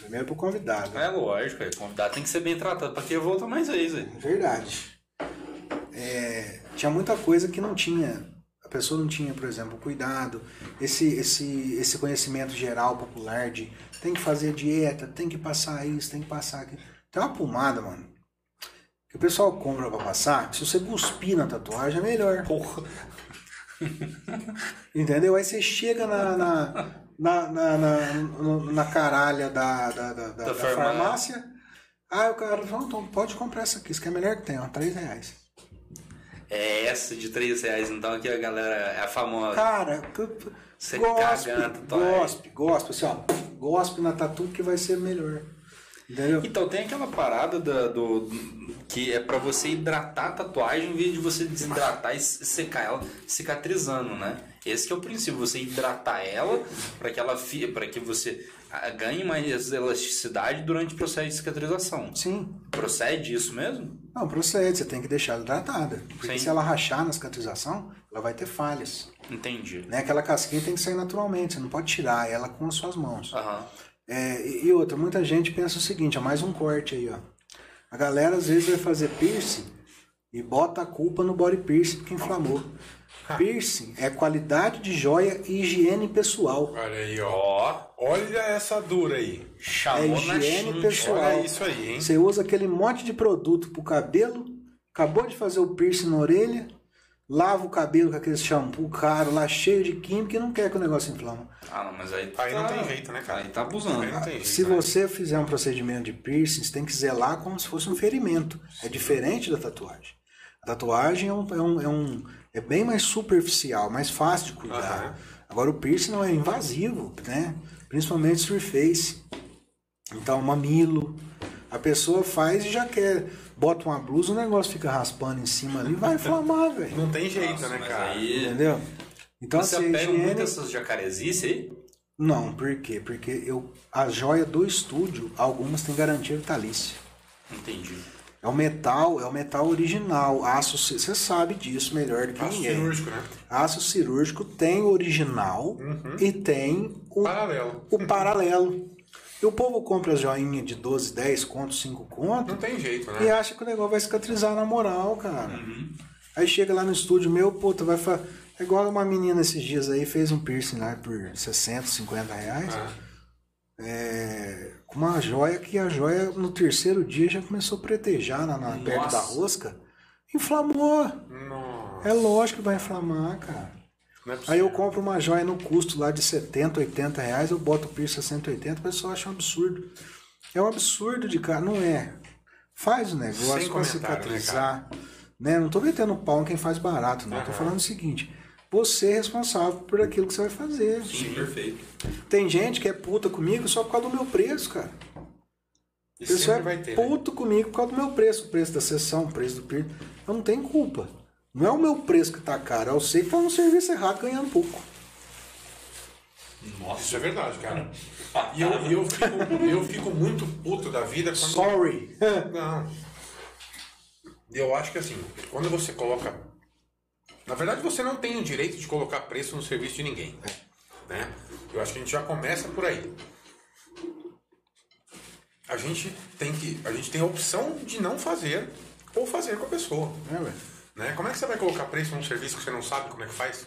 [SPEAKER 3] Primeiro pro convidado.
[SPEAKER 2] É lógico, aí, convidado tem que ser bem tratado pra que volta mais vezes. aí.
[SPEAKER 3] Verdade. É, tinha muita coisa que não tinha. A pessoa não tinha, por exemplo, cuidado, esse, esse, esse conhecimento geral popular de tem que fazer dieta, tem que passar isso, tem que passar aquilo. Tem uma pomada, mano, que o pessoal compra pra passar, que se você cuspir na tatuagem é melhor.
[SPEAKER 2] Porra.
[SPEAKER 3] Entendeu? Aí você chega na, na, na, na, na, no- na caralha da, da, da, da-
[SPEAKER 2] Da
[SPEAKER 3] da
[SPEAKER 2] farmácia.
[SPEAKER 3] farmácia. Aí o cara fala, então pode comprar essa aqui, isso que é a melhor que tem, ó, 3 reais.
[SPEAKER 2] É essa de 3 reais, então, que a galera é a famosa.
[SPEAKER 3] Cara, tu- tu-
[SPEAKER 2] Você
[SPEAKER 3] gospe,
[SPEAKER 2] caga na tatuagem.
[SPEAKER 3] gospe, gospe, assim, ó, gospe na tatu que vai ser melhor. Entendeu?
[SPEAKER 2] Então tem aquela parada da- do que é pra você hidratar a tatuagem em vez de você desidratar e secar ela, cicatrizando, né? Esse que é o princípio, você hidratar ela pra que ela para que você ah, ganhe mais elasticidade durante o processo de cicatrização.
[SPEAKER 3] Sim.
[SPEAKER 2] Procede isso mesmo?
[SPEAKER 3] Não, procede, você tem que deixar ela hidratada. Porque
[SPEAKER 2] Sim.
[SPEAKER 3] se ela rachar na cicatrização, ela vai ter falhas.
[SPEAKER 2] Entendi.
[SPEAKER 3] Né? Aquela casquinha tem que sair naturalmente, você não pode tirar ela com as suas mãos.
[SPEAKER 2] Aham.
[SPEAKER 3] É, e e outra, muita gente pensa o seguinte, é mais um corte aí, ó. A galera às vezes vai fazer piercing e bota a culpa no body piercing porque inflamou. Piercing é qualidade de joia e higiene pessoal.
[SPEAKER 1] Olha aí, ó.
[SPEAKER 2] Ó,
[SPEAKER 1] Olha essa dura aí.
[SPEAKER 3] É
[SPEAKER 2] chamou na
[SPEAKER 3] higiene
[SPEAKER 2] chincha.
[SPEAKER 3] pessoal.
[SPEAKER 1] Olha isso aí, hein?
[SPEAKER 3] Você usa aquele monte de produto pro cabelo, acabou de fazer o piercing na orelha, lava o cabelo com aquele shampoo caro lá cheio de química e não quer que o negócio inflama.
[SPEAKER 2] Ah, não, mas aí
[SPEAKER 1] Aí não tem jeito, né, cara?
[SPEAKER 2] Aí tá abusando.
[SPEAKER 1] Aí não tem jeito.
[SPEAKER 3] Se
[SPEAKER 1] né?
[SPEAKER 3] você fizer um procedimento de piercing, você tem que zelar como se fosse um ferimento. É diferente da tatuagem. A tatuagem é, um, é, um, é, um- é bem mais superficial, mais fácil de cuidar.
[SPEAKER 1] Aham.
[SPEAKER 3] Agora, o piercing não é invasivo, né? Principalmente surface. Então, mamilo. A pessoa faz e já quer. Bota uma blusa, o negócio fica raspando em cima ali, vai inflamar, velho.
[SPEAKER 1] Não tem jeito,
[SPEAKER 2] Nossa,
[SPEAKER 1] né,
[SPEAKER 2] mas
[SPEAKER 1] cara?
[SPEAKER 2] aí...
[SPEAKER 3] Entendeu? Então,
[SPEAKER 2] Você
[SPEAKER 3] assim, a
[SPEAKER 2] apega muito
[SPEAKER 3] higiene-
[SPEAKER 2] essas jacarezices aí?
[SPEAKER 3] não, por quê? Porque eu, a joia do estúdio, algumas têm garantia vitalícia.
[SPEAKER 2] Entendi.
[SPEAKER 3] É o metal, é o metal original. Aço, ci- você sabe disso melhor do que
[SPEAKER 1] Passo
[SPEAKER 3] ninguém.
[SPEAKER 1] cirúrgico, né?
[SPEAKER 3] Aço cirúrgico tem o original e tem o,
[SPEAKER 1] Paralelo.
[SPEAKER 3] o paralelo. E o povo compra as joinhas de 12, 10 conto, 5 conto
[SPEAKER 1] Não tem jeito,
[SPEAKER 3] e
[SPEAKER 1] né?
[SPEAKER 3] acha que o negócio vai cicatrizar na moral, cara. Aí chega lá no estúdio meu, puta, vai falar. É igual uma menina esses dias aí fez um piercing lá por 60, 50 reais.
[SPEAKER 1] Ah,
[SPEAKER 3] É, com uma joia que a joia no terceiro dia já começou a pretejar na, na perna
[SPEAKER 2] Nossa.
[SPEAKER 3] da rosca. Inflamou.
[SPEAKER 1] Nossa.
[SPEAKER 3] É lógico que vai inflamar, cara.
[SPEAKER 1] Não é
[SPEAKER 3] Aí
[SPEAKER 1] possível.
[SPEAKER 3] eu compro uma joia no custo lá de 70, 80 reais, eu boto o piercing a 180, o pessoal acha um absurdo. É um absurdo de cara, não é. Faz o negócio
[SPEAKER 1] Sem
[SPEAKER 3] pra
[SPEAKER 1] comentário, né,
[SPEAKER 3] cicatrizar. Né, Não tô metendo pau em quem faz barato, não. Tô
[SPEAKER 1] Aham.
[SPEAKER 3] falando o seguinte: você é responsável por aquilo que você vai fazer.
[SPEAKER 4] Sim, perfeito.
[SPEAKER 3] Tem gente que é puta comigo só por causa do meu preço, cara.
[SPEAKER 1] E
[SPEAKER 3] O pessoal
[SPEAKER 1] sempre
[SPEAKER 3] é
[SPEAKER 1] vai ter. né?
[SPEAKER 3] puto comigo por causa do meu preço, o preço da sessão, o preço do piercing. Eu não tenho culpa. Não é o meu preço que tá caro, eu sei que tá no serviço errado ganhando pouco.
[SPEAKER 1] Isso é verdade, cara. E eu, e eu, fico, eu fico muito puto da vida quando.
[SPEAKER 3] Sorry.
[SPEAKER 1] Não. Eu acho que assim, quando você coloca. Na verdade, você não tem o direito de colocar preço no serviço de ninguém. Né? Eu acho que a gente já começa por aí. A gente tem que. A gente tem a opção de não fazer ou fazer com a pessoa.
[SPEAKER 3] É, ué.
[SPEAKER 1] Né? Como é que você vai colocar preço num serviço que você não sabe como é que faz?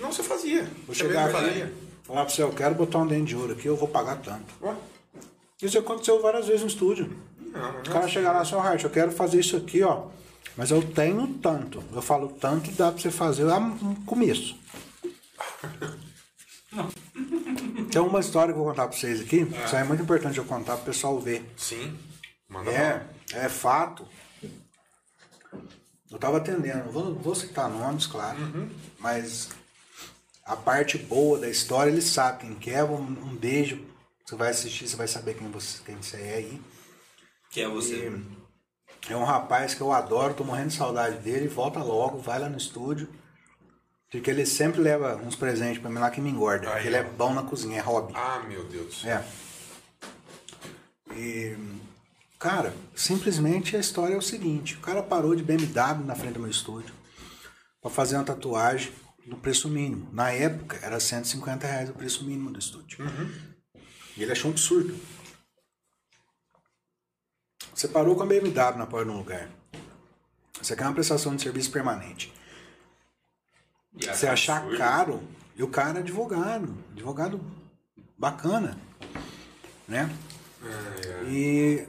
[SPEAKER 1] Não você fazia.
[SPEAKER 3] Vou
[SPEAKER 1] Você
[SPEAKER 3] chegar
[SPEAKER 1] mesmo
[SPEAKER 3] aqui, falar pra você, eu quero botar um dente de ouro aqui, eu vou pagar tanto.
[SPEAKER 1] Ué,
[SPEAKER 3] Isso aconteceu várias vezes no estúdio.
[SPEAKER 1] Não, não é
[SPEAKER 3] O cara chega lá, seu Hart, eu quero fazer isso aqui, ó. Mas eu tenho tanto. Eu falo, tanto dá pra você fazer lá no começo. Tem uma história que eu vou contar pra vocês aqui. Isso aí é muito importante eu contar pro pessoal ver.
[SPEAKER 1] Sim. assim. Manda
[SPEAKER 3] É, é fato. Eu tava atendendo, vou, vou citar nomes, claro,
[SPEAKER 1] Uhum.
[SPEAKER 3] mas a parte boa da história ele sabe quem que é. Um, um beijo, você vai assistir, você vai saber quem você, quem você é aí.
[SPEAKER 4] Que é você.
[SPEAKER 3] É um rapaz que eu adoro, tô morrendo de saudade dele. Volta logo, vai lá no estúdio. Porque ele sempre leva uns presentes pra mim lá que me engorda.
[SPEAKER 1] Aí,
[SPEAKER 3] porque ele é
[SPEAKER 1] ó.
[SPEAKER 3] bom na cozinha, é hobby.
[SPEAKER 1] Ah, meu Deus do céu.
[SPEAKER 3] É. E, cara, simplesmente a história é o seguinte: o cara parou de BMW na frente do meu estúdio pra fazer uma tatuagem no preço mínimo. Na época era 150 reais o preço mínimo do estúdio. E ele achou um absurdo. Você parou com a BMW na porta de um lugar. Você quer uma prestação de serviço permanente.
[SPEAKER 4] E
[SPEAKER 3] Você achar
[SPEAKER 4] absurdo.
[SPEAKER 3] caro, e o cara é advogado, advogado bacana, né?
[SPEAKER 2] É.
[SPEAKER 3] E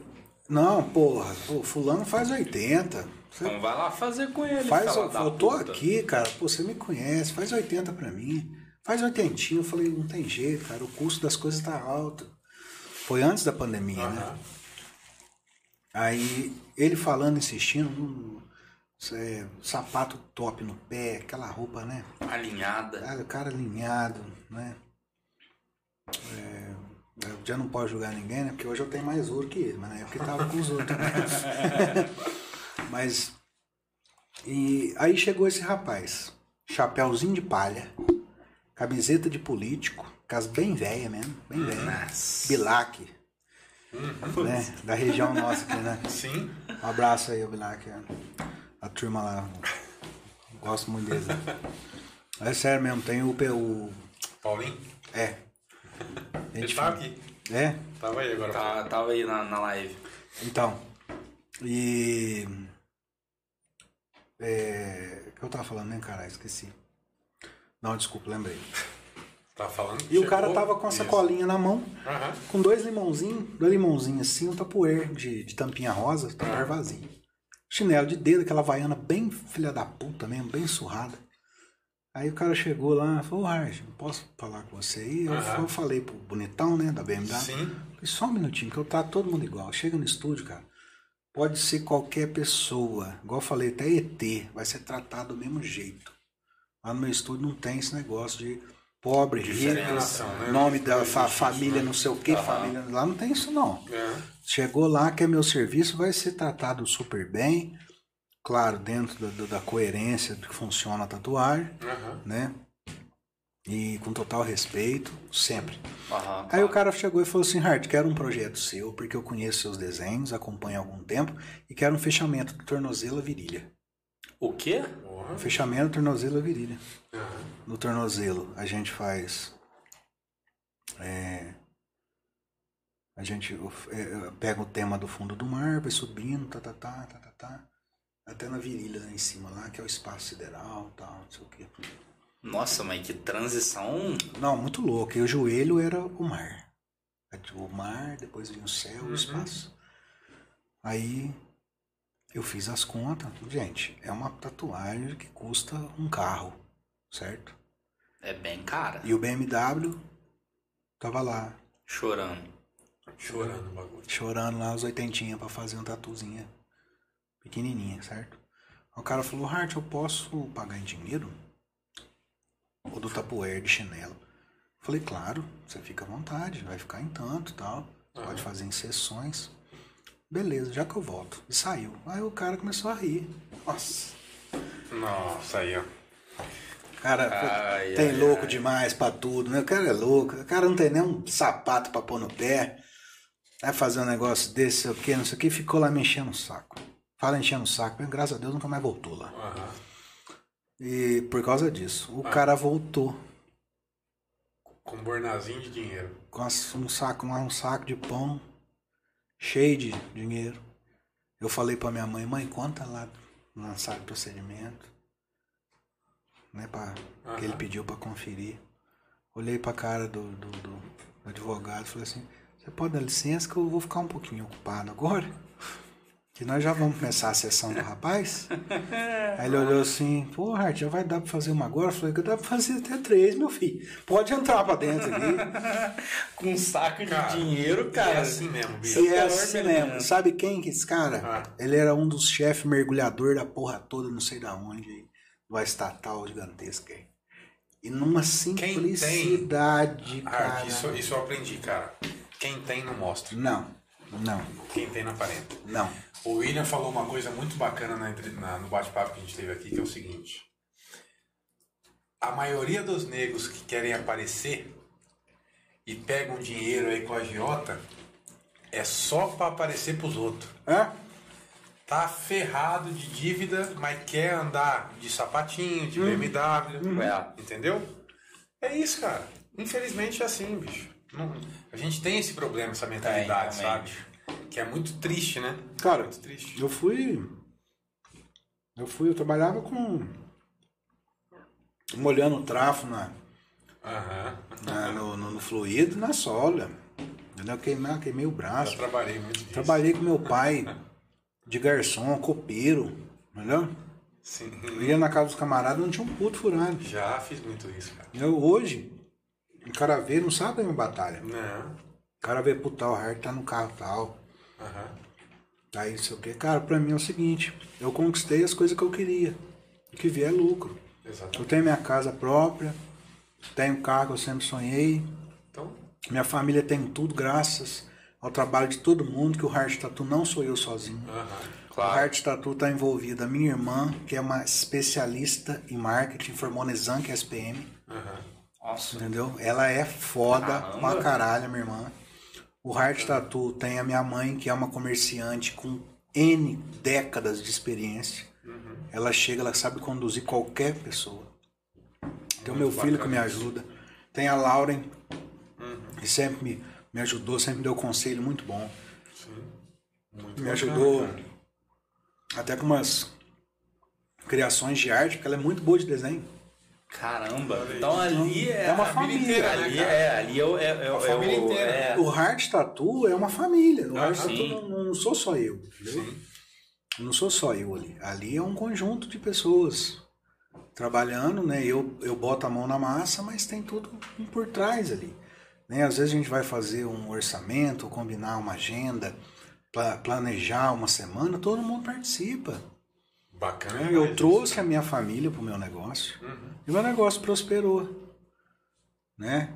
[SPEAKER 3] não, porra, pô, fulano faz 80. Você
[SPEAKER 2] Então vai lá fazer com ele.
[SPEAKER 3] faz,
[SPEAKER 2] fala
[SPEAKER 3] eu,
[SPEAKER 2] da
[SPEAKER 3] eu tô
[SPEAKER 2] puta.
[SPEAKER 3] aqui, cara, pô, você me conhece, faz 80 pra mim. Faz 80, eu falei, não tem jeito, cara, o custo das coisas tá alto. Foi antes da pandemia, né?
[SPEAKER 1] Aham.
[SPEAKER 3] Aí ele falando, insistindo, hum, isso é sapato top no pé, aquela roupa, né?
[SPEAKER 2] Alinhada.
[SPEAKER 3] Ah, o cara alinhado, né? É, eu já não posso julgar ninguém, né? Porque hoje eu tenho mais ouro que ele, mas na época ele tava com os outros. Né? mas. E aí chegou esse rapaz, chapéuzinho de palha, camiseta de político, casa bem velha mesmo, bem
[SPEAKER 2] Uhum.
[SPEAKER 3] velha. Bilac. Né? Da região nossa aqui, né?
[SPEAKER 1] Sim.
[SPEAKER 3] Um abraço aí, Bilac. A turma lá. Gosto muito deles. né? É sério mesmo, tem o. P- o
[SPEAKER 1] Paulinho,
[SPEAKER 3] é.
[SPEAKER 1] ele
[SPEAKER 3] Gente,
[SPEAKER 1] tava aqui.
[SPEAKER 3] É,
[SPEAKER 1] Tava aí agora.
[SPEAKER 2] Tá- tava aí na, na live.
[SPEAKER 3] então. E. É. O que eu tava falando, né, caralho? Esqueci. Não, desculpa, lembrei.
[SPEAKER 1] Tá falando.
[SPEAKER 3] E o cara tava com a sacolinha na mão,
[SPEAKER 1] Aham.
[SPEAKER 3] com dois limãozinhos, dois limãozinhos assim, um tapuer de, de tampinha rosa, tapuer vazio. Chinelo de dedo, aquela vaiana bem filha da puta mesmo, bem surrada. Aí o cara chegou lá e falou, ô Harge, posso falar com você aí? Eu,
[SPEAKER 1] Aham.
[SPEAKER 3] eu falei pro bonitão, né, da BMW.
[SPEAKER 1] Sim.
[SPEAKER 3] Falei, Só um minutinho, que eu trato todo mundo igual. Chega no estúdio, cara. Pode ser qualquer pessoa. Igual eu falei, até ET vai ser tratado do mesmo jeito. Lá no meu estúdio não tem esse negócio de pobre, rico,
[SPEAKER 1] Diferenciação, né?
[SPEAKER 3] nome da
[SPEAKER 1] Não
[SPEAKER 3] fa-
[SPEAKER 1] existe
[SPEAKER 3] família,
[SPEAKER 1] isso, né?
[SPEAKER 3] não sei o que, família. Lá não tem isso, não.
[SPEAKER 1] É.
[SPEAKER 3] Chegou lá, quer meu serviço, vai ser tratado super bem. Claro, dentro da- da- da coerência do que funciona a tatuagem,
[SPEAKER 1] Aham.
[SPEAKER 3] né? E com total respeito, sempre.
[SPEAKER 2] Aham.
[SPEAKER 3] Aí o cara chegou e falou assim, Hart, quero um projeto seu, porque eu conheço seus desenhos, acompanho há algum tempo, e quero um fechamento do tornozelo à virilha. Um
[SPEAKER 2] O quê?
[SPEAKER 1] Porra.
[SPEAKER 3] Fechamento do tornozelo à virilha.
[SPEAKER 1] Aham.
[SPEAKER 3] No tornozelo, a gente faz... É, a gente of- é, é, pega o tema do fundo do mar, vai subindo, tá, tá, tá, tá, tá, tá, até na virilha lá em cima, lá, que é o espaço sideral, tal, não sei o quê.
[SPEAKER 2] Nossa, mas que transição.
[SPEAKER 3] Não, muito louco. E o joelho era o mar. O mar, depois vinha o céu, o espaço. Aí Eu fiz as contas. Gente, é uma tatuagem que custa um carro, certo?
[SPEAKER 2] É bem cara.
[SPEAKER 3] E o BMW tava lá,
[SPEAKER 2] Chorando.
[SPEAKER 1] Chorando o bagulho.
[SPEAKER 3] chorando lá os oitentinha pra fazer um tatuzinha. Pequenininha, certo? Aí o cara falou, Hart, eu posso pagar em dinheiro? Ou do tapoer de chinelo? Falei, claro, você fica à vontade, vai ficar em tanto e tal. Você Pode fazer em sessões. Beleza, já que eu volto. E saiu. Aí o cara começou a rir. Nossa.
[SPEAKER 1] Nossa, aí, ó.
[SPEAKER 3] Cara,
[SPEAKER 2] Ai,
[SPEAKER 3] tem
[SPEAKER 2] ai,
[SPEAKER 3] louco demais pra tudo, né? O cara é louco. O cara não tem nem um sapato pra pôr no pé. Vai fazer um negócio desse, sei o quê, não sei o quê. Ficou lá me enchendo o saco. Fala enchendo o saco. mas Graças a Deus nunca mais voltou lá.
[SPEAKER 1] Aham.
[SPEAKER 3] E por causa disso,
[SPEAKER 2] Ah.
[SPEAKER 3] o cara voltou
[SPEAKER 1] Com um bornazinho de dinheiro.
[SPEAKER 3] com as- um saco, lá, um saco de pão cheio de dinheiro. Eu falei pra minha mãe, mãe, conta lá lançar o procedimento. Né, pra,
[SPEAKER 1] Aham.
[SPEAKER 3] Que ele pediu pra conferir. Olhei pra cara do, do, do advogado e falei assim, você pode dar licença que eu vou ficar um pouquinho ocupado agora? Que nós já vamos começar a sessão do rapaz. Aí ele olhou assim, pô, Hart, já vai dar pra fazer uma agora? Eu falei, dá pra fazer até três, meu filho. Pode entrar pra dentro aqui.
[SPEAKER 4] Com um saco de
[SPEAKER 1] Cara,
[SPEAKER 4] dinheiro,
[SPEAKER 1] E é
[SPEAKER 4] cara.
[SPEAKER 1] assim mesmo, bicho.
[SPEAKER 3] E é
[SPEAKER 4] Calor
[SPEAKER 3] assim
[SPEAKER 4] vermelho.
[SPEAKER 3] mesmo. Sabe quem que esse cara?
[SPEAKER 1] Ah.
[SPEAKER 3] Ele era um dos chefes mergulhador da porra toda, não sei da onde, aí, do estatal gigantesca. aí. E
[SPEAKER 1] tem-
[SPEAKER 3] numa
[SPEAKER 1] Ah,
[SPEAKER 3] simplicidade, cara.
[SPEAKER 1] Hart, isso, isso eu aprendi, cara. Quem tem, não mostra.
[SPEAKER 3] Não, não,
[SPEAKER 1] Quem tem, não aparenta.
[SPEAKER 3] não.
[SPEAKER 1] O William falou uma coisa muito bacana na entre- na- no bate-papo que a gente teve aqui, que é o seguinte. A maioria dos negros que querem aparecer e pegam dinheiro aí com a agiota é só pra aparecer pros outros.
[SPEAKER 3] Hã?
[SPEAKER 1] Tá ferrado de dívida, mas quer andar de sapatinho, de BMW,
[SPEAKER 2] É.
[SPEAKER 1] entendeu? É isso, cara. Infelizmente é assim, bicho. Não- a gente tem esse problema, essa mentalidade, sabe?
[SPEAKER 2] realmente.
[SPEAKER 1] Que é muito triste, né?
[SPEAKER 3] Cara,
[SPEAKER 1] muito triste.
[SPEAKER 3] Eu fui. Eu fui, eu trabalhava com. molhando o trafo na,
[SPEAKER 1] Aham.
[SPEAKER 3] na- no, no, no fluido e na sola. Entendeu? Queimei, queimei o
[SPEAKER 1] Eu
[SPEAKER 3] braço.
[SPEAKER 1] trabalhei muito disso.
[SPEAKER 3] Trabalhei com meu pai de garçom, copeiro, entendeu? Eu
[SPEAKER 1] Sim.
[SPEAKER 3] ia na casa dos camaradas não tinha um puto furado.
[SPEAKER 1] Já fiz muito isso, cara.
[SPEAKER 3] Eu, hoje, o cara vê, não sabe da minha batalha.
[SPEAKER 1] Não.
[SPEAKER 3] O cara vê pro tal, o Hart tá no carro tal,
[SPEAKER 1] Aham.
[SPEAKER 3] tá isso, sei o quê. Cara, pra mim é o seguinte, eu conquistei as coisas que eu queria. O que vier é lucro. Eu
[SPEAKER 1] Exatamente.
[SPEAKER 3] tenho minha casa própria, tenho o carro que eu sempre sonhei,
[SPEAKER 1] Então,
[SPEAKER 3] minha família tem tudo graças ao trabalho de todo mundo, que o Hart Tatu não sou eu sozinho.
[SPEAKER 1] aham.
[SPEAKER 3] O Hart Tatu está envolvida a minha irmã, que é uma especialista em marketing, Formonezan, que é SPM,
[SPEAKER 1] Aham.
[SPEAKER 2] Nossa.
[SPEAKER 3] entendeu? Ela é foda
[SPEAKER 2] Caramba.
[SPEAKER 3] pra caralho, minha irmã. O Hart Tatu tem a minha mãe, que é uma comerciante com N décadas de experiência.
[SPEAKER 1] Uhum.
[SPEAKER 3] Ela chega, ela sabe conduzir qualquer pessoa. Tem o meu
[SPEAKER 1] Muito
[SPEAKER 3] filho que me
[SPEAKER 1] bacana Uhum.
[SPEAKER 3] ajuda. Tem a Lauren, que sempre me, me ajudou, sempre me deu conselho muito bom.
[SPEAKER 1] Muito
[SPEAKER 3] Me
[SPEAKER 1] bacana,
[SPEAKER 3] ajudou
[SPEAKER 1] cara.
[SPEAKER 3] até com umas criações de arte, porque ela é muito boa de desenho.
[SPEAKER 2] Caramba. Então ali é.
[SPEAKER 3] É uma
[SPEAKER 2] a
[SPEAKER 3] família,
[SPEAKER 1] né,
[SPEAKER 2] ali
[SPEAKER 1] cara?
[SPEAKER 2] é, ali é, o- é, é, é,
[SPEAKER 1] família
[SPEAKER 2] o-
[SPEAKER 1] inteira.
[SPEAKER 2] é-
[SPEAKER 3] O Hard Tattoo é uma família. O
[SPEAKER 1] Ah,
[SPEAKER 3] Hard
[SPEAKER 2] sim.
[SPEAKER 3] Tattoo não, não sou só eu. entendeu? Não sou só eu ali. Ali é um conjunto de pessoas trabalhando, né? Eu, eu boto a mão na massa, mas tem tudo por trás ali. Né? Às vezes a gente vai fazer um orçamento, combinar uma agenda, pla- planejar uma semana, todo mundo participa.
[SPEAKER 2] É
[SPEAKER 1] Bacana.
[SPEAKER 3] né?
[SPEAKER 1] demais
[SPEAKER 3] Eu
[SPEAKER 1] isso.
[SPEAKER 3] trouxe a minha família pro meu negócio
[SPEAKER 1] Uhum.
[SPEAKER 3] e meu negócio prosperou. Né?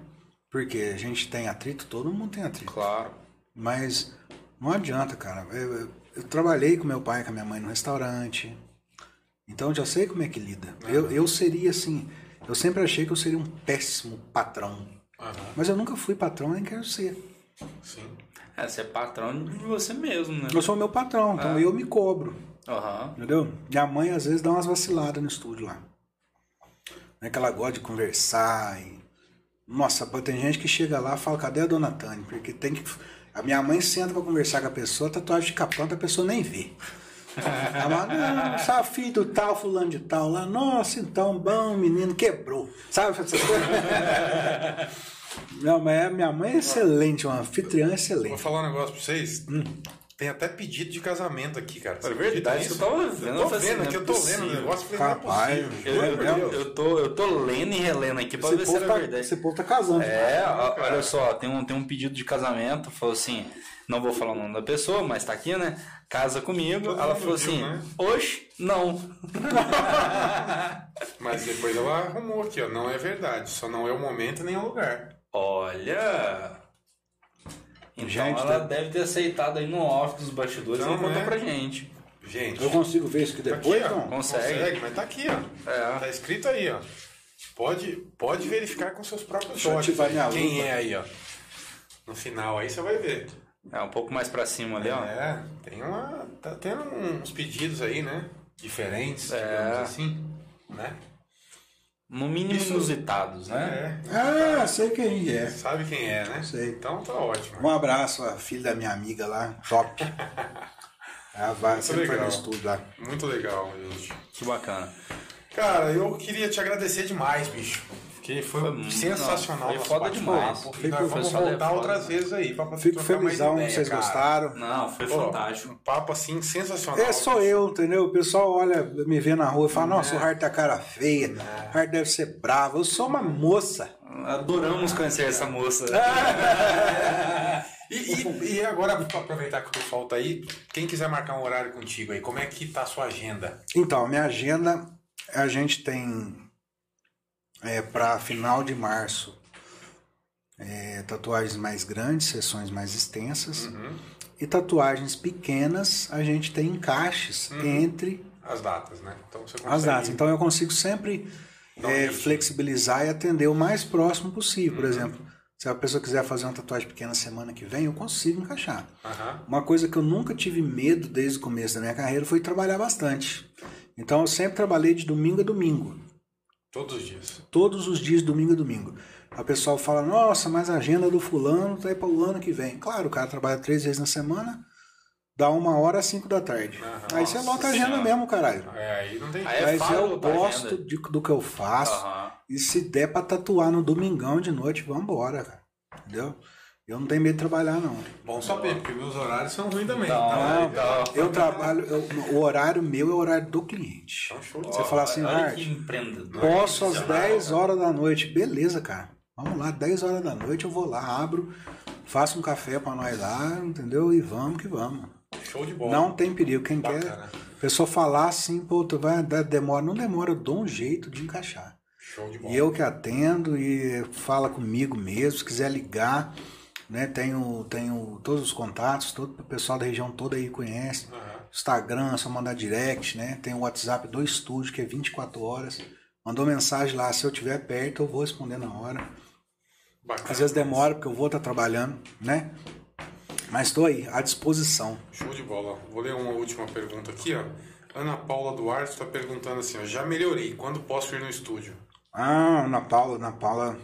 [SPEAKER 3] Porque a gente tem atrito, todo mundo tem atrito.
[SPEAKER 2] Claro.
[SPEAKER 3] Mas não adianta, cara. Eu, eu- eu trabalhei com meu pai e com a minha mãe no restaurante. Então eu já sei como é que lida. Eu, eu seria assim. Eu sempre achei que eu seria um péssimo patrão.
[SPEAKER 1] Aham.
[SPEAKER 3] Mas eu nunca fui patrão nem quero ser.
[SPEAKER 1] Sim.
[SPEAKER 2] É, você é patrão de você mesmo, né?
[SPEAKER 3] Eu sou meu patrão, então eu me cobro.
[SPEAKER 2] Aham.
[SPEAKER 3] Entendeu? Minha mãe às vezes dá umas vaciladas no estúdio lá. Não é que ela gosta de conversar. E... Nossa, pô, tem gente que chega lá e fala, cadê a dona Tânia? Porque tem que. A minha mãe senta pra conversar com a pessoa, a tatuagem fica pronta, a pessoa nem vê. Ela, não, sabe, filho do tal, fulano de tal lá, nossa, então, bom, menino, quebrou. Sabe essas coisas? Não, mas é- minha mãe é excelente, uma anfitriã
[SPEAKER 1] Vou
[SPEAKER 3] excelente. Hum.
[SPEAKER 1] falar um negócio pra vocês. Tem até pedido de casamento aqui, cara.
[SPEAKER 2] É
[SPEAKER 1] Você
[SPEAKER 2] verdade,
[SPEAKER 1] acredita
[SPEAKER 2] isso eu tava
[SPEAKER 1] nisso?
[SPEAKER 2] vendo,
[SPEAKER 1] Eu
[SPEAKER 2] eu
[SPEAKER 1] tô
[SPEAKER 2] falei assim,
[SPEAKER 1] vendo aqui,
[SPEAKER 2] não é
[SPEAKER 1] eu tô lendo o
[SPEAKER 2] possível.
[SPEAKER 1] negócio, eu falei, não é
[SPEAKER 3] Capaz,
[SPEAKER 1] possível.
[SPEAKER 3] é
[SPEAKER 2] Eu, eu, eu,
[SPEAKER 3] mesmo?
[SPEAKER 1] Meu Deus.
[SPEAKER 2] eu tô, eu tô lendo e relendo aqui pra
[SPEAKER 3] Esse
[SPEAKER 2] ver se
[SPEAKER 3] povo,
[SPEAKER 2] era
[SPEAKER 3] tá,
[SPEAKER 2] verdade.
[SPEAKER 3] esse povo tá casando.
[SPEAKER 2] É, ó,
[SPEAKER 1] né, cara.
[SPEAKER 2] olha só, tem um, tem um pedido de casamento, falou assim, não vou falar o nome da pessoa, mas tá aqui, né? Casa comigo.
[SPEAKER 1] Todo
[SPEAKER 2] Ela
[SPEAKER 1] mundo
[SPEAKER 2] falou
[SPEAKER 1] viu,
[SPEAKER 2] assim,
[SPEAKER 1] né?
[SPEAKER 2] hoje não.
[SPEAKER 1] Mas depois ela arrumou aqui, ó. Não é verdade. Só não é o momento nem o lugar.
[SPEAKER 2] Olha! Então
[SPEAKER 3] Gente,
[SPEAKER 2] ela
[SPEAKER 3] tá-
[SPEAKER 2] deve ter aceitado aí no off dos bastidores
[SPEAKER 1] Não,
[SPEAKER 2] e contou
[SPEAKER 1] né?
[SPEAKER 2] pra gente.
[SPEAKER 1] Gente.
[SPEAKER 3] Eu consigo ver isso aqui
[SPEAKER 1] tá
[SPEAKER 3] depois, então?
[SPEAKER 1] aqui, ó.
[SPEAKER 3] não?
[SPEAKER 2] Consegue.
[SPEAKER 1] Mas tá aqui, ó.
[SPEAKER 2] É.
[SPEAKER 1] Tá escrito aí, ó. Pode, pode verificar com seus próprios
[SPEAKER 3] Deixa eu
[SPEAKER 1] olhos.
[SPEAKER 3] ativar minha
[SPEAKER 1] Quem
[SPEAKER 3] lupa.
[SPEAKER 1] é aí, ó. No final aí você vai ver.
[SPEAKER 2] É, um pouco mais pra cima ali, ó.
[SPEAKER 1] É, tem uma. Tá tendo uns pedidos aí, né? Diferentes,
[SPEAKER 2] É.
[SPEAKER 1] digamos assim. Né?
[SPEAKER 2] No mínimo
[SPEAKER 1] Isso-
[SPEAKER 2] inusitados, né?
[SPEAKER 3] Ah, sei quem é.
[SPEAKER 1] Sabe quem é, né?
[SPEAKER 3] Sei.
[SPEAKER 1] Então tá ótimo.
[SPEAKER 3] Um abraço, a filha da minha amiga lá, top. Ah, vai, sempre foi no
[SPEAKER 1] legal.
[SPEAKER 3] estudo lá.
[SPEAKER 1] Muito legal, gente.
[SPEAKER 2] Que bacana.
[SPEAKER 1] Cara, eu queria te agradecer demais, bicho. Porque foi,
[SPEAKER 2] Foi muito-
[SPEAKER 1] sensacional.
[SPEAKER 2] não, foi
[SPEAKER 1] nosso
[SPEAKER 2] foda
[SPEAKER 1] bate-papo.
[SPEAKER 2] demais.
[SPEAKER 1] E
[SPEAKER 2] Fico-
[SPEAKER 1] nós vamos
[SPEAKER 2] foi foda,
[SPEAKER 1] voltar
[SPEAKER 2] foda.
[SPEAKER 1] outras vezes aí. Pra pra
[SPEAKER 3] Fico
[SPEAKER 1] trocar mais
[SPEAKER 3] felizão
[SPEAKER 1] ideia,
[SPEAKER 3] que vocês
[SPEAKER 1] cara.
[SPEAKER 3] gostaram.
[SPEAKER 2] Não, foi
[SPEAKER 1] Pô,
[SPEAKER 2] fantástico.
[SPEAKER 1] Um papo assim sensacional.
[SPEAKER 3] É só eu, entendeu? O pessoal olha, me vê na rua e fala,
[SPEAKER 1] Né?
[SPEAKER 3] nossa, o Hart tá cara feia, o Hart deve ser bravo, eu sou uma moça.
[SPEAKER 2] Adoramos conhecer essa moça.
[SPEAKER 1] Ah! E, e- e agora, pra aproveitar que tu falta aí, quem quiser marcar um horário contigo aí, como é que tá a sua agenda?
[SPEAKER 3] Então, minha agenda, a gente tem é, para final de março é, tatuagens mais grandes, sessões mais extensas. E tatuagens pequenas, a gente tem encaixes entre
[SPEAKER 1] As datas, né? Então você consegue...
[SPEAKER 3] as datas. Então eu consigo sempre
[SPEAKER 1] Dá um
[SPEAKER 3] é,
[SPEAKER 1] jeito.
[SPEAKER 3] flexibilizar e atender o mais próximo possível. Por exemplo, se a pessoa quiser fazer uma tatuagem pequena semana que vem, eu consigo encaixar.
[SPEAKER 1] Aham.
[SPEAKER 3] Uma coisa que eu nunca tive medo desde o começo da minha carreira foi trabalhar bastante. Então eu sempre trabalhei de domingo a domingo.
[SPEAKER 1] Todos os dias.
[SPEAKER 3] Todos os dias, domingo a domingo. A pessoa fala, nossa, mas a agenda do fulano tá aí para o ano que vem. Claro, o cara trabalha três vezes na semana, dá uma hora às cinco da tarde.
[SPEAKER 1] Aham.
[SPEAKER 3] aí você
[SPEAKER 2] Nossa
[SPEAKER 3] lota a agenda
[SPEAKER 2] Senhora.
[SPEAKER 3] mesmo, caralho.
[SPEAKER 1] É, aí não tem...
[SPEAKER 2] Aí é
[SPEAKER 3] mas
[SPEAKER 2] fácil
[SPEAKER 3] eu
[SPEAKER 2] lotar a
[SPEAKER 3] gosto
[SPEAKER 2] agenda.
[SPEAKER 3] de- do que eu faço.
[SPEAKER 2] Aham.
[SPEAKER 3] E se der pra tatuar no domingão de noite, vambora, cara. Entendeu? Eu não tenho medo de trabalhar, não.
[SPEAKER 2] é
[SPEAKER 1] Bom saber, porque meus horários são ruins também.
[SPEAKER 2] Então,
[SPEAKER 1] Então,
[SPEAKER 2] então.
[SPEAKER 3] Eu trabalho, eu- o horário meu é o horário do cliente.
[SPEAKER 1] então, show.
[SPEAKER 3] Você fala assim,
[SPEAKER 2] Olha
[SPEAKER 3] Hart,
[SPEAKER 2] que empreendedor.
[SPEAKER 3] posso às
[SPEAKER 2] Visionário,
[SPEAKER 3] 10 horas da noite. Beleza, cara. Vamos lá, 10 horas da noite eu vou lá, abro, faço um café pra nós lá, entendeu? E vamos que vamos.
[SPEAKER 1] Show de bola.
[SPEAKER 3] Não tem perigo. Quem quer,
[SPEAKER 1] Bacana.
[SPEAKER 3] a pessoa falar assim, pô, tu vai dar demora. Não demora, eu dou um jeito de encaixar.
[SPEAKER 1] Show de bola.
[SPEAKER 3] E eu que atendo e fala comigo mesmo, se quiser ligar, né? Tenho, tenho todos os contatos, todo o pessoal da região toda aí conhece.
[SPEAKER 1] Aham.
[SPEAKER 3] Instagram, é só mandar direct, né? Tem o WhatsApp do estúdio, que é 24 horas. Mandou mensagem lá, se eu tiver perto, eu vou responder na hora.
[SPEAKER 1] Bacana.
[SPEAKER 3] Às vezes demora, porque eu vou estar trabalhando, né? Mas estou aí, à disposição.
[SPEAKER 1] Show de bola. Vou ler uma última pergunta aqui, ó. Ana Paula Duarte está perguntando assim, ó, já melhorei, quando posso ir no estúdio?
[SPEAKER 3] Ah, Ana Paula, Ana Paula.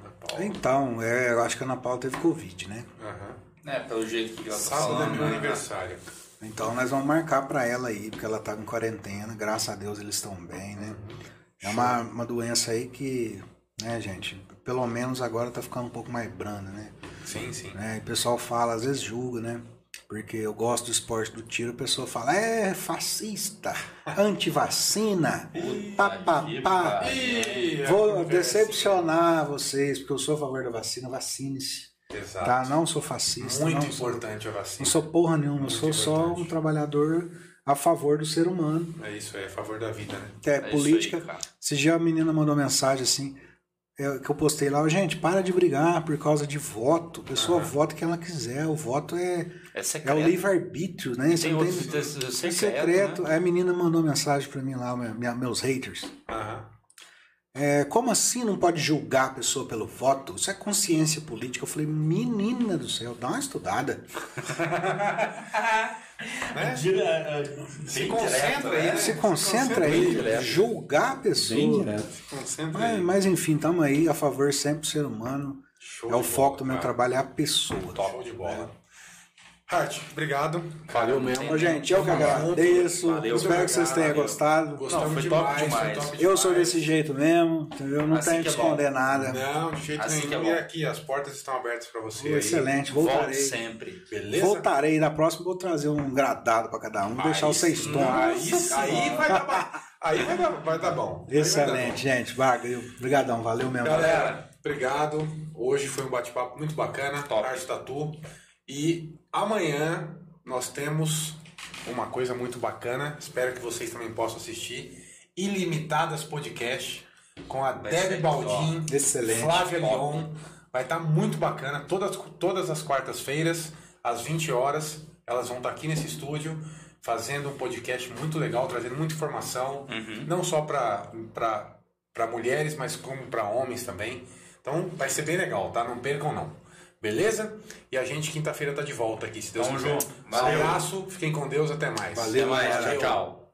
[SPEAKER 1] Ana Paula.
[SPEAKER 3] Então, é, eu acho que a Ana Paula teve Covid, né?
[SPEAKER 1] Aham.
[SPEAKER 2] É, pelo jeito que ela tá
[SPEAKER 1] Sábado é
[SPEAKER 2] falando.
[SPEAKER 1] meu
[SPEAKER 2] né?
[SPEAKER 1] aniversário.
[SPEAKER 3] Então nós vamos marcar pra ela aí, porque ela tá em quarentena, graças a Deus eles estão bem, né? É uma, uma doença aí que, né, gente, pelo menos agora tá ficando um pouco mais branda, né?
[SPEAKER 1] Sim, sim.
[SPEAKER 3] né? E o pessoal fala, às vezes julga, né? Porque eu gosto do esporte do tiro, a pessoa fala, é fascista, antivacina,
[SPEAKER 2] que
[SPEAKER 3] papapá.
[SPEAKER 2] pariu.
[SPEAKER 1] Ih, é
[SPEAKER 3] Vou
[SPEAKER 1] conversa.
[SPEAKER 3] decepcionar vocês, porque eu sou a favor da vacina, vacine-se,
[SPEAKER 1] Exato.
[SPEAKER 3] tá? Não sou fascista.
[SPEAKER 1] Muito
[SPEAKER 3] não sou-
[SPEAKER 1] importante a
[SPEAKER 3] não
[SPEAKER 1] vacina.
[SPEAKER 3] sou porra nenhuma, eu
[SPEAKER 1] Muito
[SPEAKER 3] sou só
[SPEAKER 1] importante.
[SPEAKER 3] um trabalhador a favor do ser humano.
[SPEAKER 1] É isso aí, a favor da vida, né?
[SPEAKER 3] É,
[SPEAKER 2] isso aí,
[SPEAKER 3] política.
[SPEAKER 2] cara.
[SPEAKER 3] Se já a menina mandou mensagem assim, é, que eu postei lá, gente, para de brigar por causa de voto. A pessoa vota o que ela quiser, o voto é,
[SPEAKER 2] É
[SPEAKER 3] é
[SPEAKER 2] secreto.
[SPEAKER 3] o livre-arbítrio, né? Você
[SPEAKER 2] Tem
[SPEAKER 3] não tem-
[SPEAKER 2] outros tem... secretos.
[SPEAKER 3] é
[SPEAKER 2] secreto.
[SPEAKER 3] secreto.
[SPEAKER 2] né?
[SPEAKER 3] Aí a menina mandou mensagem pra mim lá, minha- minha- meus haters.
[SPEAKER 1] Aham.
[SPEAKER 3] É, como assim não pode julgar a pessoa pelo voto? Isso é consciência política. Eu falei, menina do céu, dá uma estudada.
[SPEAKER 1] Né?
[SPEAKER 3] é,
[SPEAKER 1] Se
[SPEAKER 2] Bem
[SPEAKER 1] concentra
[SPEAKER 2] direto,
[SPEAKER 1] aí,
[SPEAKER 2] né?
[SPEAKER 1] né?
[SPEAKER 3] Se concentra
[SPEAKER 1] aí.
[SPEAKER 3] aí, julgar a pessoa.
[SPEAKER 1] Se concentra
[SPEAKER 3] Mas,
[SPEAKER 1] aí.
[SPEAKER 3] mas, enfim, estamos aí a favor sempre do ser humano.
[SPEAKER 1] Show
[SPEAKER 3] é o
[SPEAKER 1] de
[SPEAKER 3] foco
[SPEAKER 1] bola,
[SPEAKER 3] do meu
[SPEAKER 1] cara.
[SPEAKER 3] trabalho, é a pessoa.
[SPEAKER 1] Show de bola. Hart, obrigado.
[SPEAKER 4] Valeu mesmo.
[SPEAKER 3] Bom, gente, eu que agradeço.
[SPEAKER 2] Valeu,
[SPEAKER 3] Espero que vocês tenham
[SPEAKER 2] valeu.
[SPEAKER 3] gostado.
[SPEAKER 1] Gostamos
[SPEAKER 2] Não, foi top
[SPEAKER 1] demais,
[SPEAKER 2] demais.
[SPEAKER 1] foi top
[SPEAKER 3] Eu sou
[SPEAKER 1] demais.
[SPEAKER 3] desse jeito mesmo, entendeu? Não
[SPEAKER 2] Assim
[SPEAKER 3] tenho
[SPEAKER 2] que
[SPEAKER 3] que
[SPEAKER 2] é bom.
[SPEAKER 3] esconder nada.
[SPEAKER 1] Não, de jeito
[SPEAKER 2] Assim que é
[SPEAKER 1] nenhum.
[SPEAKER 2] bom.
[SPEAKER 1] e aqui, as portas estão abertas pra você. aí.
[SPEAKER 3] Excelente,
[SPEAKER 2] Volte
[SPEAKER 3] voltarei.
[SPEAKER 2] sempre.
[SPEAKER 1] Beleza?
[SPEAKER 3] Voltarei na próxima, vou trazer um gradado pra cada um, vou deixar
[SPEAKER 1] Aí
[SPEAKER 3] vocês
[SPEAKER 1] sim, Aí,
[SPEAKER 3] tons.
[SPEAKER 1] aí vai dar bom. Aí vai dar, vai dar bom. Aí vai dar
[SPEAKER 3] Excelente, gente. Bagulho. Obrigadão, valeu mesmo.
[SPEAKER 1] bom. Galera, obrigado. Hoje foi um bate-papo muito bacana.
[SPEAKER 2] Top.
[SPEAKER 1] Arte Tatu. E amanhã nós temos uma coisa muito bacana. Espero que vocês também possam assistir. Ilimitadas Podcast com a
[SPEAKER 2] Vai
[SPEAKER 1] Deb
[SPEAKER 2] ser
[SPEAKER 1] Baldin.
[SPEAKER 3] Excelente.
[SPEAKER 1] Flávia Leon. Vai estar muito bacana. Todas, todas as quartas-feiras, às 20 horas, elas vão estar aqui nesse estúdio fazendo um podcast muito legal, trazendo muita informação,
[SPEAKER 2] Uhum.
[SPEAKER 1] não só para mulheres, mas como para homens também. Então vai ser bem legal, tá? Não percam não. Beleza? E a gente quinta-feira tá de volta aqui, se Deus
[SPEAKER 2] Tamo
[SPEAKER 1] quiser.
[SPEAKER 2] junto. Valeu.
[SPEAKER 1] Um abraço, fiquem com Deus, até mais.
[SPEAKER 2] Até mais. Tchau, tchau.